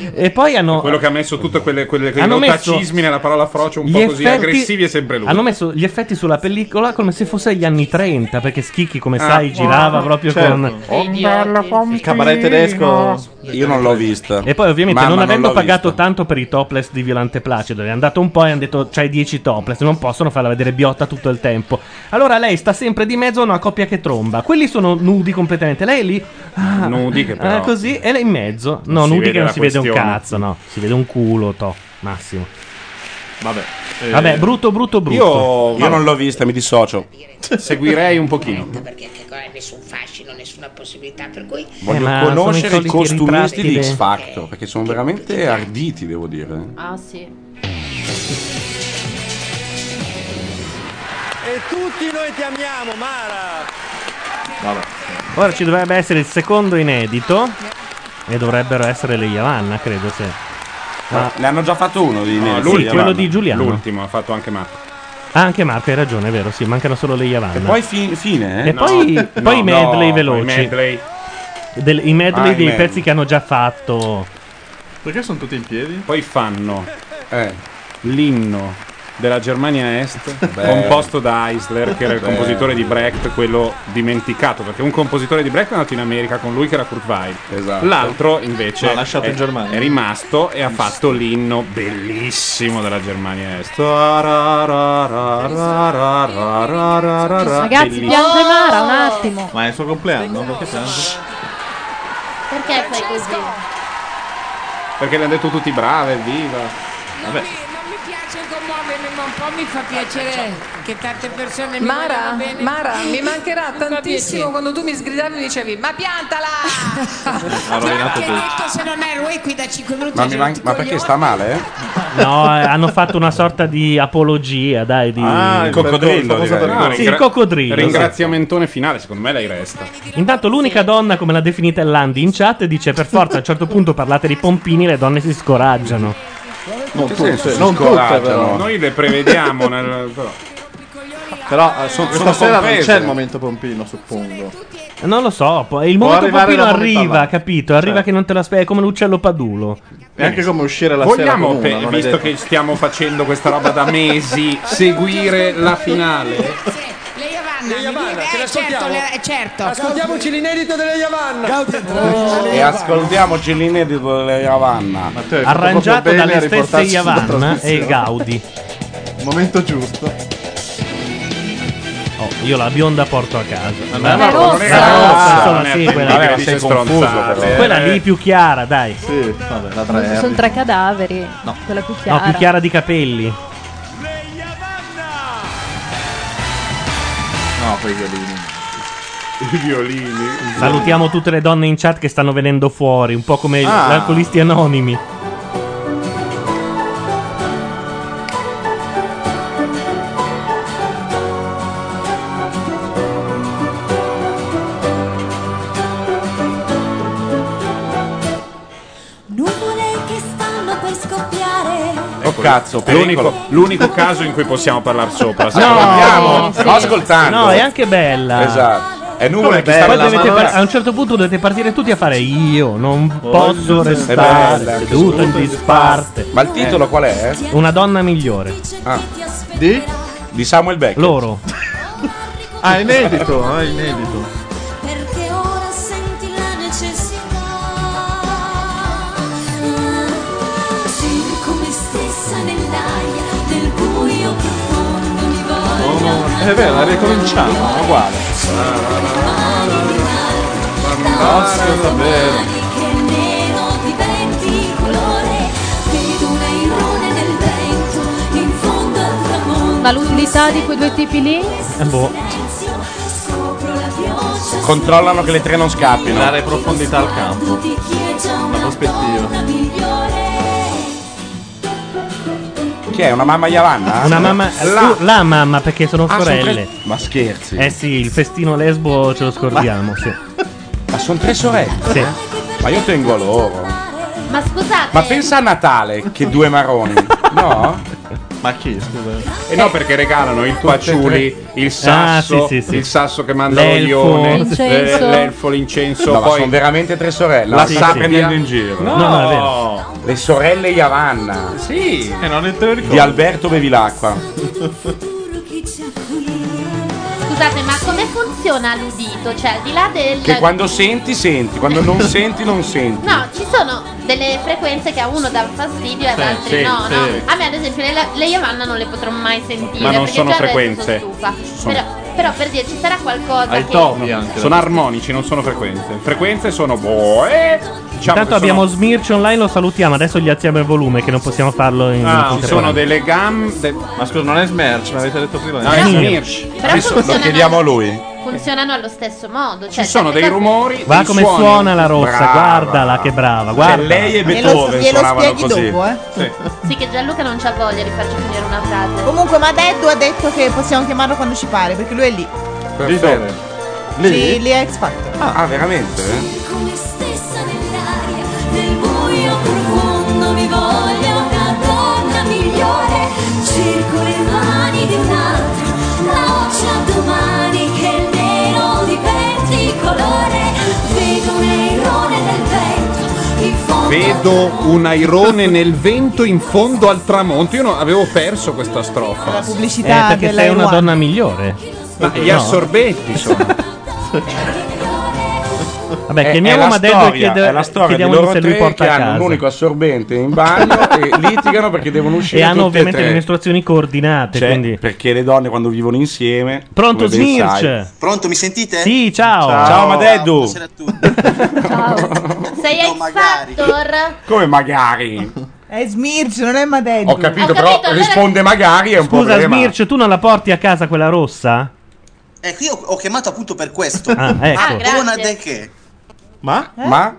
Speaker 2: eh?
Speaker 1: e poi hanno.
Speaker 3: Quello che ha messo tutti quei
Speaker 1: Hanno messo
Speaker 3: notacismi nella parola frocio un
Speaker 1: gli
Speaker 3: po' così
Speaker 1: effetti-
Speaker 3: aggressivi è sempre lui.
Speaker 1: Hanno messo gli effetti sulla pellicola come se fosse gli anni 30, perché Schicchi, come
Speaker 3: Ah,
Speaker 1: sai, girava
Speaker 3: wow.
Speaker 1: proprio
Speaker 3: Certo.
Speaker 1: con...
Speaker 3: Oh, bello pompino.
Speaker 1: Il cabaret tedesco.
Speaker 2: Io non l'ho vista.
Speaker 1: E poi ovviamente
Speaker 2: Mamma,
Speaker 1: non avendo
Speaker 2: l'ho
Speaker 1: pagato tanto per i topless di Violante Placido, è andato un po' e hanno detto c'hai 10 topless, non possono farla vedere biotta tutto il tempo. Allora lei sta sempre di mezzo a una coppia che tromba. Quelli sono nudi completamente, lei è lì ah,
Speaker 3: Nudi che però-
Speaker 1: ah, così e lei in mezzo.
Speaker 3: Non
Speaker 1: No,
Speaker 3: si
Speaker 1: nudi
Speaker 3: vede
Speaker 1: che non
Speaker 3: la
Speaker 1: si vede un
Speaker 3: questione.
Speaker 1: cazzo, no, si vede un culo, to, massimo.
Speaker 4: Vabbè.
Speaker 3: Eh,
Speaker 1: Vabbè, brutto, brutto, brutto.
Speaker 2: Io, io non l'ho vista, mi dissocio.
Speaker 3: Seguirei un pochino.
Speaker 35: Ecco,
Speaker 9: perché che cosa- nessun fascino, nessuna possibilità, per cui
Speaker 21: Eh,
Speaker 2: Voglio
Speaker 1: Eh, ma
Speaker 2: conoscere
Speaker 1: sono i
Speaker 2: i
Speaker 1: soliti
Speaker 2: costumisti
Speaker 1: ritratti
Speaker 2: di
Speaker 1: de-
Speaker 2: X Factor perché sono veramente arditi, devo dire. eh.
Speaker 13: Ah, sì.
Speaker 5: E tutti noi ti amiamo, Mara.
Speaker 1: Ora ci dovrebbe essere il secondo inedito. E dovrebbero essere le Yavanna, credo, sì.
Speaker 3: Ah.
Speaker 1: Ma-
Speaker 2: Ne hanno già fatto uno di
Speaker 1: No,
Speaker 2: Neri.
Speaker 1: l'ultimo, Sì, quello di Giuliano.
Speaker 3: L'ultimo, ha fatto anche Marco.
Speaker 1: Ah, anche Marco, hai ragione, è vero, sì, mancano solo le Yavanna.
Speaker 3: E poi
Speaker 2: fi- fine,
Speaker 3: eh?
Speaker 1: E
Speaker 3: No,
Speaker 1: poi,
Speaker 3: no,
Speaker 1: poi i medley
Speaker 3: no,
Speaker 1: veloci.
Speaker 3: i medley.
Speaker 1: Del- I medley
Speaker 3: Ah, i
Speaker 1: dei
Speaker 3: medley.
Speaker 1: pezzi che hanno già fatto.
Speaker 4: Perché sono tutti in piedi?
Speaker 3: Poi fanno eh, l'inno della Germania
Speaker 4: *laughs*
Speaker 3: Est,
Speaker 2: Beh.
Speaker 3: composto da Eisler, che era il
Speaker 2: Beh.
Speaker 3: compositore di Brecht, quello dimenticato, perché un compositore di Brecht è nato in America con lui che era Kurt Weill.
Speaker 2: Esatto.
Speaker 3: L'altro invece
Speaker 4: Esatto. L'ha lasciato
Speaker 3: è,
Speaker 4: in Germania.
Speaker 3: è rimasto e ha fatto l'inno bellissimo della Germania Est. Ragazzi,
Speaker 12: Ragazzi, piange Mara un
Speaker 13: Oh,
Speaker 12: attimo.
Speaker 4: Ma è il suo compleanno? Perché piange?
Speaker 13: Perché fai così?
Speaker 3: Perché le hanno detto tutti brave, viva. Vabbè.
Speaker 9: non mi piace commuovermi, ma un po' mi fa
Speaker 35: Eh,
Speaker 9: piacere
Speaker 35: certo.
Speaker 9: che tante persone mi
Speaker 21: Mara,
Speaker 9: vogliono bene.
Speaker 21: Mara, mi mancherà
Speaker 9: Mi fa
Speaker 21: tantissimo
Speaker 9: piacere.
Speaker 21: quando tu mi sgridavi e mi dicevi ma
Speaker 9: *laughs*
Speaker 21: piantala!
Speaker 2: Ha rovinato
Speaker 9: Perché
Speaker 2: tutto.
Speaker 9: hai detto se non ero qui da 5 minuti.
Speaker 2: Ma, mi man- ma perché sta male? eh?
Speaker 1: No, eh, hanno fatto una sorta di apologia, dai, di...
Speaker 2: Ah, il coccodrillo,
Speaker 3: Cosa
Speaker 2: direi.
Speaker 3: da- no,
Speaker 1: Sì,
Speaker 3: ringra-
Speaker 1: il coccodrillo.
Speaker 3: Ringraziamentone finale, secondo me lei resta.
Speaker 1: Intanto l'unica donna, come l'ha definita il Landi in chat, dice per forza a un certo punto parlate di pompini, le donne si scoraggiano.
Speaker 4: Non
Speaker 3: Che senso
Speaker 4: tutte,
Speaker 3: si
Speaker 4: non tutte
Speaker 3: scoraggiano?
Speaker 4: però.
Speaker 3: Noi le prevediamo nel- però.
Speaker 4: Però eh, so-
Speaker 3: Sono
Speaker 4: stasera non
Speaker 3: comprese.
Speaker 4: c'è il momento pompino, suppongo.
Speaker 1: Non lo so, poi il
Speaker 4: Può
Speaker 1: momento
Speaker 4: arrivare
Speaker 1: pompino
Speaker 4: da momento
Speaker 1: arriva,
Speaker 4: all'altro.
Speaker 1: capito? Arriva
Speaker 4: Certo.
Speaker 1: che non te lo aspetti, è come l'uccello padulo.
Speaker 4: E anche come uscire la
Speaker 3: Vogliamo,
Speaker 4: sera con una,
Speaker 3: pe-
Speaker 4: non è
Speaker 3: visto
Speaker 4: detto.
Speaker 3: che stiamo facendo questa roba da
Speaker 4: *laughs*
Speaker 3: mesi, seguire la finale?
Speaker 9: Le
Speaker 21: Le
Speaker 9: Yavanna,
Speaker 21: Yavanna,
Speaker 9: mi-
Speaker 21: ce
Speaker 9: eh,
Speaker 21: le
Speaker 9: certo,
Speaker 21: ascoltiamo?
Speaker 9: le- certo.
Speaker 21: Ascoltiamoci l'inedito delle Yavanna.
Speaker 5: Oh.
Speaker 2: E ascoltiamoci l'inedito delle Ravanna.
Speaker 1: Arrangiato dalle stesse Yavanna e Gaudi.
Speaker 4: Momento giusto.
Speaker 1: Oh, io la bionda porto a casa.
Speaker 4: Ma no,
Speaker 1: rossa,
Speaker 4: non è
Speaker 1: la
Speaker 4: rossa,
Speaker 1: rossa,
Speaker 4: Ah, non
Speaker 1: insomma,
Speaker 4: è
Speaker 1: sì,
Speaker 4: appena
Speaker 1: quella
Speaker 4: Vabbè,
Speaker 1: lì.
Speaker 4: sei confuso, però.
Speaker 1: Eh, Quella lì più chiara, dai.
Speaker 4: Sì, vabbè, la eh,
Speaker 12: Ci sono tre cadaveri.
Speaker 4: No.
Speaker 12: Quella più
Speaker 1: No,
Speaker 12: chiara.
Speaker 1: più chiara di capelli.
Speaker 4: No, quei violini.
Speaker 3: I violini.
Speaker 1: Salutiamo tutte le donne in chat che stanno venendo fuori, un po' come
Speaker 3: Ah.
Speaker 1: gli alcolisti anonimi.
Speaker 17: Nuvole che stanno per scoppiare.
Speaker 3: Oh cazzo, l'unico, l'unico caso in cui possiamo parlare sopra.
Speaker 2: No, parliamo,
Speaker 1: sì.
Speaker 2: sto ascoltando.
Speaker 1: No, è anche bella.
Speaker 2: Esatto. È
Speaker 1: Come
Speaker 2: nuvole che
Speaker 1: bella,
Speaker 2: stanno
Speaker 1: poi dovete
Speaker 2: per-
Speaker 1: par- a un certo punto dovete partire tutti a fare io non posso
Speaker 2: Voglio
Speaker 1: restare
Speaker 2: bella,
Speaker 1: seduto in
Speaker 2: seduto in
Speaker 1: disparte. Eh.
Speaker 2: Ma il titolo qual è? Ah.
Speaker 1: Una donna migliore.
Speaker 4: Di?
Speaker 2: Di Samuel Beck.
Speaker 1: Loro.
Speaker 4: Ah, è inedito, ah, è inedito.
Speaker 17: Perché ora senti la necessità. Circo me Ah, stessa nell'aria del buio profondo mi voglio.
Speaker 4: Eh, È vero, ricominciamo, è uguale.
Speaker 3: Ah,
Speaker 1: Ah,
Speaker 4: Posso sapere.
Speaker 17: Che nero diventi colore. Vedo una irone nel vento in fondo al tramonto.
Speaker 12: La lucidità di quei due tipi lì.
Speaker 1: boh.
Speaker 17: Scopro la pioggia
Speaker 2: Controllano che le tre non scappino.
Speaker 4: Dare profondità al campo.
Speaker 17: di chi è già
Speaker 4: La
Speaker 17: una
Speaker 4: prospettiva.
Speaker 17: donna migliore.
Speaker 2: Chi è? Una mamma Yavanna?
Speaker 1: Una mamma.
Speaker 2: Ah. La.
Speaker 1: La, la mamma, perché sono
Speaker 2: Ah, son
Speaker 1: sorelle.
Speaker 2: tre- Ma scherzi.
Speaker 1: Eh sì, il festino lesbo ce lo scordiamo, sì.
Speaker 2: *laughs* Ma sono tre sorelle.
Speaker 1: Sì.
Speaker 2: Ma io tengo a loro.
Speaker 13: Ma scusate,
Speaker 2: Ma pensa a Natale che due maroni. No? Eh
Speaker 4: Ma chi? Scusa.
Speaker 3: E no, perché regalano il tuacciuli, il sasso,
Speaker 2: Ah, sì, sì, sì.
Speaker 3: il sasso che manda
Speaker 2: L'elfo.
Speaker 3: l'olione,
Speaker 2: L'incenso.
Speaker 3: eh, l'elfo, l'incenso.
Speaker 2: No, ma
Speaker 3: poi
Speaker 2: sono veramente tre sorelle.
Speaker 3: La
Speaker 2: La sta
Speaker 3: sì.
Speaker 2: prendendo in giro.
Speaker 3: No. No, no, è vero.
Speaker 2: Le sorelle Yavanna.
Speaker 3: Sì.
Speaker 2: E Eh, non te Di Alberto Bevilacqua.
Speaker 13: scusate, ma come funziona l'udito? Cioè, al di là del.
Speaker 2: Che quando senti, senti, quando non senti, non senti.
Speaker 13: No, ci sono delle frequenze che a uno dà fastidio e ad
Speaker 2: Sì,
Speaker 13: altri
Speaker 2: sì,
Speaker 13: no,
Speaker 2: sì.
Speaker 13: no? A me ad esempio le, le Yavanna non le potrò mai sentire
Speaker 3: Ma non
Speaker 13: perché
Speaker 3: sono
Speaker 13: già adesso
Speaker 3: frequenze.
Speaker 13: sono stufa. Però, però per dire ci sarà qualcosa
Speaker 3: Ai
Speaker 13: che
Speaker 3: topi anche. Sono armonici, non sono frequenze. Frequenze sono boe.
Speaker 1: Intanto
Speaker 3: Diciamo che sono-
Speaker 1: abbiamo Smirci online, lo salutiamo, adesso gli alziamo il volume che non possiamo farlo in
Speaker 3: Ah, ci
Speaker 1: contemporanea.
Speaker 3: sono delle gamme. Ma
Speaker 4: scusa, non è Smerch, me l'avete detto prima.
Speaker 3: No, è
Speaker 1: Però-
Speaker 3: Smirch.
Speaker 13: però funziona-
Speaker 2: a lui.
Speaker 13: funzionano allo stesso modo. Cioè,
Speaker 3: Ci sono
Speaker 13: certe cose-
Speaker 3: dei rumori.
Speaker 1: Guarda
Speaker 3: dei
Speaker 1: come
Speaker 3: suoni.
Speaker 1: suona la rossa,
Speaker 3: Brava.
Speaker 1: guardala che brava, guarda.
Speaker 3: Cioè, lei e
Speaker 15: Glielo- Beethoven glielo suonavano spieghi così. dopo, eh.
Speaker 3: Sì.
Speaker 13: Sì, che Gianluca non c'ha voglia di farci finire una frase.
Speaker 15: Comunque, ma Deddu ha detto che possiamo chiamarlo quando ci pare, perché lui è lì.
Speaker 2: Lì?
Speaker 15: Sì, lì è X Factor.
Speaker 2: Ah, ah, veramente?
Speaker 10: Come stessa nell'aria, nel buio profondo mi voglio una donna migliore. Cerco le mani di un'altra, la voce a domani che il nero diventi colore. Vedo un airone nel vento, in fondo *laughs*
Speaker 3: Vedo un airone nel vento in fondo al tramonto. Io non- avevo perso questa strofa.
Speaker 15: La
Speaker 1: Eh,
Speaker 15: pubblicità
Speaker 1: perché
Speaker 15: della
Speaker 1: sei una
Speaker 15: Irwan.
Speaker 1: donna migliore.
Speaker 3: Ma gli
Speaker 1: No. *laughs*
Speaker 3: assorbetti sono.
Speaker 1: Vabbè,
Speaker 2: È-
Speaker 1: chiamiamo
Speaker 2: è la
Speaker 1: Madeddu e
Speaker 2: storia-
Speaker 1: chiede-
Speaker 2: è la storia di
Speaker 1: chiediamogli
Speaker 2: loro
Speaker 1: se lui
Speaker 2: tre
Speaker 1: porta
Speaker 2: che
Speaker 1: a
Speaker 2: hanno
Speaker 1: casa.
Speaker 2: un unico assorbente in
Speaker 1: *laughs*
Speaker 2: bagno e litigano perché devono uscire
Speaker 1: E hanno
Speaker 2: tutte e
Speaker 1: ovviamente
Speaker 2: tre.
Speaker 1: le mestruazioni coordinate,
Speaker 2: Cioè,
Speaker 1: quindi...
Speaker 2: perché le donne quando vivono insieme
Speaker 1: Pronto,
Speaker 2: come ben
Speaker 1: Smirch?
Speaker 2: sai-
Speaker 20: Pronto, mi sentite?
Speaker 1: Sì, ciao.
Speaker 2: ciao, Madeddu
Speaker 20: Buonasera a tutti.
Speaker 13: Sei X Factor?
Speaker 2: come magari
Speaker 15: È Smirci, non è Madeddu.
Speaker 2: ho capito, però risponde magari è un po'
Speaker 1: Scusa
Speaker 2: problema
Speaker 1: Smircio, tu non la porti a casa quella rossa?
Speaker 20: Eh, qui ho, ho chiamato appunto per questo.
Speaker 1: *laughs* Ah, ecco. Ah, grazie.
Speaker 20: Una de che?
Speaker 4: Ma?
Speaker 2: Ma?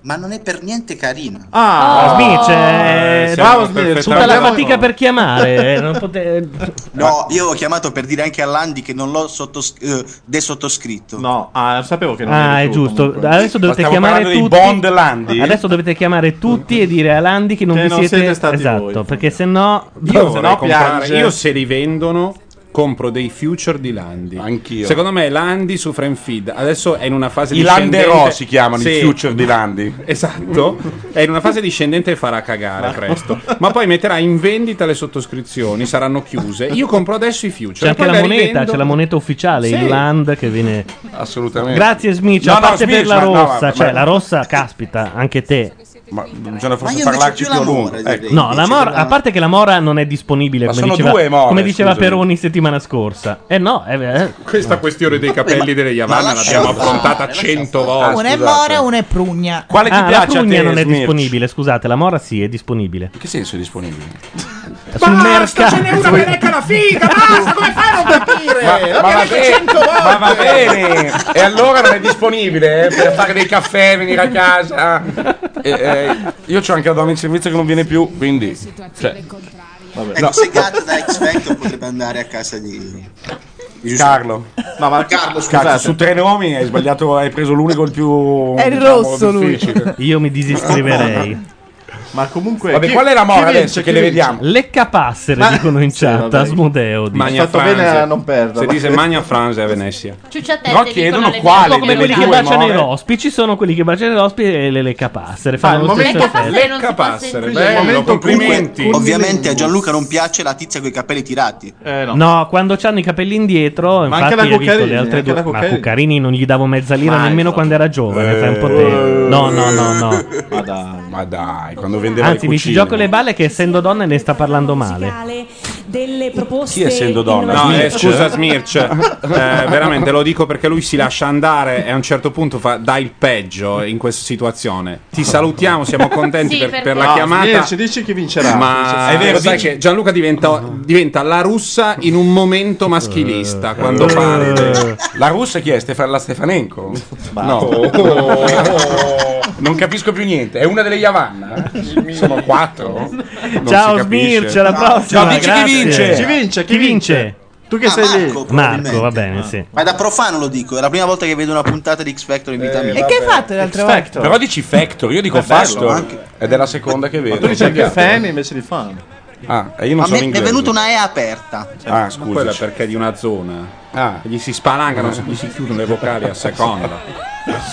Speaker 20: Ma non è per niente carina.
Speaker 15: Oh.
Speaker 1: Ah, Smirch, eh,
Speaker 20: Bravo,
Speaker 1: Smirch,
Speaker 20: Smirch,
Speaker 1: tutta la
Speaker 20: abbiamo-
Speaker 1: fatica per chiamare. eh,
Speaker 2: *laughs*
Speaker 1: non pote-
Speaker 20: No, io ho chiamato per dire anche a Landi che non l'ho sottos- eh, desottoscritto.
Speaker 4: No, ah, sapevo che non
Speaker 1: Ah, è giusto. Adesso dovete chiamare tutti. Adesso dovete chiamare tutti e dire a Landi che non
Speaker 3: Che
Speaker 1: vi
Speaker 3: non
Speaker 1: siete,
Speaker 3: siete stati
Speaker 1: Esatto,
Speaker 3: voi.
Speaker 1: perché se no
Speaker 3: Io, vorrei comprare- io se li vendono compro dei future di Landi. Anch'io. Secondo me Landi su Friend Feed adesso è in una fase
Speaker 2: i
Speaker 3: discendente.
Speaker 2: Landerò si chiamano
Speaker 3: Sì.
Speaker 2: i future di Landi
Speaker 3: Esatto, è in una fase discendente e farà cagare presto. Ma poi metterà in vendita le sottoscrizioni, saranno chiuse. Io compro adesso i
Speaker 2: Cioè,
Speaker 3: future.
Speaker 1: c'è anche
Speaker 3: poi
Speaker 1: la
Speaker 3: le
Speaker 1: moneta,
Speaker 3: rivendo.
Speaker 1: c'è la moneta ufficiale,
Speaker 3: Sì.
Speaker 1: il land che viene
Speaker 2: assolutamente
Speaker 1: Grazie Smirch,
Speaker 2: No,
Speaker 1: a
Speaker 2: no,
Speaker 1: parte per
Speaker 2: Smirch,
Speaker 1: la
Speaker 2: ma- no,
Speaker 1: rossa,
Speaker 2: ma-
Speaker 1: cioè
Speaker 2: ma-
Speaker 1: la rossa caspita, anche te.
Speaker 2: Ma bisogna
Speaker 20: Ma
Speaker 2: forse
Speaker 20: io
Speaker 2: parlarci
Speaker 20: invece
Speaker 2: più a
Speaker 20: più
Speaker 2: lungo.
Speaker 20: l'amore,
Speaker 2: Ecco.
Speaker 1: No, la mora, a parte che la mora non è disponibile
Speaker 2: Ma
Speaker 1: come
Speaker 2: sono
Speaker 1: diceva,
Speaker 2: due more,
Speaker 1: come diceva
Speaker 2: scusami.
Speaker 1: Peroni settimana scorsa. Eh no, eh, eh.
Speaker 3: Questa questione dei capelli delle Yavanna l'abbiamo affrontata cento volte.
Speaker 2: Ah,
Speaker 15: Uno è mora, uno è prugna.
Speaker 3: Quale ti
Speaker 1: ah,
Speaker 3: piace
Speaker 1: la
Speaker 3: a
Speaker 1: prugna
Speaker 3: te,
Speaker 1: non è
Speaker 3: Smirch?
Speaker 1: disponibile, scusate, la mora sì, è disponibile.
Speaker 2: che senso è disponibile?
Speaker 1: Sul mercato.
Speaker 3: recca la figa!
Speaker 10: Ah,
Speaker 3: Basta, come fai a non capire?
Speaker 2: Ma, ma va bene, ma va bene. E allora non è disponibile eh, per fare dei caffè, venire a casa. E, eh, io c'ho anche la donna in servizio che non viene più, quindi. Cioè, vabbè.
Speaker 20: Ecco,
Speaker 2: No.
Speaker 20: se Gatto da X Factor potrebbe andare a casa di...
Speaker 2: Carlo.
Speaker 4: No, ma
Speaker 20: Carlo,
Speaker 2: Cazzo,
Speaker 20: scusate.
Speaker 2: su tre nomi hai sbagliato, hai preso l'unico il più
Speaker 20: È il
Speaker 2: diciamo,
Speaker 20: rosso lui.
Speaker 1: *laughs*
Speaker 2: difficile.
Speaker 1: Io mi disiscriverei.
Speaker 4: Ma comunque
Speaker 2: Vabbè,
Speaker 4: chi-
Speaker 2: qual è la
Speaker 4: chi
Speaker 2: mora
Speaker 4: vince,
Speaker 2: adesso
Speaker 4: chi
Speaker 2: che le
Speaker 4: vince?
Speaker 2: vediamo?
Speaker 1: Leccapassere
Speaker 4: Cioè, Ma-
Speaker 1: dicono in
Speaker 4: Sì,
Speaker 1: chat,
Speaker 4: vabbè.
Speaker 1: Asmodeo. dice.
Speaker 3: Magna
Speaker 4: Ho fatto bene a non perderla.
Speaker 3: Se dice Magna Franze a Venezia.
Speaker 13: Ciucciatelle
Speaker 1: Però
Speaker 13: dicono
Speaker 1: chiedono
Speaker 13: le mie-
Speaker 1: Un po' come
Speaker 3: delle
Speaker 1: quelli che
Speaker 3: due
Speaker 1: baciano
Speaker 3: more.
Speaker 1: i rospi, ci sono quelli che baciano i rospi e le leccapassere.
Speaker 3: Ah,
Speaker 1: Fanno
Speaker 3: il
Speaker 1: lo stesso
Speaker 3: momento-
Speaker 1: effetto.
Speaker 3: Leccapassere, leccapassere,
Speaker 20: Quindi è il
Speaker 3: bello,
Speaker 20: momento in cui-
Speaker 3: complimenti.
Speaker 20: Ovviamente a Gianluca non piace la tizia con i capelli tirati.
Speaker 1: no. quando c'hanno i capelli indietro,
Speaker 20: Ma
Speaker 1: infatti
Speaker 20: anche la
Speaker 1: hai visto
Speaker 20: Cuccarini,
Speaker 1: le altre
Speaker 20: anche
Speaker 1: due.
Speaker 20: la
Speaker 1: Ma
Speaker 20: Cuccarini.
Speaker 1: Cuccarini non gli davo mezza lira
Speaker 20: Mai,
Speaker 1: nemmeno quando era giovane. Fai un po' te. No, no, no, no.
Speaker 2: Ma dai, ma dai, quando vendeva
Speaker 1: Anzi,
Speaker 2: le
Speaker 1: mi ci
Speaker 2: cucine.
Speaker 1: gioco le balle che essendo donna ne sta parlando male.
Speaker 19: delle proposte.
Speaker 2: Chi essendo donna?
Speaker 3: No, eh,
Speaker 2: Smirch?
Speaker 3: scusa Smirch, eh, veramente lo dico perché lui si lascia andare e a un certo punto fa, dà il peggio in questa situazione. Ti salutiamo, siamo contenti
Speaker 4: Sì,
Speaker 3: per,
Speaker 4: perché-
Speaker 3: per la
Speaker 4: No,
Speaker 3: chiamata.
Speaker 4: Smirch, dici chi vincerà.
Speaker 3: Ma
Speaker 4: Dici-
Speaker 3: è vero,
Speaker 4: Sai
Speaker 3: sai
Speaker 4: che-
Speaker 3: che Gianluca diventa, diventa la russa in un momento maschilista quando parte.
Speaker 4: *laughs* oh.
Speaker 2: La russa chi è? Stefa- la Stefanenko?
Speaker 3: No.
Speaker 2: No. Non capisco più niente. È una delle Yavanna. Sono quattro. Non
Speaker 1: Ciao,
Speaker 2: si capisce.
Speaker 1: Smirci, alla
Speaker 2: No.
Speaker 1: prossima,
Speaker 2: No, dici chi eh.
Speaker 1: grazie.
Speaker 2: vince.
Speaker 1: Ci vince, chi Chi vince? vince?
Speaker 4: Tu
Speaker 2: che sei lì.
Speaker 1: Marco, va bene, sì.
Speaker 20: Ah, Ma è da profano lo dico, è la prima volta che vedo una puntata di X Factor in vita
Speaker 2: Eh,
Speaker 20: mia.
Speaker 2: E che hai vabbè. fatto
Speaker 15: l'altra
Speaker 2: Factor. Però dici Factor, io dico
Speaker 4: È bello,
Speaker 2: Factor.
Speaker 4: anche.
Speaker 2: Ed è la seconda che vedo.
Speaker 4: tu dici anche
Speaker 2: Cambiate.
Speaker 4: fan invece di fan.
Speaker 2: Ah,
Speaker 3: Eh,
Speaker 2: e io non
Speaker 20: Ma
Speaker 2: sono
Speaker 20: mi è
Speaker 2: inglese.
Speaker 20: venuta una E aperta.
Speaker 2: Ah,
Speaker 3: Ma quella
Speaker 2: scusa.
Speaker 3: perché è di una zona. Gli si spalancano, gli si chiudono le vocali a seconda.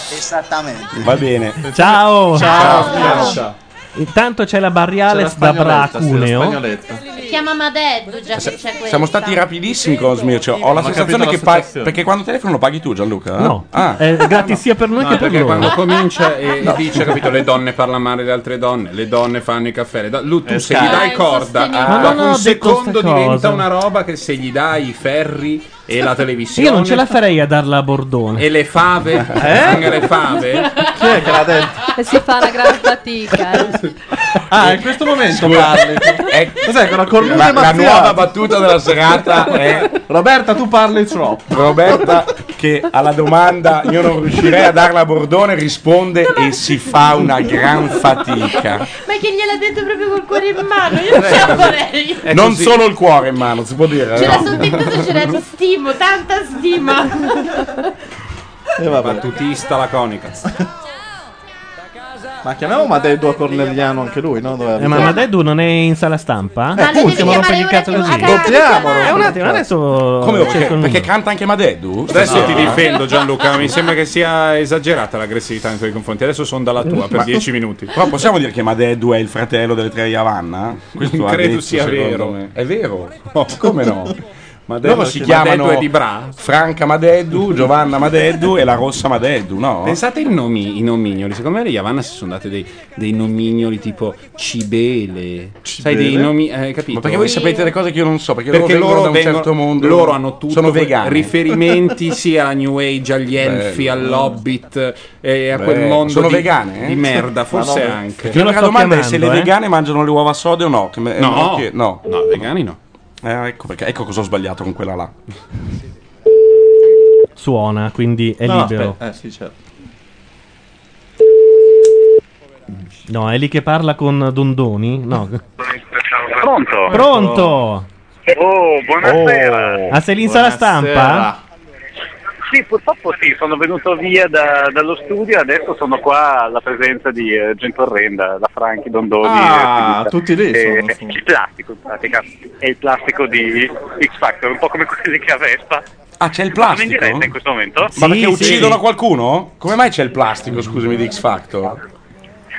Speaker 20: Esattamente.
Speaker 2: Va bene.
Speaker 1: Ciao.
Speaker 3: Ciao, Ciao. ciao.
Speaker 1: Intanto c'è la Barriales
Speaker 2: C'è la
Speaker 1: da
Speaker 2: spagnoletta, sì, la
Speaker 4: oh.
Speaker 1: Bracuneo.
Speaker 2: spagnoletta.
Speaker 13: Si chiama Madeddu, già che c'è questa.
Speaker 2: Siamo stati rapidissimi con Smircio. Ho la
Speaker 4: Non ho
Speaker 2: sensazione
Speaker 4: capito
Speaker 2: che paghi.
Speaker 4: l'associazione.
Speaker 2: Perché quando telefono lo paghi tu, Gianluca?
Speaker 3: No.
Speaker 2: Ah.
Speaker 1: È gratis sia per noi
Speaker 3: No,
Speaker 1: che per
Speaker 3: perché
Speaker 1: loro.
Speaker 3: quando comincia e
Speaker 1: No.
Speaker 3: dice, Cioè, capito, le donne parlano male delle altre donne, le donne fanno i caffè, le do- lui- tu
Speaker 4: Eh,
Speaker 3: se gli
Speaker 4: stai-
Speaker 3: dai
Speaker 4: Ah,
Speaker 3: corda,
Speaker 4: insostenibile.
Speaker 3: dopo
Speaker 4: Ma non ho
Speaker 3: un
Speaker 4: detto
Speaker 3: secondo
Speaker 1: sta
Speaker 3: diventa
Speaker 1: cosa.
Speaker 3: una roba che se gli dai i ferri e la televisione
Speaker 1: Io non ce la farei Eh? a darla a Bordone.
Speaker 3: e le fave, anche le fave,
Speaker 4: Chi è che l'ha detto?
Speaker 12: E *laughs* si fa una gran fatica. eh.
Speaker 4: Ah, in questo momento
Speaker 2: Scusa.
Speaker 4: parli.
Speaker 2: È...
Speaker 4: Cos'è con la cornuta
Speaker 2: La, la
Speaker 4: mazziata?
Speaker 2: nuova battuta della
Speaker 4: *laughs*
Speaker 2: serata eh? è
Speaker 4: Roberta, tu parli troppo.
Speaker 2: Roberta che alla domanda io non riuscirei a darla a Bordone risponde e si fa una gran fatica.
Speaker 13: *laughs* Ma che gliel'ha detto proprio col cuore in mano? Io non ce la farei.
Speaker 2: non solo il cuore in mano, si può dire.
Speaker 13: C'era
Speaker 2: Eh, no?
Speaker 13: soltanto c'era stimo, tanta stima.
Speaker 2: Eh,
Speaker 4: E va battutista laconica. Ma chiamiamo Madeddu a Corneliano anche lui, no? Doveva
Speaker 1: Eh, ma Madeddu non è in sala stampa? Eh,
Speaker 4: Ma li devi
Speaker 1: siamo rompere il
Speaker 4: chiamare
Speaker 1: cazzo
Speaker 4: ora che-
Speaker 38: ah,
Speaker 1: così.
Speaker 4: a casa, Doppiamolo.
Speaker 1: Eh, un attimo, adesso.
Speaker 3: Come,
Speaker 1: cerco
Speaker 3: perché-
Speaker 1: il
Speaker 3: perché
Speaker 1: numero.
Speaker 2: Canta anche Madeddu?
Speaker 3: Adesso
Speaker 2: No.
Speaker 3: ti difendo Gianluca, mi sembra che sia esagerata l'aggressività nei tuoi confronti. Adesso sono dalla tua per
Speaker 2: Ma-
Speaker 3: 10 minuti.
Speaker 2: Però possiamo dire che Madeddu è il fratello delle tre Yavanna? Questo ha
Speaker 3: Credo
Speaker 2: detto,
Speaker 3: sia
Speaker 2: secondo
Speaker 3: vero.
Speaker 2: me. È vero? Come
Speaker 3: Eh
Speaker 2: no?
Speaker 3: Madeddu-
Speaker 2: Loro si
Speaker 3: Madeddu
Speaker 2: chiamano
Speaker 3: è di Bra?
Speaker 2: Franca Madeddu, Giovanna Madeddu e la rossa Madeddu, no?
Speaker 3: Pensate ai nomi, i nomignoli, secondo me le Yavanna si sono date dei, dei nomignoli tipo Cibele, sai dei nomi, eh, capito?
Speaker 2: Ma perché voi sapete le cose che io non so, perché,
Speaker 3: Perché
Speaker 2: loro, vengono da un
Speaker 3: vengono-
Speaker 2: certo mondo.
Speaker 3: loro hanno tutto
Speaker 2: Sono
Speaker 3: que-
Speaker 2: vegani. *laughs*
Speaker 3: riferimenti sia alla New Age, agli elfi,
Speaker 2: Bello.
Speaker 3: all'Hobbit e a
Speaker 2: Beh,
Speaker 3: quel mondo
Speaker 2: Eh, sono
Speaker 3: di,
Speaker 2: vegane, eh?
Speaker 3: di merda, forse
Speaker 2: Ma no,
Speaker 3: anche.
Speaker 2: Perché la eh. domanda è se le vegane mangiano le uova sode o no? Che me-
Speaker 3: No.
Speaker 2: non chie- no.
Speaker 3: vegani no.
Speaker 2: Eh, ecco, perché, ecco cosa ho sbagliato con quella là.
Speaker 1: Suona, quindi è
Speaker 4: No,
Speaker 1: libero.
Speaker 4: aspetta, Eh, sì, certo.
Speaker 1: No, è lì che parla con Dondoni? No.
Speaker 38: Pronto?
Speaker 1: Pronto?
Speaker 38: Oh, buonasera.
Speaker 1: Ah, sei lì in sala stampa?
Speaker 38: Sì, purtroppo sì, sono venuto via da- dallo studio e adesso sono qua alla presenza di eh, gente orrenda, la Franchi Dondoni.
Speaker 4: Ah,
Speaker 38: eh,
Speaker 4: tutti lì
Speaker 38: eh,
Speaker 4: sono, sono.
Speaker 38: Il plastico, in pratica, è il plastico di X Factor, un po' come quelli che ha Vespa.
Speaker 2: Ah, c'è il
Speaker 38: Sono in
Speaker 2: plastico?
Speaker 38: diretta in questo momento?
Speaker 2: Ma perché uccidono qualcuno? Come mai c'è il plastico, scusami, di X Factor?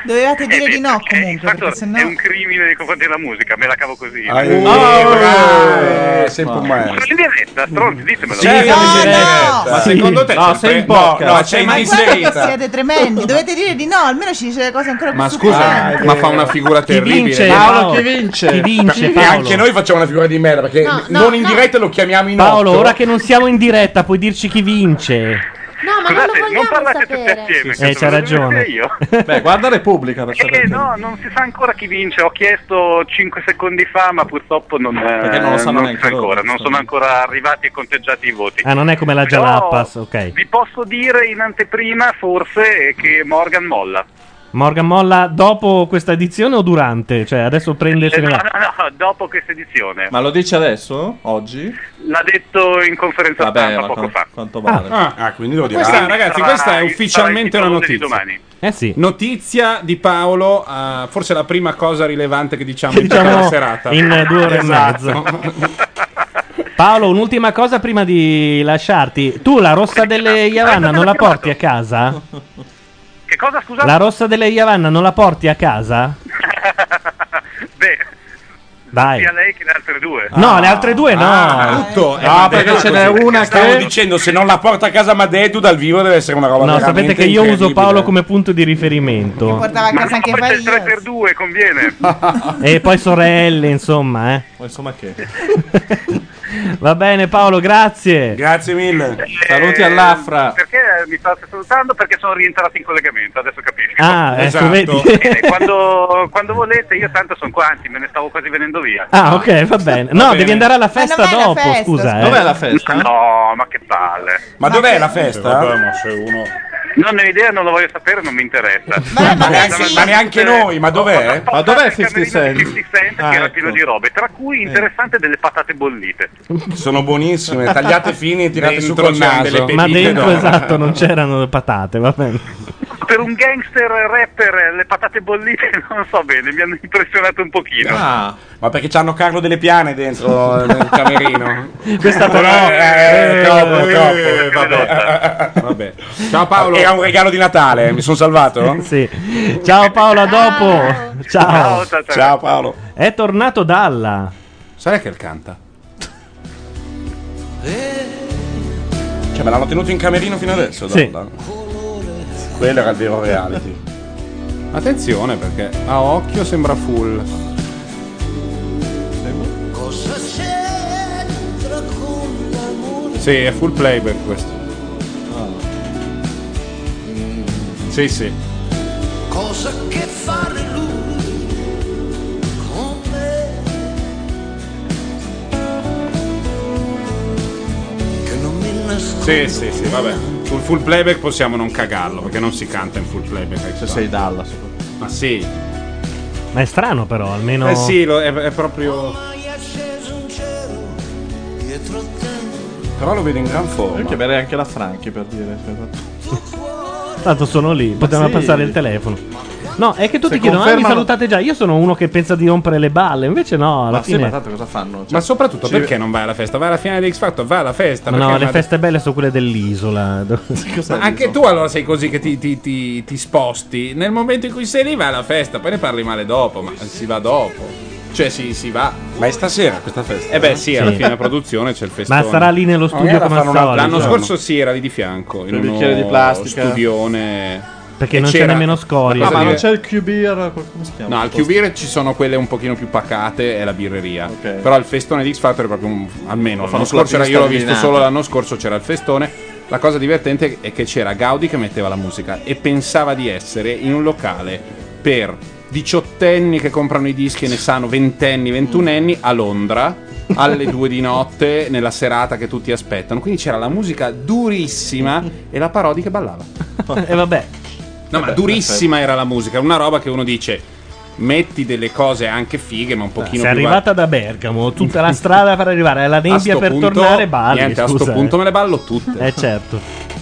Speaker 15: Dovevate dire di
Speaker 38: Eh,
Speaker 15: no comunque,
Speaker 38: Factor
Speaker 15: perché
Speaker 38: è
Speaker 15: sennò...
Speaker 38: un crimine nei confronti della musica, me la cavo così.
Speaker 2: Ah, eh,
Speaker 38: bravo.
Speaker 2: eh, sempre un maestro.
Speaker 38: Sono in diretta, stronzi, ditemelo.
Speaker 2: Sì, No, siamo in no. diretta.
Speaker 3: Ma
Speaker 2: Sì.
Speaker 3: secondo te
Speaker 2: No,
Speaker 3: c'è il
Speaker 2: sei
Speaker 3: pre-
Speaker 2: in bocca.
Speaker 3: no,
Speaker 2: Ma
Speaker 3: c'è
Speaker 2: sei
Speaker 3: il
Speaker 2: in
Speaker 1: Oh,
Speaker 3: pre-
Speaker 15: Ma guarda che
Speaker 2: Senza.
Speaker 15: siete tremendi, dovete dire di no, almeno ci dice le cose ancora più
Speaker 3: Ma scusa,
Speaker 15: stupende.
Speaker 3: ma fa una figura terribile.
Speaker 2: Ah, vince? Paolo, chi vince? Chi vince, Paolo? E anche noi facciamo una figura di merda perché non in diretta lo chiamiamo in
Speaker 1: Paolo,
Speaker 2: otto.
Speaker 1: ora che non siamo in diretta, puoi dirci chi vince.
Speaker 38: No, ma Scusate, non, parlate tutti assieme.
Speaker 1: Eh, c'ha ragione.
Speaker 4: *laughs* Beh, guarda Repubblica per sapere.
Speaker 38: Eh no, non si sa ancora chi vince. Ho chiesto 5 secondi fa, ma purtroppo non, eh,
Speaker 4: Perché non lo sanno
Speaker 38: non si
Speaker 4: neanche
Speaker 38: sa
Speaker 4: loro,
Speaker 38: ancora. Non sono ancora arrivati e conteggiati i voti.
Speaker 1: Ah, non è come la Jalapas, ok.
Speaker 38: Vi posso dire in anteprima, forse, che Morgan molla.
Speaker 1: Morgan Molla dopo questa edizione o durante? Cioè, adesso prende e se ne
Speaker 38: Eh, No,
Speaker 1: va.
Speaker 38: no, no, dopo questa edizione.
Speaker 4: Ma lo dice adesso? Oggi?
Speaker 38: L'ha detto in conferenza stampa
Speaker 4: ma
Speaker 38: poco
Speaker 4: quan-
Speaker 38: fa.
Speaker 4: quanto vale.
Speaker 3: Ah,
Speaker 2: ah, quindi lo
Speaker 3: Questa, ragazzi, questa è ufficialmente una notizia.
Speaker 1: Eh sì.
Speaker 3: Notizia di Paolo, eh, forse la prima cosa rilevante che diciamo in tutta
Speaker 1: Diciamo
Speaker 3: la serata.
Speaker 1: in due ore e mezza. Paolo, un'ultima cosa prima di lasciarti. Tu la rossa delle Yavanna non la porti a casa?
Speaker 38: Che cosa, scusa?
Speaker 1: La rossa delle Yavanna non la porti a casa?
Speaker 38: *laughs* Beh,
Speaker 2: Oh.
Speaker 1: Dai.
Speaker 38: sia lei che le altre due.
Speaker 1: No, le altre due no.
Speaker 2: Ah. tutto. Eh,
Speaker 1: No, perché ce n'è una
Speaker 2: Stavo
Speaker 1: che-
Speaker 2: dicendo, se non la porta a casa Madeddu dal vivo deve essere una roba
Speaker 1: No, sapete
Speaker 2: veramente
Speaker 1: che io uso
Speaker 2: incredibile.
Speaker 1: Paolo come punto di riferimento.
Speaker 15: Portava a casa anche Fai.
Speaker 38: 3 per 2 conviene.
Speaker 1: E poi sorelle, insomma, eh.
Speaker 4: Ma insomma che?
Speaker 1: Va bene Paolo, grazie.
Speaker 2: Grazie mille.
Speaker 4: Saluti all'Afra.
Speaker 38: Perché mi state salutando? Perché sono rientrato in collegamento, adesso capisco.
Speaker 1: Ah, ecco,
Speaker 2: Esatto.
Speaker 1: vedi.
Speaker 38: Eh,
Speaker 1: *laughs*
Speaker 38: quando, quando volete, io tanto sono qua, anzi, me ne stavo quasi venendo via.
Speaker 1: Ah, ok, va bene. No, devi andare alla festa dopo, scusa. eh.
Speaker 38: No, ma che palle.
Speaker 2: Ma dov'è la festa?
Speaker 38: se uno Non ho idea, non lo voglio sapere, non mi interessa.
Speaker 2: Eh, Ma neanche, ma neanche noi, ma dov'è? Ma dov'è 50 Cent?
Speaker 38: Senti che era pieno di robe, tra cui interessante delle patate bollite.
Speaker 2: Sono buonissime, tagliate fini e tirate su
Speaker 3: Dentro
Speaker 2: col
Speaker 3: c'hanno delle
Speaker 2: naso.
Speaker 1: Cioè, Ma dentro, esatto, non c'erano le patate, va bene.
Speaker 38: Per un gangster rapper le patate bollite *laughs* non so bene, mi hanno impressionato un pochino.
Speaker 2: Ah, ma perché c'hanno Carlo delle Piane dentro eh, nel camerino?
Speaker 38: Questa
Speaker 2: però
Speaker 38: però-
Speaker 2: eh,
Speaker 38: eh,
Speaker 2: troppo,
Speaker 38: eh,
Speaker 2: troppo. Vabbè. Ciao
Speaker 3: Eh,
Speaker 2: Paolo. Cioè, Era un regalo di Natale, mi sono salvato?
Speaker 1: *laughs* sì. Ciao Paolo, a dopo. Ciao.
Speaker 2: Ciao, ciao, ciao. Ciao, Paolo.
Speaker 1: È tornato Dalla.
Speaker 3: Sai che canta?
Speaker 2: Cioè, me l'hanno tenuto in camerino fino adesso.
Speaker 3: Sì.
Speaker 2: Dalla. Quello era il vero reality.
Speaker 3: Attenzione perché a occhio sembra full.
Speaker 10: Cosa c'entra con l'amore?
Speaker 3: Sì, è full playback questo. Sì, sì.
Speaker 10: Cosa che fare lui con me? Che non mi nascondo.
Speaker 3: Sì, sì, sì, vabbè. Sul full playback possiamo non cagarlo, perché non si canta in full playback. Se sei
Speaker 4: Dallas.
Speaker 3: Ma sì.
Speaker 1: Ma è strano però, almeno...
Speaker 3: Eh sì, lo- è, è proprio...
Speaker 10: Mai acceso un cielo dietro te.
Speaker 2: Però lo vedo in gran forma.
Speaker 4: Io chiamerei anche la Franchi per dire. cioè, aspetta.
Speaker 1: Tanto sono lì, potevano
Speaker 4: sì.
Speaker 1: passare il telefono. No, è che tutti
Speaker 4: Se
Speaker 1: chiedono, ah, mi
Speaker 4: confermano-
Speaker 1: salutate già. Io sono uno che pensa di rompere le balle, invece no, alla
Speaker 3: Ma sì,
Speaker 1: fine...
Speaker 3: ma tanto
Speaker 4: cosa fanno?
Speaker 3: Ma soprattutto
Speaker 1: Ci-
Speaker 3: perché non vai alla festa? Vai alla finale di X Factor, vai alla festa.
Speaker 1: Ma
Speaker 3: perché
Speaker 1: no, le
Speaker 3: non-
Speaker 1: feste belle sono quelle dell'isola. *laughs*
Speaker 3: Ma anche tu allora sei così che ti, ti- ti- ti sposti. Nel momento in cui sei lì vai alla festa, poi ne parli male dopo, ma si va dopo. Cioè si, si va.
Speaker 2: Ma è stasera questa festa?
Speaker 3: Eh beh sì, alla
Speaker 1: Sì.
Speaker 3: fine della produzione c'è il festone.
Speaker 1: sarà lì nello studio
Speaker 3: era
Speaker 1: come
Speaker 3: fanno
Speaker 1: al
Speaker 3: un-
Speaker 1: solito.
Speaker 3: L'anno
Speaker 1: Giorno.
Speaker 3: scorso sì, era lì di fianco.
Speaker 4: Il
Speaker 3: in uno
Speaker 4: bicchiere di plastica.
Speaker 3: Studione.
Speaker 1: Perché
Speaker 3: E
Speaker 1: non c'è
Speaker 3: c'era-
Speaker 1: nemmeno scoria.
Speaker 3: Ma
Speaker 4: Ma non
Speaker 3: dire-
Speaker 4: c'è il QBR? Come si chiama?
Speaker 3: No, al QB ci sono quelle un pochino più pacate e la birreria. Però il festone di X Factor è proprio un, almeno l'anno
Speaker 4: sulla
Speaker 3: scorso era-
Speaker 4: pista
Speaker 3: io l'ho visto
Speaker 4: ordinata.
Speaker 3: solo l'anno scorso c'era il festone. La cosa divertente è che c'era Gaudi che metteva la musica e pensava di essere in un locale per diciottenni che comprano i dischi e ne sanno ventenni, ventunenni a Londra alle due di notte nella serata che tutti aspettano. Quindi c'era la musica durissima e la Parodi che ballava.
Speaker 1: e Eh, vabbè.
Speaker 3: No, ma
Speaker 1: Vabbè,
Speaker 3: durissima era la musica, una roba che uno dice metti delle cose anche fighe, ma un pochino
Speaker 1: Sei
Speaker 3: più
Speaker 1: arrivata da Bergamo, tutta la strada per arrivare alla
Speaker 3: A
Speaker 1: nebbia
Speaker 3: sto
Speaker 1: per
Speaker 3: punto-
Speaker 1: tornare, balli.
Speaker 3: Niente, a
Speaker 1: scusa,
Speaker 3: sto
Speaker 1: eh.
Speaker 3: punto me le ballo
Speaker 1: *laughs*
Speaker 3: tutte.
Speaker 1: Eh certo.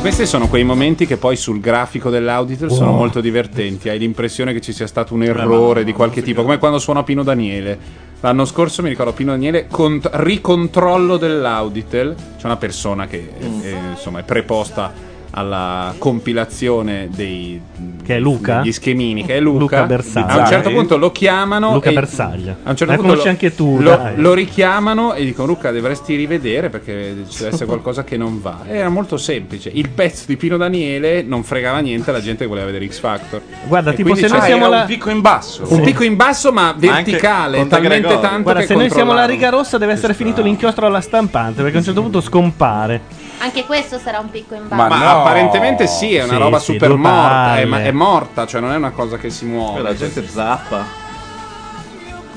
Speaker 3: Questi sono quei momenti che poi sul grafico dell'auditor sono molto divertenti. Hai l'impressione che ci sia stato
Speaker 1: Eh,
Speaker 3: un errore di qualche tipo, come quando suona Pino Daniele. L'anno scorso mi ricordo Pino Daniele, cont- ricontrollo dell'auditel. C'è una persona che
Speaker 1: Mm.
Speaker 3: eh, insomma, è preposta alla compilazione dei
Speaker 1: Che è Luca?
Speaker 3: degli schemini, che è
Speaker 1: Luca
Speaker 3: Luca.
Speaker 1: Bersaglia.
Speaker 3: A un certo punto lo chiamano.
Speaker 1: Luca
Speaker 3: e-
Speaker 1: Bersaglia.
Speaker 3: A un certo
Speaker 1: La
Speaker 3: punto
Speaker 1: conosci
Speaker 3: lo-
Speaker 1: anche tu,
Speaker 3: Lo,
Speaker 1: dai.
Speaker 3: lo richiamano e dicono: Luca, dovresti rivedere perché ci deve essere qualcosa che non va. Era molto semplice. Il pezzo di Pino Daniele non fregava niente alla gente che voleva vedere X Factor.
Speaker 1: Guarda,
Speaker 3: E
Speaker 1: tipo
Speaker 3: quindi
Speaker 1: se noi
Speaker 3: c'era
Speaker 1: siamo
Speaker 3: un
Speaker 1: la-
Speaker 3: picco in basso.
Speaker 1: Sì.
Speaker 3: Un picco in basso, ma
Speaker 1: Ma anche
Speaker 3: verticale,
Speaker 1: con
Speaker 3: talmente
Speaker 1: Gregorio.
Speaker 3: tanto
Speaker 1: Guarda,
Speaker 3: che
Speaker 1: se noi siamo alla riga
Speaker 3: controllavano.
Speaker 1: rossa deve essere finito l'inchiostro alla stampante, perché a un certo punto scompare.
Speaker 13: *laughs* Anche questo sarà un picco in
Speaker 3: Ma,
Speaker 13: basso.
Speaker 3: no, apparentemente sì, è una
Speaker 1: Sì,
Speaker 3: roba
Speaker 1: sì,
Speaker 3: super
Speaker 1: due
Speaker 3: morta. È, ma-
Speaker 1: palle.
Speaker 3: è morta, cioè non è una cosa che si muove.
Speaker 4: Eh, La gente zappa.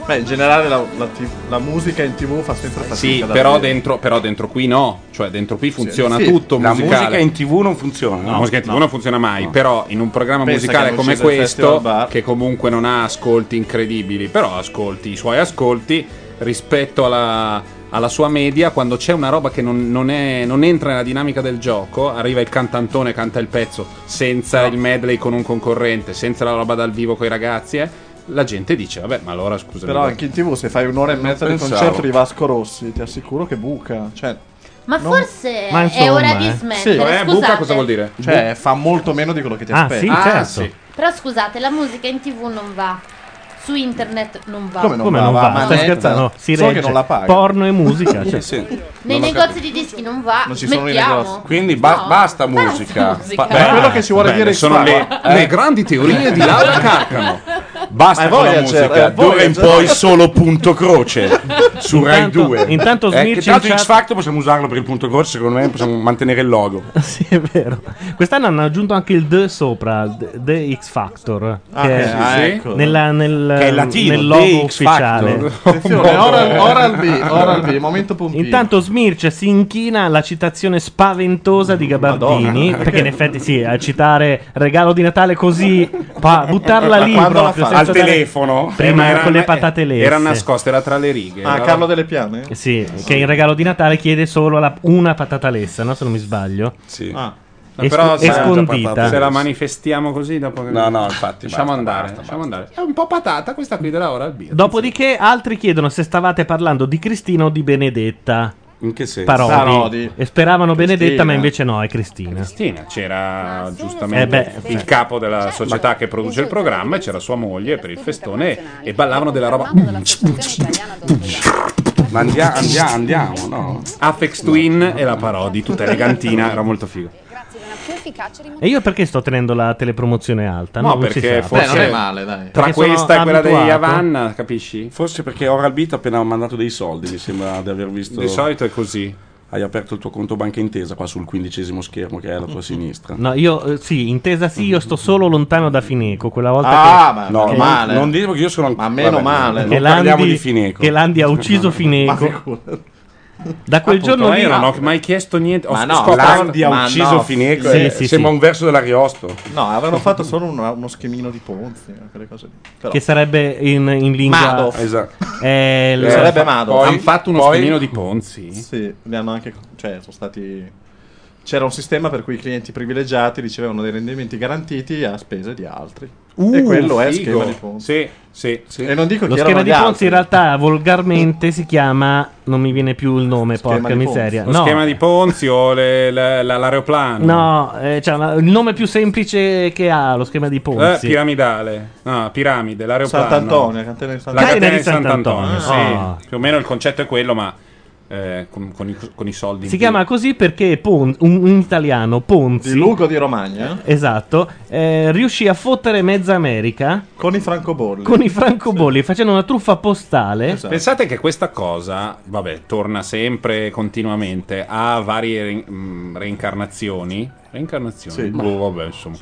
Speaker 4: Beh, in generale la, la ti- la musica in tv fa sempre fatica.
Speaker 3: Sì,
Speaker 4: da
Speaker 3: però
Speaker 4: vedere.
Speaker 3: dentro, però dentro qui no, cioè dentro qui funziona
Speaker 4: Sì.
Speaker 3: tutto
Speaker 4: La
Speaker 3: musicale.
Speaker 4: musica in
Speaker 3: TV non funziona. La
Speaker 4: no?
Speaker 3: musica in TV
Speaker 4: No.
Speaker 3: non funziona mai, però in un programma
Speaker 4: Pensa che
Speaker 3: musicale
Speaker 4: hanno
Speaker 3: come
Speaker 4: ucciso il
Speaker 3: questo
Speaker 4: Festival Bar.
Speaker 3: che comunque non ha ascolti incredibili, però ascolti i suoi ascolti rispetto alla, alla sua media quando c'è una roba che non, non è- non entra nella dinamica del gioco, arriva il cantantone, canta il pezzo senza il medley con un concorrente, senza la roba dal vivo con i ragazzi, eh, la gente dice "Vabbè, ma allora scusa
Speaker 4: Però anche in tv se fai un'ora e mezza di
Speaker 3: pensavo.
Speaker 4: concerto di Vasco Rossi, ti assicuro che buca. Cioè,
Speaker 13: Ma
Speaker 4: non- eh.
Speaker 13: forse è ora di smettere.
Speaker 2: Eh,
Speaker 1: Eh,
Speaker 4: Sì.
Speaker 13: scusate.
Speaker 4: Cioè, fa molto meno di quello che ti
Speaker 1: Ah,
Speaker 4: aspetti.
Speaker 1: sì, Ah, certo. sì.
Speaker 13: Però scusate, la musica in tv non va. Su internet non va.
Speaker 4: Come non
Speaker 1: Come
Speaker 4: va?
Speaker 1: non
Speaker 4: va?
Speaker 1: va?
Speaker 4: Ma
Speaker 1: Stai
Speaker 4: netta.
Speaker 1: scherzando? Si
Speaker 4: So che
Speaker 1: regge.
Speaker 4: non la paghi.
Speaker 1: Porno e musica,
Speaker 2: *laughs*
Speaker 1: cioè.
Speaker 13: Nei
Speaker 4: Non ho
Speaker 13: negozi di dischi non va. Smettiamo.
Speaker 2: Quindi ba- basta musica.
Speaker 13: musica.
Speaker 2: Fa-
Speaker 13: Beh,
Speaker 2: beh,
Speaker 4: quello che si vuole dire
Speaker 2: sono le,
Speaker 4: qua.
Speaker 2: le grandi *laughs*
Speaker 3: teorie di Laura Carcano.
Speaker 2: Eh. Basta
Speaker 4: Ma
Speaker 2: con la
Speaker 4: Voyager,
Speaker 2: musica.
Speaker 4: eh,
Speaker 2: D'ora in
Speaker 4: Voyager.
Speaker 2: poi solo punto *laughs* croce su Rai
Speaker 1: Intanto-
Speaker 2: 2.
Speaker 1: intanto
Speaker 2: Eh, che
Speaker 1: Smirci
Speaker 2: tra l'altro
Speaker 1: in
Speaker 2: X
Speaker 1: chat-
Speaker 2: Factor possiamo usarlo per il punto croce, secondo me possiamo mantenere il logo.
Speaker 1: è vero. Quest'anno hanno aggiunto anche il The sopra, The, The X Factor.
Speaker 2: Ah,
Speaker 1: che
Speaker 2: eh,
Speaker 1: è,
Speaker 2: ah, ecco.
Speaker 1: nella- nel,
Speaker 2: Che è latino,
Speaker 1: nel logo
Speaker 2: The X Factor.
Speaker 1: ufficiale.
Speaker 4: *laughs*
Speaker 1: *laughs*
Speaker 3: *laughs*
Speaker 4: Attenzione, oral- oral B, oral B, momento pompino.
Speaker 1: Intanto Smirce si inchina alla citazione spaventosa di Gabardini.
Speaker 4: Madonna.
Speaker 1: Perché in effetti, sì, a citare regalo di Natale così, pa- buttarla lì
Speaker 3: Eh, Quando la
Speaker 1: proprio,
Speaker 3: fa?
Speaker 1: senza
Speaker 3: Al
Speaker 1: dare-
Speaker 3: telefono?
Speaker 1: Prima
Speaker 3: Eh, ma era-
Speaker 1: con le patate lesse.
Speaker 3: Era nascosta, era tra le righe.
Speaker 4: Ah,
Speaker 3: era-
Speaker 4: Carlo Delle Piane?
Speaker 1: Sì, che in regalo di Natale chiede solo la- una patata lessa, no? Se non mi sbaglio. Sì.
Speaker 4: Ah.
Speaker 3: Ma però
Speaker 1: è scondita.
Speaker 3: se la manifestiamo così dopo che...
Speaker 1: No, no, infatti,
Speaker 3: Lasciamo
Speaker 1: basta,
Speaker 3: andare,
Speaker 1: basta,
Speaker 3: lasciamo andare. È un po' patata questa qui della ora al birra.
Speaker 1: Dopodiché altri chiedono se stavate parlando di Cristina o di Benedetta.
Speaker 2: In che senso?
Speaker 1: Parodi.
Speaker 3: Parodi.
Speaker 1: E speravano
Speaker 3: Cristina.
Speaker 1: Benedetta, ma invece no, è Cristina.
Speaker 3: Cristina c'era
Speaker 1: Eh beh,
Speaker 3: giustamente il
Speaker 1: sì.
Speaker 2: Cioè,
Speaker 3: capo della società che produce il programma e c'era sua moglie per il festone e ballavano della roba
Speaker 2: Ma andiamo, andiamo, andiamo, no?
Speaker 3: Apex Twin e la parodi tutta elegantina era molto figo
Speaker 1: E io perché sto tenendo la telepromozione alta?
Speaker 3: no
Speaker 1: Non si
Speaker 3: perché
Speaker 1: sa.
Speaker 3: forse tra
Speaker 1: Perché sono
Speaker 3: questa e quella di
Speaker 1: abituato.
Speaker 3: Yavanna capisci?
Speaker 2: Forse perché Oral B ti ha appena mandato dei soldi, mi sembra di aver visto.
Speaker 3: Di solito è così.
Speaker 2: Hai aperto il tuo conto banca intesa qua sul quindicesimo schermo che è alla tua sinistra.
Speaker 1: No, io eh, sì, intesa sì, io sto solo lontano da Fineco. Quella volta
Speaker 2: Ah,
Speaker 1: che,
Speaker 2: ma no,
Speaker 1: che-
Speaker 2: male. non dico che io sono Ma
Speaker 4: meno male.
Speaker 1: Che
Speaker 4: Non parliamo
Speaker 1: Landi-
Speaker 4: di Fineco.
Speaker 1: Che Landi ha
Speaker 3: *laughs*
Speaker 1: ucciso
Speaker 4: Ma
Speaker 1: Fineco.
Speaker 4: figurati.
Speaker 1: Da quel
Speaker 3: Appunto,
Speaker 1: giorno
Speaker 3: ma
Speaker 1: lì.
Speaker 3: Ah, io non ho mai chiesto niente ho
Speaker 2: Ma no,
Speaker 3: scoperto-
Speaker 2: Landi ha ucciso Fineco.
Speaker 1: Sì,
Speaker 2: eh,
Speaker 1: sì,
Speaker 2: sembra
Speaker 1: sì.
Speaker 2: un verso dell'Ariosto.
Speaker 4: No, avevano fatto solo un- uno schemino di Ponzi, eh, quelle cose lì. Però-
Speaker 1: Che sarebbe in, in lingua.
Speaker 4: Madoff.
Speaker 2: Esatto.
Speaker 1: Eh, l-
Speaker 4: sarebbe Mado.
Speaker 1: Han fatto uno schemino di
Speaker 3: Ponzi?
Speaker 4: Sì, li hanno anche. Cioè, sono stati. C'era un sistema per cui i clienti privilegiati ricevevano dei rendimenti garantiti a spese di altri.
Speaker 3: Uh,
Speaker 4: e quello è
Speaker 3: figo.
Speaker 4: schema di Ponzi.
Speaker 3: Sì, sì, sì.
Speaker 4: E non dico
Speaker 1: Lo
Speaker 4: chi
Speaker 1: schema
Speaker 4: erano
Speaker 1: di
Speaker 4: gli
Speaker 1: Ponzi
Speaker 4: altri.
Speaker 1: in realtà volgarmente si chiama. Non mi viene più il nome,
Speaker 3: Schema
Speaker 1: porca
Speaker 3: di
Speaker 1: miseria.
Speaker 3: Ponzi.
Speaker 1: No,
Speaker 3: Lo schema di Ponzi o le- la- la- l'aeroplano
Speaker 1: no eh, cioè, ma il nome più semplice che ha lo schema di
Speaker 3: Eh,
Speaker 1: Ponzi.
Speaker 3: piramidale, no, piramide, l'aeroplano.
Speaker 4: Sant'Antonio, catena di
Speaker 3: La catena
Speaker 4: Sant'Antonio.
Speaker 1: Catena
Speaker 3: di
Speaker 1: di
Speaker 3: Sant'Antonio,
Speaker 1: Sant'Antonio,
Speaker 3: sì.
Speaker 1: ah.
Speaker 3: Più o meno il concetto è quello, ma eh, con, con i, con i soldi.
Speaker 1: si
Speaker 3: in più.
Speaker 1: chiama così perché Pon- un, un italiano, Ponzi.
Speaker 4: Di Lugo di Romagna.
Speaker 1: Esatto, eh, riuscì a fottere mezza America
Speaker 4: con i francobolli.
Speaker 1: Con i francobolli, facendo una truffa postale.
Speaker 4: Esatto.
Speaker 3: Pensate che questa cosa, vabbè, torna sempre e continuamente a varie rein- mh, reincarnazioni. Reincarnazioni?
Speaker 4: Sì.
Speaker 3: Boh, vabbè, insomma.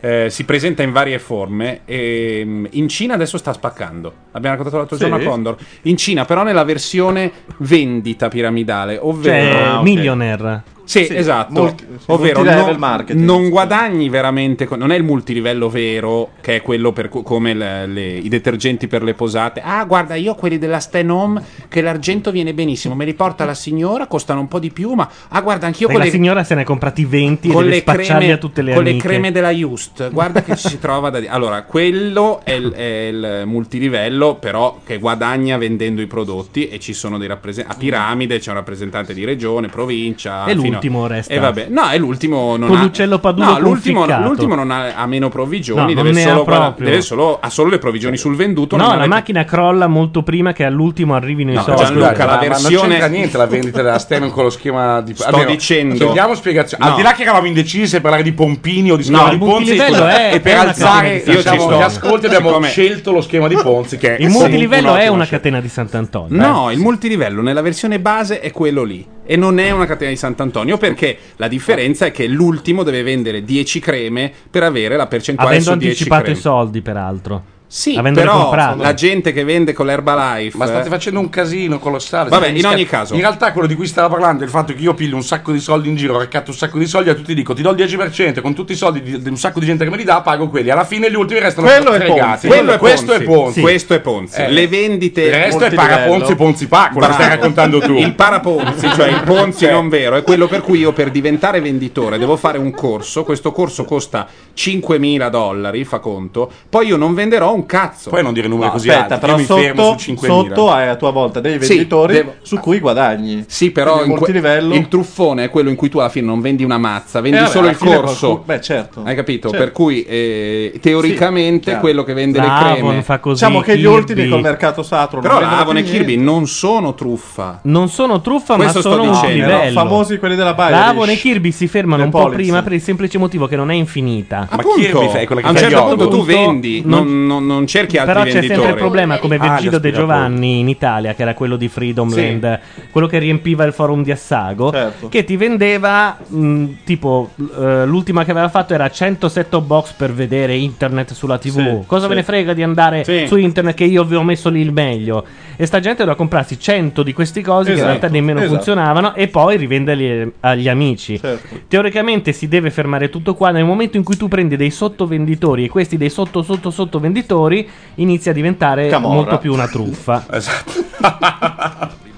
Speaker 3: Eh, si presenta in varie forme e mh, in Cina adesso sta spaccando. Abbiamo raccontato l'altro
Speaker 4: Sì.
Speaker 3: giorno a Condor. In Cina, però, nella versione vendita piramidale, ovvero
Speaker 1: Cioè,
Speaker 3: Ah, ok.
Speaker 1: millionaire.
Speaker 3: Sì,
Speaker 1: Sì,
Speaker 3: esatto.
Speaker 1: multi-
Speaker 3: Ovvero,
Speaker 1: multilevel
Speaker 3: non,
Speaker 1: marketing.
Speaker 3: non guadagni veramente. co- non è il multilivello vero, che è quello per cui- come le- le- i detergenti per le posate. Ah, guarda, io quelli della Sten Home, che l'argento viene benissimo. Me li porta la signora, costano un po' di più. Ma ah, guarda, anch'io
Speaker 1: Perché
Speaker 3: con
Speaker 1: la
Speaker 3: le,
Speaker 1: signora se ne ha comprati 20 e
Speaker 3: con
Speaker 1: deve
Speaker 3: le
Speaker 1: spacciarli
Speaker 3: creme,
Speaker 1: a tutte le
Speaker 3: con le
Speaker 1: amiche.
Speaker 3: creme della Just. Guarda che ci si trova da. di- Allora, quello è il, è il multilivello, però che guadagna vendendo i prodotti e ci sono dei rappresentanti. A piramide c'è un rappresentante di regione, provincia.
Speaker 1: E
Speaker 3: fino-
Speaker 1: l'ultimo resta.
Speaker 3: E vabbè, no, è l'ultimo. Non
Speaker 1: Con
Speaker 3: ha...
Speaker 1: l'uccello padulo
Speaker 3: No, l'ultimo,
Speaker 1: conficcato.
Speaker 3: l'ultimo non ha, ha meno provvigioni,
Speaker 1: No, non
Speaker 3: deve,
Speaker 1: ne ha
Speaker 3: solo guarda-
Speaker 1: proprio.
Speaker 3: deve solo- ha solo le provvigioni sul venduto.
Speaker 1: No,
Speaker 3: non ha
Speaker 1: la
Speaker 3: le-
Speaker 1: macchina crolla molto prima che all'ultimo arrivino
Speaker 3: No,
Speaker 1: i soldi.
Speaker 3: Gianluca,
Speaker 2: Scusate,
Speaker 3: la
Speaker 2: ma- ma
Speaker 3: versione-
Speaker 2: non c'entra niente la vendita della Stenon con lo schema di
Speaker 3: Sto
Speaker 2: almeno,
Speaker 3: dicendo-
Speaker 2: Chiediamo spiegazioni.
Speaker 3: No.
Speaker 2: Al di là che eravamo indecisi se parlare di Pompini o di schema
Speaker 3: No,
Speaker 2: di
Speaker 3: il
Speaker 2: Ponzi
Speaker 3: multilivello
Speaker 1: eh,
Speaker 3: è-
Speaker 2: e per
Speaker 3: è una
Speaker 2: alzare
Speaker 3: catena di
Speaker 2: diciamo,
Speaker 3: Sant'Antonio.
Speaker 2: gli ascolti abbiamo
Speaker 3: Siccome-
Speaker 2: scelto lo schema di Ponzi che è
Speaker 3: eh,
Speaker 1: Il multilivello è
Speaker 2: un'ottima
Speaker 1: una
Speaker 2: scelta.
Speaker 1: catena di Sant'Antonio. eh,
Speaker 3: No, il multilivello nella versione base è quello lì. E non è una catena di Sant'Antonio perché la differenza è che l'ultimo deve vendere 10 creme per avere la percentuale
Speaker 1: Avendo
Speaker 3: su 10
Speaker 1: anticipato
Speaker 3: creme.
Speaker 1: i soldi, peraltro.
Speaker 3: Sì,
Speaker 1: Avendole
Speaker 3: però
Speaker 1: comprate.
Speaker 3: la gente che vende con l'Herbalife...
Speaker 2: Ma state facendo un casino colossale.
Speaker 3: Vabbè,
Speaker 2: State
Speaker 3: in ogni
Speaker 2: mischiando.
Speaker 3: caso.
Speaker 2: In realtà quello di cui stava parlando è il fatto che io piglio un sacco di soldi in giro, raccatto un sacco di soldi e a tutti dico ti do il 10%, con tutti i soldi di, di un sacco di gente che me li dà, pago quelli. Alla fine gli ultimi restano fregati.
Speaker 3: Quello è
Speaker 2: questo
Speaker 3: Ponzi.
Speaker 2: è Ponzi.
Speaker 3: Sì. Questo è Ponzi.
Speaker 2: Eh.
Speaker 3: Le vendite...
Speaker 2: Il resto è paraponzi, ponzi pa, quello che stai
Speaker 3: Bravo.
Speaker 2: raccontando tu.
Speaker 3: Il paraponzi, cioè il ponzi non vero, è quello per cui io per diventare venditore devo fare un corso, questo corso costa 5.000 dollari, fa conto, poi io non venderò un cazzo.
Speaker 2: Poi non dire numeri
Speaker 3: No,
Speaker 2: così
Speaker 3: aspetta,
Speaker 2: alti.
Speaker 3: però
Speaker 2: io mi
Speaker 3: sotto-
Speaker 2: fermo su 5.000.
Speaker 4: Sotto hai a tua volta dei
Speaker 3: Sì,
Speaker 4: venditori
Speaker 3: devo-
Speaker 4: su cui guadagni.
Speaker 3: Sì, però
Speaker 4: Quindi
Speaker 3: in que-
Speaker 4: multilivello-
Speaker 3: il truffone è quello in cui tu alla fine non vendi una mazza, vendi
Speaker 4: Eh, vabbè,
Speaker 3: solo
Speaker 4: alla
Speaker 3: il
Speaker 4: fine
Speaker 3: corso.
Speaker 4: qualcuno- Beh, certo.
Speaker 3: Hai capito?
Speaker 4: Certo.
Speaker 3: Per cui eh, teoricamente
Speaker 4: chiaro.
Speaker 3: quello che vende
Speaker 4: La
Speaker 3: le
Speaker 4: Avon
Speaker 3: creme
Speaker 4: fa così, Diciamo che gli Kirby. ultimi col mercato saturo non
Speaker 3: Però la
Speaker 4: vendono
Speaker 3: Avon e
Speaker 4: più
Speaker 3: Kirby
Speaker 4: niente.
Speaker 3: non sono truffa.
Speaker 1: Non sono truffa,
Speaker 3: Questo
Speaker 1: ma
Speaker 3: sto
Speaker 1: sono un
Speaker 3: dicendo.
Speaker 1: livello.
Speaker 4: Famosi quelli della Bayer.
Speaker 1: Lavon e Kirby si fermano
Speaker 4: Le
Speaker 1: un po'
Speaker 4: polizze.
Speaker 1: prima per il semplice motivo che non è infinita.
Speaker 36: certo
Speaker 3: Appunto, a un certo punto tu vendi, non, non- non cerchi altri
Speaker 1: Però c'è
Speaker 3: venditori.
Speaker 1: sempre il problema come
Speaker 3: Ah,
Speaker 1: Virgilio
Speaker 3: gli
Speaker 1: De
Speaker 3: ho spiegato.
Speaker 1: Giovanni in Italia, che era quello di Freedomland, quello che riempiva il forum di Assago,
Speaker 36: Certo.
Speaker 1: che ti vendeva mh, tipo eh, l'ultima che aveva fatto era 100 set box per vedere internet sulla TV.
Speaker 36: Sì,
Speaker 1: Cosa
Speaker 36: sì.
Speaker 1: ve ne frega di andare
Speaker 36: Sì.
Speaker 1: su internet che io vi ho messo lì il meglio? E sta gente doveva comprarsi 100 di questi cosi che in
Speaker 36: Esatto,
Speaker 1: realtà nemmeno
Speaker 36: esatto.
Speaker 1: funzionavano e poi rivenderli eh, agli amici.
Speaker 2: Certo.
Speaker 1: Teoricamente si deve fermare tutto qua nel momento in cui tu prendi dei sottovenditori e questi dei sotto sotto sottovenditori inizia a diventare
Speaker 4: Camorra.
Speaker 1: molto più una truffa.
Speaker 2: *laughs* esatto.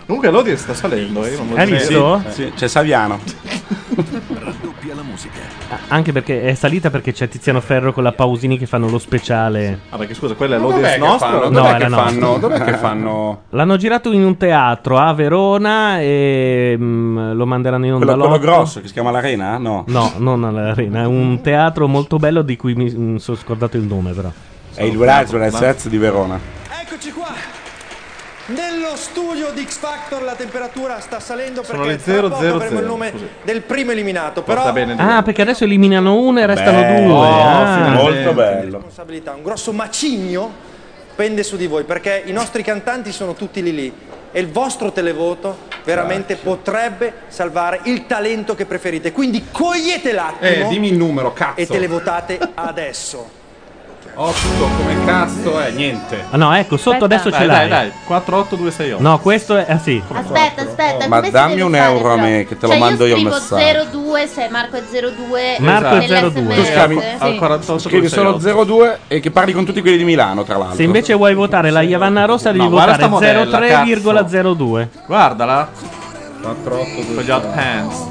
Speaker 4: Comunque l'Odi sta salendo. eh, io non lo
Speaker 1: Hai
Speaker 4: sapevo.
Speaker 1: visto?
Speaker 4: Sì, sì.
Speaker 2: C'è Saviano.
Speaker 36: Doppia la musica.
Speaker 3: Ah,
Speaker 1: Anche perché è salita perché c'è Tiziano Ferro con la Pausini che fanno lo speciale.
Speaker 4: Ah, perché scusa, quella è
Speaker 3: Ma
Speaker 4: l'Odi
Speaker 3: dov'è che
Speaker 4: nostro?
Speaker 3: fanno?
Speaker 1: No,
Speaker 2: eh,
Speaker 3: Dov'è
Speaker 1: era
Speaker 3: che
Speaker 1: nostro.
Speaker 3: fanno? Dov'è che fanno?
Speaker 1: L'hanno girato in un teatro a Verona e mm, lo manderanno in onda
Speaker 2: Quello, quello
Speaker 1: l'8.
Speaker 2: grosso che si chiama l'Arena? No.
Speaker 1: No, non all'arena, è un teatro molto bello di cui mi mm, sono scordato il nome però.
Speaker 2: È il Lazio, la Sez di Verona.
Speaker 5: Eccoci qua. Nello studio di X Factor la temperatura sta salendo
Speaker 4: Sono
Speaker 5: perché
Speaker 4: le
Speaker 5: tra poco
Speaker 4: 000,
Speaker 5: avremo il nome
Speaker 4: scusi.
Speaker 5: del primo eliminato. Però
Speaker 4: Porta bene.
Speaker 1: Ah, perché adesso eliminano una e restano
Speaker 4: Bello,
Speaker 13: Oh,
Speaker 4: oh,
Speaker 1: due.
Speaker 4: eh?
Speaker 1: Ah.
Speaker 2: Molto bello.
Speaker 5: responsabilità, un grosso macigno pende su di voi perché i nostri cantanti sono tutti lì lì e il vostro televoto veramente potrebbe salvare il talento che preferite. Quindi cogliete l'attimo
Speaker 3: Eh, dimmi il numero, cazzo.
Speaker 5: e televotate
Speaker 3: *laughs*
Speaker 5: adesso.
Speaker 3: Otto, come cazzo è? Niente.
Speaker 1: Ah, No, ecco,
Speaker 5: Aspetta.
Speaker 1: sotto adesso ce
Speaker 5: Dai,
Speaker 1: l'hai.
Speaker 5: dai, dai.
Speaker 4: 48268.
Speaker 1: No, questo è. Ah, sì.
Speaker 13: Aspetta, aspetta,
Speaker 2: Ma
Speaker 13: come si
Speaker 2: dammi
Speaker 13: deve
Speaker 2: un
Speaker 13: fare,
Speaker 2: euro a
Speaker 13: però?
Speaker 2: me, che te lo
Speaker 13: Cioè,
Speaker 2: mando io il
Speaker 13: scrivo
Speaker 2: messaggio.
Speaker 13: 02 se Marco è 02
Speaker 2: Marco è
Speaker 13: nell'SMS.
Speaker 2: 02. Tu scavi-
Speaker 13: Esatto. Sì.
Speaker 2: al
Speaker 4: 48,
Speaker 2: Scrivi solo 02 e che parli con tutti quelli di Milano, tra l'altro.
Speaker 1: Se invece vuoi votare la Iavanna Rossa, devi
Speaker 2: No, guarda
Speaker 1: votare
Speaker 2: sta modella,
Speaker 1: 03,02.
Speaker 4: Guardala.
Speaker 3: 482.
Speaker 4: Con gli hot pants.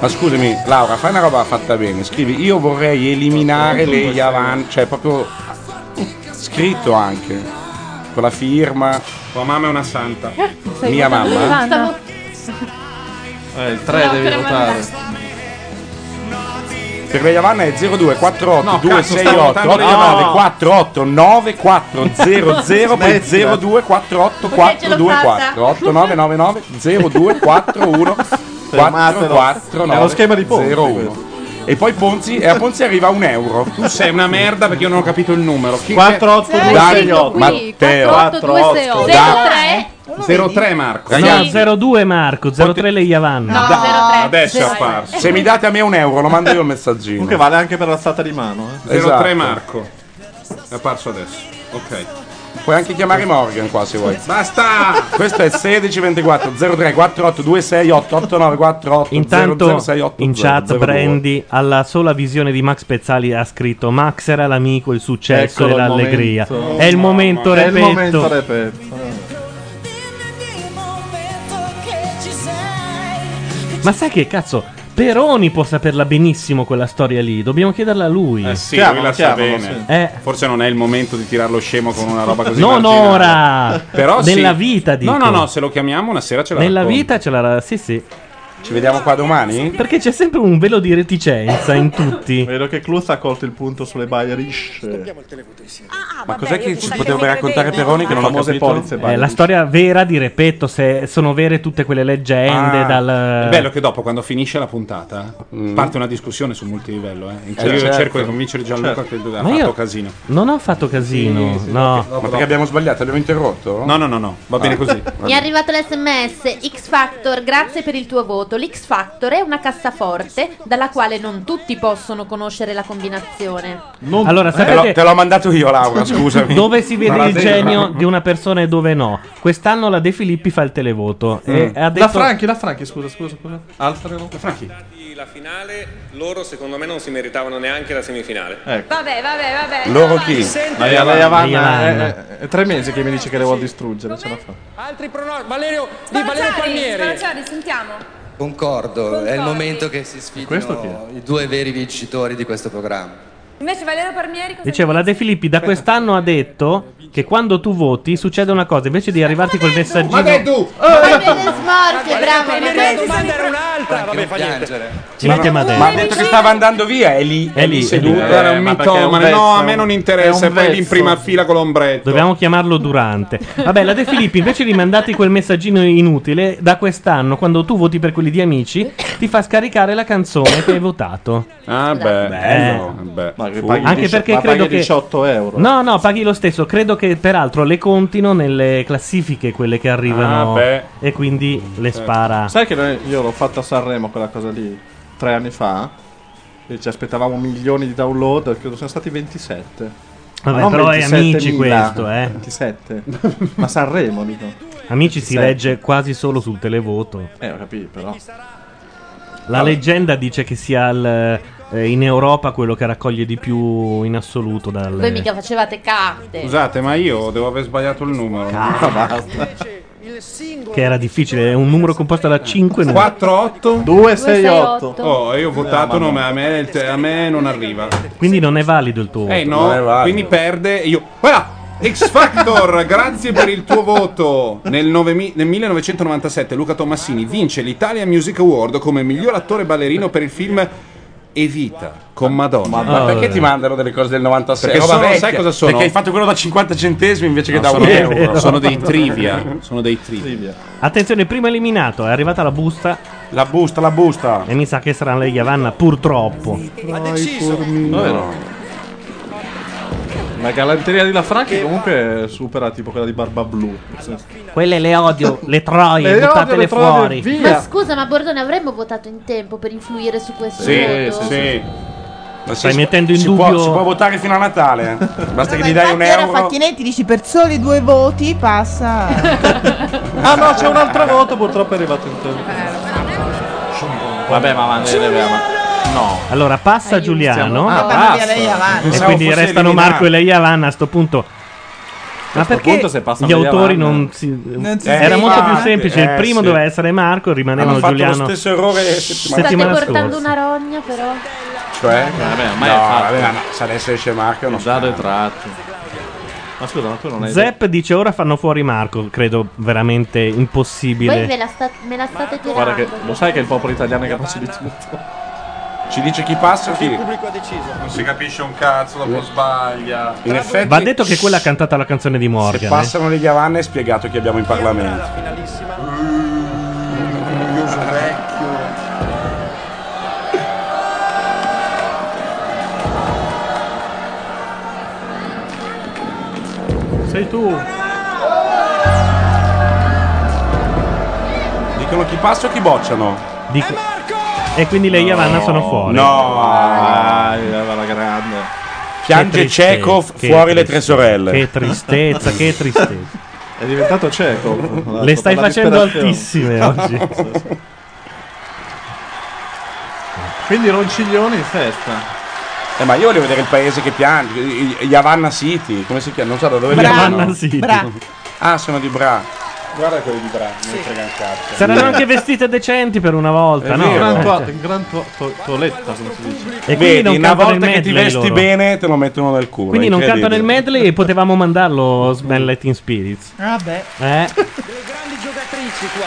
Speaker 2: Ma scusami, Laura, fai una roba fatta bene. Scrivi, io vorrei eliminare le Yavan. Cioè, proprio uh, scritto anche. Con la firma.
Speaker 3: Tua mamma è una santa.
Speaker 2: Mia mamma.
Speaker 13: Stavo-
Speaker 4: Eh, il 3
Speaker 13: No,
Speaker 4: devi
Speaker 13: per
Speaker 4: votare.
Speaker 2: Per le Yavan è 0248
Speaker 4: No, cazzo, stavo
Speaker 2: 268
Speaker 4: votando le Yavan.
Speaker 2: 48 94 00 poi
Speaker 4: Smettila.
Speaker 2: 0248
Speaker 13: Ok, ce l'ho
Speaker 2: 424 8999 0241
Speaker 3: È lo schema di Ponzi,
Speaker 2: 01 e poi Ponzi e a Ponzi arriva un euro
Speaker 3: *laughs* Tu sei una merda perché io non ho capito il numero. Chi-
Speaker 2: 48268.
Speaker 3: Dai,
Speaker 2: Qui,
Speaker 3: Matteo.
Speaker 2: 48268.
Speaker 13: 03
Speaker 3: 03 Marco.
Speaker 1: No, 02 Marco, 03 le Iavanna.
Speaker 13: No, 03. Zero-
Speaker 2: Se mi date a me un euro, lo mando io il messaggino.
Speaker 4: Comunque vale anche per l'alzata di mano. Eh.
Speaker 3: 03
Speaker 2: Esatto.
Speaker 3: Marco. È apparso adesso. Ok.
Speaker 2: Puoi anche chiamare Morgan qua se vuoi.
Speaker 3: Basta!
Speaker 2: Questo è 1624 03 48 268 8948
Speaker 1: Intanto
Speaker 2: 00680
Speaker 1: in chat
Speaker 2: 02.
Speaker 1: Brandy alla sola visione di Max Pezzali ha scritto Max era l'amico, il successo
Speaker 4: Eccolo
Speaker 1: e
Speaker 4: il
Speaker 1: l'allegria.
Speaker 4: momento.
Speaker 1: È il momento,
Speaker 4: È il
Speaker 1: repetto.
Speaker 4: momento repetto.
Speaker 1: Ma sai che cazzo? Peroni può saperla benissimo quella storia lì, dobbiamo chiederla a lui.
Speaker 3: Eh sì, lui la sa bene. Forse non è il momento di tirarlo scemo con una roba così.
Speaker 1: Eh. Non
Speaker 3: marginale.
Speaker 1: ora!
Speaker 3: Però sì.
Speaker 1: Nella vita, dico.
Speaker 3: No, no, no, se lo chiamiamo una sera ce la
Speaker 1: Nella
Speaker 3: racconti.
Speaker 1: vita ce la... Sì, sì.
Speaker 2: Ci vediamo qua domani?
Speaker 1: Perché c'è sempre un velo di reticenza in tutti.
Speaker 4: Vedo che Cluz ha colto il punto sulle bayerisce.
Speaker 2: Ma cos'è che ci potrebbe raccontare Peroni che non ho
Speaker 4: Famose
Speaker 2: capito?
Speaker 4: polizze
Speaker 1: Eh, la storia vera di Repetto, se sono vere tutte quelle leggende
Speaker 3: Ah.
Speaker 1: dal...
Speaker 3: È bello che dopo, quando finisce la puntata, parte una discussione sul multilivello. Eh, in cui io
Speaker 2: Mm. certo.
Speaker 3: cerco di convincere Gianluca
Speaker 2: Certo.
Speaker 3: che lui ha
Speaker 1: Ma
Speaker 3: fatto
Speaker 1: io-
Speaker 3: casino.
Speaker 1: Non ho fatto casino, no.
Speaker 2: Ma perché abbiamo sbagliato? Abbiamo interrotto? Ah.
Speaker 3: No, no, no, no. va
Speaker 2: *laughs*
Speaker 3: bene così.
Speaker 13: Mi è arrivato l'SMS X Factor, grazie per il tuo voto. L'X Factor è una cassaforte dalla quale non tutti possono conoscere la combinazione.
Speaker 1: Allora,
Speaker 2: Te
Speaker 1: sapete-
Speaker 2: l'ho- te l'ho mandato io,
Speaker 3: Ah,
Speaker 2: Laura, scusami.
Speaker 1: Dove si vede
Speaker 2: Ma la
Speaker 1: il
Speaker 2: sera?
Speaker 1: genio di una persona e dove no? Quest'anno la De Filippi fa il televoto. E
Speaker 4: Mm.
Speaker 1: ha detto...
Speaker 4: La Franchi, la Franchi, scusa, scusa, scusa. Altra no?
Speaker 2: Eh,
Speaker 37: La finale, loro secondo me non si meritavano neanche la semifinale.
Speaker 4: Ecco.
Speaker 37: Vabbè,
Speaker 9: Eh,
Speaker 37: vabbè, vabbè.
Speaker 4: Loro chi? La
Speaker 37: Iavanna.
Speaker 4: Iavanna
Speaker 37: La
Speaker 4: è, è- è tre mesi che mi dice che le vuol distruggere, ce la fa.
Speaker 5: Altri pronostici. Valerio, di Valerio Palmieri.
Speaker 34: sentiamo.
Speaker 40: Concordo, è il momento che si
Speaker 4: Questo chi
Speaker 40: sfidino i due veri vincitori di questo programma.
Speaker 34: Invece Valerio Parmieri cosa
Speaker 1: Dicevo, la De Filippi da quest'anno ha detto che quando tu voti
Speaker 5: Oh,
Speaker 1: succede una cosa, invece di arrivarti col messaggino...
Speaker 3: Ma dai tu!
Speaker 13: Vai bene smorfie, bravo.
Speaker 5: Palmieri, la domanda era era un'altra. Vabbè, fa niente.
Speaker 1: Ci mettiamo adesso.
Speaker 2: Ma ha detto che stava andando via, è lì.
Speaker 1: È lì, Eh,
Speaker 3: seduta, era
Speaker 4: eh,
Speaker 3: un mitomane. No, a me non interessa. E poi lì in prima fila con l'ombretto.
Speaker 1: Dobbiamo chiamarlo Durante. Vabbè, la De Filippi invece di mandarti quel messaggino inutile, da quest'anno, quando tu voti per quelli di amici, ti fa scaricare la canzone che hai votato.
Speaker 3: Ah, beh,
Speaker 2: Eh,
Speaker 1: Bello.
Speaker 3: Beh.
Speaker 4: Ma che
Speaker 1: Fu-
Speaker 4: paghi
Speaker 1: anche
Speaker 4: 18
Speaker 1: perché
Speaker 4: ma
Speaker 1: credo
Speaker 4: paghi
Speaker 1: che-
Speaker 4: 18 euro.
Speaker 1: No, no, paghi lo stesso. Credo che peraltro le contino nelle classifiche quelle che arrivano
Speaker 4: Ah, beh.
Speaker 1: e quindi le spara.
Speaker 4: Eh, Sai che noi- io l'ho fatto a Sanremo quella cosa lì tre anni fa. E ci aspettavamo milioni di download. Credo siano stati 27.
Speaker 1: Vabbè,
Speaker 4: Ma non
Speaker 1: però è amici
Speaker 4: 27.000,
Speaker 1: questo, eh.
Speaker 4: 27. Ma Sanremo, dico.
Speaker 1: Amici si
Speaker 4: Sì.
Speaker 1: legge quasi solo sul televoto.
Speaker 4: Eh, ho capito, però.
Speaker 1: La leggenda dice che sia il, eh, in Europa quello che raccoglie di più in assoluto dal
Speaker 13: Voi mica facevate carte.
Speaker 3: Scusate, ma io devo aver sbagliato il numero. Ah,
Speaker 1: che era difficile, è un numero composto da 5 numeri.
Speaker 3: 4-8
Speaker 1: 268.
Speaker 3: Oh, io ho votato,
Speaker 1: Eh, ma no.
Speaker 3: no, ma a me, il te- a me non arriva.
Speaker 1: Eh, Quindi non è valido il tuo voto.
Speaker 3: Eh no, quindi perde io. Guarda! X Factor, grazie per il tuo voto. Nel, 9000 nel 1997 Luca Tommassini vince l'Italia Music Award come miglior attore ballerino per il film Evita con Madonna.
Speaker 2: Ma perché ti mandano delle cose del 96?
Speaker 3: Perché
Speaker 2: Roba
Speaker 3: sono-
Speaker 2: vecchia.
Speaker 3: sai cosa sono?
Speaker 2: Perché hai fatto quello da 50 centesimi invece che
Speaker 3: No,
Speaker 2: da un
Speaker 3: sono-
Speaker 2: euro.
Speaker 3: eh, no. Sono dei trivia, sono dei trivia.
Speaker 1: Attenzione, prima eliminato, è arrivata la busta. La busta, la busta. E mi sa che sarà lei Yavanna, purtroppo.
Speaker 4: Ha deciso. La galanteria di La Franchi comunque supera tipo quella di Barba Blu.
Speaker 1: Quelle le odio, le troie,
Speaker 4: Le odio,
Speaker 1: buttatele
Speaker 4: le troie,
Speaker 1: fuori.
Speaker 13: Ma scusa, ma Bordone avremmo votato in tempo per influire su questo voto?
Speaker 2: Eh, Ma
Speaker 1: Stai
Speaker 2: si-
Speaker 1: mettendo in
Speaker 2: si
Speaker 1: dubbio-
Speaker 2: Può, si può votare fino a Natale. eh. Basta che gli dai un
Speaker 15: Infatti era
Speaker 2: euro.
Speaker 15: Facchinetti, dici per soli due voti passa.
Speaker 4: Ah no, c'è un altro voto, purtroppo è arrivato in tempo. Vabbè, ma avanti, No.
Speaker 1: Allora passa
Speaker 4: Aiuto.
Speaker 1: Giuliano.
Speaker 4: Ah,
Speaker 15: Vanno via lei e Avanna.
Speaker 1: E
Speaker 4: Pensavo
Speaker 1: quindi
Speaker 4: fosse
Speaker 1: restano
Speaker 4: eliminato.
Speaker 1: Marco e lei Avanna a sto punto. Ma
Speaker 4: sto
Speaker 1: perché
Speaker 4: punto se passano
Speaker 1: gli
Speaker 4: lei
Speaker 1: autori
Speaker 4: Avanna-
Speaker 1: non si...
Speaker 4: Non si
Speaker 1: Era
Speaker 4: scrive.
Speaker 1: molto più
Speaker 4: Ah,
Speaker 1: semplice.
Speaker 4: eh,
Speaker 1: Il primo
Speaker 4: sì.
Speaker 1: doveva essere Marco e rimanevano
Speaker 2: Hanno fatto
Speaker 1: Giuliano.
Speaker 2: lo stesso errore
Speaker 13: State
Speaker 2: settimana,
Speaker 13: portando una rogna, però.
Speaker 2: Cioè?
Speaker 4: Vabbè, ormai
Speaker 2: no,
Speaker 4: è fatto.
Speaker 2: vabbè, ma sa adesso esce Marco. Non
Speaker 4: Dato e tratto. Ma scusa, ma tu non hai
Speaker 1: Zepp dice ora fanno fuori Marco. Credo veramente impossibile.
Speaker 13: Voi ve la sta- me la state tirando.
Speaker 4: Guarda che lo sai che il popolo italiano è capace di tutto.
Speaker 2: Ci dice chi passa e chi.
Speaker 5: pubblico ha deciso.
Speaker 2: Non si capisce un cazzo, dopo sbaglia. In effetti,
Speaker 1: Va detto che quella ha cantato la canzone di Morgan.
Speaker 2: se
Speaker 1: eh.
Speaker 2: passano le Gavanne è spiegato chi abbiamo in Parlamento.
Speaker 5: Finalissima.
Speaker 4: Sei tu.
Speaker 2: Dicono chi passa o chi bocciano.
Speaker 1: Dico- E quindi lei e Avanna sono fuori.
Speaker 2: No,
Speaker 4: la grande.
Speaker 2: Piange Chekhov fuori le tre sorelle.
Speaker 1: Che tristezza, che
Speaker 3: *laughs*
Speaker 1: tristezza.
Speaker 4: È diventato cieco.
Speaker 1: Le stai
Speaker 4: Dalla
Speaker 1: facendo
Speaker 4: disperazione.
Speaker 1: altissime oggi.
Speaker 4: Sì, sì. Quindi Ronciglione in festa.
Speaker 2: Eh, ma io voglio vedere il paese che piange. I- I- Yavanna City, come si chiama? Non so da dove
Speaker 1: Bra.
Speaker 2: vengono.
Speaker 1: Yavanna City. Bra.
Speaker 2: Ah, sono di Bra. Guarda quelli di Bra, non mi frega un cazzo.
Speaker 1: Saranno anche vestite decenti per una volta,
Speaker 2: È
Speaker 1: no?
Speaker 4: In gran,
Speaker 1: Eh,
Speaker 4: to-
Speaker 1: cioè.
Speaker 4: in gran to- to- toletta, come si dice.
Speaker 1: E quindi
Speaker 2: Vedi,
Speaker 1: non
Speaker 2: una
Speaker 1: cantano
Speaker 2: volta
Speaker 1: il
Speaker 2: che ti
Speaker 1: medley
Speaker 2: vesti
Speaker 1: loro.
Speaker 2: bene, te lo mettono nel culo.
Speaker 1: Quindi non
Speaker 2: è incredibile.
Speaker 1: cantano il medley e potevamo mandarlo Smell It in Spirits.
Speaker 15: Vabbè.
Speaker 1: Eh?
Speaker 5: Delle grandi giocatrici qua.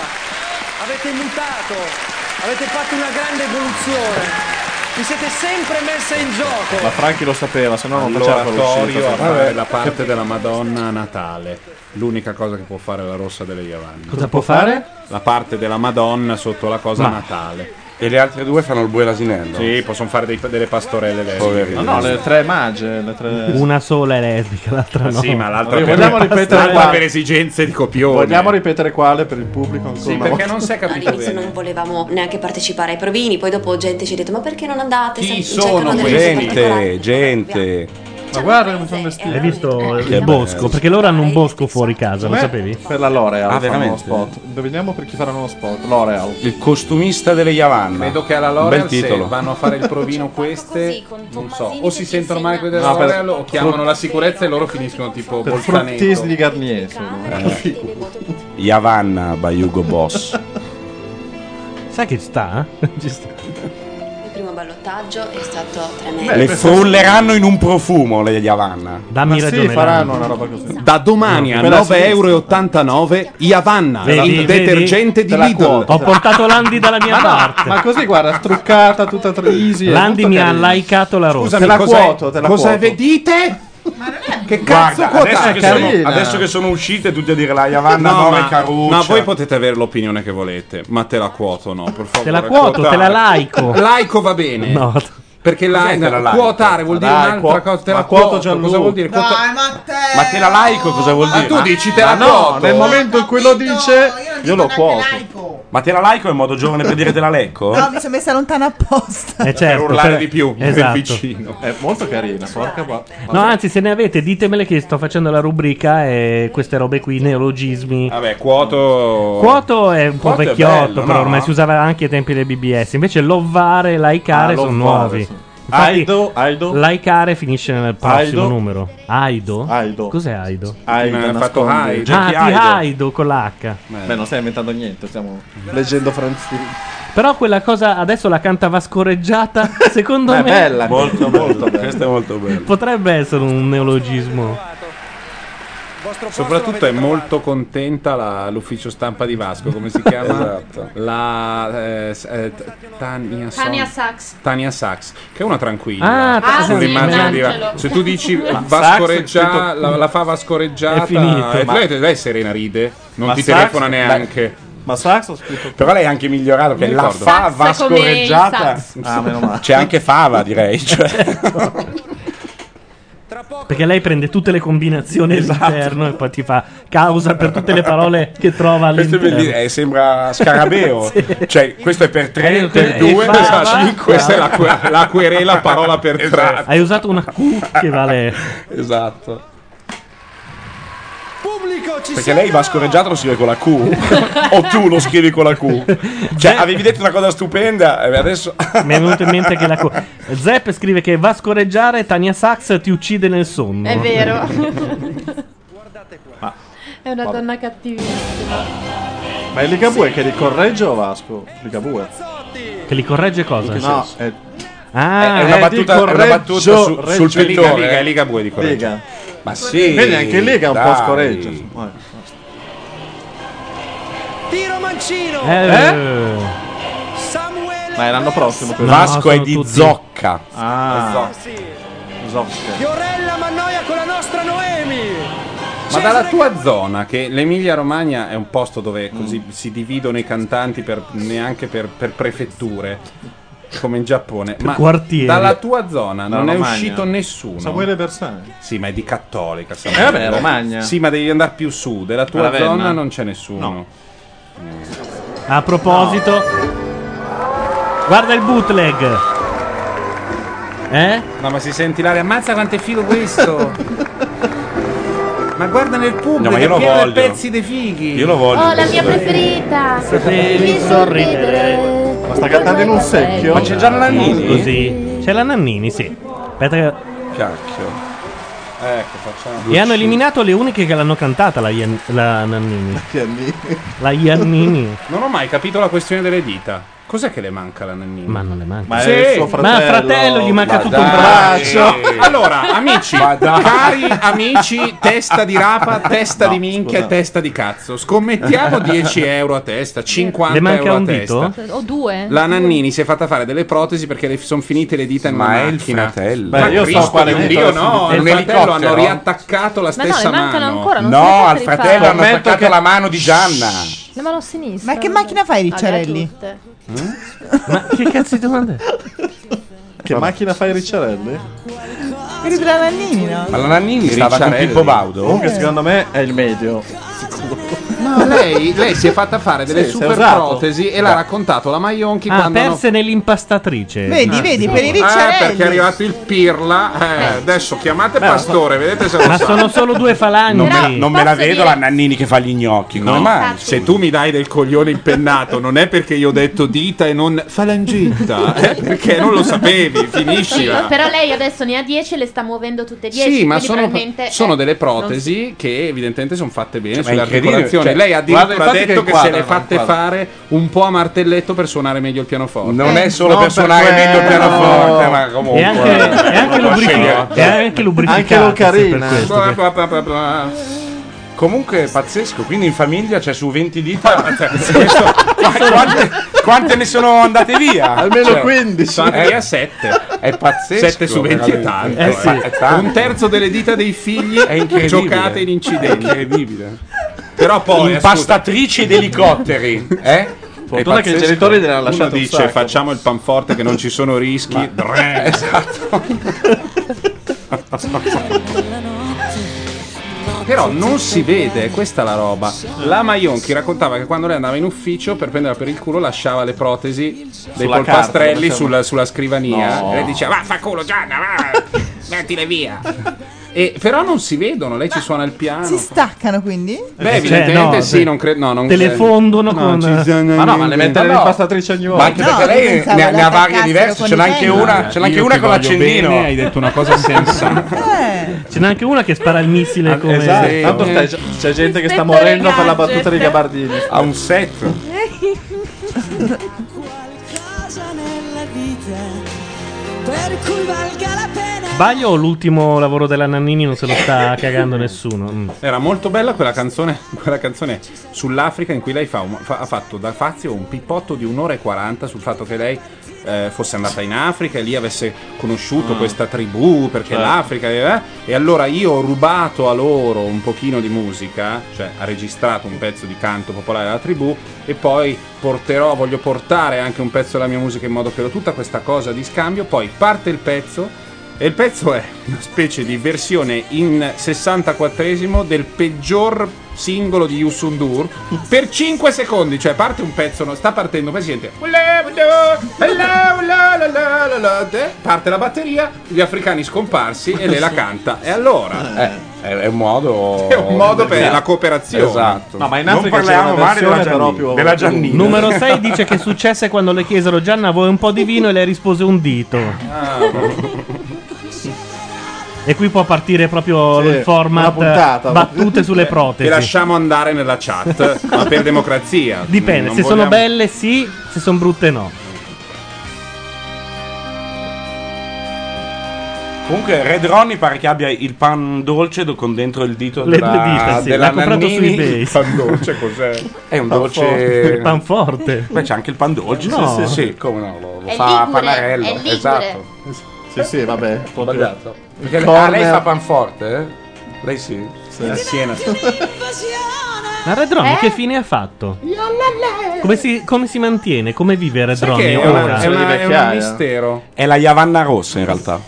Speaker 5: Avete mutato, avete fatto una grande evoluzione. Vi siete sempre messe in gioco.
Speaker 4: Ma Franchi lo sapeva, se no non faceva
Speaker 3: L'oratorio a
Speaker 4: quello
Speaker 3: fare la parte della Madonna a Natale. L'unica cosa che può fare la rossa delle Iavanna.
Speaker 1: Cosa può fare?
Speaker 3: La parte della Madonna sotto la cosa
Speaker 2: Ma-
Speaker 3: Natale.
Speaker 2: E le altre due fanno il bue e l'asinello.
Speaker 3: Sì, possono fare dei- delle pastorelle
Speaker 4: No,
Speaker 3: lesbiche.
Speaker 4: no, le tre mage, le tre...
Speaker 1: Una sola è lesbica, l'altra
Speaker 3: Ma
Speaker 1: no.
Speaker 3: Eh. sì, ma l'altra per,
Speaker 4: Vogliamo ripetere
Speaker 3: l'altra
Speaker 4: quale?
Speaker 3: per esigenze di copione.
Speaker 4: Vogliamo ripetere quale per il pubblico ancora una volta?
Speaker 3: si è
Speaker 7: All'inizio non volevamo neanche partecipare ai provini, poi dopo gente ci ha detto ma perché non andate? Cioè, Chi
Speaker 2: Gente, gente.
Speaker 4: Ma guarda come sono vestiti.
Speaker 1: Hai visto
Speaker 2: Che
Speaker 1: il bosco?
Speaker 2: bello.
Speaker 1: Perché loro hanno un bosco fuori casa, lo
Speaker 4: Beh,
Speaker 1: sapevi?
Speaker 4: eh, Per la L'Oreal
Speaker 2: Ah,
Speaker 4: fanno uno
Speaker 2: veramente?
Speaker 4: spot. Indoviniamo per chi faranno uno spot. L'Oreal.
Speaker 2: Il costumista delle Yavanna.
Speaker 3: Credo che alla
Speaker 2: Un
Speaker 3: L'Oreal
Speaker 2: bel
Speaker 3: se
Speaker 2: titolo.
Speaker 3: vanno a fare il provino queste, non so, o si sentono male quelle della
Speaker 4: No, per-
Speaker 3: L'Oreal o chiamano la sicurezza e loro finiscono tipo
Speaker 4: Per
Speaker 3: Bolzaneto.
Speaker 4: fruttis di Garnier.
Speaker 2: Eh. *laughs* Yavanna by Hugo Boss.
Speaker 1: Sai che *laughs* ci sta? Ci sta.
Speaker 7: Il primo ballottaggio. ballottaggio è stato tremendo.
Speaker 2: Le frulleranno in un profumo le di Avanna.
Speaker 1: Dammi
Speaker 4: Ma sì, ragione, faranno dammi. una roba così.
Speaker 3: Da domani
Speaker 2: No,
Speaker 3: a
Speaker 2: quella sinistra.
Speaker 3: 9,89 euro Iavanna,
Speaker 4: Vedi,
Speaker 3: il
Speaker 4: vedi?
Speaker 3: detergente
Speaker 4: Te
Speaker 3: di
Speaker 4: la
Speaker 3: Lidl.
Speaker 4: cuoto. Ho portato
Speaker 1: Landi dalla mia parte.
Speaker 4: Ma così, guarda, struccata, tutta tra- easy.
Speaker 1: Landi mi ha
Speaker 4: like
Speaker 1: likeato la rossa.
Speaker 4: Scusa, te la cuoto, te la
Speaker 3: cosa
Speaker 4: cuoto.
Speaker 3: vedite? Che
Speaker 2: Guarda, adesso,
Speaker 3: cuotate?
Speaker 2: che
Speaker 3: Eh,
Speaker 2: sono,
Speaker 3: carina.
Speaker 2: adesso che sono uscite tutti a dire la Iavanna, no, ma, Caruccia.
Speaker 3: ma voi potete avere l'opinione che volete, ma te la cuoto no, per favore.
Speaker 1: Te la cuoto, te la laico.
Speaker 3: *laughs* Laico va bene.
Speaker 1: No.
Speaker 3: Perché la,
Speaker 1: Cos'è te la laico?
Speaker 3: cuotare Cioè, vuol dire
Speaker 1: Ma dai,
Speaker 3: un'altra
Speaker 1: cuo-
Speaker 3: cosa. Te
Speaker 1: ma
Speaker 3: la
Speaker 1: cuoto
Speaker 3: cuoto,
Speaker 1: Gianluca.
Speaker 3: cosa vuol dire?
Speaker 15: Dai,
Speaker 3: Cuoto-
Speaker 2: Ma te la laico cosa vuol
Speaker 3: Ma
Speaker 2: dire?
Speaker 3: tu dici te la
Speaker 2: Ma no,
Speaker 3: cuoto?
Speaker 2: nel momento-
Speaker 4: momento in cui lo dice,
Speaker 2: io lo cuoto. Ma te la laico è il modo giovane per dire te la lecco?
Speaker 15: No, mi sono messa lontana apposta.
Speaker 1: certo, per- esatto.
Speaker 4: È molto carina, porca bo-
Speaker 1: No, anzi, se ne avete, ditemele che sto facendo la rubrica e queste robe qui, neologismi.
Speaker 3: Vabbè, cuoto.
Speaker 1: Cuoto è un po'
Speaker 3: Cuoto oh. è
Speaker 1: vecchiotto,
Speaker 3: bello,
Speaker 1: però
Speaker 3: no?
Speaker 1: ormai si usava anche ai tempi delle BBS. Invece lovare e laicare
Speaker 4: Ah,
Speaker 1: sono
Speaker 4: lovare,
Speaker 1: nuovi.
Speaker 4: sì.
Speaker 1: Infatti,
Speaker 4: Aido, Aido.
Speaker 1: Laicare finisce nel prossimo
Speaker 4: Aido.
Speaker 1: numero. Aido? Cos'è Aido?
Speaker 4: Aido, Ma ha fatto nascondi. Aido.
Speaker 1: Ah, ti
Speaker 4: Giochi Aido.
Speaker 1: Aido con l'H.
Speaker 4: Beh, non stai inventando niente, stiamo leggendo Franzini.
Speaker 1: Però quella cosa adesso la canta
Speaker 4: *laughs*
Speaker 1: vascoreggiata, secondo
Speaker 4: Ma è
Speaker 1: me... *laughs*
Speaker 4: bella, molto,
Speaker 2: molto bella. Questo è molto bello.
Speaker 1: Potrebbe essere un neologismo.
Speaker 3: Soprattutto è molto contenta la- l'ufficio stampa di Vasco, come si chiama?
Speaker 2: Esatto.
Speaker 3: La eh, s- eh, t- Tania, Son-
Speaker 13: Tania Sachs.
Speaker 3: Tania Sachs, che è una tranquilla.
Speaker 1: Ah, Ah, sì,
Speaker 3: Sull'immagine di-
Speaker 13: Michelangelo.
Speaker 3: Se tu dici
Speaker 13: Ma
Speaker 3: vascoreggia,
Speaker 4: Sachs è
Speaker 3: la,
Speaker 4: scritto-
Speaker 3: la fa vascoreggiata,
Speaker 4: È finito.
Speaker 3: eh,
Speaker 4: Ma-
Speaker 3: lei, lei è serena, ride, non
Speaker 4: Ma
Speaker 3: ti
Speaker 4: Sachs-
Speaker 3: telefona
Speaker 4: beh,
Speaker 3: neanche.
Speaker 4: Ma Sax ho scritto
Speaker 2: Però lei è anche migliorata perché
Speaker 3: Mi
Speaker 2: la
Speaker 3: ricordo.
Speaker 2: fa
Speaker 3: Sax come
Speaker 2: vascoreggiata.
Speaker 3: sax. Ah, meno male.
Speaker 2: C'è anche fava, direi. Cioè.
Speaker 1: Perché lei prende tutte le combinazioni
Speaker 4: Esatto.
Speaker 1: all'interno e poi ti fa causa per tutte le parole che trova *laughs*
Speaker 2: Questo
Speaker 1: all'interno.
Speaker 2: vuol dire, eh, sembra
Speaker 1: *laughs*
Speaker 2: scarabeo.
Speaker 1: Sì.
Speaker 2: Cioè, questo è per 3,
Speaker 1: Eh,
Speaker 2: per
Speaker 1: eh,
Speaker 2: 2, per
Speaker 1: fava,
Speaker 2: 5.
Speaker 3: *laughs* Questa è la, que- la querela parola per tre.
Speaker 1: Hai usato una Q che vale.
Speaker 2: *laughs* Esatto.
Speaker 5: Pubblico Ecco, ci
Speaker 2: Perché lei vascoreggiata lo scrive con la
Speaker 1: *laughs*
Speaker 2: Q. o tu lo scrivi con la Q. Cioè, avevi detto una cosa stupenda. e Adesso.
Speaker 1: Mi è venuto in mente che la Q. Zepp scrive che va a scoreggiare Tania Sachs ti uccide nel sonno.
Speaker 13: È vero. È una
Speaker 4: Vabbè.
Speaker 13: donna cattivissima.
Speaker 4: Ma è Ligabue che li corregge o Vasco? Ligabue.
Speaker 1: Che li corregge cosa?
Speaker 4: No, eh, è...
Speaker 1: Ah,
Speaker 4: è una battuta- è una battuta su- sul
Speaker 3: È Liga,
Speaker 4: pittore.
Speaker 3: Liga, è Liga Bue di correggio.
Speaker 4: Liga.
Speaker 2: Ma sì.
Speaker 4: Vedi, anche Lega un po'
Speaker 2: dai.
Speaker 4: scoreggia. Eh.
Speaker 5: Tiro Mancino.
Speaker 4: Eh? Ma è l'anno prossimo. quello.
Speaker 2: No, Vasco è sono di tutti- Zocca.
Speaker 4: Ah. Zocca.
Speaker 5: Esatto. Fiorella Mannoia con la nostra Noemi.
Speaker 3: Ma dalla tua zona, che l'Emilia Romagna è un posto dove così si dividono i cantanti per- neanche per, per prefetture, come in Giappone, ma
Speaker 1: quartieri.
Speaker 3: dalla tua zona
Speaker 4: Dalla
Speaker 3: non è
Speaker 4: Romagna.
Speaker 3: uscito nessuno.
Speaker 4: Samuele Bersani.
Speaker 3: Sì, ma è di cattolica.
Speaker 4: Eh, vabbè, Romagna.
Speaker 3: Sì, ma devi andare più su. Della tua
Speaker 4: Ravenna.
Speaker 3: zona non c'è nessuno.
Speaker 1: A proposito, guarda il bootleg. Eh?
Speaker 3: No, ma si senti l'aria, ammazza quanto è
Speaker 1: *laughs*
Speaker 3: figo questo. ma guarda nel pubblico,
Speaker 2: No, ma io lo
Speaker 3: è pieno di
Speaker 2: voglio.
Speaker 3: pezzi dei fighi.
Speaker 2: Io lo voglio.
Speaker 13: Oh, la mia preferita.
Speaker 1: Devi sorridere.
Speaker 4: Ma sta cantando in un secchio?
Speaker 1: Ma c'è già la Nannini? Così. C'è la Nannini, sì. Aspetta che...
Speaker 2: *laughs* Cacchio. Ecco, facciamo.
Speaker 1: E hanno eliminato le uniche che l'hanno cantata la, Ian- la Nannini. La Iannini.
Speaker 3: Non ho mai capito la questione delle dita. Cos'è che le manca la Nannini?
Speaker 1: Ma non le manca.
Speaker 3: Ma è il suo
Speaker 1: Ma al
Speaker 3: fratello.
Speaker 1: fratello gli manca
Speaker 3: Ma
Speaker 1: tutto un
Speaker 3: dai.
Speaker 1: braccio.
Speaker 3: Allora, amici, cari amici, testa di rapa, testa di minchia e
Speaker 1: scusa.
Speaker 3: testa di cazzo. Scommettiamo 10 euro a testa, 50
Speaker 1: Le manca
Speaker 3: euro
Speaker 1: un
Speaker 3: a testa.
Speaker 1: dito?
Speaker 12: O due.
Speaker 3: La *laughs* Nannini si è fatta fare delle protesi perché le sono finite le dita in
Speaker 2: Ma
Speaker 3: una
Speaker 2: è il
Speaker 3: macchina.
Speaker 2: fratello.
Speaker 3: Ma
Speaker 2: Beh, io so
Speaker 3: Cristo
Speaker 2: quale
Speaker 3: di un
Speaker 2: dito
Speaker 3: Dio,
Speaker 2: le
Speaker 3: no,
Speaker 2: sono
Speaker 3: al
Speaker 2: finite. Un
Speaker 3: fratello hanno
Speaker 2: elicottero?
Speaker 3: riattaccato la
Speaker 12: Ma no,
Speaker 3: stessa
Speaker 12: ne mancano
Speaker 3: mano.
Speaker 12: ancora, non si
Speaker 2: No,
Speaker 12: può
Speaker 2: al
Speaker 12: rifare.
Speaker 2: fratello hanno
Speaker 12: Scommetto
Speaker 2: attaccato
Speaker 12: che-
Speaker 2: la mano di Gianna.
Speaker 12: La mano sinistra.
Speaker 15: Ma che macchina fai,
Speaker 12: Vabbè,
Speaker 15: Ricciarelli?
Speaker 12: tutte.
Speaker 1: Ma
Speaker 2: *laughs*
Speaker 1: che cazzo di domande?
Speaker 4: Che macchina fai Ricciarelli?
Speaker 15: Eri della Nannini, no?
Speaker 2: Ma la Nannini stava con
Speaker 4: Ricciarelli.
Speaker 2: Pippo Baudo?
Speaker 4: Comunque, secondo me è il medio. Sicuro.
Speaker 3: No, lei, lei si è fatta fare delle
Speaker 4: Sì, si è
Speaker 3: super
Speaker 4: usato.
Speaker 3: protesi e l'ha raccontato la Maionchi
Speaker 1: Ah,
Speaker 3: quando
Speaker 1: perse nell'impastatrice.
Speaker 3: Ah, sì. Eh, perché è arrivato il Pirla. eh, adesso chiamate
Speaker 1: Beh,
Speaker 3: Pastore, vedete se lo
Speaker 1: Ma
Speaker 3: sa.
Speaker 1: sono solo due falangi.
Speaker 2: Non me, non me la vedo la Nannini che fa gli gnocchi. Come
Speaker 3: No,
Speaker 2: mai?
Speaker 3: se tu mi dai del coglione impennato, non è perché io ho detto dita e non falangetta, è perché non lo sapevi,
Speaker 13: Sì,
Speaker 3: finiscila.
Speaker 13: però lei adesso ne ha 10 e le sta muovendo tutte e 10.
Speaker 3: eh. Sì, ma
Speaker 13: quindi
Speaker 3: sono,
Speaker 13: probabilmente,
Speaker 3: sono
Speaker 13: eh,
Speaker 3: delle
Speaker 13: non si-
Speaker 3: protesi che evidentemente sono fatte bene
Speaker 2: Cioè, ma
Speaker 3: sulle
Speaker 2: è incredibile,
Speaker 3: articolazioni.
Speaker 2: cioè,
Speaker 3: lei addirittura
Speaker 2: Guarda, infatti
Speaker 3: ha detto che, se
Speaker 2: inquadrano,
Speaker 3: le fatte
Speaker 2: inquadrano.
Speaker 3: fare un po' a martelletto per suonare meglio il pianoforte.
Speaker 2: Non
Speaker 13: Eh,
Speaker 2: è solo per suonare meglio il pianoforte, ma comunque.
Speaker 3: E anche- e anche lubrificato.
Speaker 1: E anche lubrificato,
Speaker 2: Anche
Speaker 1: sì, per questo che-
Speaker 2: Comunque è pazzesco, quindi in famiglia c'è su 20 dita. cioè, questo- ma quante, quante ne sono andate via?
Speaker 3: Almeno
Speaker 2: 15.
Speaker 3: Sono andate via sette.
Speaker 2: È pazzesco.
Speaker 3: 7 su 20 è tanto.
Speaker 2: veramente.
Speaker 3: eh.
Speaker 2: È pa- è tanto.
Speaker 3: Un terzo delle dita dei figli
Speaker 2: È incredibile.
Speaker 3: giocate in incidenti.
Speaker 2: È incredibile.
Speaker 3: Però poi
Speaker 2: Impastatrici di elicotteri. Eh?
Speaker 3: Fortuna
Speaker 2: È
Speaker 3: che i
Speaker 2: pazzesco.
Speaker 3: genitori gliel'hanno
Speaker 2: Uno
Speaker 3: lasciato un
Speaker 2: dice,
Speaker 3: sacco.
Speaker 2: faccia-
Speaker 3: Facciamo il panforte che non ci sono rischi. *laughs* esatto. Però non si vede, questa è la roba. La Maionchi raccontava che quando lei andava in ufficio per prenderla per il culo lasciava le protesi dei
Speaker 4: Sulla carta,
Speaker 3: polpastrelli
Speaker 4: diciamo.
Speaker 3: sulla, sulla scrivania.
Speaker 4: No.
Speaker 3: E lei diceva vaffanculo Gianna,
Speaker 35: *laughs*
Speaker 3: va, mettile via. E, però non si vedono, lei ci suona il piano.
Speaker 15: Si staccano quindi?
Speaker 3: Beh, evidentemente
Speaker 1: Eh, cioè, no,
Speaker 3: sì,
Speaker 1: sì.
Speaker 3: non credo. No, non
Speaker 1: Te le fondono
Speaker 3: No,
Speaker 1: con-
Speaker 3: ci sono-
Speaker 1: Ma no, ma le mette
Speaker 3: Ma no.
Speaker 4: nell'impastatrice ogni volta.
Speaker 3: Ma anche perché lei
Speaker 2: pensavo ne- ne ha varie diverse, ce n'ha anche una, ce n'ha anche una con l'accendino.
Speaker 3: hai detto una cosa Ah, sensata.
Speaker 1: Ce n'è anche una che spara il missile come
Speaker 4: Esatto, tanto stai- c'è gente che sta morendo per la battuta di Gabardini.
Speaker 2: Ha un set.
Speaker 10: Cosa nella vita per cui valga la pena
Speaker 1: Sbaglio o l'ultimo lavoro della Nannini non se lo sta cagando nessuno? Mm.
Speaker 3: Era molto bella quella canzone, *laughs* quella canzone sull'Africa in cui lei fa un- fa- ha fatto da Fazio un pippotto di un'ora e quaranta sul fatto che lei eh, fosse andata in Africa e lì avesse conosciuto
Speaker 4: Ah.
Speaker 3: questa tribù perché
Speaker 4: Certo.
Speaker 3: l'Africa eh, e allora io ho rubato a loro un pochino di musica, cioè ha registrato un pezzo di canto popolare della tribù e poi porterò, voglio portare anche un pezzo della mia musica in modo che l'ho tutta questa cosa di scambio, poi parte il pezzo e il pezzo è una specie di versione in 64esimo del peggior singolo di Yusundur per 5 secondi, cioè parte un pezzo, no, sta partendo, poi si sente parte la batteria, gli africani scomparsi e lei la canta. E allora
Speaker 2: Eh, è, è un modo.
Speaker 3: è un modo per
Speaker 2: Esatto.
Speaker 3: la cooperazione.
Speaker 2: Esatto.
Speaker 4: No, ma in
Speaker 2: Non
Speaker 4: Africa c'è
Speaker 2: parliamo
Speaker 4: una
Speaker 2: male della
Speaker 4: versione però
Speaker 2: Giannini.
Speaker 4: più
Speaker 2: Della Giannini.
Speaker 1: Numero
Speaker 2: *laughs*
Speaker 3: *laughs*
Speaker 1: 6 dice che successe quando le chiesero Gianna vuoi un po' di vino e lei rispose un dito.
Speaker 5: Ah.
Speaker 1: *laughs*
Speaker 3: Ah.
Speaker 1: E qui può partire proprio
Speaker 3: Sì,
Speaker 1: il format
Speaker 3: una puntata.
Speaker 1: battute sulle
Speaker 3: Che
Speaker 1: protesi.
Speaker 3: lasciamo andare nella chat, ma
Speaker 1: *laughs*
Speaker 3: per democrazia.
Speaker 1: Dipende,
Speaker 3: Non
Speaker 1: se sono
Speaker 3: vogliamo-
Speaker 1: belle sì, se sono brutte no.
Speaker 2: Comunque, Red Ronnie pare che abbia il pan dolce do- con dentro il dito
Speaker 1: Le
Speaker 2: Esatto. della,
Speaker 1: due dita, sì,
Speaker 2: della
Speaker 1: l'ha comprato su
Speaker 2: Nannini.
Speaker 1: eBay.
Speaker 2: Il pan dolce cos'è? È un
Speaker 1: Pan forte.
Speaker 2: dolce.
Speaker 1: Il pan forte.
Speaker 2: Beh, c'è anche il pan dolce.
Speaker 1: No.
Speaker 2: Sì, sì, sì, come no? Lo, lo
Speaker 4: È
Speaker 2: fa
Speaker 4: ligure, è
Speaker 2: Panarello.
Speaker 4: ligure.
Speaker 2: Esatto.
Speaker 4: Sì, sì, vabbè.
Speaker 2: Sbagliato. Perché lei-
Speaker 4: Corner.
Speaker 2: ah, lei fa pan forte? eh? Lei sì.
Speaker 3: A Siena.
Speaker 1: Ma Red Ronnie
Speaker 3: Eh?
Speaker 1: che fine ha fatto? Come si, come si mantiene? Come vive Red
Speaker 2: Sai
Speaker 1: Ronnie
Speaker 2: che è una-
Speaker 1: ora?
Speaker 2: è una- è un mistero. È la Yavanna rossa in realtà.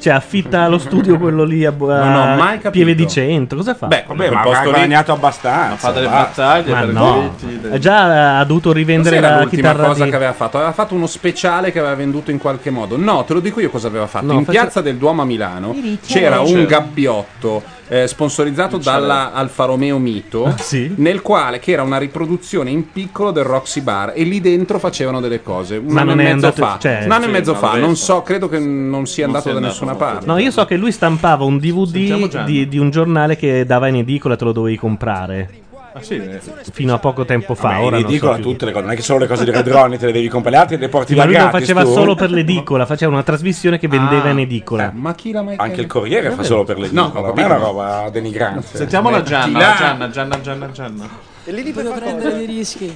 Speaker 1: Cioè affitta lo studio quello lì a, Bo- a
Speaker 2: Non ho mai capito.
Speaker 1: Pieve di Centro, cosa fa?
Speaker 2: Beh, vabbè, ma ha guadagnato abbastanza.
Speaker 4: fa delle
Speaker 2: basta.
Speaker 4: battaglie
Speaker 1: Ma
Speaker 4: per
Speaker 1: no,
Speaker 4: i diritti del-
Speaker 1: Eh, già ha dovuto rivendere
Speaker 3: Cos'era
Speaker 1: la
Speaker 3: l'ultima
Speaker 1: chitarra
Speaker 3: cosa
Speaker 1: di...
Speaker 3: che aveva fatto? Aveva fatto uno speciale che aveva venduto in qualche modo. No, te lo dico io cosa aveva fatto.
Speaker 1: No,
Speaker 3: in
Speaker 1: faccia-
Speaker 3: piazza del Duomo a Milano
Speaker 1: I ricchi.
Speaker 3: c'era
Speaker 1: Non
Speaker 3: un
Speaker 1: c'era.
Speaker 3: gabbiotto eh, sponsorizzato dalla Alfa Romeo Mito, nel quale che era una riproduzione in piccolo del Roxy Bar e lì dentro facevano delle cose. Un
Speaker 1: Ma
Speaker 3: anno
Speaker 1: non
Speaker 3: e
Speaker 1: è
Speaker 3: mezzo
Speaker 1: andato-
Speaker 3: fa.
Speaker 1: cioè-
Speaker 3: un anno
Speaker 1: Sì,
Speaker 3: e mezzo
Speaker 1: ma
Speaker 3: fa,
Speaker 1: adesso.
Speaker 3: non so, credo che non sia andato
Speaker 1: sia
Speaker 3: da
Speaker 1: andato,
Speaker 3: nessuna parte.
Speaker 1: No, io so che lui stampava un
Speaker 3: Sentiamo
Speaker 1: DVD
Speaker 3: Gianna.
Speaker 1: di, di un giornale che dava in edicola, te lo dovevi comprare.
Speaker 4: Ah, sì, eh.
Speaker 1: Fino a poco tempo fa.
Speaker 2: Vabbè,
Speaker 1: ora non
Speaker 2: in
Speaker 1: so
Speaker 2: edicola
Speaker 1: più.
Speaker 2: tutte le cose, non è che solo le cose di Red Ronnie te le devi comprare, le altre le porti
Speaker 1: Ma
Speaker 2: da
Speaker 1: lui lo
Speaker 2: gratis.
Speaker 1: faceva
Speaker 2: tu.
Speaker 1: solo per l'edicola, faceva una trasmissione che vendeva
Speaker 2: Ah.
Speaker 1: in edicola.
Speaker 3: Eh, Ma chi l'ha mai
Speaker 2: Anche il Corriere fa solo per le
Speaker 1: No,
Speaker 2: no,
Speaker 1: ho
Speaker 2: è
Speaker 1: capito.
Speaker 2: una roba denigrante.
Speaker 4: Sentiamo la Gianna,
Speaker 2: Chi
Speaker 4: la
Speaker 2: l'ha?
Speaker 4: Gianna, Gianna, Gianna, Gianna.
Speaker 5: E lì
Speaker 4: Volevo
Speaker 5: prendere dei rischi.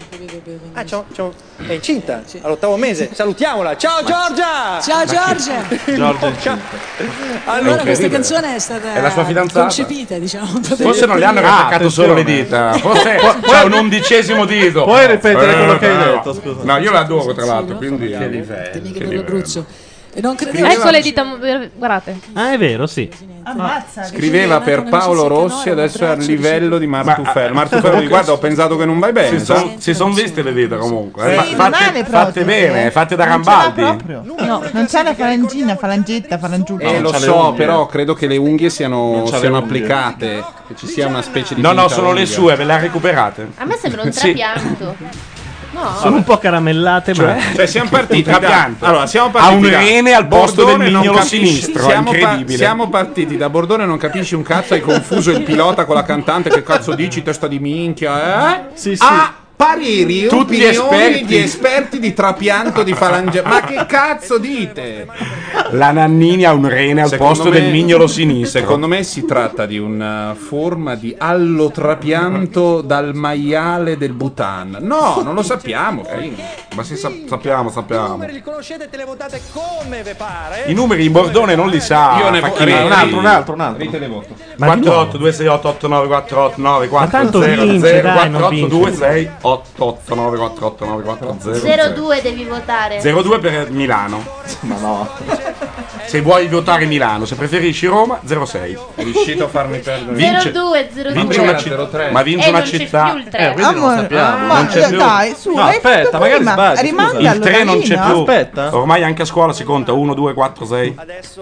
Speaker 5: Ah, ciao, ciao. È incinta, all'ottavo *laughs* mese. Salutiamola. Ciao Giorgia!
Speaker 6: Ciao,
Speaker 5: Ma chi-
Speaker 6: Giorgia!
Speaker 5: Giorgia
Speaker 6: Allora, questa
Speaker 2: incredibile.
Speaker 6: canzone è stata
Speaker 2: È la sua fidanzata.
Speaker 6: concepita, diciamo. da te.
Speaker 2: Forse non le hanno
Speaker 6: Ah,
Speaker 2: attaccato solo le
Speaker 6: attenzione.
Speaker 2: dita, forse
Speaker 6: Pu-
Speaker 2: c'è un undicesimo dito.
Speaker 4: Puoi ripetere
Speaker 2: Eh,
Speaker 4: quello che hai
Speaker 2: no.
Speaker 4: detto, scusa.
Speaker 2: No, io l'adoro tra l'altro, quindi... eh. Che livello, che
Speaker 6: Abruzzo. E non credevo
Speaker 12: Ecco le dita, mo- guardate.
Speaker 1: Ah, è vero, sì.
Speaker 12: Ammazza.
Speaker 3: Scriveva per Paolo Rossi, adesso è al livello di Marco
Speaker 2: ah,
Speaker 3: Tuffello. Marco Tuffello dice, guarda, ho pensato che non vai bene.
Speaker 2: Si son- si son viste le dita comunque. eh.
Speaker 3: Sì,
Speaker 2: Fa-
Speaker 3: non ha
Speaker 2: fatte,
Speaker 3: le protesi,
Speaker 2: fatte
Speaker 3: eh.
Speaker 2: bene, fatte da
Speaker 3: Non ce l'ha
Speaker 2: Rambaldi.
Speaker 15: Proprio. No, non c'è la falangina, falangetta, farangiulla.
Speaker 3: Eh, lo so, però credo che le unghie siano,
Speaker 2: c'ha le
Speaker 3: siano
Speaker 2: unghie.
Speaker 3: applicate. Che ci sia una specie di.
Speaker 2: No, no,
Speaker 3: finta
Speaker 2: sono le
Speaker 3: unghia.
Speaker 2: sue, ve le ha recuperate.
Speaker 13: A me sembra un
Speaker 2: Sì.
Speaker 13: trapianto. No,
Speaker 1: Sono un po' caramellate, ma.
Speaker 3: Cioè, siamo partiti da,
Speaker 1: Trapianto.
Speaker 3: allora, siamo partiti
Speaker 1: Ha un
Speaker 3: da
Speaker 1: rene al posto
Speaker 3: Bordone
Speaker 1: del
Speaker 3: non
Speaker 1: mignolo
Speaker 3: capisci-
Speaker 1: sinistro, è
Speaker 3: siamo pa-
Speaker 1: incredibile.
Speaker 3: siamo partiti da Bordone, non capisci un cazzo. Hai confuso il pilota con la cantante. Che cazzo dici, testa di minchia? Eh?
Speaker 4: Sì, sì.
Speaker 3: A pareri,
Speaker 4: Tutti
Speaker 3: opinioni
Speaker 4: esperti.
Speaker 3: di esperti di trapianto di falange. Ma che cazzo dite?
Speaker 2: La Nannini ha un rene al
Speaker 3: Secondo
Speaker 2: posto
Speaker 3: me-
Speaker 2: del mignolo sinistro.
Speaker 3: Secondo me si tratta di una forma di allotrapianto dal maiale del Bhutan. No, non lo sappiamo. Ma si sappiamo, sappiamo.
Speaker 5: Li conoscete e te le votate come ve pare?
Speaker 2: I numeri di Bordone non li sa.
Speaker 3: Io ne vo-
Speaker 2: Facchini.
Speaker 3: re-
Speaker 2: un altro, un altro, un
Speaker 3: altro. Rite le voto.
Speaker 2: 48 268 89 489
Speaker 3: Ma tanto
Speaker 2: 400
Speaker 3: vince, dai, non
Speaker 2: 48
Speaker 3: vince.
Speaker 2: 26889 489 400
Speaker 13: 02 devi votare.
Speaker 2: 02 per Milano.
Speaker 4: Ma no.
Speaker 2: Se vuoi votare Milano, se preferisci Roma 06.
Speaker 3: Riuscito a farmi perdere.
Speaker 2: Vince,
Speaker 13: 02 02.
Speaker 2: vince una città, ma vince
Speaker 13: Eh,
Speaker 2: una
Speaker 13: non c'è
Speaker 2: città. Eh,
Speaker 13: più il tre.
Speaker 2: quindi non lo
Speaker 13: Amore,
Speaker 2: sappiamo,
Speaker 13: ma
Speaker 2: non c'è più.
Speaker 13: dai, su,
Speaker 2: no,
Speaker 13: l'hai
Speaker 2: aspetta,
Speaker 13: fatto
Speaker 2: magari
Speaker 13: prima.
Speaker 2: sbagli. scusa.
Speaker 13: Rimandi
Speaker 2: il 3 non c'è
Speaker 13: all'oralino.
Speaker 2: più.
Speaker 4: Aspetta.
Speaker 2: Ormai anche a scuola si conta 1 2 4 6.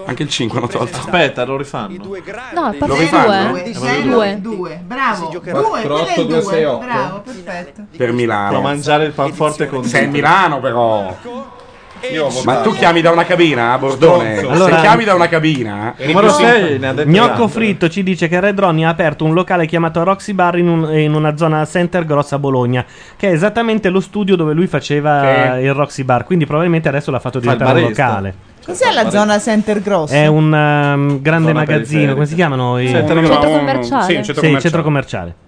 Speaker 2: Anche il 5 hanno tolto.
Speaker 4: Aspetta, lo rifanno.
Speaker 12: No, è
Speaker 2: Lo
Speaker 12: partito
Speaker 2: rifanno?
Speaker 12: due.
Speaker 2: Eh,
Speaker 12: Due.
Speaker 2: lo
Speaker 12: Due.
Speaker 15: Due, bravo. Due,
Speaker 2: giocherà. Quattro,
Speaker 15: quello è
Speaker 2: otto,
Speaker 15: il
Speaker 2: due,
Speaker 15: due.
Speaker 2: sei, otto.
Speaker 15: Bravo, perfetto.
Speaker 2: Per Milano.
Speaker 4: Però mangiare il panforte con
Speaker 2: Sei a Milano però.
Speaker 3: Io ho
Speaker 2: Ma
Speaker 3: votato.
Speaker 2: tu chiami da una cabina, eh, Bordone?
Speaker 1: Stronzo.
Speaker 2: Se
Speaker 1: Allora-
Speaker 2: chiami da una cabina, eh.
Speaker 1: Gnocco Fritto ci dice che Red Ronnie ha aperto un locale chiamato Roxy Bar in, un- in una zona center grossa a Bologna, che è esattamente lo studio dove lui faceva
Speaker 15: Sì.
Speaker 1: il Roxy Bar. Quindi probabilmente adesso l'ha fatto
Speaker 15: Fa il
Speaker 1: diventare un
Speaker 15: barista.
Speaker 1: locale.
Speaker 15: Cos'è la zona center grossa?
Speaker 1: È un um, grande
Speaker 15: Zona
Speaker 1: magazzino, come si chiamano? i-
Speaker 15: Center Centro numero uno. commerciale.
Speaker 1: Sì, il centro
Speaker 15: Sì,
Speaker 1: commerciale.
Speaker 15: centro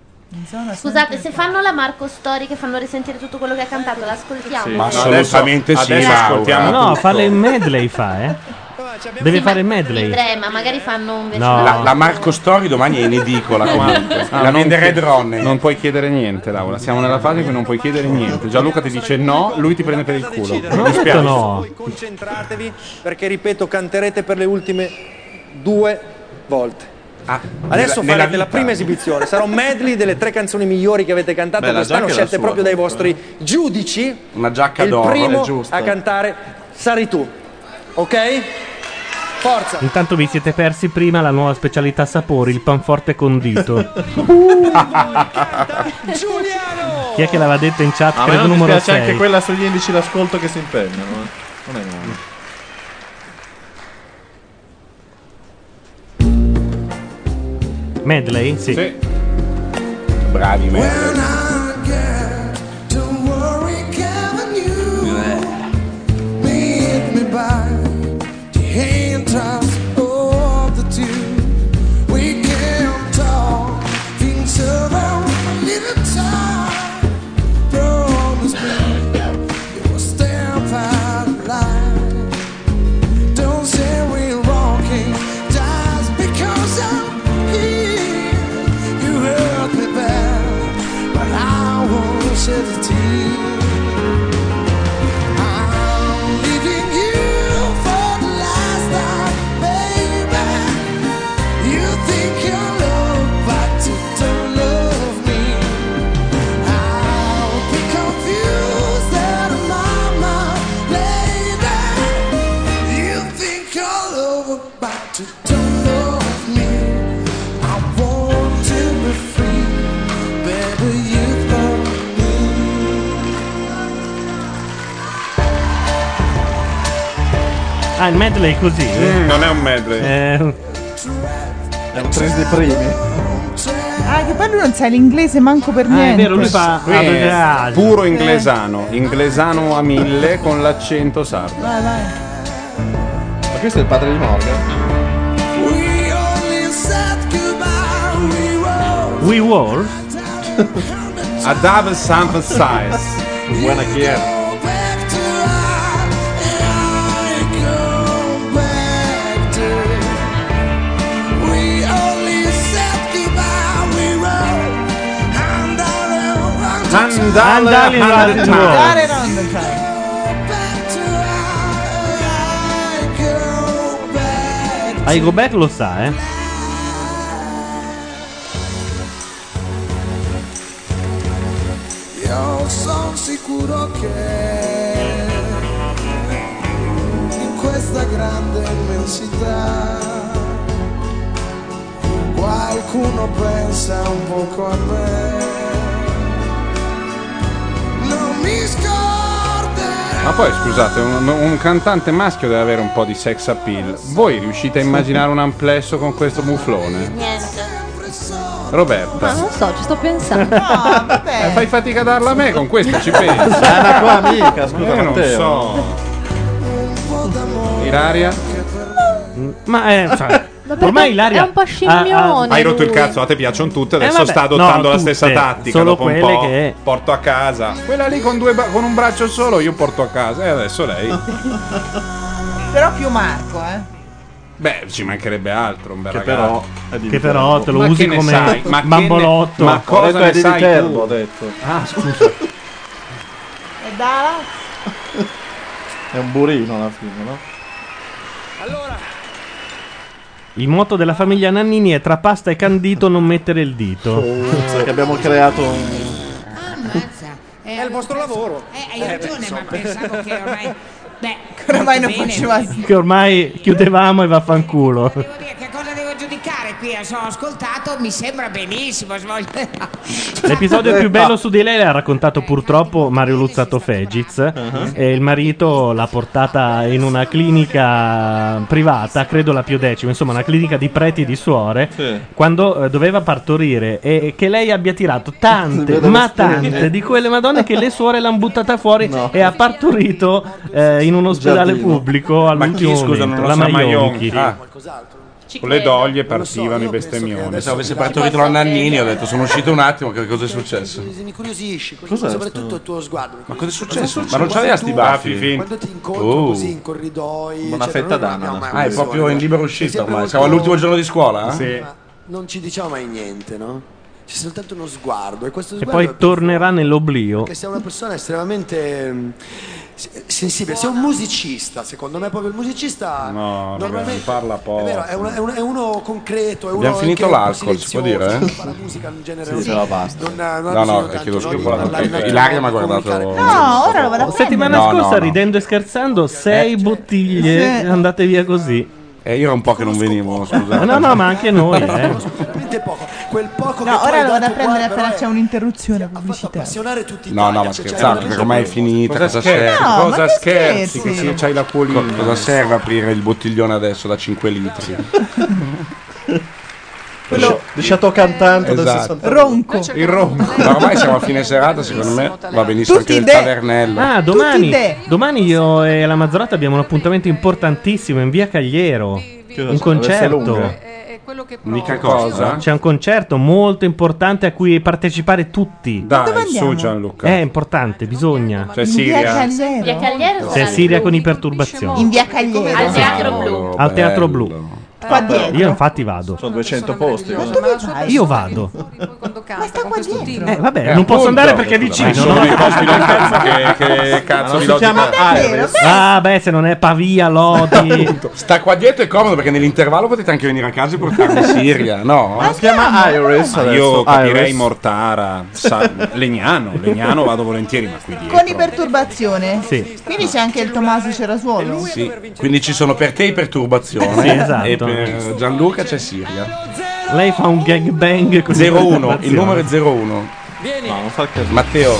Speaker 13: Scusate, se fanno la Marco Story che fanno risentire tutto quello che ha cantato, l'ascoltiamo.
Speaker 1: Sì.
Speaker 2: Ma assolutamente
Speaker 3: Adesso-
Speaker 2: sì.
Speaker 3: adesso
Speaker 2: Laura.
Speaker 3: ascoltiamo
Speaker 1: No,
Speaker 3: tutto.
Speaker 1: fa le medley fa, eh. Deve fare il medley.
Speaker 13: I tre, ma magari fanno un
Speaker 1: No.
Speaker 2: La, la Marco Story domani è in edicola. comunque.
Speaker 3: Ah,
Speaker 2: la
Speaker 3: non
Speaker 2: vende
Speaker 3: chi-
Speaker 2: Red Ronnie.
Speaker 3: Non puoi chiedere niente, Laura. Siamo nella fase in cui non puoi chiedere niente. Gianluca ti dice no, lui ti prende per il culo. Mi dispiace.
Speaker 5: Concentratevi perché ripeto canterete per le ultime due volte. Adesso
Speaker 2: Ah, nella-
Speaker 5: farete
Speaker 2: nella
Speaker 5: la
Speaker 2: vita.
Speaker 5: prima esibizione, sarà un medley delle tre canzoni migliori che avete cantato
Speaker 2: Beh, la
Speaker 5: quest'anno,
Speaker 2: giacca è la
Speaker 5: scelte
Speaker 2: sua,
Speaker 5: proprio dai vostri giudici.
Speaker 2: Una giacca
Speaker 5: Il
Speaker 2: d'oro.
Speaker 5: primo
Speaker 2: È giusto.
Speaker 5: a cantare sarai tu. Ok? Forza!
Speaker 2: Eh.
Speaker 1: Intanto vi siete persi prima la nuova specialità sapori, il panforte condito. Chi è che l'aveva detto in chat?
Speaker 4: A me
Speaker 1: Credo
Speaker 4: Ah, non
Speaker 1: numero
Speaker 4: dispiace
Speaker 1: 6.
Speaker 4: anche quella sugli indici d'ascolto che si impegnano. eh. Non è male.
Speaker 1: Medley? Sì.
Speaker 2: Bravi medley.
Speaker 10: Don't worry, Kevin, you lead me by the hand toss of the two. We can talk things over a little time. Promise me you will stand by the light. Don't say we're walking just because I'm here. You hurt me bad but I won't shed a tear. I'm leaving you for the last time, baby. You think you love, but you don't love me. I'll be confused at a mama later. You think you're over, but you don't love me. I want to be free. Baby, you've got
Speaker 1: Ah, il medley è così. Eh.
Speaker 3: Mm, non è un medley.
Speaker 1: È
Speaker 4: un trend dei primi.
Speaker 15: Ah, che poi lui non sa l'inglese manco per
Speaker 1: Ah, è
Speaker 15: niente.
Speaker 1: vero, lui fa-
Speaker 3: Qui è puro inglesano, inglesano a mille con l'accento sardo.
Speaker 15: Vai, vai.
Speaker 4: Ma questo è il padre di Morgan.
Speaker 10: We only said goodbye, we were
Speaker 1: We War?
Speaker 3: A double sample size.
Speaker 4: Buona chiara.
Speaker 10: back to our I go back to We only said goodbye, we were
Speaker 3: Andale
Speaker 10: Andale
Speaker 3: Andale
Speaker 15: cioè.
Speaker 1: I go back Ah, lo sa, eh.
Speaker 10: Io sono sicuro che in questa grande immensità qualcuno pensa un poco a me. Non mi scordo
Speaker 3: Ma poi scusate, un, un cantante maschio deve avere un po' di sex appeal. Voi riuscite a immaginare un amplesso con questo muflone?
Speaker 12: Ma
Speaker 3: Roberta.
Speaker 12: non so, ci sto pensando.
Speaker 3: Eh, fai fatica a darla a me con questo, ci pensi?
Speaker 4: Ah, ma tua amica, scusa,
Speaker 3: Ma io non
Speaker 4: Matteo.
Speaker 3: so. Ilaria?
Speaker 1: Ma eh, cioè,
Speaker 3: Vabbè,
Speaker 1: ormai
Speaker 3: è-
Speaker 1: Ilaria
Speaker 3: è un po'
Speaker 1: ha- ha-
Speaker 12: scimmione.
Speaker 3: Hai rotto il cazzo, a te piacciono tutte, adesso
Speaker 1: Eh, vabbè,
Speaker 3: sta
Speaker 1: no,
Speaker 3: adottando la
Speaker 1: tutte,
Speaker 3: stessa tattica.
Speaker 1: solo
Speaker 3: dopo un
Speaker 1: quelle
Speaker 3: po'
Speaker 1: che-
Speaker 3: porto a casa. Quella lì con, due ba- con un braccio solo io porto a casa e adesso lei.
Speaker 1: *laughs*
Speaker 15: Però più Marco, eh.
Speaker 3: Beh, ci mancherebbe altro, un bel
Speaker 4: Che
Speaker 3: ragazzo.
Speaker 4: però è di
Speaker 1: Che però te lo
Speaker 3: Ma
Speaker 1: usi
Speaker 3: che ne
Speaker 1: come
Speaker 3: sai? Ma che ne-
Speaker 1: bambolotto.
Speaker 3: ma cosa
Speaker 4: Ho detto
Speaker 3: ne
Speaker 4: è di
Speaker 3: sai
Speaker 4: Viterbo,
Speaker 3: tu?
Speaker 4: ho detto.
Speaker 3: Ah, scusa.
Speaker 15: E Dala?
Speaker 4: È un burino alla fine, no? *laughs*
Speaker 1: Il motto della famiglia Nannini è tra pasta e candito non mettere il dito.
Speaker 4: Oh, Sai che abbiamo creato un...
Speaker 5: È il vostro lavoro.
Speaker 35: Eh,
Speaker 5: Eh,
Speaker 35: hai
Speaker 3: Eh,
Speaker 35: ragione, ma pensavo che ormai.
Speaker 3: *laughs*
Speaker 35: Beh,
Speaker 15: Ormai non
Speaker 35: bene.
Speaker 15: faceva
Speaker 1: Che ormai chiudevamo e vaffanculo.
Speaker 35: Che cosa devo giudicare qui? Ho ascoltato, mi sembra benissimo. svolge-
Speaker 1: L'episodio
Speaker 4: *laughs* Ah.
Speaker 1: più bello su di lei l'ha raccontato purtroppo Mario Luzzato Fegiz. E il marito l'ha portata in una clinica privata, credo la più decima, insomma, una clinica di preti e di suore. Quando eh, doveva partorire e che lei abbia tirato tante,
Speaker 4: *laughs* Vedo
Speaker 1: ma
Speaker 4: le spugne.
Speaker 1: tante di quelle madonne che le suore l'hanno buttata fuori e ha partorito eh, in un ospedale
Speaker 3: Giardino.
Speaker 1: pubblico all'ultimo
Speaker 3: scusa, non
Speaker 1: momento,
Speaker 3: lo
Speaker 1: la
Speaker 3: sa,
Speaker 1: Maionchi.
Speaker 3: Maionchi? Ah. Con le doglie partivano i bestemmioni.
Speaker 2: Adesso avessi partorito la Nannini, ho detto sono uscito un attimo, che cosa è successo?
Speaker 11: Mi incuriosisce,
Speaker 2: Cos'è
Speaker 11: soprattutto
Speaker 2: sto?
Speaker 11: il tuo sguardo.
Speaker 2: Ma cosa è
Speaker 11: Cosa è
Speaker 2: successo?
Speaker 11: successo?
Speaker 2: Ma non c'aveva sti
Speaker 11: Ah,
Speaker 2: baffi?
Speaker 11: Fifin. Quando ti incontro così in corridoi,
Speaker 2: Una
Speaker 11: cioè,
Speaker 2: fetta
Speaker 11: noi non abbiamo
Speaker 2: d'anana.
Speaker 11: mai
Speaker 2: Ah, è
Speaker 11: conclusione,
Speaker 2: proprio in
Speaker 11: no?
Speaker 2: libera
Speaker 11: È
Speaker 2: uscita
Speaker 11: sempre
Speaker 2: ormai.
Speaker 11: molto-
Speaker 2: Siamo all'ultimo giorno di scuola? eh?
Speaker 11: Ma Non ci diciamo mai niente, no? C'è soltanto uno sguardo e questo
Speaker 1: E
Speaker 11: sguardo è
Speaker 1: poi tornerà nell'oblio.
Speaker 11: Perché sei una persona estremamente mm, se- sensibile, sei un musicista, secondo me proprio il musicista
Speaker 3: No, raga,
Speaker 11: normalmente
Speaker 3: ne parla poco.
Speaker 11: è vero, è, un- è un- è uno concreto, è uno
Speaker 2: Abbiamo finito
Speaker 11: che è un po'
Speaker 2: l'alcol, si può
Speaker 11: silenzioso,
Speaker 2: dire? eh?
Speaker 11: fa la musica in genere
Speaker 2: Sì, però basta.
Speaker 11: Non, ha- non ha
Speaker 2: No,
Speaker 11: bisogno
Speaker 2: no,
Speaker 11: tanto,
Speaker 2: chiedo
Speaker 11: no, di
Speaker 2: scusa.
Speaker 11: parlare, di
Speaker 2: Ilaria mi ha guardato.
Speaker 11: comunicare.
Speaker 15: No, ora lo vado a prendere.
Speaker 1: Settimana
Speaker 2: No, no,
Speaker 1: scorsa,
Speaker 2: no.
Speaker 1: ridendo e scherzando, sei bottiglie
Speaker 15: Sì.
Speaker 1: andate via così.
Speaker 2: cioè, Eh, io era un po' che non venivo, scusate.
Speaker 1: No, no, ma anche noi, eh.
Speaker 15: No, ora lo vado a prendere
Speaker 11: però
Speaker 15: appena c'è un'interruzione pubblicitaria.
Speaker 11: appassionare tutti
Speaker 2: No, no, ma scherzate, perché ormai è finita. Cosa,
Speaker 3: Cosa scherzi?
Speaker 2: serve?
Speaker 15: No, ma Cosa che scherzi? scherzi?
Speaker 3: Che c'hai la
Speaker 2: Co- cosa serve aprire il bottiglione adesso da 5 litri?
Speaker 4: Quello Diciato cantante del 60
Speaker 15: Ronco.
Speaker 3: Il ronco.
Speaker 2: Ma ormai siamo a fine serata, secondo me va benissimo
Speaker 1: Tutti
Speaker 2: anche
Speaker 1: de-
Speaker 2: il tavernello.
Speaker 1: Ah, domani,
Speaker 15: te.
Speaker 1: domani io e la Mazzorata abbiamo un appuntamento importantissimo in via Cagliero. Un concerto.
Speaker 3: Mica cosa?
Speaker 1: C'è un concerto molto importante a cui partecipare tutti.
Speaker 3: Dai, su Gianluca. Cioè,
Speaker 1: È importante, bisogna.
Speaker 3: C'è
Speaker 13: Via Cagliero sarà
Speaker 1: C'è Siria
Speaker 13: lui.
Speaker 1: con iperturbazioni.
Speaker 15: In via Cagliero.
Speaker 13: Al teatro blu.
Speaker 3: Oh,
Speaker 1: Al teatro blu.
Speaker 15: Qua dietro.
Speaker 1: Io infatti vado.
Speaker 4: Sono 200 posti.
Speaker 15: Ma dove vai?
Speaker 1: Io vado.
Speaker 15: Ma sta qua dietro.
Speaker 1: Eh, vabbè,
Speaker 3: Eh,
Speaker 1: non posso
Speaker 3: appunto.
Speaker 1: andare perché è
Speaker 3: Scusa, ma
Speaker 1: vicino.
Speaker 3: sono
Speaker 1: no?
Speaker 3: dei posti lontani, che- che cazzo
Speaker 4: di
Speaker 1: si chiama
Speaker 3: logica
Speaker 15: è? Aeres.
Speaker 1: Ah, beh, se non è Pavia, Lodi.
Speaker 2: Sta qua dietro è comodo perché nell'intervallo potete anche venire a casa e portarmi
Speaker 1: Eh,
Speaker 2: in Siria, no?
Speaker 4: si chiama Iris
Speaker 3: Ma
Speaker 4: adesso.
Speaker 3: io capirei
Speaker 4: Iris.
Speaker 3: Mortara, Sa- Legnano, Legnano vado volentieri, ma qui dietro.
Speaker 15: Con iperturbazione?
Speaker 3: Sì.
Speaker 15: Quindi c'è anche il Tommaso Cerasuolo.
Speaker 2: Sì, quindi ci sono per te
Speaker 11: *laughs*
Speaker 2: i perturbazioni
Speaker 1: Sì, esatto.
Speaker 2: e per Gianluca c'è Siria.
Speaker 1: Lei fa un gangbang con
Speaker 2: 01, il numero è 01.
Speaker 4: No, non fa casino.
Speaker 2: Matteo,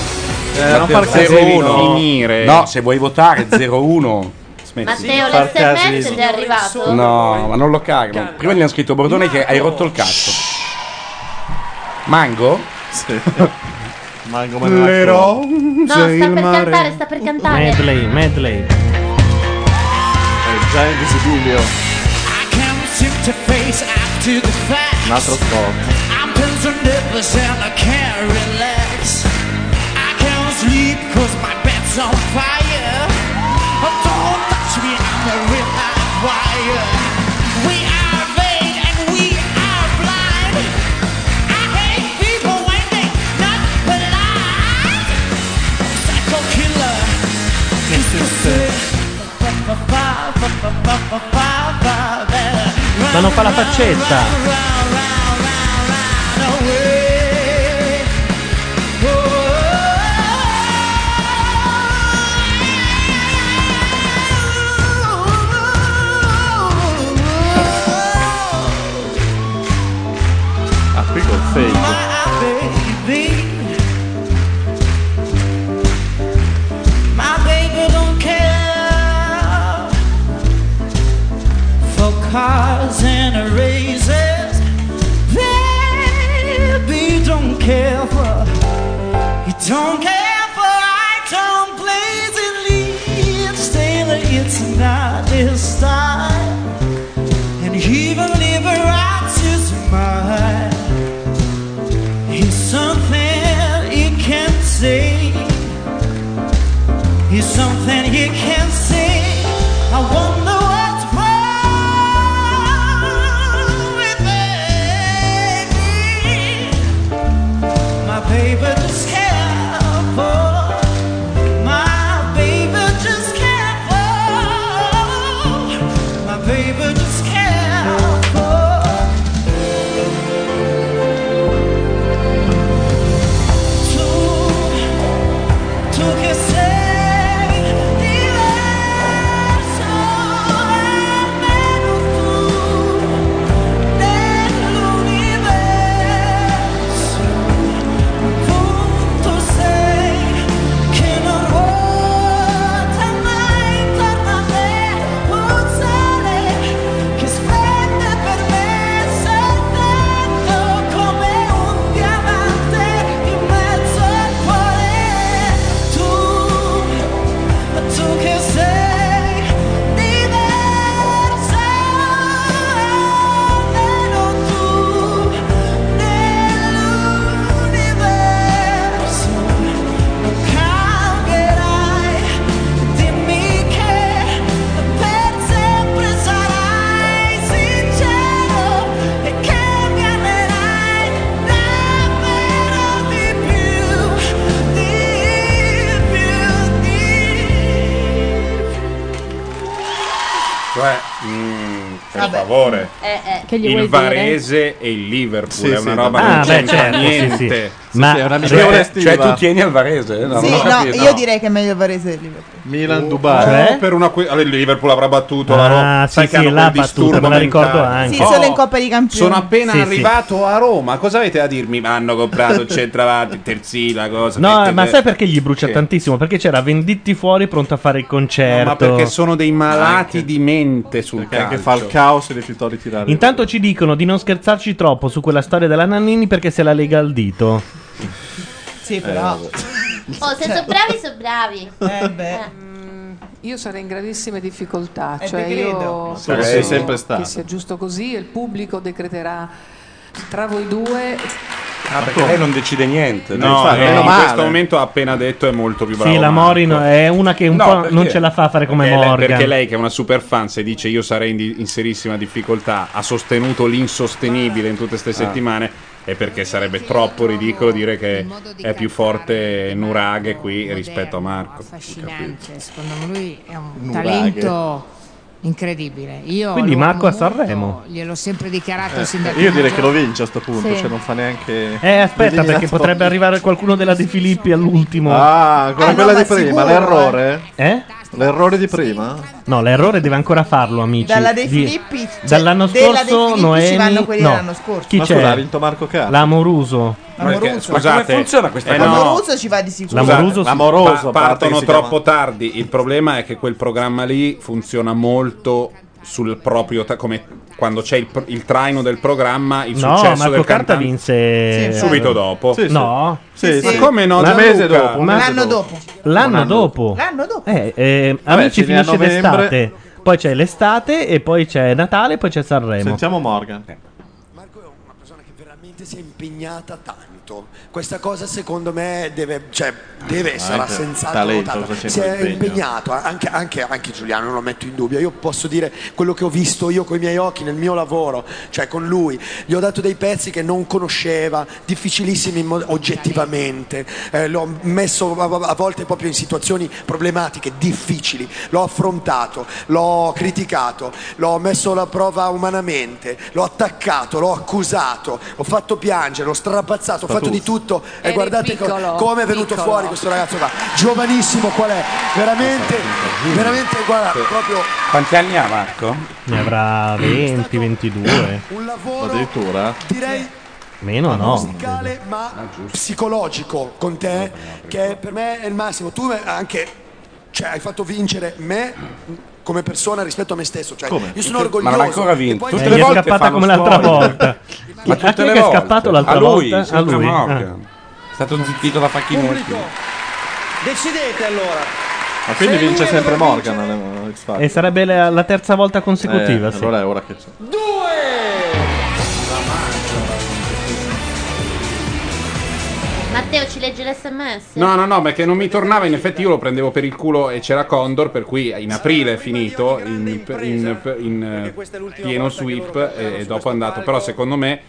Speaker 4: Eh, non far
Speaker 2: Matteo,
Speaker 4: casino.
Speaker 2: 01.
Speaker 3: Finire.
Speaker 2: No, se vuoi votare 01.
Speaker 13: Matteo,
Speaker 2: Far
Speaker 13: l'SMS
Speaker 2: casino.
Speaker 13: ti è arrivato?
Speaker 2: No, ma non lo cagano. Prima gli hanno scritto Bordone che hai rotto il cazzo. Mango? *laughs*
Speaker 4: Sì. Mango
Speaker 2: Le Cioè,
Speaker 13: No, sta per cantare, sta per cantare.
Speaker 1: Medley,
Speaker 3: Eh,
Speaker 1: medley.
Speaker 4: È già invisibile. Un altro spot.
Speaker 10: I'm pacing nervous and I can't relax. I can't sleep 'cause my bed's on fire. Oh, don't touch me, I'm a real live wire. We are vain and we are blind. I hate people when they not polite. Psycho killer is the sick.
Speaker 1: Ma non fa la faccetta.
Speaker 4: Ah, qui col fake.
Speaker 10: My baby don't
Speaker 21: highs and her raises. Baby, don't care for, you don't care for item plays and leaves. Taylor, it's not his style. And even if he writes his mind, he's something he can't say. He's something he can't say. I wonder what's wrong with baby. My baby just can't afford. My baby just can't afford. My baby just can't afford. To que sei diverso almeno tu dell'universo tu sei che non ruota mai intorno a me un sole che splende per me soltanto come un diamante in mezzo al cuore tu tu che sei diversa almeno tu nell'universo non cambierai dimmi che per sempre sarai sincero e che mi amerai davvero di più di più
Speaker 3: Cioè, mm, per
Speaker 12: Vabbè.
Speaker 3: favore.
Speaker 12: Eh, eh. Che gli vuoi
Speaker 3: il
Speaker 12: dire?
Speaker 3: Varese e il Liverpool
Speaker 2: Sì,
Speaker 3: è
Speaker 2: sì,
Speaker 3: una roba
Speaker 2: vabbè.
Speaker 3: che non
Speaker 2: Ah, beh,
Speaker 3: c'entra
Speaker 2: certo, sì,
Speaker 3: niente.
Speaker 2: sì. Sì, Ma- sì, è una
Speaker 3: Cioè-
Speaker 2: missione estiva. Cioè, tu tieni al Varese? No,
Speaker 15: Sì,
Speaker 3: non ho
Speaker 15: no,
Speaker 3: capito.
Speaker 15: io direi che è meglio il Varese del Liverpool.
Speaker 4: Milan
Speaker 3: Dubai per una que- allora, il Liverpool avrà battuto la Roma
Speaker 1: Ah,
Speaker 3: sai
Speaker 1: sì,
Speaker 3: che
Speaker 1: sì,
Speaker 3: hanno
Speaker 1: l'ha
Speaker 3: quel
Speaker 1: battuta,
Speaker 3: disturbo
Speaker 1: me la ricordo
Speaker 3: mentale.
Speaker 1: anche.
Speaker 15: Sì, solo in Coppa dei Campioni.
Speaker 3: Oh. sono appena
Speaker 15: Sì, sì.
Speaker 3: arrivato a Roma cosa avete da dirmi ma hanno comprato il centravanti il terzina cosa
Speaker 1: No,
Speaker 3: che-
Speaker 1: ma
Speaker 3: che-
Speaker 1: sai perché gli brucia
Speaker 3: Sì.
Speaker 1: tantissimo? Perché c'era Venditti fuori pronto a fare il concerto.
Speaker 3: ma perché sono dei malati di mente sul
Speaker 4: Perché anche
Speaker 3: calcio
Speaker 4: Falcao si rifiutò di tirare.
Speaker 1: Intanto ci dicono di non scherzarci troppo su quella storia della Nannini perché se la lega al dito.
Speaker 15: Sì, però.
Speaker 3: Eh,
Speaker 13: Oh, se sono bravi, sono bravi.
Speaker 15: Cioè. Eh beh.
Speaker 8: Mm,
Speaker 17: Io sarei in gravissime difficoltà,
Speaker 15: Eh,
Speaker 17: cioè
Speaker 15: ti credo.
Speaker 17: io
Speaker 4: Sì, lo sei sempre stato.
Speaker 17: che sia giusto così e il pubblico decreterà tra voi due
Speaker 2: Ah, perché lei non decide niente.
Speaker 3: No,
Speaker 2: Infatti,
Speaker 3: eh,
Speaker 2: meno
Speaker 3: in
Speaker 2: male.
Speaker 3: questo momento ha appena detto è molto più bravo.
Speaker 1: sì, la
Speaker 3: Marco.
Speaker 1: Mori no- è una che un
Speaker 3: No,
Speaker 1: po'
Speaker 3: perché-
Speaker 1: non ce la fa a fare come
Speaker 3: perché lei-
Speaker 1: Morgan.
Speaker 3: perché lei, che è una super fan, se dice io sarei in, di- in serissima difficoltà, ha sostenuto l'insostenibile in tutte queste
Speaker 1: Ah.
Speaker 3: settimane, è perché sarebbe troppo ridicolo dire che è più forte Nuraghe qui rispetto a Marco.
Speaker 8: affascinante. Secondo me lui è un
Speaker 3: Nuraghe.
Speaker 8: talento incredibile. Io
Speaker 4: Quindi
Speaker 8: lo
Speaker 4: Marco
Speaker 8: amo
Speaker 4: a Sanremo.
Speaker 8: molto, Gliel'ho sempre dichiarato
Speaker 4: Eh,
Speaker 8: sin da
Speaker 4: io direi
Speaker 8: primo
Speaker 4: che lo vince a sto punto,
Speaker 8: Sì.
Speaker 4: cioè non fa neanche.
Speaker 1: Eh, aspetta, perché
Speaker 4: l'eliminato.
Speaker 1: potrebbe arrivare qualcuno della De Filippi all'ultimo.
Speaker 4: Ah, ancora quella di prima, l'errore?
Speaker 1: Eh?
Speaker 4: L'errore di prima?
Speaker 1: No, l'errore deve ancora farlo, amici.
Speaker 15: Dalla De
Speaker 1: Di-
Speaker 15: Filippi, cioè,
Speaker 1: dall'anno
Speaker 15: della De
Speaker 1: scorso,
Speaker 15: Filippi ci
Speaker 1: Noemi.
Speaker 15: vanno quelli
Speaker 1: no.
Speaker 15: dell'anno scorso.
Speaker 1: Chi
Speaker 4: Ma
Speaker 1: c'è?
Speaker 4: scusa, ha vinto Marco Carlo.
Speaker 1: L'Amoroso.
Speaker 3: Perché,
Speaker 15: Ma come funziona
Speaker 1: Eh,
Speaker 15: questa cosa? L'amoroso ci va di sicuro. L'amoroso sì.
Speaker 3: l'amoroso
Speaker 15: L'amoroso,
Speaker 3: Eh, pa-
Speaker 15: a parte
Speaker 3: partono
Speaker 15: che si chiama-
Speaker 3: troppo tardi. Il problema è che quel programma lì funziona molto sul proprio ta- come quando c'è il, pr- il traino del programma, il
Speaker 1: No,
Speaker 3: successo
Speaker 1: Marco
Speaker 3: del
Speaker 1: Carta
Speaker 3: cantante
Speaker 1: vinse Sì,
Speaker 3: subito
Speaker 1: certo.
Speaker 3: dopo.
Speaker 1: Sì, sì. No. Sì,
Speaker 3: ma
Speaker 1: sì.
Speaker 3: come no?
Speaker 1: Un
Speaker 3: Gianluca?
Speaker 1: mese dopo, un mese
Speaker 15: L'anno dopo.
Speaker 1: L'anno dopo.
Speaker 15: L'anno dopo.
Speaker 1: Eh, eh,
Speaker 4: Vabbè,
Speaker 1: amici,
Speaker 4: fine a
Speaker 1: finisce
Speaker 4: novembre.
Speaker 1: l'estate. Poi c'è l'estate, e poi c'è Natale, e poi c'è Sanremo.
Speaker 4: Sentiamo Morgan.
Speaker 11: veramente si è impegnata tanto. Questa cosa secondo me deve, cioè, deve
Speaker 5: Ah,
Speaker 11: sarà
Speaker 5: ecco,
Speaker 11: senz'altro
Speaker 5: talento,
Speaker 11: notata.
Speaker 5: cosa
Speaker 11: Si
Speaker 5: c'entra
Speaker 11: è
Speaker 5: l'impegno?
Speaker 11: impegnato, eh, anche, anche- anche Giuliano non lo metto in dubbio. Io posso dire quello che ho visto io con i miei occhi nel mio lavoro, cioè con lui. Gli ho dato dei pezzi che non conosceva, difficilissimi mo- oggettivamente. Eh, l'ho messo a, a- a volte proprio in situazioni problematiche, difficili. L'ho affrontato, l'ho criticato, l'ho messo alla prova umanamente, l'ho attaccato, l'ho accusato, l'ho fatto piangere, l'ho strapazzato, ho fatto di tutto e
Speaker 17: Eri
Speaker 11: guardate co-
Speaker 17: piccolo,
Speaker 11: come è venuto
Speaker 17: piccolo.
Speaker 11: fuori questo ragazzo qua. Giovanissimo qual è? Veramente, veramente guarda, proprio
Speaker 2: Quanti anni ha Marco? Mm.
Speaker 1: Ne avrà 20, 22.
Speaker 11: un lavoro
Speaker 4: Addirittura?
Speaker 11: direi
Speaker 2: Ah,
Speaker 4: Ah,
Speaker 1: Meno no.
Speaker 11: musicale ma psicologico con te che per me è il massimo. Tu anche cioè, hai fatto vincere me come persona rispetto a me stesso. Cioè,
Speaker 2: Come?
Speaker 11: Io sono
Speaker 2: Ma
Speaker 11: orgoglioso.
Speaker 2: non ha ancora vinto. Eh,
Speaker 11: E poi-
Speaker 2: Tutte le volte fanno spoiler. Ma
Speaker 11: A chi
Speaker 2: tutte
Speaker 11: è
Speaker 2: le
Speaker 11: che è
Speaker 2: volte.
Speaker 11: scappato l'altra
Speaker 2: a lui,
Speaker 11: volta?
Speaker 2: sempre
Speaker 11: A lui, Ah.
Speaker 2: Morgan. È stato zittito da Facchinetti.
Speaker 5: Pubblico, decidete allora.
Speaker 4: Ma quindi
Speaker 5: Se lui
Speaker 4: vince sempre
Speaker 5: dovrà
Speaker 4: Morgan alle- alle X-Factor.
Speaker 1: E sarebbe la, la terza volta consecutiva.
Speaker 4: Eh,
Speaker 1: sì.
Speaker 4: Allora è ora che
Speaker 13: Matteo ci legge l'SMS?
Speaker 3: No, no, no, ma che non mi tornava. In effetti, io lo prendevo per il culo e c'era Condor. Per cui in aprile è finito in, in- in, eh, pieno sweep e, e dopo è andato. Però, secondo me,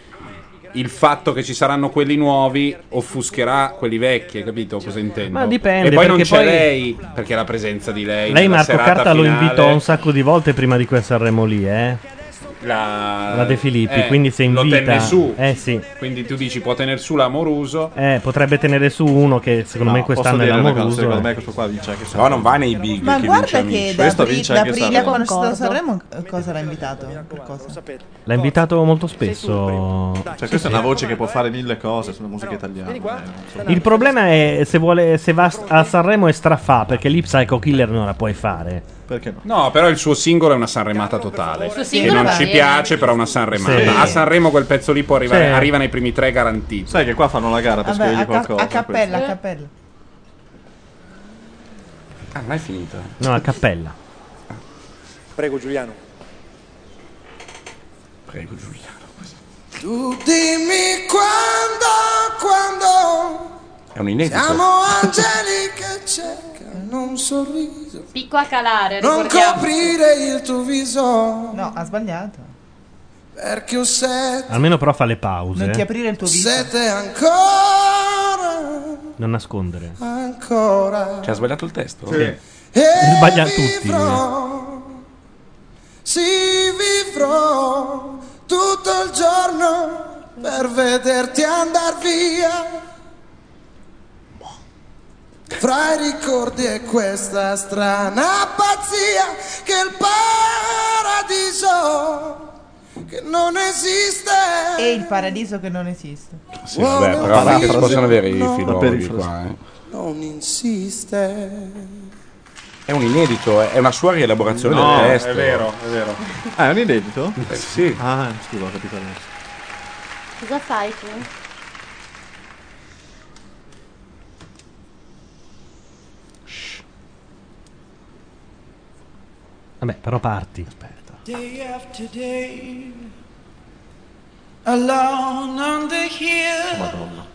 Speaker 3: il fatto che ci saranno quelli nuovi offuscherà quelli vecchi, hai capito cosa intendo?
Speaker 1: Ma dipende,
Speaker 3: E poi non
Speaker 1: perché
Speaker 3: c'è
Speaker 1: poi-
Speaker 3: lei, perché la presenza di lei.
Speaker 1: Lei
Speaker 3: nella
Speaker 1: Marco
Speaker 3: serata
Speaker 1: Carta lo
Speaker 3: finale-
Speaker 1: invitò un sacco di volte prima di quel Sanremo lì, eh.
Speaker 3: La,
Speaker 1: la De Filippi,
Speaker 3: eh,
Speaker 1: quindi se
Speaker 3: Lo
Speaker 1: invita-
Speaker 3: tenne su.
Speaker 1: Eh, sì.
Speaker 3: Quindi tu dici può tenere su l'amoruso.
Speaker 1: Eh, potrebbe tenere su uno che secondo me quest'anno è l'amoroso.
Speaker 4: secondo
Speaker 1: eh.
Speaker 4: me questo qua vince anche
Speaker 2: No, non va nei big.
Speaker 15: Ma guarda che da,
Speaker 1: Questo
Speaker 15: apri-
Speaker 1: vince
Speaker 15: da
Speaker 1: anche
Speaker 15: aprile
Speaker 1: Sanremo.
Speaker 15: quando è
Speaker 2: Ah,
Speaker 15: stato a
Speaker 1: Concordo.
Speaker 15: Sanremo eh, cosa l'ha invitato? Per cosa?
Speaker 1: L'ha invitato molto spesso.
Speaker 4: Cioè,
Speaker 1: Sì,
Speaker 4: questa è
Speaker 1: sì.
Speaker 4: una voce che può fare mille cose sulla musica italiana. eh,
Speaker 1: Il problema è se, vuole, se va a Sanremo e strafà, perché lì Psycho Killer non la puoi fare.
Speaker 4: Perché no?
Speaker 3: No, però il suo singolo è una Sanremata totale.
Speaker 1: suo
Speaker 3: Che
Speaker 1: singolo
Speaker 3: non
Speaker 1: va
Speaker 3: ci
Speaker 1: bene.
Speaker 3: piace, però è una Sanremata.
Speaker 4: Sì.
Speaker 3: A Sanremo quel pezzo lì può arrivare,
Speaker 4: Sì.
Speaker 3: arriva nei primi tre garantito.
Speaker 4: Sai che qua fanno la gara
Speaker 15: Vabbè, a, ca- a cappella, a cappella.
Speaker 2: Ah, non è finita.
Speaker 1: No, a cappella.
Speaker 5: Prego Giuliano.
Speaker 2: Prego Giuliano.
Speaker 21: Tu dimmi quando, quando
Speaker 2: È un inedito.
Speaker 21: siamo
Speaker 15: "Ah,
Speaker 21: angeli che cercano un sorriso.
Speaker 13: Picco a calare,
Speaker 21: Non
Speaker 13: ricordiamo.
Speaker 21: coprire il tuo viso.
Speaker 15: No, ha sbagliato.
Speaker 21: Perché ho sete,
Speaker 1: Almeno però fa le pause.
Speaker 15: Ah, Non ti
Speaker 1: eh.
Speaker 15: aprire il tuo viso.
Speaker 21: sete ancora,
Speaker 1: Non nascondere.
Speaker 21: ancora.
Speaker 2: Cioè, ha sbagliato il testo?
Speaker 1: Sì.
Speaker 21: E
Speaker 1: Sbaglia tutti.
Speaker 21: vivrò, sì vivrò tutto il giorno per vederti andar via. Fra i ricordi e questa strana pazzia che è il paradiso che non esiste.
Speaker 15: E il paradiso che non esiste.
Speaker 2: Sì, vabbè, però
Speaker 21: Parafrasi-
Speaker 2: anche si possono avere i
Speaker 21: No.
Speaker 2: filologi qua. eh.
Speaker 21: Non insiste.
Speaker 2: È un inedito, eh, è una sua rielaborazione
Speaker 4: No,
Speaker 2: del testo.
Speaker 4: è vero,
Speaker 3: è vero.
Speaker 4: Ah, è un inedito?
Speaker 2: Eh, sì.
Speaker 4: Ah, scusa, ho capito adesso.
Speaker 13: Cosa fai tu?
Speaker 1: Vabbè, però parti.
Speaker 21: Day after day, alone on the hill,
Speaker 4: Madonna.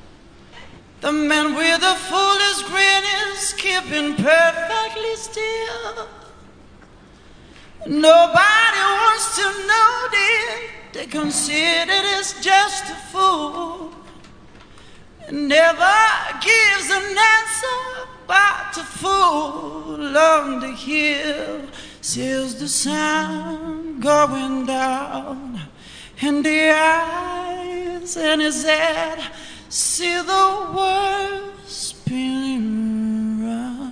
Speaker 21: the man with the foolish grin is keeping perfectly still. Nobody wants to know, dear, they consider it's just a fool. Never gives an answer, but a fool on the hill sees the sun going down in the eyes, and his head see the world spinning round.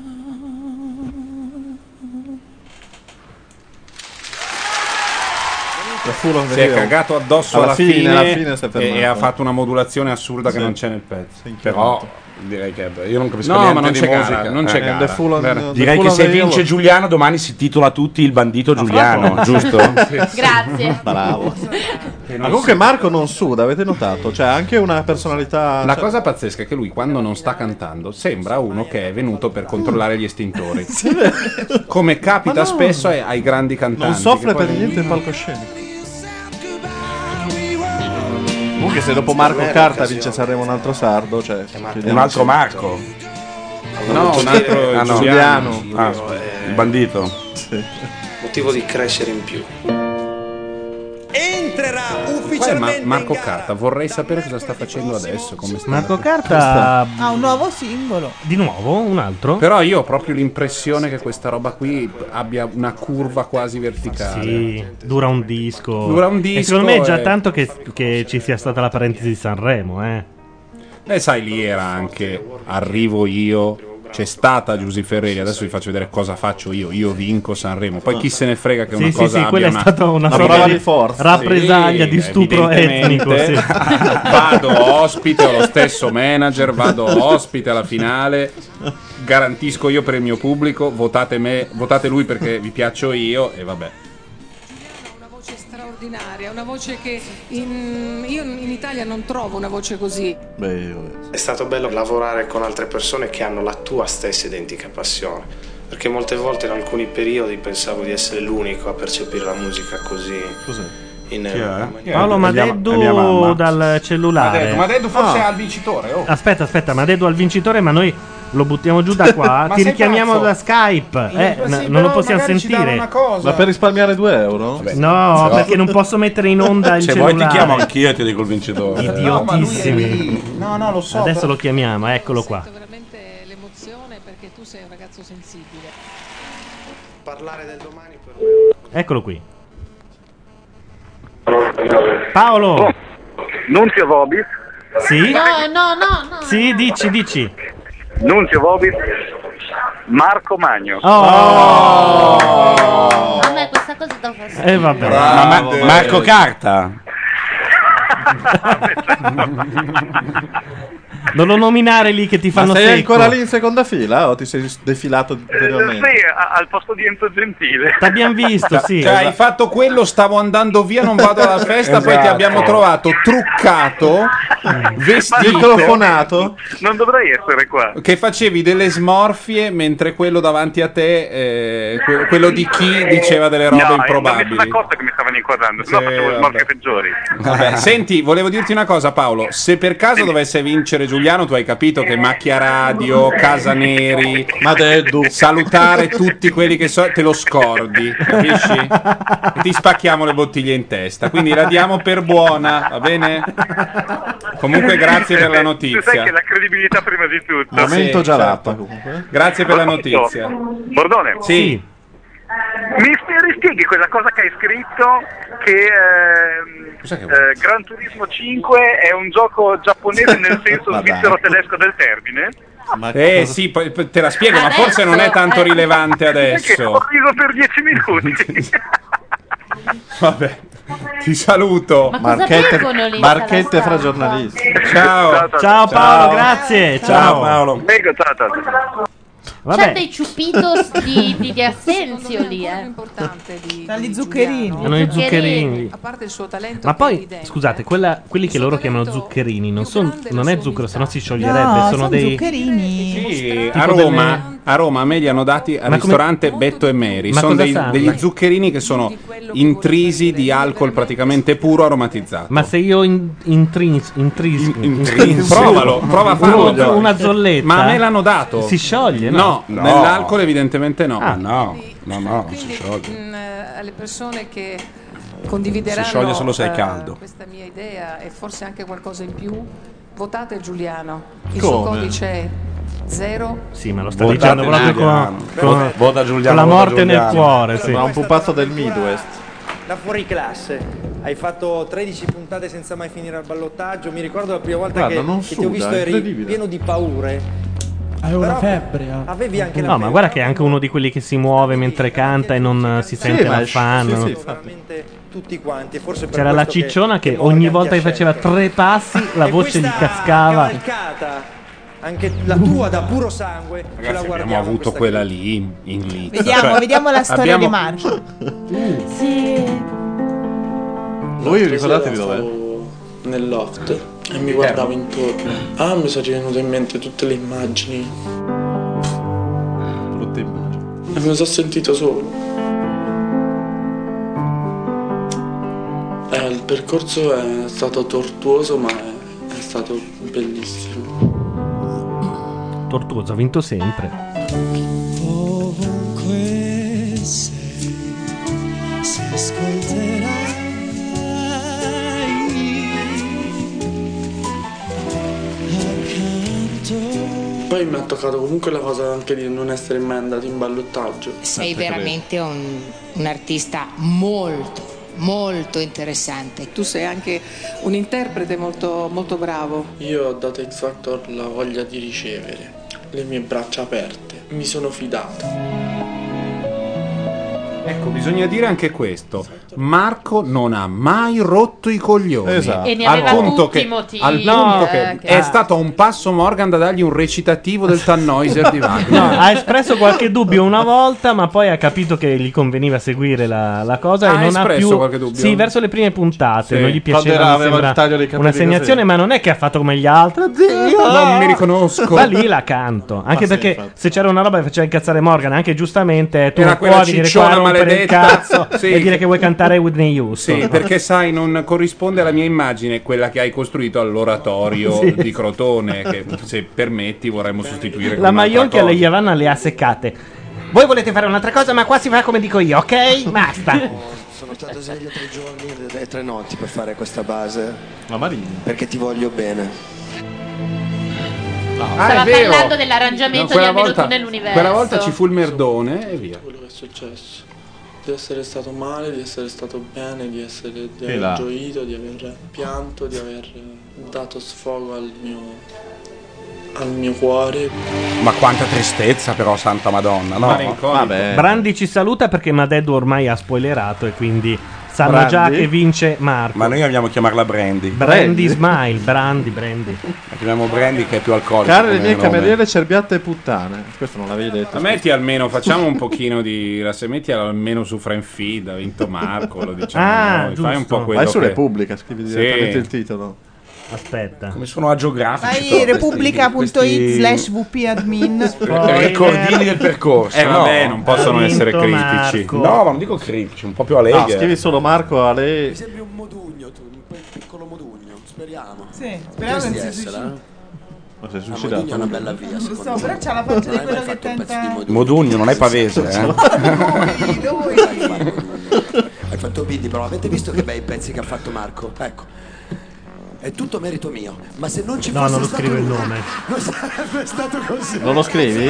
Speaker 3: Si è cagato addosso alla, fine,
Speaker 4: alla fine si è
Speaker 3: e- e,
Speaker 4: fermato.
Speaker 3: ha fatto una modulazione assurda che
Speaker 4: Sì.
Speaker 3: non c'è nel pezzo.
Speaker 4: Si è
Speaker 2: Però direi che io non capisco
Speaker 3: No,
Speaker 2: niente
Speaker 3: ma non
Speaker 2: di
Speaker 3: c'è
Speaker 2: musica.
Speaker 3: gara, non c'è
Speaker 2: Eh,
Speaker 3: gara.
Speaker 2: The Fool on-
Speaker 3: Vero.
Speaker 2: The Direi
Speaker 4: Fool
Speaker 2: che
Speaker 4: on
Speaker 2: se
Speaker 4: the Hill.
Speaker 2: vince Giuliano domani si titola tutti il bandito
Speaker 10: *laughs*
Speaker 2: Giuliano,
Speaker 3: *laughs*
Speaker 2: giusto?
Speaker 13: Grazie.
Speaker 4: Bravo.
Speaker 3: non
Speaker 4: Ma comunque
Speaker 3: si-
Speaker 4: Marco non suda, avete notato? Cioè, anche una personalità.
Speaker 3: La
Speaker 4: cioè-
Speaker 3: cosa pazzesca è che lui quando non sta cantando sembra uno che è venuto per controllare gli estintori. Come capita
Speaker 4: Ma no.
Speaker 3: spesso ai, ai grandi cantanti.
Speaker 4: Non soffre
Speaker 3: che poi-
Speaker 4: per niente il palcoscenico. Comunque, se dopo Marco
Speaker 3: Bella
Speaker 4: Carta
Speaker 3: occasione.
Speaker 4: vince Saremo un altro sardo, cioè.
Speaker 2: Un altro Marco.
Speaker 3: No, un altro
Speaker 2: Ah, no.
Speaker 3: Giuliano.
Speaker 2: Ah, il bandito.
Speaker 19: Motivo di crescere in più.
Speaker 5: Entrerà
Speaker 3: Qual è Ma-
Speaker 5: ufficialmente
Speaker 3: Marco Carta? Vorrei sapere cosa sta facendo adesso. Come sta.
Speaker 1: Marco Carta-
Speaker 3: Come sta?
Speaker 15: Ha un nuovo singolo.
Speaker 1: Di nuovo, un altro.
Speaker 3: Però io ho proprio l'impressione che questa roba qui abbia una curva quasi verticale.
Speaker 1: Sì, dura un disco.
Speaker 3: Dura un
Speaker 1: E
Speaker 3: disco
Speaker 1: secondo me è già
Speaker 3: e-
Speaker 1: tanto che, che ci sia stata la parentesi di Sanremo, eh.
Speaker 3: Beh, sai, lì era anche arrivo io C'è stata Giusy Ferreri, adesso vi faccio vedere cosa faccio io. Io vinco Sanremo. Poi chi se ne frega che
Speaker 1: Sì,
Speaker 3: una
Speaker 1: sì,
Speaker 3: cosa
Speaker 1: sì,
Speaker 3: abbia
Speaker 1: quella è stata una Una sorta prova di di forza. rappresaglia, di stupro
Speaker 3: evidentemente.
Speaker 1: etnico, sì.
Speaker 3: *laughs* Vado ospite, ho lo stesso manager, vado ospite alla finale. Garantisco io per il mio pubblico, votate me, votate lui perché vi piaccio io e vabbè.
Speaker 8: voce straordinaria, una voce che in- io in Italia non trovo una voce così.
Speaker 19: È stato bello lavorare con altre persone che hanno la tua stessa identica passione, perché molte volte in alcuni periodi pensavo di essere l'unico a percepire la musica così. In,
Speaker 1: Chi è? Paolo Madeddu dal cellulare.
Speaker 19: Madeddu,
Speaker 3: Madeddu Eh, forse
Speaker 1: Ah.
Speaker 3: al vincitore, oh.
Speaker 1: Aspetta, aspetta, Madeddu al vincitore, ma noi lo buttiamo giù
Speaker 3: *laughs*
Speaker 1: da qua.
Speaker 3: Ma
Speaker 1: Ti
Speaker 3: sei
Speaker 1: richiamiamo
Speaker 3: pazzo?
Speaker 1: da Skype. Eh,
Speaker 3: Eh, sì,
Speaker 1: n- non
Speaker 3: però
Speaker 1: lo possiamo
Speaker 3: magari ci darà
Speaker 1: sentire.
Speaker 3: una cosa.
Speaker 4: Ma per risparmiare 2 euro?
Speaker 1: No,
Speaker 3: Esatto.
Speaker 1: perché
Speaker 3: *laughs*
Speaker 1: non posso mettere in onda il
Speaker 2: Se Cioè, vuoi ti
Speaker 1: cellulare. Eh,
Speaker 2: chiamo anch'io e ti dico il vincitore.
Speaker 1: Idiotissimi.
Speaker 3: No, no, lo so.
Speaker 1: Adesso
Speaker 3: però-
Speaker 1: lo chiamiamo, eccolo qua.
Speaker 8: Veramente l'emozione perché tu sei un ragazzo sensibile.
Speaker 19: Parlare del domani per
Speaker 1: Eccolo qui. Paolo.
Speaker 36: Nunzio Vobis.
Speaker 1: Sì?
Speaker 13: No, no, no, no.
Speaker 1: Sì, dici, dici.
Speaker 36: Nunzio Vobis. Marco Magno.
Speaker 1: Oh,
Speaker 13: A me questa cosa dà fastidio.
Speaker 1: E Eh, vabbè.
Speaker 2: Ma Ma-
Speaker 1: Bravo,
Speaker 2: Marco
Speaker 1: Mario.
Speaker 2: Carta.
Speaker 1: Non lo nominare lì che ti
Speaker 4: Ma
Speaker 1: fanno
Speaker 4: sei
Speaker 1: secco.
Speaker 4: ancora lì in seconda fila o ti sei defilato ulteriormente?
Speaker 36: Sì, a- al posto di Enzo Gentile. *laughs*
Speaker 1: T'abbiamo visto, sì.
Speaker 3: Cioè, hai fatto quello, stavo andando via, non vado alla festa, poi ti
Speaker 4: Esatto.
Speaker 3: abbiamo trovato truccato, vestito,
Speaker 4: Microfonato.
Speaker 36: Non dovrei essere qua.
Speaker 3: che facevi delle smorfie mentre quello davanti a te, eh, que- quello di chi diceva delle robe
Speaker 36: No, Non mi sono
Speaker 3: improbabili.
Speaker 36: accorto che mi stavano inquadrando, se no
Speaker 3: Sì,
Speaker 36: facevo le
Speaker 3: vabbè.
Speaker 36: morche peggiori.
Speaker 10: *laughs*
Speaker 3: Vabbè, senti, volevo dirti una cosa, Paolo. Se per caso dovesse vincere Giuliano, tu hai capito che macchia radio, casa neri, salutare tutti quelli che so, te lo scordi, capisci? E ti spacchiamo le bottiglie in testa. Quindi la diamo per buona, va bene? Comunque, grazie per la
Speaker 36: Tu sai che
Speaker 3: notizia.
Speaker 36: la credibilità prima di tutto.
Speaker 4: Momento
Speaker 3: Sì,
Speaker 4: giallata
Speaker 3: certo.
Speaker 4: comunque.
Speaker 3: Grazie per la notizia.
Speaker 36: *laughs* Bordone?
Speaker 3: Sì.
Speaker 36: Mi spie- rispieghi quella cosa che hai scritto che, ehm, eh, Gran Turismo 5 è un gioco
Speaker 3: *laughs*
Speaker 36: giapponese nel senso svizzero-tedesco del termine?
Speaker 3: Eh sì, poi- poi te la spiego,
Speaker 10: Ah,
Speaker 3: ma forse non è
Speaker 10: *laughs*
Speaker 3: tanto rilevante
Speaker 36: *laughs* Perché
Speaker 3: adesso.
Speaker 36: ho riso per 10
Speaker 3: *laughs*
Speaker 36: minuti.
Speaker 3: Vabbè, ti saluto.
Speaker 4: Ma cosa Marchette- bevono lì in marchette sala fra stampa?
Speaker 3: giornalisti. Ciao.
Speaker 1: Ciao Paolo, grazie. Ciao.
Speaker 36: Prego, ciao, ciao.
Speaker 13: C'è dei ciupitos di,
Speaker 1: *laughs*
Speaker 13: di, di Assenzio lì, eh.
Speaker 15: Dagli zuccherini.
Speaker 1: Hanno i zuccherini.
Speaker 8: A parte il suo talento
Speaker 1: Ma poi, scusate, quella- quelli che loro chiamano zuccherini non, son- non è zucchero, sennò si scioglierebbe.
Speaker 15: No,
Speaker 1: sono
Speaker 15: sono
Speaker 1: dei.
Speaker 15: zuccherini.
Speaker 3: Sì,
Speaker 1: Tipo
Speaker 3: Eh, a Roma,
Speaker 1: delle-
Speaker 3: a Roma me li hanno dati al
Speaker 1: Ma come-
Speaker 3: ristorante Betto e Mary.
Speaker 1: Ma
Speaker 3: Sono
Speaker 1: cosa
Speaker 3: dei-
Speaker 1: sanno?
Speaker 3: degli zuccherini che sono intrisi di alcol praticamente puro aromatizzato.
Speaker 1: Ma se io in, intrins, intrins,
Speaker 3: Sì,
Speaker 1: *laughs*
Speaker 3: Provalo, prova a farlo.
Speaker 1: Una, una zolletta.
Speaker 3: Ma me l'hanno dato.
Speaker 1: Si scioglie,
Speaker 3: No,
Speaker 1: no?
Speaker 3: nell'alcol evidentemente no.
Speaker 1: Ah.
Speaker 3: no, no, no,
Speaker 8: Quindi, mh, alle persone che
Speaker 2: Si
Speaker 8: condivideranno
Speaker 2: scioglie solo se è
Speaker 8: eh,
Speaker 2: caldo.
Speaker 8: questa mia idea e forse anche qualcosa in più, votate Giuliano. Il suo
Speaker 2: Come?
Speaker 8: codice è 0
Speaker 1: Sì, ma lo sta
Speaker 4: Votate
Speaker 1: dicendo proprio
Speaker 4: Giuliano.
Speaker 1: con,
Speaker 4: Vota-
Speaker 1: con,
Speaker 4: vota
Speaker 1: con
Speaker 4: Giuliano,
Speaker 1: la
Speaker 4: vota
Speaker 1: morte nel
Speaker 4: Giuliano.
Speaker 1: cuore. Sì.
Speaker 4: Ma un pupazzo del Midwest.
Speaker 5: Da fuori classe. Hai fatto 13 puntate senza mai finire al ballottaggio. Mi ricordo la prima volta
Speaker 4: Guarda,
Speaker 5: che,
Speaker 4: non
Speaker 5: che ti ho
Speaker 4: suda,
Speaker 5: visto
Speaker 4: è
Speaker 5: eri
Speaker 4: incredibile.
Speaker 5: pieno di paure.
Speaker 15: Avevo la
Speaker 5: Però
Speaker 15: febbre. ah.
Speaker 5: Avevi anche la
Speaker 1: No, ma guarda che è anche uno di quelli che si muove mentre canta e non eh, si sente
Speaker 5: ma
Speaker 1: la
Speaker 5: è-
Speaker 1: fan.
Speaker 5: sì,
Speaker 1: non-
Speaker 5: sì, veramente tutti quanti. e Forse per
Speaker 1: C'era la
Speaker 5: questo che-
Speaker 1: cicciona che ogni volta che faceva tre passi la voce gli cascava.
Speaker 5: Cavalcata, Anche la tua da puro sangue, ce la
Speaker 3: Ragazzi, abbiamo
Speaker 5: guardiamo.
Speaker 3: avuto quella lì in, in lizza.
Speaker 15: Vediamo,
Speaker 3: Cioè,
Speaker 15: vediamo la storia
Speaker 3: abbiamo- Uh.
Speaker 15: di Marco.
Speaker 4: Lui ricordatevi dov'è?
Speaker 19: Nel loft e
Speaker 2: Eh.
Speaker 19: mi guardavo intorno. Ah, mi sono venute in mente tutte le immagini.
Speaker 4: Eh, Brutte immagini.
Speaker 19: E mi sono sentito solo. Eh, il percorso è stato tortuoso ma è, è stato bellissimo.
Speaker 1: Tortuoso, ha vinto sempre.
Speaker 21: Ovunque sei, se ascolterai accanto.
Speaker 19: Poi mi ha toccato comunque la cosa anche di non essere mai andato in ballottaggio.
Speaker 8: Sei veramente un, un artista molto, molto interessante. Tu sei anche un interprete molto, molto bravo.
Speaker 19: Io ho dato X Factor la voglia di ricevere.
Speaker 38: le mie braccia aperte. Mi sono fidato.
Speaker 3: Ecco, bisogna dire anche questo. Marco non ha mai rotto i coglioni.
Speaker 13: Esatto. E ne aveva tutti
Speaker 3: che,
Speaker 13: i motivi,
Speaker 3: al punto
Speaker 13: eh,
Speaker 3: che
Speaker 13: che-
Speaker 3: è stato a un passo Morgan da dargli un recitativo del
Speaker 1: *laughs*
Speaker 3: Tannhäuser di Wagner.
Speaker 1: No, ha espresso qualche dubbio una volta, ma poi ha capito che gli conveniva seguire la, la cosa
Speaker 3: Ah,
Speaker 1: e
Speaker 3: ha
Speaker 1: non ha
Speaker 3: espresso
Speaker 1: più.
Speaker 3: qualche dubbio?
Speaker 1: Sì, verso le prime puntate
Speaker 3: Sì.
Speaker 1: non gli
Speaker 3: Quando era-
Speaker 1: piaceva mi
Speaker 3: aveva il
Speaker 1: sembra,
Speaker 3: taglio dei capelli
Speaker 1: un'assegnazione, ma non è che ha fatto come gli altri. Zio,
Speaker 3: Non mi riconosco.
Speaker 1: Ma lì la canto. Anche
Speaker 3: Ma sì,
Speaker 1: perché
Speaker 3: infatti.
Speaker 1: se c'era una roba che faceva incazzare Morgan, anche giustamente eh, tu
Speaker 3: Era
Speaker 1: non
Speaker 3: quella
Speaker 1: puoi venire qua a
Speaker 3: cicciona
Speaker 1: rompere il
Speaker 3: maledetta.
Speaker 1: cazzo
Speaker 3: Sì.
Speaker 1: e dire che vuoi cantare Whitney Houston.
Speaker 3: Sì,
Speaker 1: No?
Speaker 3: perché sai, non corrisponde alla mia immagine quella che hai costruito all'oratorio
Speaker 1: Sì.
Speaker 3: di Crotone, che se permetti vorremmo sostituire con
Speaker 1: La
Speaker 3: un'altra
Speaker 1: maionca e
Speaker 3: cosa.
Speaker 1: le Yavanna le ha seccate. Voi volete fare un'altra cosa, ma qua si fa come dico io,
Speaker 11: *laughs*
Speaker 1: ok? Basta.
Speaker 38: Sono stato sveglio tre giorni e tre notti per fare questa base. Ma Marini? Perché ti voglio bene.
Speaker 13: Stava
Speaker 11: Ah,
Speaker 3: è vero.
Speaker 13: parlando dell'arrangiamento di
Speaker 3: quella
Speaker 13: Almeno
Speaker 3: volta-
Speaker 13: tu nell'universo.
Speaker 3: Quella volta ci fu il merdone e via.
Speaker 38: Quello che è successo. Di essere stato male, di essere stato bene, di, essere, di
Speaker 3: Sì,
Speaker 38: aver
Speaker 3: là.
Speaker 38: gioito, di aver pianto, di aver dato sfogo al mio, al mio cuore.
Speaker 2: Ma quanta tristezza, però, Santa Madonna, no?
Speaker 38: Malinconico.
Speaker 2: Vabbè.
Speaker 1: Brandi ci saluta perché Madeddu ormai ha spoilerato e quindi sanno
Speaker 2: Brandi?
Speaker 1: già che vince Marco.
Speaker 2: Ma noi vogliamo chiamarla Brandy.
Speaker 1: Brandy Smile, Brandy, Brandy.
Speaker 2: La chiamiamo Brandy che è più alcolica.
Speaker 4: Care le
Speaker 2: come
Speaker 4: mie
Speaker 2: nome.
Speaker 4: cameriere cerbiate e puttane. Questo non l'avevi detto.
Speaker 3: Ma metti almeno, facciamo
Speaker 4: *laughs*
Speaker 3: un pochino di. la- se metti almeno su Friend Feed, ha vinto Marco, lo diciamo
Speaker 4: Ah,
Speaker 3: noi. Fai un
Speaker 4: giusto.
Speaker 3: po' quello.
Speaker 4: Vai su
Speaker 3: che-
Speaker 4: Repubblica, scrivi direttamente il titolo.
Speaker 1: Aspetta.
Speaker 2: Come sono
Speaker 1: Ah,
Speaker 2: agiografici.
Speaker 15: Vai repubblica.it slash
Speaker 1: *laughs*
Speaker 15: vpadmin.
Speaker 2: Spoiler. Ricordini del percorso.
Speaker 3: Eh, vabbè,
Speaker 2: no.
Speaker 3: non possono
Speaker 2: Ha
Speaker 3: essere
Speaker 2: vinto
Speaker 3: critici.
Speaker 2: Marco. No, ma non dico critici, un po' più allegri. eh.
Speaker 4: No, scrivi solo Marco Ale.
Speaker 11: Sembri un modugno tu, un pe- piccolo modugno, speriamo.
Speaker 15: Sì, speriamo
Speaker 11: Potresti
Speaker 15: che non si
Speaker 11: essere,
Speaker 15: suicidi.
Speaker 11: eh?
Speaker 4: Ma
Speaker 11: La
Speaker 4: sei suicidato?
Speaker 11: modugno è una bella via,
Speaker 15: Lo
Speaker 11: secondo
Speaker 15: so,
Speaker 11: me.
Speaker 15: però c'ha la faccia di
Speaker 11: Non hai
Speaker 15: quello
Speaker 11: mai
Speaker 15: che
Speaker 11: fatto un pezzo
Speaker 15: tenta.
Speaker 2: Modugno, non è pavese, eh?
Speaker 15: Lui, lui.
Speaker 11: Hai fatto Bindi, però avete visto che bei pezzi che ha fatto Marco? Ecco. È tutto merito mio, ma se non ci
Speaker 1: No,
Speaker 11: fosse
Speaker 1: non lo
Speaker 11: stato
Speaker 1: scrivo il
Speaker 11: lui,
Speaker 1: nome.
Speaker 11: *laughs* Non sarebbe stato così.
Speaker 4: Non lo scrivi?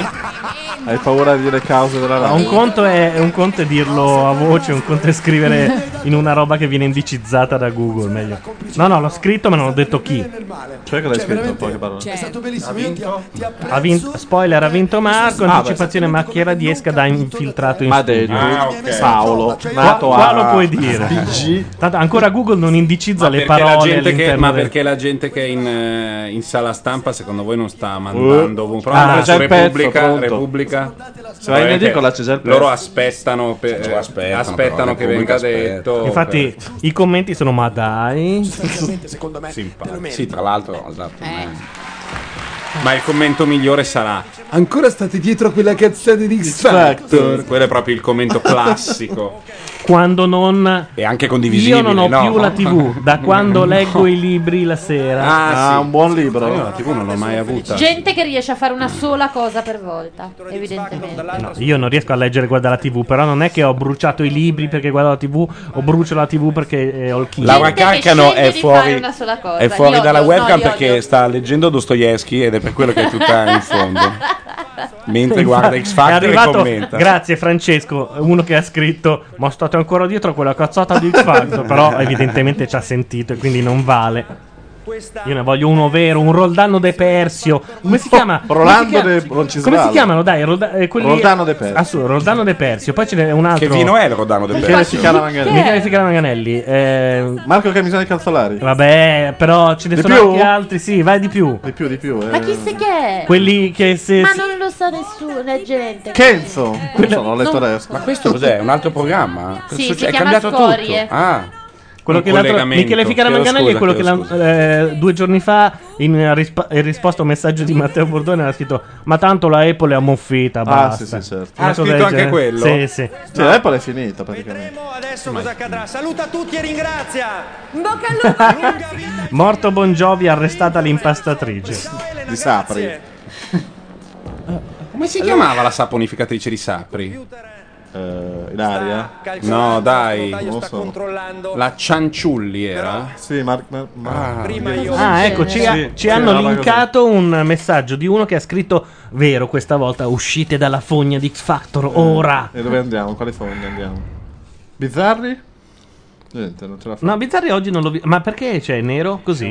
Speaker 4: Hai paura di dire cause della
Speaker 1: Ma Un
Speaker 4: radio?
Speaker 1: conto, è, un conto è dirlo a voce, un conto è scrivere in una roba che viene indicizzata da Google, meglio. No, no, l'ho scritto ma non ho detto chi.
Speaker 4: Cioè, cosa hai scritto? Poche parole.
Speaker 1: cioè,
Speaker 11: È stato bellissimo. Io ti, ti apprezzo.
Speaker 1: Ha vinto, spoiler, ha vinto Marco,
Speaker 4: Ah,
Speaker 1: anticipazione macchiera di esca da infiltrato in
Speaker 4: Madeddu,
Speaker 1: studio.
Speaker 4: Ah, ok. Paolo,
Speaker 3: Cioè,
Speaker 1: Qua-
Speaker 4: nato
Speaker 1: qua
Speaker 4: a-
Speaker 1: lo puoi dire.
Speaker 4: BG.
Speaker 1: Tanto ancora Google non indicizza le
Speaker 3: Perché la
Speaker 1: parole
Speaker 3: gente che,
Speaker 1: all'interno
Speaker 3: ma
Speaker 1: del-
Speaker 3: perché la gente che è in, eh, in sala stampa secondo voi non sta mandando
Speaker 4: Uh.
Speaker 3: ovunque?
Speaker 4: Ah,
Speaker 3: Prova a
Speaker 4: c'è
Speaker 3: andare
Speaker 4: il pezzo,
Speaker 3: su Repubblica,
Speaker 4: pronto.
Speaker 3: Repubblica.
Speaker 4: Se vai in
Speaker 3: Perché
Speaker 4: edicola c'è già il pezzo.
Speaker 3: Loro aspettano, per-
Speaker 4: Cioè, lo aspettano,
Speaker 3: aspettano
Speaker 4: però,
Speaker 3: che
Speaker 4: Repubblica
Speaker 3: venga
Speaker 4: aspetta.
Speaker 3: detto.
Speaker 1: Infatti i commenti sono ma dai.
Speaker 11: secondo me,
Speaker 2: Sì, tra l'altro,
Speaker 4: Eh.
Speaker 2: esatto.
Speaker 3: Ma il commento migliore sarà: Ancora state dietro a quella cazzata di X Factor. Quello è proprio il commento classico.
Speaker 1: Quando non
Speaker 2: E anche
Speaker 1: Io non ho più la TV
Speaker 20: Mm.
Speaker 1: da
Speaker 4: *laughs*
Speaker 1: quando leggo i libri la sera.
Speaker 3: Ah, sì.
Speaker 4: un buon libro.
Speaker 3: Io la TV non l'ho mai avuta.
Speaker 13: Gente che riesce a fare una sola cosa per volta, evidentemente.
Speaker 1: No, io non riesco a leggere e guardare la TV, però non è che ho bruciato i libri perché guardo la TV o brucio la TV perché eh, ho il chilo.
Speaker 2: *laughs* Laura Carcano
Speaker 13: sceglie
Speaker 2: è
Speaker 13: di
Speaker 2: fuori,
Speaker 13: fare una sola cosa.
Speaker 2: è fuori
Speaker 13: Io
Speaker 2: dalla
Speaker 13: odio, no,
Speaker 2: webcam
Speaker 13: io
Speaker 2: perché sta leggendo Dostoevsky ed è per quello che è tutta in
Speaker 13: *laughs*
Speaker 2: fondo. Mentre guarda X
Speaker 1: È
Speaker 2: Factor e
Speaker 1: arrivato,
Speaker 2: commenta.
Speaker 1: grazie Francesco, uno che ha scritto ma state ancora dietro a quella cazzata di X Factor",
Speaker 4: *laughs*
Speaker 1: però evidentemente ci ha sentito e quindi non vale. Io ne voglio uno vero, un Roldano de Persio. Come si chiama?
Speaker 4: Oh, Rolando
Speaker 1: Come si
Speaker 4: de
Speaker 1: chiama-
Speaker 4: Roncisvaldo.
Speaker 1: Come si chiamano? Dai, Rolda- eh, quelli-
Speaker 4: Roldano de Persio.
Speaker 1: Ah, su, Roldano de Persio. Poi ce n'è un altro.
Speaker 4: Che vino è il Roldano de Michele Persio? Ficcala Manganelli.
Speaker 1: Michele Ficcala Manganelli.
Speaker 4: Marco Camisani Calzolari.
Speaker 1: Vabbè, però ce ne
Speaker 4: Di
Speaker 1: sono
Speaker 4: più?
Speaker 1: anche altri. Sì, vai di più.
Speaker 4: Di più, di più. eh.
Speaker 13: Ma chi se che è?
Speaker 1: Quelli che se.
Speaker 13: Ma non lo sa nessuno, è gente.
Speaker 4: Kenzo.
Speaker 13: Quello-
Speaker 4: Non l'ho letto
Speaker 13: non-
Speaker 4: adesso.
Speaker 2: Ma questo cos'è? Un altro programma?
Speaker 13: Sì,
Speaker 2: Cosa
Speaker 13: si
Speaker 2: succede? è
Speaker 13: chiama
Speaker 2: cambiato
Speaker 13: Scorie.
Speaker 2: tutto. Ah.
Speaker 1: Quello
Speaker 2: Un
Speaker 1: che l'altro,
Speaker 2: collegamento.
Speaker 1: Michele Ficara
Speaker 2: Chiedo
Speaker 1: Manganelli è quello
Speaker 2: scusa,
Speaker 1: che
Speaker 2: chiedo scusa.
Speaker 1: l'an- eh, due giorni fa, in, eh, rispa- in risposta a un messaggio di Matteo Bordone, aveva scritto: Ma tanto la Apple è ammuffita.
Speaker 4: Ah,
Speaker 1: basta.
Speaker 4: sì, sì, certo.
Speaker 1: Una cosa del genere. Sì, sì.
Speaker 4: Cioè, l'Apple è finita praticamente.
Speaker 5: Adesso cosa accadrà? Saluta tutti e ringrazia.
Speaker 1: Morto Bon Jovi, arrestata l'impastatrice.
Speaker 4: Di Sapri.
Speaker 3: Come si chiamava la saponificatrice di Sapri?
Speaker 4: Ilaria?
Speaker 3: No, dai.
Speaker 4: Eh, Non lo so.
Speaker 3: La Cianciulli era?
Speaker 4: Sì, ma,
Speaker 3: ma
Speaker 4: prima
Speaker 3: io.
Speaker 1: Ah, ecco, ci, ha-
Speaker 4: Sì,
Speaker 1: ci
Speaker 4: sì,
Speaker 1: hanno
Speaker 4: una roba
Speaker 1: linkato un messaggio di uno che ha scritto: Vero, questa volta uscite dalla fogna di X Factor ora.
Speaker 4: Eh, E dove andiamo? Quali fondi andiamo? Bizzarri? Niente, non ce la fa.
Speaker 1: No, Bizzarri oggi non l'ho visto. Ma perché c'è nero così?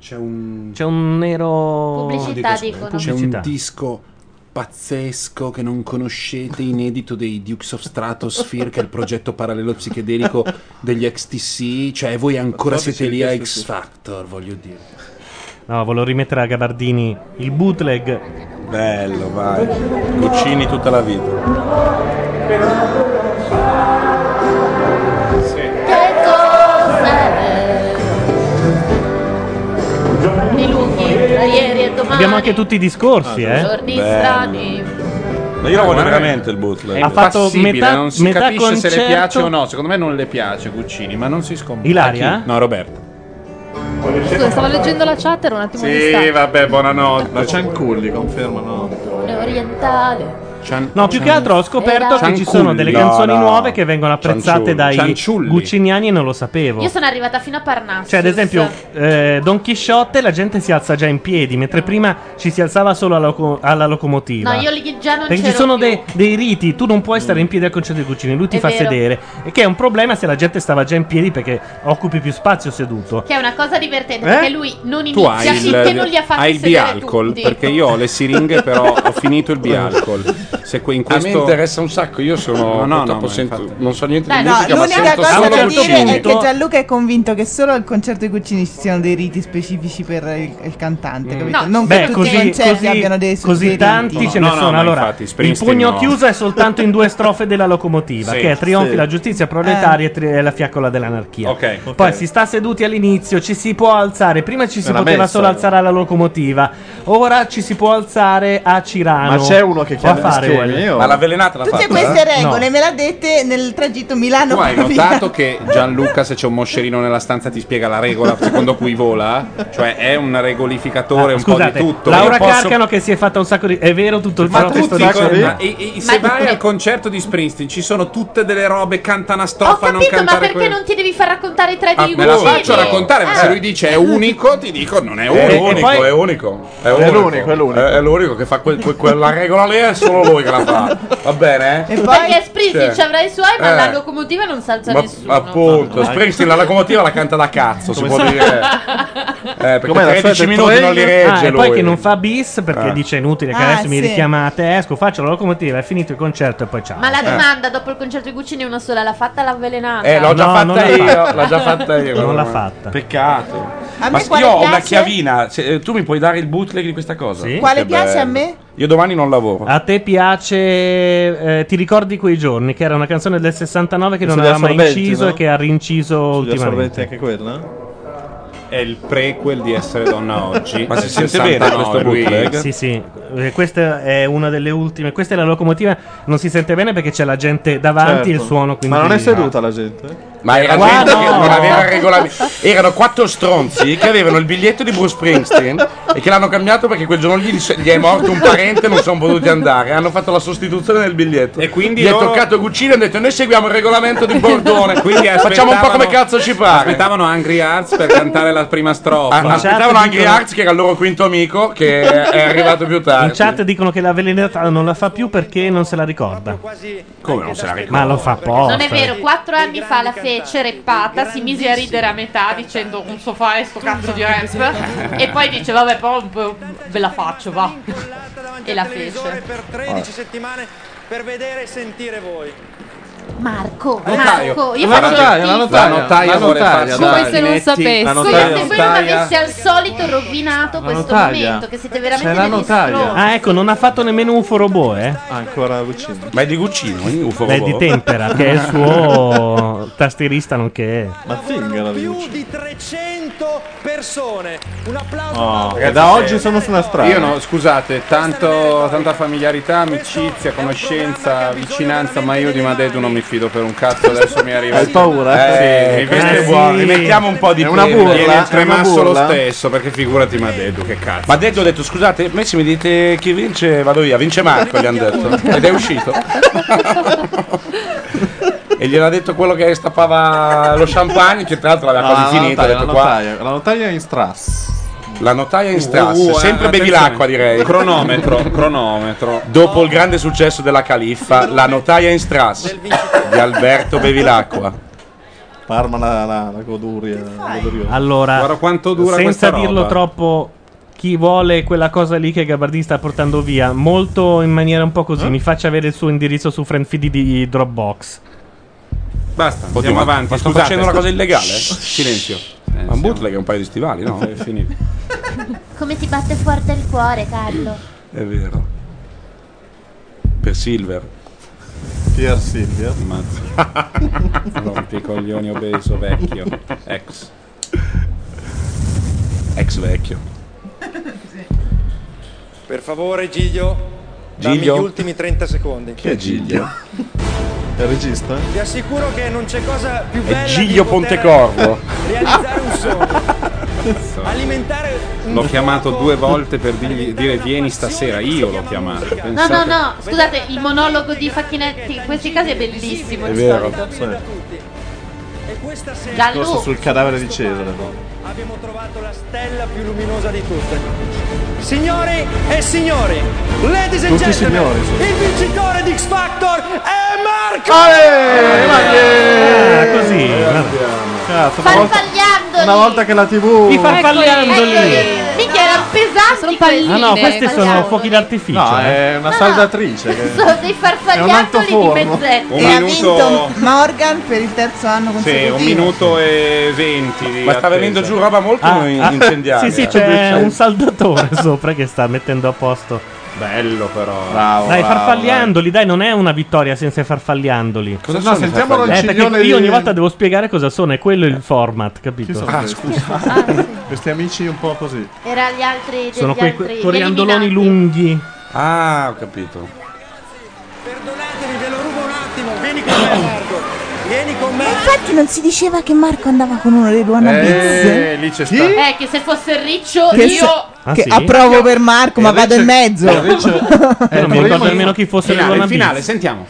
Speaker 20: C'è un.
Speaker 1: C'è un nero.
Speaker 13: Pubblicità, dicono.
Speaker 20: C'è un
Speaker 1: Pubblicità.
Speaker 20: disco pazzesco che non conoscete, inedito dei Dukes of Stratosphere, che è il progetto parallelo psichedelico degli XTC. Cioè, voi ancora
Speaker 1: Forse
Speaker 20: siete
Speaker 1: sì,
Speaker 20: lì a
Speaker 1: questo
Speaker 20: X
Speaker 1: sì.
Speaker 20: Factor, voglio dire.
Speaker 1: No, volevo rimettere a Gabardini il bootleg.
Speaker 2: Bello, vai. Cucini tutta la vita.
Speaker 13: Che cos'è? Giorni lunghi, tra ieri e domani.
Speaker 1: Abbiamo anche tutti i discorsi, eh.
Speaker 13: Giorni strani.
Speaker 2: Eh, Ma io lo voglio veramente il bootleg.
Speaker 1: Ha fatto
Speaker 3: Impassibile,
Speaker 1: metà-
Speaker 3: non si
Speaker 1: metà
Speaker 3: capisce se le
Speaker 1: concerto-
Speaker 3: piace o no. Secondo me non le piace Guccini, ma non si scompone.
Speaker 1: Ilaria?
Speaker 3: A chi? No, Roberto.
Speaker 12: Scusa, stavo leggendo la chat, era un attimo di
Speaker 3: Sì,
Speaker 12: distacco.
Speaker 3: vabbè, buonanotte. La
Speaker 4: Cianculli confermano.
Speaker 13: orientale.
Speaker 1: No, più che altro ho scoperto
Speaker 3: Era-
Speaker 1: che ci sono delle
Speaker 3: Cianculli.
Speaker 1: canzoni
Speaker 3: No, no.
Speaker 1: nuove che vengono apprezzate
Speaker 3: Cianciulli.
Speaker 1: dai
Speaker 3: Cianciulli.
Speaker 1: gucciniani e non lo sapevo.
Speaker 13: Io sono arrivata fino a Parnasso.
Speaker 1: Cioè, ad esempio, eh, Don Chisciotte la gente si alza già in piedi, mentre prima ci si alzava solo alla, loco- alla locomotiva.
Speaker 13: No, io lì già non
Speaker 1: Perché ci
Speaker 13: c'ero Mm.
Speaker 1: sono dei, dei riti, tu non puoi stare in piedi al concerto di Guccini, lui ti
Speaker 13: È
Speaker 1: fa
Speaker 13: vero.
Speaker 1: sedere. E che è un problema se la gente stava già in piedi perché occupi più spazio seduto.
Speaker 13: Che è una cosa divertente,
Speaker 1: Eh?
Speaker 13: perché lui non
Speaker 1: Tu
Speaker 3: Tu
Speaker 13: inizia
Speaker 3: hai il,
Speaker 13: finché non li ha fatti
Speaker 3: hai il
Speaker 13: sedere
Speaker 3: bialcol,
Speaker 13: tutti.
Speaker 3: perché io ho le siringhe, però ho finito *laughs* il bialcol. Se que- in
Speaker 2: A me
Speaker 3: questo...
Speaker 2: interessa un sacco, io sono.
Speaker 3: No, no,
Speaker 2: purtroppo
Speaker 3: no, ma
Speaker 2: sento- non so niente
Speaker 15: Dai,
Speaker 2: di
Speaker 15: no,
Speaker 2: musica, ma
Speaker 15: l'unica
Speaker 2: sento
Speaker 15: cosa
Speaker 2: solo
Speaker 15: da dire
Speaker 2: Guccini.
Speaker 15: è che Gianluca è convinto che solo al concerto di Cuccini ci siano dei riti specifici per il, il cantante, capito? Non
Speaker 1: Mm. Beh,
Speaker 15: che tutti
Speaker 1: così,
Speaker 15: i concerti
Speaker 1: così-
Speaker 15: abbiano dei suoi
Speaker 1: così
Speaker 15: riti.
Speaker 1: tanti ce ne
Speaker 3: Mm. No, no,
Speaker 1: sono.
Speaker 3: ma
Speaker 1: allora,
Speaker 3: infatti,
Speaker 1: il
Speaker 3: Springsteen
Speaker 1: pugno
Speaker 3: no.
Speaker 1: chiuso è soltanto in due strofe della locomotiva,
Speaker 3: Sì,
Speaker 1: che è Trionfi
Speaker 3: sì.
Speaker 1: la giustizia
Speaker 15: Eh.
Speaker 1: proletaria e tri- e la fiaccola dell'anarchia.
Speaker 3: Ok, ok.
Speaker 1: Poi si sta seduti all'inizio, ci si può alzare. Prima ci si
Speaker 4: Era
Speaker 1: poteva
Speaker 4: messa,
Speaker 1: solo
Speaker 4: eh.
Speaker 1: alzare alla locomotiva, ora ci si può alzare a Cirano.
Speaker 4: Ma c'è uno che
Speaker 1: O a
Speaker 4: chiama
Speaker 1: fare,
Speaker 4: gli
Speaker 1: vuole.
Speaker 4: schemi, io- Ma la
Speaker 2: velenata
Speaker 4: l'ha
Speaker 15: Tutte queste regole me le ha dette nel tragitto Milano. *laughs*
Speaker 3: Tu hai notato che Gianluca, se c'è un moscerino nella stanza, ti spiega la regola secondo cui vola? Cioè, è un regolificatore un
Speaker 1: Scusate,
Speaker 3: po' di tutto.
Speaker 1: Laura
Speaker 3: Io posso-
Speaker 1: Carcano che si è fatta un sacco di... È vero tutto il
Speaker 3: Ma
Speaker 1: fatto che sto
Speaker 3: tutti dicono,
Speaker 1: dicendo?
Speaker 3: ma- e- e- se vai al concerto di Springsteen ci sono tutte delle robe, canta una
Speaker 13: Ho
Speaker 3: strofa, non
Speaker 13: capito,
Speaker 3: cantare
Speaker 13: ma perché
Speaker 3: quella.
Speaker 13: non ti devi far raccontare i tre
Speaker 3: Ah,
Speaker 13: di
Speaker 3: me la
Speaker 13: Guccini?
Speaker 3: faccio raccontare, ma se lui dice è unico, ti dico non è
Speaker 2: È
Speaker 3: unico.
Speaker 2: unico, è unico. È, l'unico, è l'unico. È, l'unico che fa quel- quel- quella regola lì, è solo lui che la fa. Va bene? eh?
Speaker 13: Perché Springsteen
Speaker 2: Cioè,
Speaker 13: ci avrà i suoi, ma
Speaker 2: eh.
Speaker 13: la locomotiva non salza
Speaker 2: ma-
Speaker 13: nessuno.
Speaker 2: appunto, Springsteen la locomotiva la canta da cazzo, si può dire. Eh, perché
Speaker 1: Com'è la
Speaker 2: 13
Speaker 1: solita
Speaker 2: minuti non li
Speaker 1: trailer?
Speaker 2: regge
Speaker 1: Ah, e poi
Speaker 2: lui.
Speaker 1: che non fa bis perché
Speaker 2: Ah.
Speaker 1: dice è inutile che
Speaker 13: Ah,
Speaker 1: adesso mi
Speaker 13: sì.
Speaker 1: richiamate esco faccio la locomotiva è finito il concerto e poi ciao
Speaker 2: Eh.
Speaker 13: Ma la domanda dopo il concerto di Guccini è una sola, l'ha fatta l'avvelenata?
Speaker 1: Eh, l'ho già No,
Speaker 2: L'ho fatta
Speaker 1: non l'ha
Speaker 2: io,
Speaker 1: fatta.
Speaker 2: l'ho già fatta io.
Speaker 1: Non l'ha
Speaker 2: fatta. Peccato.
Speaker 15: A
Speaker 2: Ma
Speaker 15: me
Speaker 2: s-
Speaker 15: quale
Speaker 2: io ho una
Speaker 15: piace?
Speaker 2: chiavina, se- eh, tu mi puoi dare il bootleg di questa cosa?
Speaker 15: Quale
Speaker 2: Che
Speaker 15: piace a
Speaker 2: bello.
Speaker 15: me?
Speaker 2: Io domani non lavoro.
Speaker 1: a te piace eh, ti ricordi quei giorni che era una canzone del 69 che non
Speaker 4: Sugli
Speaker 1: aveva mai
Speaker 4: assorbenti,
Speaker 1: inciso
Speaker 4: no?
Speaker 1: e che ha rinciso
Speaker 4: Sugli assorbenti
Speaker 1: ultimamente
Speaker 4: anche quella?
Speaker 3: eh. È il prequel di Essere Donna Oggi.
Speaker 2: *laughs* Ma si
Speaker 3: del
Speaker 2: sente bene
Speaker 3: 69,
Speaker 2: questo
Speaker 3: lui-
Speaker 2: bootleg?
Speaker 1: sì sì Eh, questa è una delle ultime questa è la locomotiva non si sente bene perché c'è la gente davanti
Speaker 4: Certo.
Speaker 1: il suono quindi
Speaker 4: Ma non è seduta la gente?
Speaker 2: Ma era
Speaker 4: Guarda,
Speaker 2: gente che
Speaker 4: no.
Speaker 2: non aveva regolamenti. Erano quattro stronzi che avevano il biglietto di Bruce Springsteen e che l'hanno cambiato perché quel giorno lì gli gli è morto un parente e non sono potuti andare. Hanno fatto la sostituzione del biglietto. E
Speaker 3: quindi
Speaker 2: gli è
Speaker 3: loro-
Speaker 2: toccato Guccini e hanno detto: Noi seguiamo il regolamento di Bordone.
Speaker 3: Quindi
Speaker 2: facciamo un po' come
Speaker 3: aspettavano-
Speaker 2: cazzo ci pare.
Speaker 3: Aspettavano Angry Arts per cantare la prima strofa.
Speaker 2: Ah, aspettavano anche Arts, che era il loro quinto amico,
Speaker 4: *laughs*
Speaker 2: che è arrivato più
Speaker 1: in
Speaker 2: tardi.
Speaker 1: chat dicono che la velenata non la fa più perché non se la ricorda
Speaker 2: Come non se la ricorda?
Speaker 1: ma lo fa apposta
Speaker 13: Non è vero, quattro anni fa la fece reppata, si mise a ridere a metà dicendo un sofà e sto cazzo di rap e poi dice vabbè poi un po' ve la faccio va e la fece.
Speaker 5: per 13 settimane per vedere e sentire voi.
Speaker 13: Marco,
Speaker 5: Notaio.
Speaker 13: Marco, io
Speaker 5: La
Speaker 13: faccio
Speaker 5: notaia,
Speaker 13: schifo.
Speaker 5: la notaia.
Speaker 3: La notaia
Speaker 5: La
Speaker 3: vuole
Speaker 5: notaia,
Speaker 3: farci
Speaker 5: dai.
Speaker 3: i
Speaker 5: Come se non
Speaker 3: dinetti.
Speaker 5: sapessi.
Speaker 3: La
Speaker 13: Scusa,
Speaker 3: notaia-
Speaker 13: se voi non
Speaker 3: notaia.
Speaker 13: avessi al solito rovinato questo
Speaker 1: notaia.
Speaker 13: momento, che siete
Speaker 1: C'è
Speaker 13: veramente
Speaker 1: la
Speaker 13: degli
Speaker 1: notaia.
Speaker 13: stronzi.
Speaker 1: Ah, ecco, non ha fatto nemmeno un forobò, eh?
Speaker 4: Ancora Guccini.
Speaker 2: Ma è di Guccino, quindi UFO.
Speaker 1: Beh, di Tempera, che è *laughs* il suo tastierista, nonché.
Speaker 4: Zingara di
Speaker 5: Più di 300 persone. Un applauso.
Speaker 1: Oh,
Speaker 4: perché Ah. da oggi sono sulla strada.
Speaker 3: cioè, Io no, scusate, tanto, tanta familiarità, amicizia, conoscenza, vicinanza, ma io di Madedu non mi fido per un cazzo, adesso mi arriva.
Speaker 4: Hai paura, eh?
Speaker 3: Sì, mi veste
Speaker 4: Eh, sì.
Speaker 3: buono,
Speaker 4: Rimettiamo un po' di È una
Speaker 3: pelle.
Speaker 4: burla,
Speaker 3: Viene il
Speaker 4: è
Speaker 3: tremasso
Speaker 4: una
Speaker 3: lo
Speaker 4: burla.
Speaker 3: stesso, perché figurati Madedu, che cazzo.
Speaker 2: Ma detto ho detto scusate, me se mi dite chi vince vado via, vince Marco, gli hanno *laughs* detto. Ed è uscito. e gliel'ha detto quello che stappava lo champagne, che tra l'altro l'aveva
Speaker 4: No,
Speaker 2: quasi
Speaker 4: Ah, la
Speaker 2: finito, ha
Speaker 4: notaia,
Speaker 2: detto
Speaker 4: la
Speaker 2: qua.
Speaker 4: notaia, La notaia è in strass.
Speaker 2: La notaia in strass,
Speaker 3: Uh, uh,
Speaker 2: sempre bevi
Speaker 3: attenzione.
Speaker 2: l'acqua direi.
Speaker 3: Cronometro,
Speaker 2: *laughs*
Speaker 3: cronometro.
Speaker 2: Dopo il grande successo della Califfa, la notaia in strass di Alberto Bevilacqua.
Speaker 4: Parma la, la, la goduria. la goduriosa.
Speaker 1: Allora, senza
Speaker 4: questa
Speaker 1: dirlo
Speaker 4: roba.
Speaker 1: troppo, chi vuole quella cosa lì che Gabardini sta portando via, molto in maniera un po' così, mi faccia avere il suo indirizzo su friend feed di Dropbox.
Speaker 3: Basta,
Speaker 1: Oddio,
Speaker 3: andiamo
Speaker 1: ma-
Speaker 3: avanti.
Speaker 1: ma sto
Speaker 3: Scusate.
Speaker 1: facendo una cosa illegale?
Speaker 3: Shh, Silenzio. Eh,
Speaker 2: Ma un bootleg è un paio di stivali, no?
Speaker 3: È finito.
Speaker 1: Eh.
Speaker 37: Come ti batte forte il cuore, Carlo?
Speaker 2: È vero. Per Silver.
Speaker 4: Pier Silver.
Speaker 3: *laughs* Rompicoglioni obeso vecchio. Ecco. Ex.
Speaker 2: Ex vecchio.
Speaker 5: Per favore, Giglio, dammi gli
Speaker 4: Giglio?
Speaker 5: ultimi 30 secondi.
Speaker 4: Chi è Giglio? È il regista?
Speaker 5: Ti assicuro che non c'è cosa più
Speaker 4: È
Speaker 5: bella
Speaker 4: Giglio
Speaker 5: di poter
Speaker 4: Pontecorvo.
Speaker 5: Realizzare un
Speaker 4: *laughs*
Speaker 5: sogno. Alimentare un
Speaker 3: L'ho chiamato due volte per dirgli- dire vieni stasera. Io l'ho chiamato.
Speaker 13: No, no,
Speaker 3: pensate.
Speaker 13: no, scusate, il monologo di Facchinetti in questi casi è bellissimo.
Speaker 3: È
Speaker 13: di
Speaker 3: vero.
Speaker 13: solito.
Speaker 5: E questa sera
Speaker 4: Corso sul cadavere di Cesare.
Speaker 5: abbiamo trovato la stella più luminosa di tutte. Signori e signori, ladies and
Speaker 4: Tutti
Speaker 5: gentlemen,
Speaker 4: signori, sì.
Speaker 5: il vincitore di X Factor è Marco!
Speaker 1: Eh,
Speaker 4: Ah, così.
Speaker 1: Certo,
Speaker 4: Cazzo, una volta,
Speaker 37: Farfagliandoli!
Speaker 4: una volta che la TV.
Speaker 1: I farfagliandoli.
Speaker 4: ecco
Speaker 37: Eccoli.
Speaker 13: Ecco, Minchia, erano pesanti sono
Speaker 1: Ah no, questi sono fuochi d'artificio. eh.
Speaker 4: No, è una saldatrice. *laughs*
Speaker 13: Sono dei farfagliandoli di
Speaker 4: forno.
Speaker 13: mezz'etta.
Speaker 3: Un minuto.
Speaker 15: Morgan per il terzo anno
Speaker 3: Sì,
Speaker 15: consecutivo.
Speaker 3: un minuto e venti. di
Speaker 2: Ma sta
Speaker 3: attesa.
Speaker 2: venendo giù roba molto
Speaker 1: Ah,
Speaker 2: incendiaria.
Speaker 1: Sì, sì, c'è un saldatore *laughs* sopra che sta mettendo a posto.
Speaker 3: Bello però.
Speaker 1: dai, farfagliandoli, dai, non è una vittoria senza i farfagliandoli.
Speaker 3: Cosa No, sono i sentiamo
Speaker 1: eh,
Speaker 3: farfagliandoli?
Speaker 1: perché
Speaker 3: l'unciglione
Speaker 1: io
Speaker 3: di-
Speaker 1: ogni volta devo spiegare cosa sono, è quello il format,
Speaker 4: Chi
Speaker 1: capito?
Speaker 4: sono questi? Ah, Questi amici un po' così.
Speaker 37: Era gli altri degli
Speaker 1: Sono quei
Speaker 37: altri
Speaker 1: coriandoloni lunghi.
Speaker 2: Ah, ho capito.
Speaker 5: Vieni con me, Marco. Vieni con me.
Speaker 15: Infatti non si diceva che Marco andava con uno dei Luana Biz?
Speaker 3: Eh, lì c'è
Speaker 13: Eh, che se fosse riccio
Speaker 15: Che,
Speaker 13: io...
Speaker 15: se-
Speaker 1: Ah,
Speaker 15: che
Speaker 1: sì?
Speaker 15: approvo per Marco, ma vado in mezzo. *laughs*
Speaker 3: eh,
Speaker 4: Eh,
Speaker 1: Io non mi ricordo nemmeno chi fosse
Speaker 3: Finale,
Speaker 1: Luana
Speaker 3: finale,
Speaker 1: Biz.
Speaker 3: sentiamo.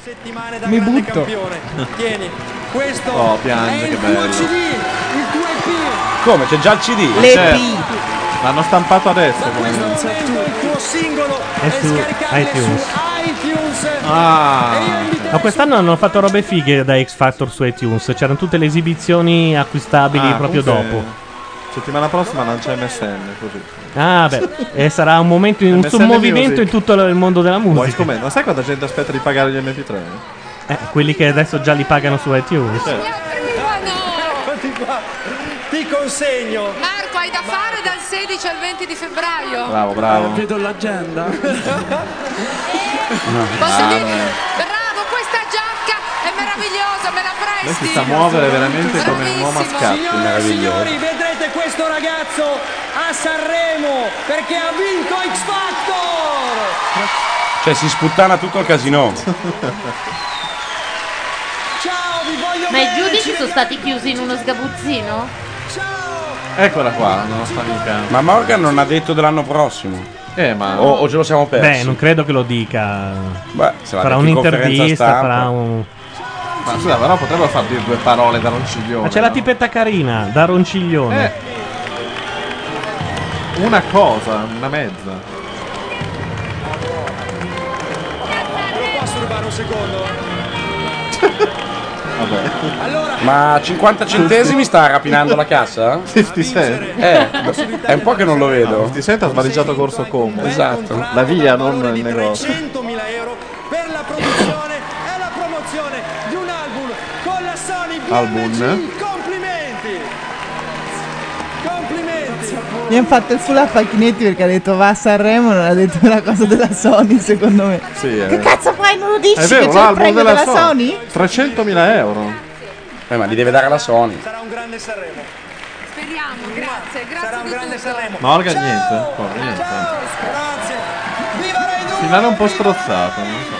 Speaker 15: Mi butto.
Speaker 5: Tieni, questo
Speaker 4: Oh,
Speaker 5: è
Speaker 4: piange,
Speaker 5: il
Speaker 4: che
Speaker 5: tuo
Speaker 4: bello.
Speaker 5: CD, il tuo EP,
Speaker 4: Come? C'è già il CD?
Speaker 5: Le
Speaker 4: Certo.
Speaker 5: P.
Speaker 4: L'hanno stampato adesso. come-
Speaker 5: il tuo singolo
Speaker 1: È su Eh, iTunes.
Speaker 5: iTunes.
Speaker 4: Ah.
Speaker 1: Ma quest'anno hanno fatto robe fighe da X Factor su iTunes. C'erano tutte le esibizioni acquistabili
Speaker 4: Ah,
Speaker 1: proprio
Speaker 4: comunque,
Speaker 1: dopo.
Speaker 4: Settimana prossima lancia MSN così.
Speaker 1: Ah, beh, e sarà un momento, in- un
Speaker 4: MSN
Speaker 1: sommovimento
Speaker 4: Music.
Speaker 1: in tutto il mondo della
Speaker 4: Vuoi
Speaker 1: musica.
Speaker 4: scommettere? Ma sai quanta gente aspetta di pagare gli MP3?
Speaker 1: Eh, quelli che adesso già li pagano su iTunes.
Speaker 5: Certo. Eccoti qua. Ti consegno.
Speaker 12: Marco, hai da fare dal 16 al 20 di febbraio.
Speaker 4: Bravo, bravo.
Speaker 12: Vedo l'agenda.
Speaker 4: Ah,
Speaker 12: Posso dire?
Speaker 4: vabbè.
Speaker 12: Bravo, questa giacca è meravigliosa, me la
Speaker 4: Lei si
Speaker 12: presti?
Speaker 4: sa muovere veramente come un uomo a scatti.
Speaker 5: Signore e signori, vedrete questo ragazzo a Sanremo perché ha vinto X Factor.
Speaker 2: Cioè, si sputtana tutto il casino.
Speaker 5: Ciao, vi voglio
Speaker 13: Ma i
Speaker 5: bene, ci
Speaker 13: giudici sono stati chiusi in uno sgabuzzino?
Speaker 2: Eccola qua, non sta mica. Ma Morgan non ha detto dell'anno prossimo.
Speaker 4: Eh, ma.
Speaker 2: O, o ce lo siamo persi.
Speaker 1: Beh, non credo che lo dica.
Speaker 2: Beh, se l'ha
Speaker 1: farà
Speaker 2: detto in conferenza
Speaker 1: un'intervista,
Speaker 2: stampa.
Speaker 1: farà un.
Speaker 4: Ma scusa, però potrebbero far dire due parole da Ronciglione.
Speaker 1: Ma c'è la tipetta carina, da ronciglione.
Speaker 4: Eh. Una cosa, una mezza.
Speaker 5: Posso rubare un secondo?
Speaker 2: *laughs* Ma 50 centesimi sta rapinando la cassa?
Speaker 4: 50 cent.
Speaker 2: Eh, è un po' che non lo vedo.
Speaker 4: Ti sento ha svaliggiato corso combo.
Speaker 2: Esatto.
Speaker 4: La via, non il negozio.
Speaker 5: 100.000 euro per la produzione e la promozione di un album con la Sony BMG.
Speaker 4: Album.
Speaker 5: Complimenti. Complimenti.
Speaker 15: Mi hanno fatto il full a Facchinetti perché ha detto va a Sanremo, non ha detto la cosa della Sony, secondo me.
Speaker 4: Sì, eh.
Speaker 15: Che cazzo fai? Non lo dici
Speaker 4: È
Speaker 15: che
Speaker 4: vero,
Speaker 15: c'è il
Speaker 4: l'album
Speaker 15: premio
Speaker 4: della,
Speaker 15: della,
Speaker 4: Sony.
Speaker 15: Sony?
Speaker 4: 300.000 euro.
Speaker 2: Eh, ma li deve dare la Sony.
Speaker 5: Sarà un grande Sanremo.
Speaker 12: Speriamo, grazie, grazie
Speaker 5: Sarà un
Speaker 12: di
Speaker 5: grande
Speaker 12: tutto.
Speaker 5: Sanremo.
Speaker 4: Morgan niente. Porca, niente.
Speaker 15: Ah,
Speaker 4: Finale un po' strozzato, non so.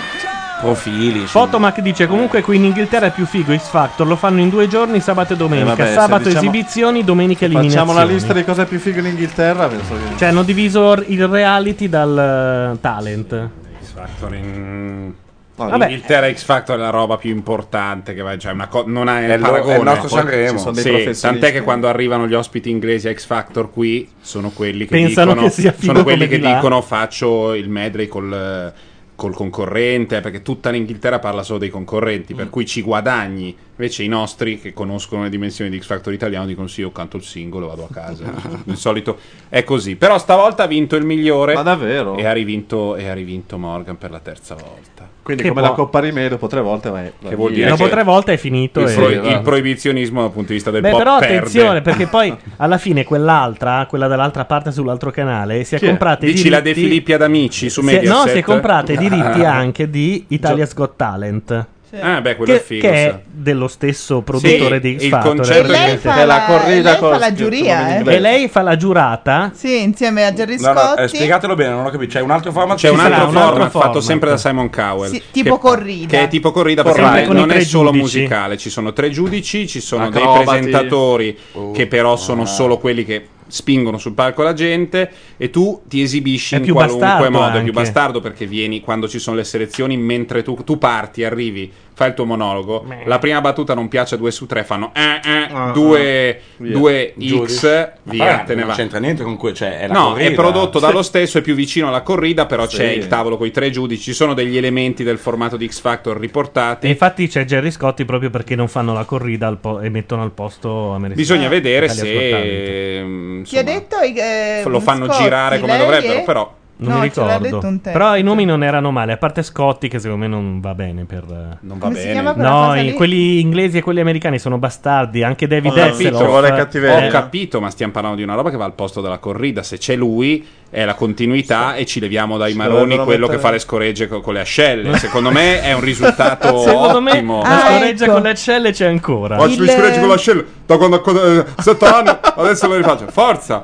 Speaker 2: Profili.
Speaker 1: Fotomac dice comunque qui in Inghilterra è più figo X Factor, lo fanno in due giorni sabato e domenica.
Speaker 4: Eh, vabbè, se
Speaker 1: sabato
Speaker 4: diciamo-
Speaker 1: esibizioni, domenica eliminazioni.
Speaker 4: Facciamo la lista di cose più fighe in Inghilterra, penso che.
Speaker 1: Cioè hanno diviso r- il reality dal eh, talent.
Speaker 3: Factor in...
Speaker 1: in Vabbè.
Speaker 3: Inghilterra X Factor è la roba più importante che vai, cioè una co- non ha
Speaker 2: È lo-
Speaker 3: paragone. eh.
Speaker 2: è il nostro
Speaker 3: Poi
Speaker 2: Sanremo.
Speaker 3: ci sono dei
Speaker 2: Sì,
Speaker 3: professionisti. tant'è che quando arrivano gli ospiti inglesi a X Factor qui sono quelli che
Speaker 1: Pensano
Speaker 3: dicono
Speaker 1: che sia figo
Speaker 3: sono quelli
Speaker 1: come
Speaker 3: che
Speaker 1: di là.
Speaker 3: dicono faccio il medley
Speaker 1: Mm.
Speaker 3: col col concorrente, perché tutta l'Inghilterra parla solo dei concorrenti, per cui ci guadagni Invece i nostri che conoscono le dimensioni di X Factor italiano dicono sì, io canto il singolo, vado a casa.
Speaker 1: *laughs*
Speaker 3: Di solito è così. Però stavolta ha vinto il migliore. Ma
Speaker 4: davvero?
Speaker 3: E ha rivinto, e ha rivinto Morgan per la terza volta.
Speaker 4: Quindi
Speaker 3: Che
Speaker 4: come
Speaker 3: può-
Speaker 4: la Coppa Rimei dopo tre volte vai,
Speaker 3: Che vuol dire
Speaker 1: Dopo
Speaker 3: che
Speaker 1: tre volte è finito
Speaker 3: Il,
Speaker 1: e-
Speaker 3: pro- il proibizionismo dal punto di vista del
Speaker 1: Beh,
Speaker 3: pop
Speaker 1: però
Speaker 3: perde.
Speaker 1: attenzione, perché
Speaker 3: *laughs*
Speaker 1: poi alla fine quell'altra, quella dall'altra parte sull'altro canale, si è
Speaker 3: Chi è?
Speaker 1: comprata i
Speaker 3: Dici
Speaker 1: diritti.
Speaker 3: la De Filippi ad amici su
Speaker 1: si è-
Speaker 3: Mediaset.
Speaker 1: no, si è comprata i
Speaker 3: *laughs*
Speaker 1: diritti anche di Italia's Got Talent.
Speaker 3: Ah, beh, quello
Speaker 1: che,
Speaker 3: è figo,
Speaker 1: che
Speaker 3: sì.
Speaker 1: è dello stesso produttore
Speaker 3: Sì,
Speaker 1: di X
Speaker 3: il
Speaker 1: Factor eh,
Speaker 3: concetto è che-
Speaker 1: praticamente.
Speaker 3: Lei fa È la la- corrida
Speaker 15: lei fa con- la giuria, con- eh.
Speaker 1: e lei fa la giurata
Speaker 15: Sì, insieme a Jerry
Speaker 2: No,
Speaker 15: Scotti.
Speaker 2: no, eh, spiegatelo bene, non ho capito. C'è un altro format?
Speaker 3: C'è
Speaker 2: Ci
Speaker 3: un
Speaker 2: sarà
Speaker 3: altro format fatto sempre da Simon Cowell.
Speaker 15: Sì, tipo
Speaker 3: che,
Speaker 15: corrida.
Speaker 3: Che è tipo corrida
Speaker 2: Corrida.
Speaker 3: perché non è-
Speaker 2: Con i
Speaker 3: non è
Speaker 2: tre
Speaker 3: solo
Speaker 2: giudici.
Speaker 3: musicale. Ci sono tre giudici, ci sono dei
Speaker 2: Acrobati. Uh. Ah.
Speaker 3: presentatori che però sono solo quelli che spingono sul palco la gente e tu ti esibisci
Speaker 1: È
Speaker 3: in
Speaker 1: più
Speaker 3: qualunque
Speaker 1: bastardo
Speaker 3: modo. È
Speaker 1: anche.
Speaker 3: più bastardo perché vieni quando ci sono le selezioni, mentre tu, tu parti, arrivi, fai il tuo monologo.
Speaker 1: Meh.
Speaker 3: La prima battuta non piace a due su tre, fanno eh, eh,
Speaker 2: Ah,
Speaker 3: due,
Speaker 2: ah. Via.
Speaker 3: due X,
Speaker 2: Giudice. Ma
Speaker 3: via,
Speaker 2: poi
Speaker 3: te ne
Speaker 2: non
Speaker 3: va.
Speaker 2: c'entra niente con cui c'è. la
Speaker 3: No, cioè, è
Speaker 2: corrida.
Speaker 3: prodotto
Speaker 2: Sì.
Speaker 3: dallo stesso, è più vicino alla corrida, però
Speaker 2: Sì.
Speaker 3: c'è il tavolo con i tre giudici, ci sono degli elementi del formato di X Factor riportati.
Speaker 1: E infatti c'è Jerry Scotti proprio perché non fanno la corrida al po- e mettono al posto American
Speaker 3: Bisogna vedere
Speaker 1: Italia's Got Talent.
Speaker 3: se ehm,
Speaker 15: Chi ha detto? eh,
Speaker 3: lo fanno
Speaker 15: Scotti,
Speaker 3: girare come
Speaker 15: lei
Speaker 3: dovrebbero,
Speaker 15: e-
Speaker 3: però
Speaker 1: Non
Speaker 15: No,
Speaker 1: mi
Speaker 15: ce l'ha detto
Speaker 1: ricordo.
Speaker 15: un tempo.
Speaker 1: Però i nomi non erano male, a parte Scotti che secondo me non va bene per... Non
Speaker 15: Come si bene. chiama quella
Speaker 1: No,
Speaker 15: cosa
Speaker 1: i-
Speaker 15: lì?
Speaker 1: quelli inglesi e quelli americani sono bastardi, anche David
Speaker 3: Ho
Speaker 1: Hasselhoff.
Speaker 3: capito, ho
Speaker 1: Eh,
Speaker 3: capito, ma stiamo parlando di una roba che va al posto della corrida. Se c'è lui, è la continuità e ci leviamo dai maroni
Speaker 1: dovevano
Speaker 3: quello che
Speaker 1: mettere-
Speaker 3: fa le scoregge co- con,
Speaker 1: *laughs*
Speaker 3: le ascelle. Secondo me è un risultato
Speaker 1: Secondo me
Speaker 3: ottimo.
Speaker 1: la
Speaker 15: Ah,
Speaker 1: scoreggia
Speaker 15: ecco.
Speaker 1: con le ascelle c'è ancora.
Speaker 3: Oggi mi scorreggio con l'ascella da quando eh, ho 7 anni, adesso lo rifaccio. Forza!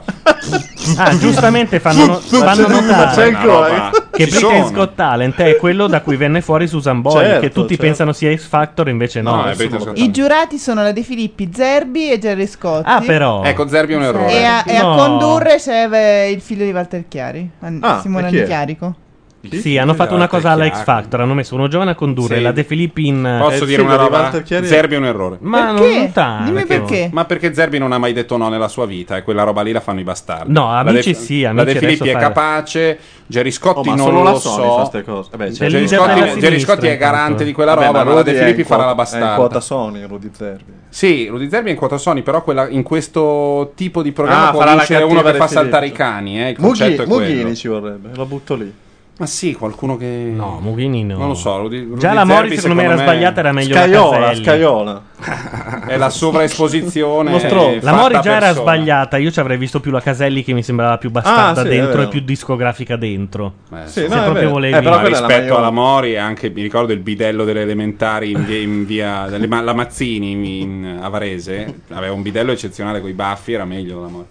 Speaker 1: Ah, giustamente fanno, no- fanno
Speaker 3: Ma c'è
Speaker 1: notare
Speaker 3: ancora? eh.
Speaker 1: una roba. che
Speaker 3: Ci
Speaker 1: Britain's
Speaker 3: sono.
Speaker 1: Got Talent è quello da cui venne fuori Susan Boyle,
Speaker 3: Certo,
Speaker 1: che tutti
Speaker 3: certo.
Speaker 1: pensano sia X Factor, invece no.
Speaker 3: No, è Britain's Got
Speaker 15: I giurati sono la De Filippi, Zerbi e Jerry Scotti.
Speaker 1: Ah, però.
Speaker 3: Ecco, Zerbi è un errore.
Speaker 15: E a, e a
Speaker 1: No.
Speaker 15: condurre c'è eh, il figlio di Walter Chiari, An-
Speaker 1: Ah,
Speaker 15: Simone
Speaker 1: e chi è?
Speaker 15: Andichiarico.
Speaker 1: Sì, hanno fatto una cosa alla X
Speaker 3: esatto, chiaro. Eh,
Speaker 1: Factor, hanno messo uno giovane a condurre,
Speaker 3: Sì.
Speaker 1: la De Filippi in...
Speaker 3: Posso dire una roba? Zerbi è un errore.
Speaker 1: Ma
Speaker 15: Perché?
Speaker 1: non tanto.
Speaker 15: Dimmi perché.
Speaker 3: Ma perché Zerbi non ha mai detto no nella sua vita e quella roba lì la fanno i bastardi.
Speaker 1: No,
Speaker 3: La
Speaker 1: amici
Speaker 3: De-
Speaker 1: sì, amici
Speaker 3: La De Filippi è
Speaker 1: adesso fa-
Speaker 3: capace, Gerry
Speaker 4: Oh,
Speaker 3: Scotti
Speaker 4: ma
Speaker 3: non
Speaker 4: solo la
Speaker 3: lo
Speaker 4: Sony
Speaker 3: so.
Speaker 4: fa ste cose. Vabbè, certo.
Speaker 3: Gerry
Speaker 4: Leader della
Speaker 3: Scotti, Gerry
Speaker 4: sinistra,
Speaker 3: Scotti è
Speaker 4: intanto.
Speaker 3: garante di quella
Speaker 4: Vabbè,
Speaker 3: roba,
Speaker 4: ma
Speaker 3: ma la De
Speaker 4: Rudy è
Speaker 3: Filippi
Speaker 4: in quota-
Speaker 3: farà la
Speaker 4: È in
Speaker 3: bastarda.
Speaker 4: quota Sony, Rudy
Speaker 3: Ah,
Speaker 4: Zerbi.
Speaker 3: Sì, Rudy Zerbi è in quota Sony, però quella- in questo tipo di programma
Speaker 4: Ah,
Speaker 3: può
Speaker 4: farà la
Speaker 3: vincere uno
Speaker 4: cattiva
Speaker 3: che
Speaker 4: De
Speaker 3: fa
Speaker 4: Filippi.
Speaker 3: saltare i cani, eh, il
Speaker 4: Mughi-
Speaker 3: concetto è
Speaker 4: Mughini
Speaker 3: quello.
Speaker 4: ci vorrebbe, lo butto lì.
Speaker 3: Ma sì, qualcuno che...
Speaker 1: No, Mughini no.
Speaker 3: Non lo so, Rudy- Rudy
Speaker 1: Già la
Speaker 3: Zerbi,
Speaker 1: Morris secondo me era sbagliata, era meglio la
Speaker 4: Scaiola,
Speaker 1: Caselli.
Speaker 4: Scaiola.
Speaker 3: *laughs* È la sovraesposizione.
Speaker 4: Uno stronzo.
Speaker 3: eh,
Speaker 1: La
Speaker 3: fatta
Speaker 1: Mori già era
Speaker 3: persona.
Speaker 1: sbagliata, io ci avrei visto più la Caselli che mi sembrava più bastarda
Speaker 3: Ah, sì, è
Speaker 1: dentro e
Speaker 3: vero.
Speaker 1: più discografica dentro.
Speaker 3: Eh, Sì,
Speaker 1: Se
Speaker 3: no, è
Speaker 1: proprio
Speaker 3: vero.
Speaker 1: volevi...
Speaker 3: Ma rispetto alla Mori, e anche mi ricordo il bidello delle elementari in via, in via- delle ma- la Mazzini in, in Avarese. Aveva un bidello eccezionale con i baffi, era meglio la Mori.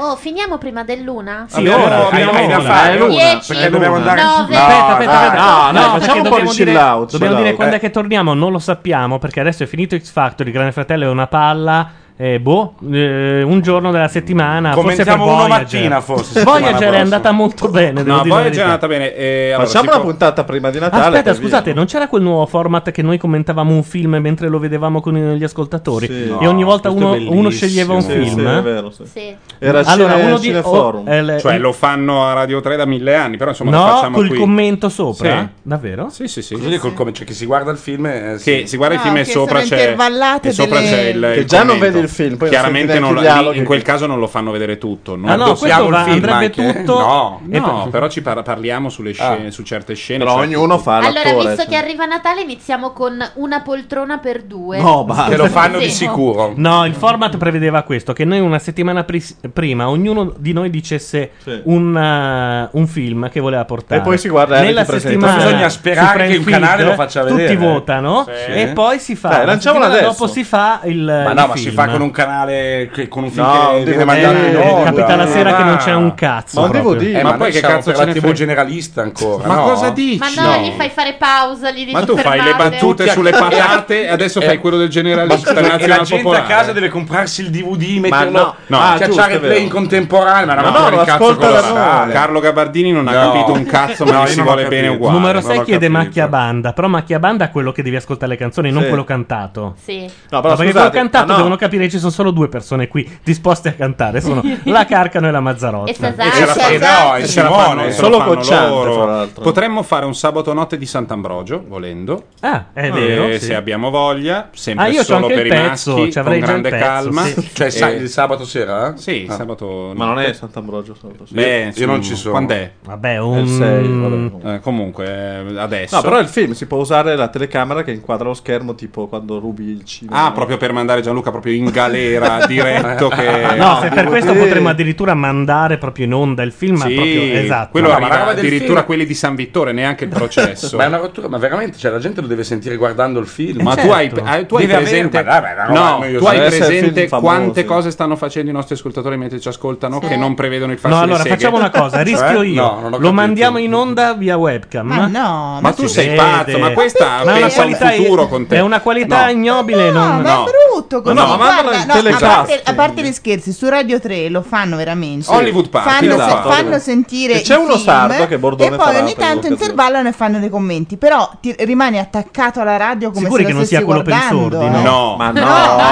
Speaker 37: Oh, finiamo prima dell'una?
Speaker 3: Sì, Vabbè, ora,
Speaker 37: Hai-
Speaker 3: abbiamo
Speaker 37: hai
Speaker 3: una.
Speaker 37: da fare.
Speaker 3: È l'una,
Speaker 37: Dieci,
Speaker 3: perché dobbiamo andare-
Speaker 37: nove.
Speaker 3: No,
Speaker 1: aspetta, aspetta,
Speaker 3: dai,
Speaker 1: aspetta.
Speaker 3: Ah, no, no,
Speaker 1: perché
Speaker 3: Eh, facciamo un po'
Speaker 1: dobbiamo
Speaker 3: di
Speaker 1: dire-
Speaker 3: chill out,
Speaker 1: Dobbiamo
Speaker 3: chill
Speaker 1: dire
Speaker 3: out.
Speaker 1: quando
Speaker 3: Eh.
Speaker 1: è che torniamo, non lo sappiamo, perché adesso è finito X Factor, il Grande Fratello è una palla. eh, boh, eh, un giorno della settimana. forse per
Speaker 2: Commentiamo uno
Speaker 1: Voyager.
Speaker 2: mattina, forse, settimana
Speaker 1: Voyager è
Speaker 2: prossima.
Speaker 1: andata molto bene. devo dire
Speaker 3: No,
Speaker 1: la
Speaker 3: Voyager è
Speaker 1: verità.
Speaker 3: andata bene. eh, allora,
Speaker 4: Facciamo
Speaker 3: si
Speaker 4: una
Speaker 3: può-
Speaker 4: puntata prima di Natale.
Speaker 1: Aspetta,
Speaker 4: poi
Speaker 1: scusate, non c'era quel nuovo format che noi commentavamo un film mentre lo vedevamo con eh, gli ascoltatori?
Speaker 4: Sì.
Speaker 1: e ogni
Speaker 4: No,
Speaker 1: volta
Speaker 4: questo
Speaker 1: uno,
Speaker 4: è
Speaker 1: uno sceglieva un
Speaker 4: bellissimo. Sì,
Speaker 1: film? eh?
Speaker 4: sì, è vero, sì.
Speaker 37: Sì.
Speaker 4: Era
Speaker 1: allora,
Speaker 4: Cine-
Speaker 1: uno di-
Speaker 4: Cineforum.
Speaker 1: oh, eh, le-
Speaker 3: Cioè,
Speaker 1: il-
Speaker 3: lo fanno a Radio 3 da mille anni, però insomma lo
Speaker 1: no,
Speaker 3: facciamo
Speaker 1: col
Speaker 3: qui.
Speaker 1: commento sopra?
Speaker 3: Sì.
Speaker 1: Davvero?
Speaker 3: Sì, sì, sì.
Speaker 2: Così col come c'è chi si guarda il film e
Speaker 3: Che si guarda il
Speaker 2: Ah,
Speaker 3: film e
Speaker 2: che
Speaker 3: sopra
Speaker 2: sono
Speaker 3: c'è,
Speaker 2: intervallate
Speaker 3: e sopra
Speaker 2: delle-
Speaker 3: c'è il.
Speaker 2: Che
Speaker 3: il
Speaker 2: già non
Speaker 3: commento.
Speaker 2: vedi il film, poi non
Speaker 3: Chiaramente
Speaker 2: senti neanche
Speaker 3: non-
Speaker 2: i
Speaker 3: lì-
Speaker 2: dialoghi.
Speaker 3: in quel caso non lo fanno vedere tutto. Non
Speaker 1: Ah, no, questo
Speaker 3: possiamo il
Speaker 1: va-
Speaker 3: film
Speaker 1: andrebbe
Speaker 3: anche.
Speaker 1: tutto-
Speaker 3: No,
Speaker 1: e
Speaker 3: no,
Speaker 1: poi- Ah.
Speaker 3: però ci par- parliamo sulle scene, su certe scene.
Speaker 4: Però
Speaker 3: cioè-
Speaker 4: ognuno fa
Speaker 37: Allora, visto
Speaker 13: cioè.
Speaker 37: che arriva Natale, iniziamo con una poltrona per due.
Speaker 3: Che lo fanno di
Speaker 37: Eh, Sì.
Speaker 3: sicuro.
Speaker 1: No, il format prevedeva questo: che noi una settimana pris- prima ognuno di noi dicesse
Speaker 4: Sì.
Speaker 1: un, uh, un film che voleva portare.
Speaker 4: E poi si guarda e
Speaker 1: Nella
Speaker 4: ti presenta.
Speaker 1: settimana
Speaker 4: Bisogna sperare
Speaker 1: su Friend
Speaker 4: che un
Speaker 1: Feed
Speaker 4: canale lo faccia vedere.
Speaker 1: Tutti votano
Speaker 2: Sì.
Speaker 1: e poi si fa.
Speaker 2: Dai,
Speaker 1: la
Speaker 2: lanciamola
Speaker 1: settimana
Speaker 2: adesso.
Speaker 1: Dopo si fa il.
Speaker 2: Ma
Speaker 1: Eh, il
Speaker 2: no, ma si
Speaker 1: film.
Speaker 2: fa con un canale, che- con un film
Speaker 1: No,
Speaker 2: che
Speaker 1: non
Speaker 2: deve
Speaker 1: devo
Speaker 2: mandare
Speaker 1: dire.
Speaker 2: in onda.
Speaker 1: Capita la sera che non c'è un cazzo Ma non devo proprio. dire.
Speaker 2: Eh, ma,
Speaker 1: Ma
Speaker 2: poi
Speaker 1: noi
Speaker 2: che
Speaker 1: siamo
Speaker 2: cazzo
Speaker 1: per
Speaker 2: c'è
Speaker 1: la
Speaker 2: la
Speaker 1: TV
Speaker 2: TV generalista ancora?
Speaker 3: Ma
Speaker 2: no?
Speaker 3: cosa dici?
Speaker 37: Ma no, gli fai fare pausa, gli dici
Speaker 3: Ma tu fai le
Speaker 37: fermate.
Speaker 3: battute sulle patate e
Speaker 1: Eh,
Speaker 3: adesso fai quello del generalista
Speaker 2: E la
Speaker 3: nazionale
Speaker 2: gente a
Speaker 3: popolare.
Speaker 2: casa deve comprarsi il DVD, metterlo,
Speaker 3: no, no. Ah, giusto,
Speaker 2: cacciare
Speaker 3: è
Speaker 2: play
Speaker 3: vero.
Speaker 2: in contemporanea, ma no,
Speaker 3: No, no,
Speaker 2: no, cazzo
Speaker 3: ascolta da
Speaker 2: colossale.
Speaker 3: noi. Carlo Gabardini non ha capito un cazzo, ma
Speaker 2: No,
Speaker 3: gli
Speaker 2: io
Speaker 3: si
Speaker 2: non ho
Speaker 3: vuole
Speaker 2: capito.
Speaker 3: bene uguale.
Speaker 1: Numero
Speaker 3: non
Speaker 1: 6
Speaker 3: ho
Speaker 1: chiede
Speaker 3: capito.
Speaker 1: macchia banda, però macchia banda è quello che devi ascoltare le canzoni, non
Speaker 3: Sì.
Speaker 1: quello cantato.
Speaker 37: Sì.
Speaker 4: No,
Speaker 1: No,
Speaker 4: però
Speaker 1: perché
Speaker 4: scusate,
Speaker 1: quello cantato
Speaker 4: ma no.
Speaker 1: devono capire perché ci sono solo due persone qui disposte a
Speaker 15: *laughs*
Speaker 1: cantare, sono la Carcano e la Mazzarotta.
Speaker 37: E Sasà,
Speaker 3: E ce la
Speaker 37: Sasà.
Speaker 3: fanno- e ce la fanno-
Speaker 1: Simone,
Speaker 3: ce
Speaker 1: solo
Speaker 3: la fanno
Speaker 1: con Ciante,
Speaker 3: loro.
Speaker 1: fra l'altro.
Speaker 3: Potremmo fare un sabato notte di Sant'Ambrogio, volendo.
Speaker 1: Ah, è
Speaker 3: Eh,
Speaker 1: vero, sì.
Speaker 3: Se abbiamo voglia, sempre
Speaker 1: Ah, io c'ho
Speaker 3: solo
Speaker 1: anche
Speaker 3: per
Speaker 1: il
Speaker 3: i
Speaker 1: pezzo,
Speaker 3: maschi,
Speaker 1: ci
Speaker 3: con
Speaker 1: avrei già il
Speaker 3: grande
Speaker 1: pezzo,
Speaker 3: calma. Eh,
Speaker 1: sì.
Speaker 2: Cioè, sa- il
Speaker 3: sabato sera? Sì,
Speaker 2: Ah.
Speaker 3: sabato
Speaker 4: Ma non è
Speaker 3: notte.
Speaker 4: Sant'Ambrogio sabato sera.
Speaker 3: Beh,
Speaker 4: Io- io
Speaker 3: insomma,
Speaker 4: non ci sono.
Speaker 3: Quand'è?
Speaker 4: Vabbè, È un- il sei, vabbè.
Speaker 3: Eh, comunque, eh, adesso.
Speaker 4: No, però il film si può usare la telecamera che inquadra lo schermo, tipo quando rubi il cinema.
Speaker 3: Ah, proprio per mandare Gianluca proprio in
Speaker 4: *laughs*
Speaker 3: galera, diretto che...
Speaker 1: Ah,
Speaker 3: Ah.
Speaker 1: No, se per questo potremmo addirittura mandare proprio in onda il film, ma
Speaker 3: Sì,
Speaker 1: proprio esatto.
Speaker 3: quello
Speaker 1: No,
Speaker 3: arriva
Speaker 1: ma la roba del
Speaker 3: addirittura
Speaker 1: film-
Speaker 3: quelli di San Vittore,
Speaker 2: *laughs*
Speaker 3: neanche il processo.
Speaker 2: ma è una rottura, ma veramente, cioè, la gente lo deve sentire guardando il film.
Speaker 3: Ma tu hai, hai- tu hai
Speaker 2: Deve avere-
Speaker 3: presente,
Speaker 2: ma dai, ma è una roba
Speaker 3: no,
Speaker 2: noiosa.
Speaker 3: tu hai
Speaker 2: Certo. Deve essere
Speaker 3: presente
Speaker 2: film famoso.
Speaker 3: quante cose stanno facendo i nostri ascoltatori mentre ci ascoltano che non prevedono il farsi
Speaker 1: No,
Speaker 3: le
Speaker 1: allora
Speaker 3: seghe?
Speaker 1: facciamo una cosa, rischio
Speaker 3: *laughs* Cioè?
Speaker 1: io.
Speaker 3: No, non ho
Speaker 1: lo
Speaker 3: capito.
Speaker 1: mandiamo in onda via webcam.
Speaker 15: Ma no,
Speaker 3: Ma tu sei pazzo, ma questa
Speaker 1: è una
Speaker 3: pensa a un
Speaker 1: qualità-
Speaker 3: futuro con te.
Speaker 1: È una qualità
Speaker 3: No.
Speaker 1: ignobile, non
Speaker 15: Ma è brutto così.
Speaker 3: No, no, ma
Speaker 15: Guarda,
Speaker 3: mandalo in
Speaker 15: no, a,
Speaker 3: telecast.
Speaker 15: parte, a parte gli scherzi, su Radio 3 lo fanno veramente.
Speaker 4: Sì. Hollywood Party,
Speaker 15: fanno, se-
Speaker 4: esatto.
Speaker 15: fanno sentire.
Speaker 4: E c'è
Speaker 15: il
Speaker 4: uno
Speaker 15: film,
Speaker 4: sardo che Bordone
Speaker 15: E poi
Speaker 4: farà
Speaker 15: ogni
Speaker 4: per
Speaker 15: tanto
Speaker 4: l'occasione.
Speaker 15: intervallano e fanno dei commenti. Però ti rimani attaccato alla radio come
Speaker 1: Sicuri
Speaker 15: se
Speaker 1: che
Speaker 15: lo
Speaker 1: non sia
Speaker 15: stessi
Speaker 1: quello per i
Speaker 15: guardando,
Speaker 1: sordi,
Speaker 15: eh.
Speaker 1: no?
Speaker 3: Ma
Speaker 15: no,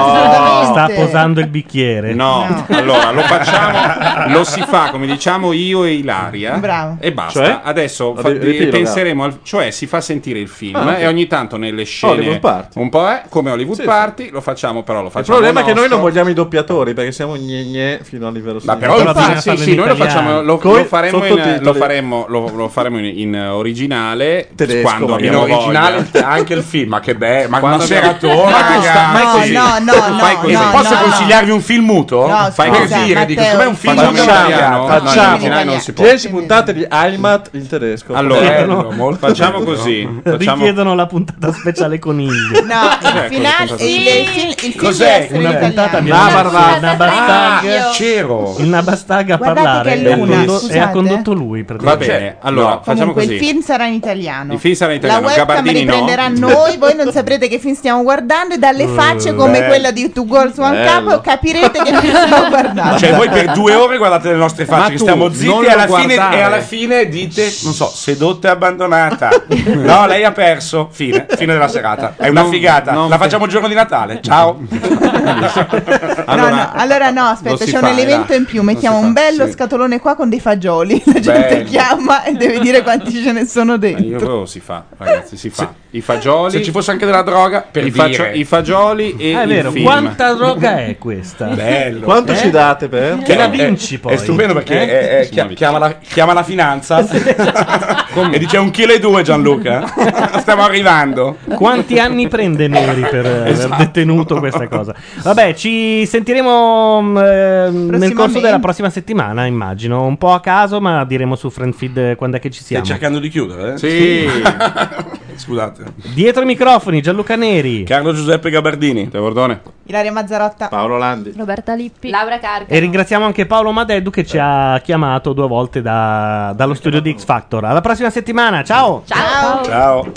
Speaker 15: assolutamente.
Speaker 1: Sta posando il bicchiere.
Speaker 3: No, allora lo facciamo, lo si fa come diciamo io e Ilaria
Speaker 15: Bravo.
Speaker 3: e basta.
Speaker 4: Cioè?
Speaker 3: Adesso
Speaker 4: Vabbè,
Speaker 3: fa-
Speaker 4: ripilo,
Speaker 3: penseremo, al, cioè si fa sentire il film eh,
Speaker 4: Ah, ok.
Speaker 3: e ogni tanto nelle scene
Speaker 4: Hollywood Party.
Speaker 3: un po' è come Hollywood
Speaker 4: Sì, sì.
Speaker 3: Party, lo facciamo però lo
Speaker 4: Il
Speaker 3: facciamo.
Speaker 4: problema è che noi
Speaker 3: nostro.
Speaker 4: non vogliamo i doppiatori perché siamo gne gne fino all'inverno.
Speaker 3: Ma però il fa- sì, sì, noi lo facciamo, lo, lo faremo, in, lo faremo, lo- lo faremo in- in originale quando
Speaker 2: in
Speaker 3: abbiamo
Speaker 2: originale
Speaker 3: *laughs* voglia.
Speaker 2: anche il film, ma che bello, ma
Speaker 3: Quando
Speaker 2: una
Speaker 3: abbiamo-
Speaker 2: seratona,
Speaker 3: Ma tu
Speaker 2: raga.
Speaker 3: stai- fai
Speaker 2: No,
Speaker 3: così.
Speaker 2: no, no,
Speaker 3: Fai
Speaker 2: no,
Speaker 3: così.
Speaker 2: no, Posso
Speaker 3: no,
Speaker 2: consigliarmi un film muto?
Speaker 3: No,
Speaker 2: Fai
Speaker 3: scusa,
Speaker 2: così,
Speaker 3: Matteo.
Speaker 2: dico, secondo me è un film
Speaker 3: Facciamo in italiano?
Speaker 2: muto.
Speaker 3: No, in
Speaker 4: Facciamo
Speaker 3: originale non si può.
Speaker 4: 10 puntate di Heimat in tedesco.
Speaker 3: Allora, eh, facciamo
Speaker 1: *laughs*
Speaker 3: così. Facciamo
Speaker 1: Richiedono la puntata speciale coniglio.
Speaker 15: No, il
Speaker 1: Cos'è
Speaker 15: finale.
Speaker 1: questa
Speaker 15: Il, il, film- il film deve
Speaker 1: Cos'è
Speaker 15: essere
Speaker 1: una
Speaker 15: in
Speaker 1: puntata
Speaker 15: italiano.
Speaker 1: di
Speaker 15: Navarra-
Speaker 1: Nabastaga?
Speaker 15: Navarra-
Speaker 1: C'ero. Il Nabastaga a
Speaker 15: Guardate
Speaker 1: parlare
Speaker 15: che è
Speaker 1: e ha
Speaker 15: l'una,
Speaker 1: condotto-
Speaker 15: scusate.
Speaker 1: e eh, ha condotto lui.
Speaker 3: Va bene, allora facciamo
Speaker 15: Comunque, il
Speaker 3: così.
Speaker 15: film sarà in italiano.
Speaker 3: Il film sarà in italiano,
Speaker 15: La webcam
Speaker 3: Gabardini no.
Speaker 15: riprenderà noi, voi non saprete che film stiamo guardando e dalle
Speaker 3: Mm,
Speaker 15: facce come
Speaker 3: bello.
Speaker 15: quella di Two Girls One
Speaker 2: Bello.
Speaker 15: Cup capirete che film stiamo guardando.
Speaker 2: Cioè, voi per due ore guardate le nostre
Speaker 3: Ma
Speaker 2: facce, che
Speaker 3: tu
Speaker 2: stiamo
Speaker 3: non
Speaker 2: zitti
Speaker 3: lo
Speaker 2: e alla, fine,
Speaker 3: guardare.
Speaker 2: e alla fine dite, non so, sedotta e
Speaker 3: *laughs*
Speaker 2: abbandonata. no, lei ha perso. Fine, fine della serata. È una
Speaker 3: Non-
Speaker 2: figata.
Speaker 3: non
Speaker 2: La
Speaker 3: pe-
Speaker 2: facciamo il giorno di Natale. Ciao.
Speaker 3: *laughs* Allora,
Speaker 15: No, allora no,
Speaker 2: Non
Speaker 15: aspetta,
Speaker 2: si
Speaker 15: c'è un
Speaker 2: fa,
Speaker 15: elemento
Speaker 2: dai.
Speaker 15: in più.
Speaker 2: Non
Speaker 15: Mettiamo
Speaker 2: si fa,
Speaker 15: un bello
Speaker 2: sì.
Speaker 15: scatolone qua con dei fagioli. *laughs* La gente
Speaker 3: Bello.
Speaker 15: chiama e deve dire quanti ce ne sono
Speaker 3: Io
Speaker 15: dentro.
Speaker 3: quello si fa, ragazzi, si fa. I fagioli.
Speaker 2: Se ci fosse anche della droga, per
Speaker 3: i,
Speaker 2: dire.
Speaker 3: i fagioli e
Speaker 1: Ah, è
Speaker 3: il
Speaker 1: vero,
Speaker 3: film.
Speaker 1: quanta droga è questa?
Speaker 2: Bello. Eh?
Speaker 1: Quanto ci
Speaker 4: date per?
Speaker 1: Che la
Speaker 2: è-
Speaker 1: vinci
Speaker 2: è,
Speaker 1: poi?
Speaker 2: È stupendo perché
Speaker 1: Eh?
Speaker 2: è- è- chia- chiama, la, chiama la finanza
Speaker 1: *laughs*
Speaker 2: e dice un chilo e due Gianluca. Stiamo arrivando.
Speaker 1: Quanti anni prende Neri per eh, aver detenuto questa cosa? Vabbè, ci sentiremo mm, eh, nel corso della prossima settimana, immagino. Un po' a caso, ma diremo su Friend Feed eh, quando è che ci siamo.
Speaker 2: Stai cercando di chiudere? eh?
Speaker 1: Sì.
Speaker 2: Scusate.
Speaker 1: Dietro i microfoni, Gianluca Neri.
Speaker 2: Carlo Giuseppe Gabardini.
Speaker 3: Te Bordone.
Speaker 15: Ilaria Mazzarotta.
Speaker 4: Paolo Landi.
Speaker 12: Roberta Lippi. Laura Carca.
Speaker 1: E ringraziamo anche Paolo Madeddu che ci ha chiamato due volte da- dallo studio di X Factor. Alla prossima settimana, ciao!
Speaker 12: Ciao.
Speaker 2: Ciao.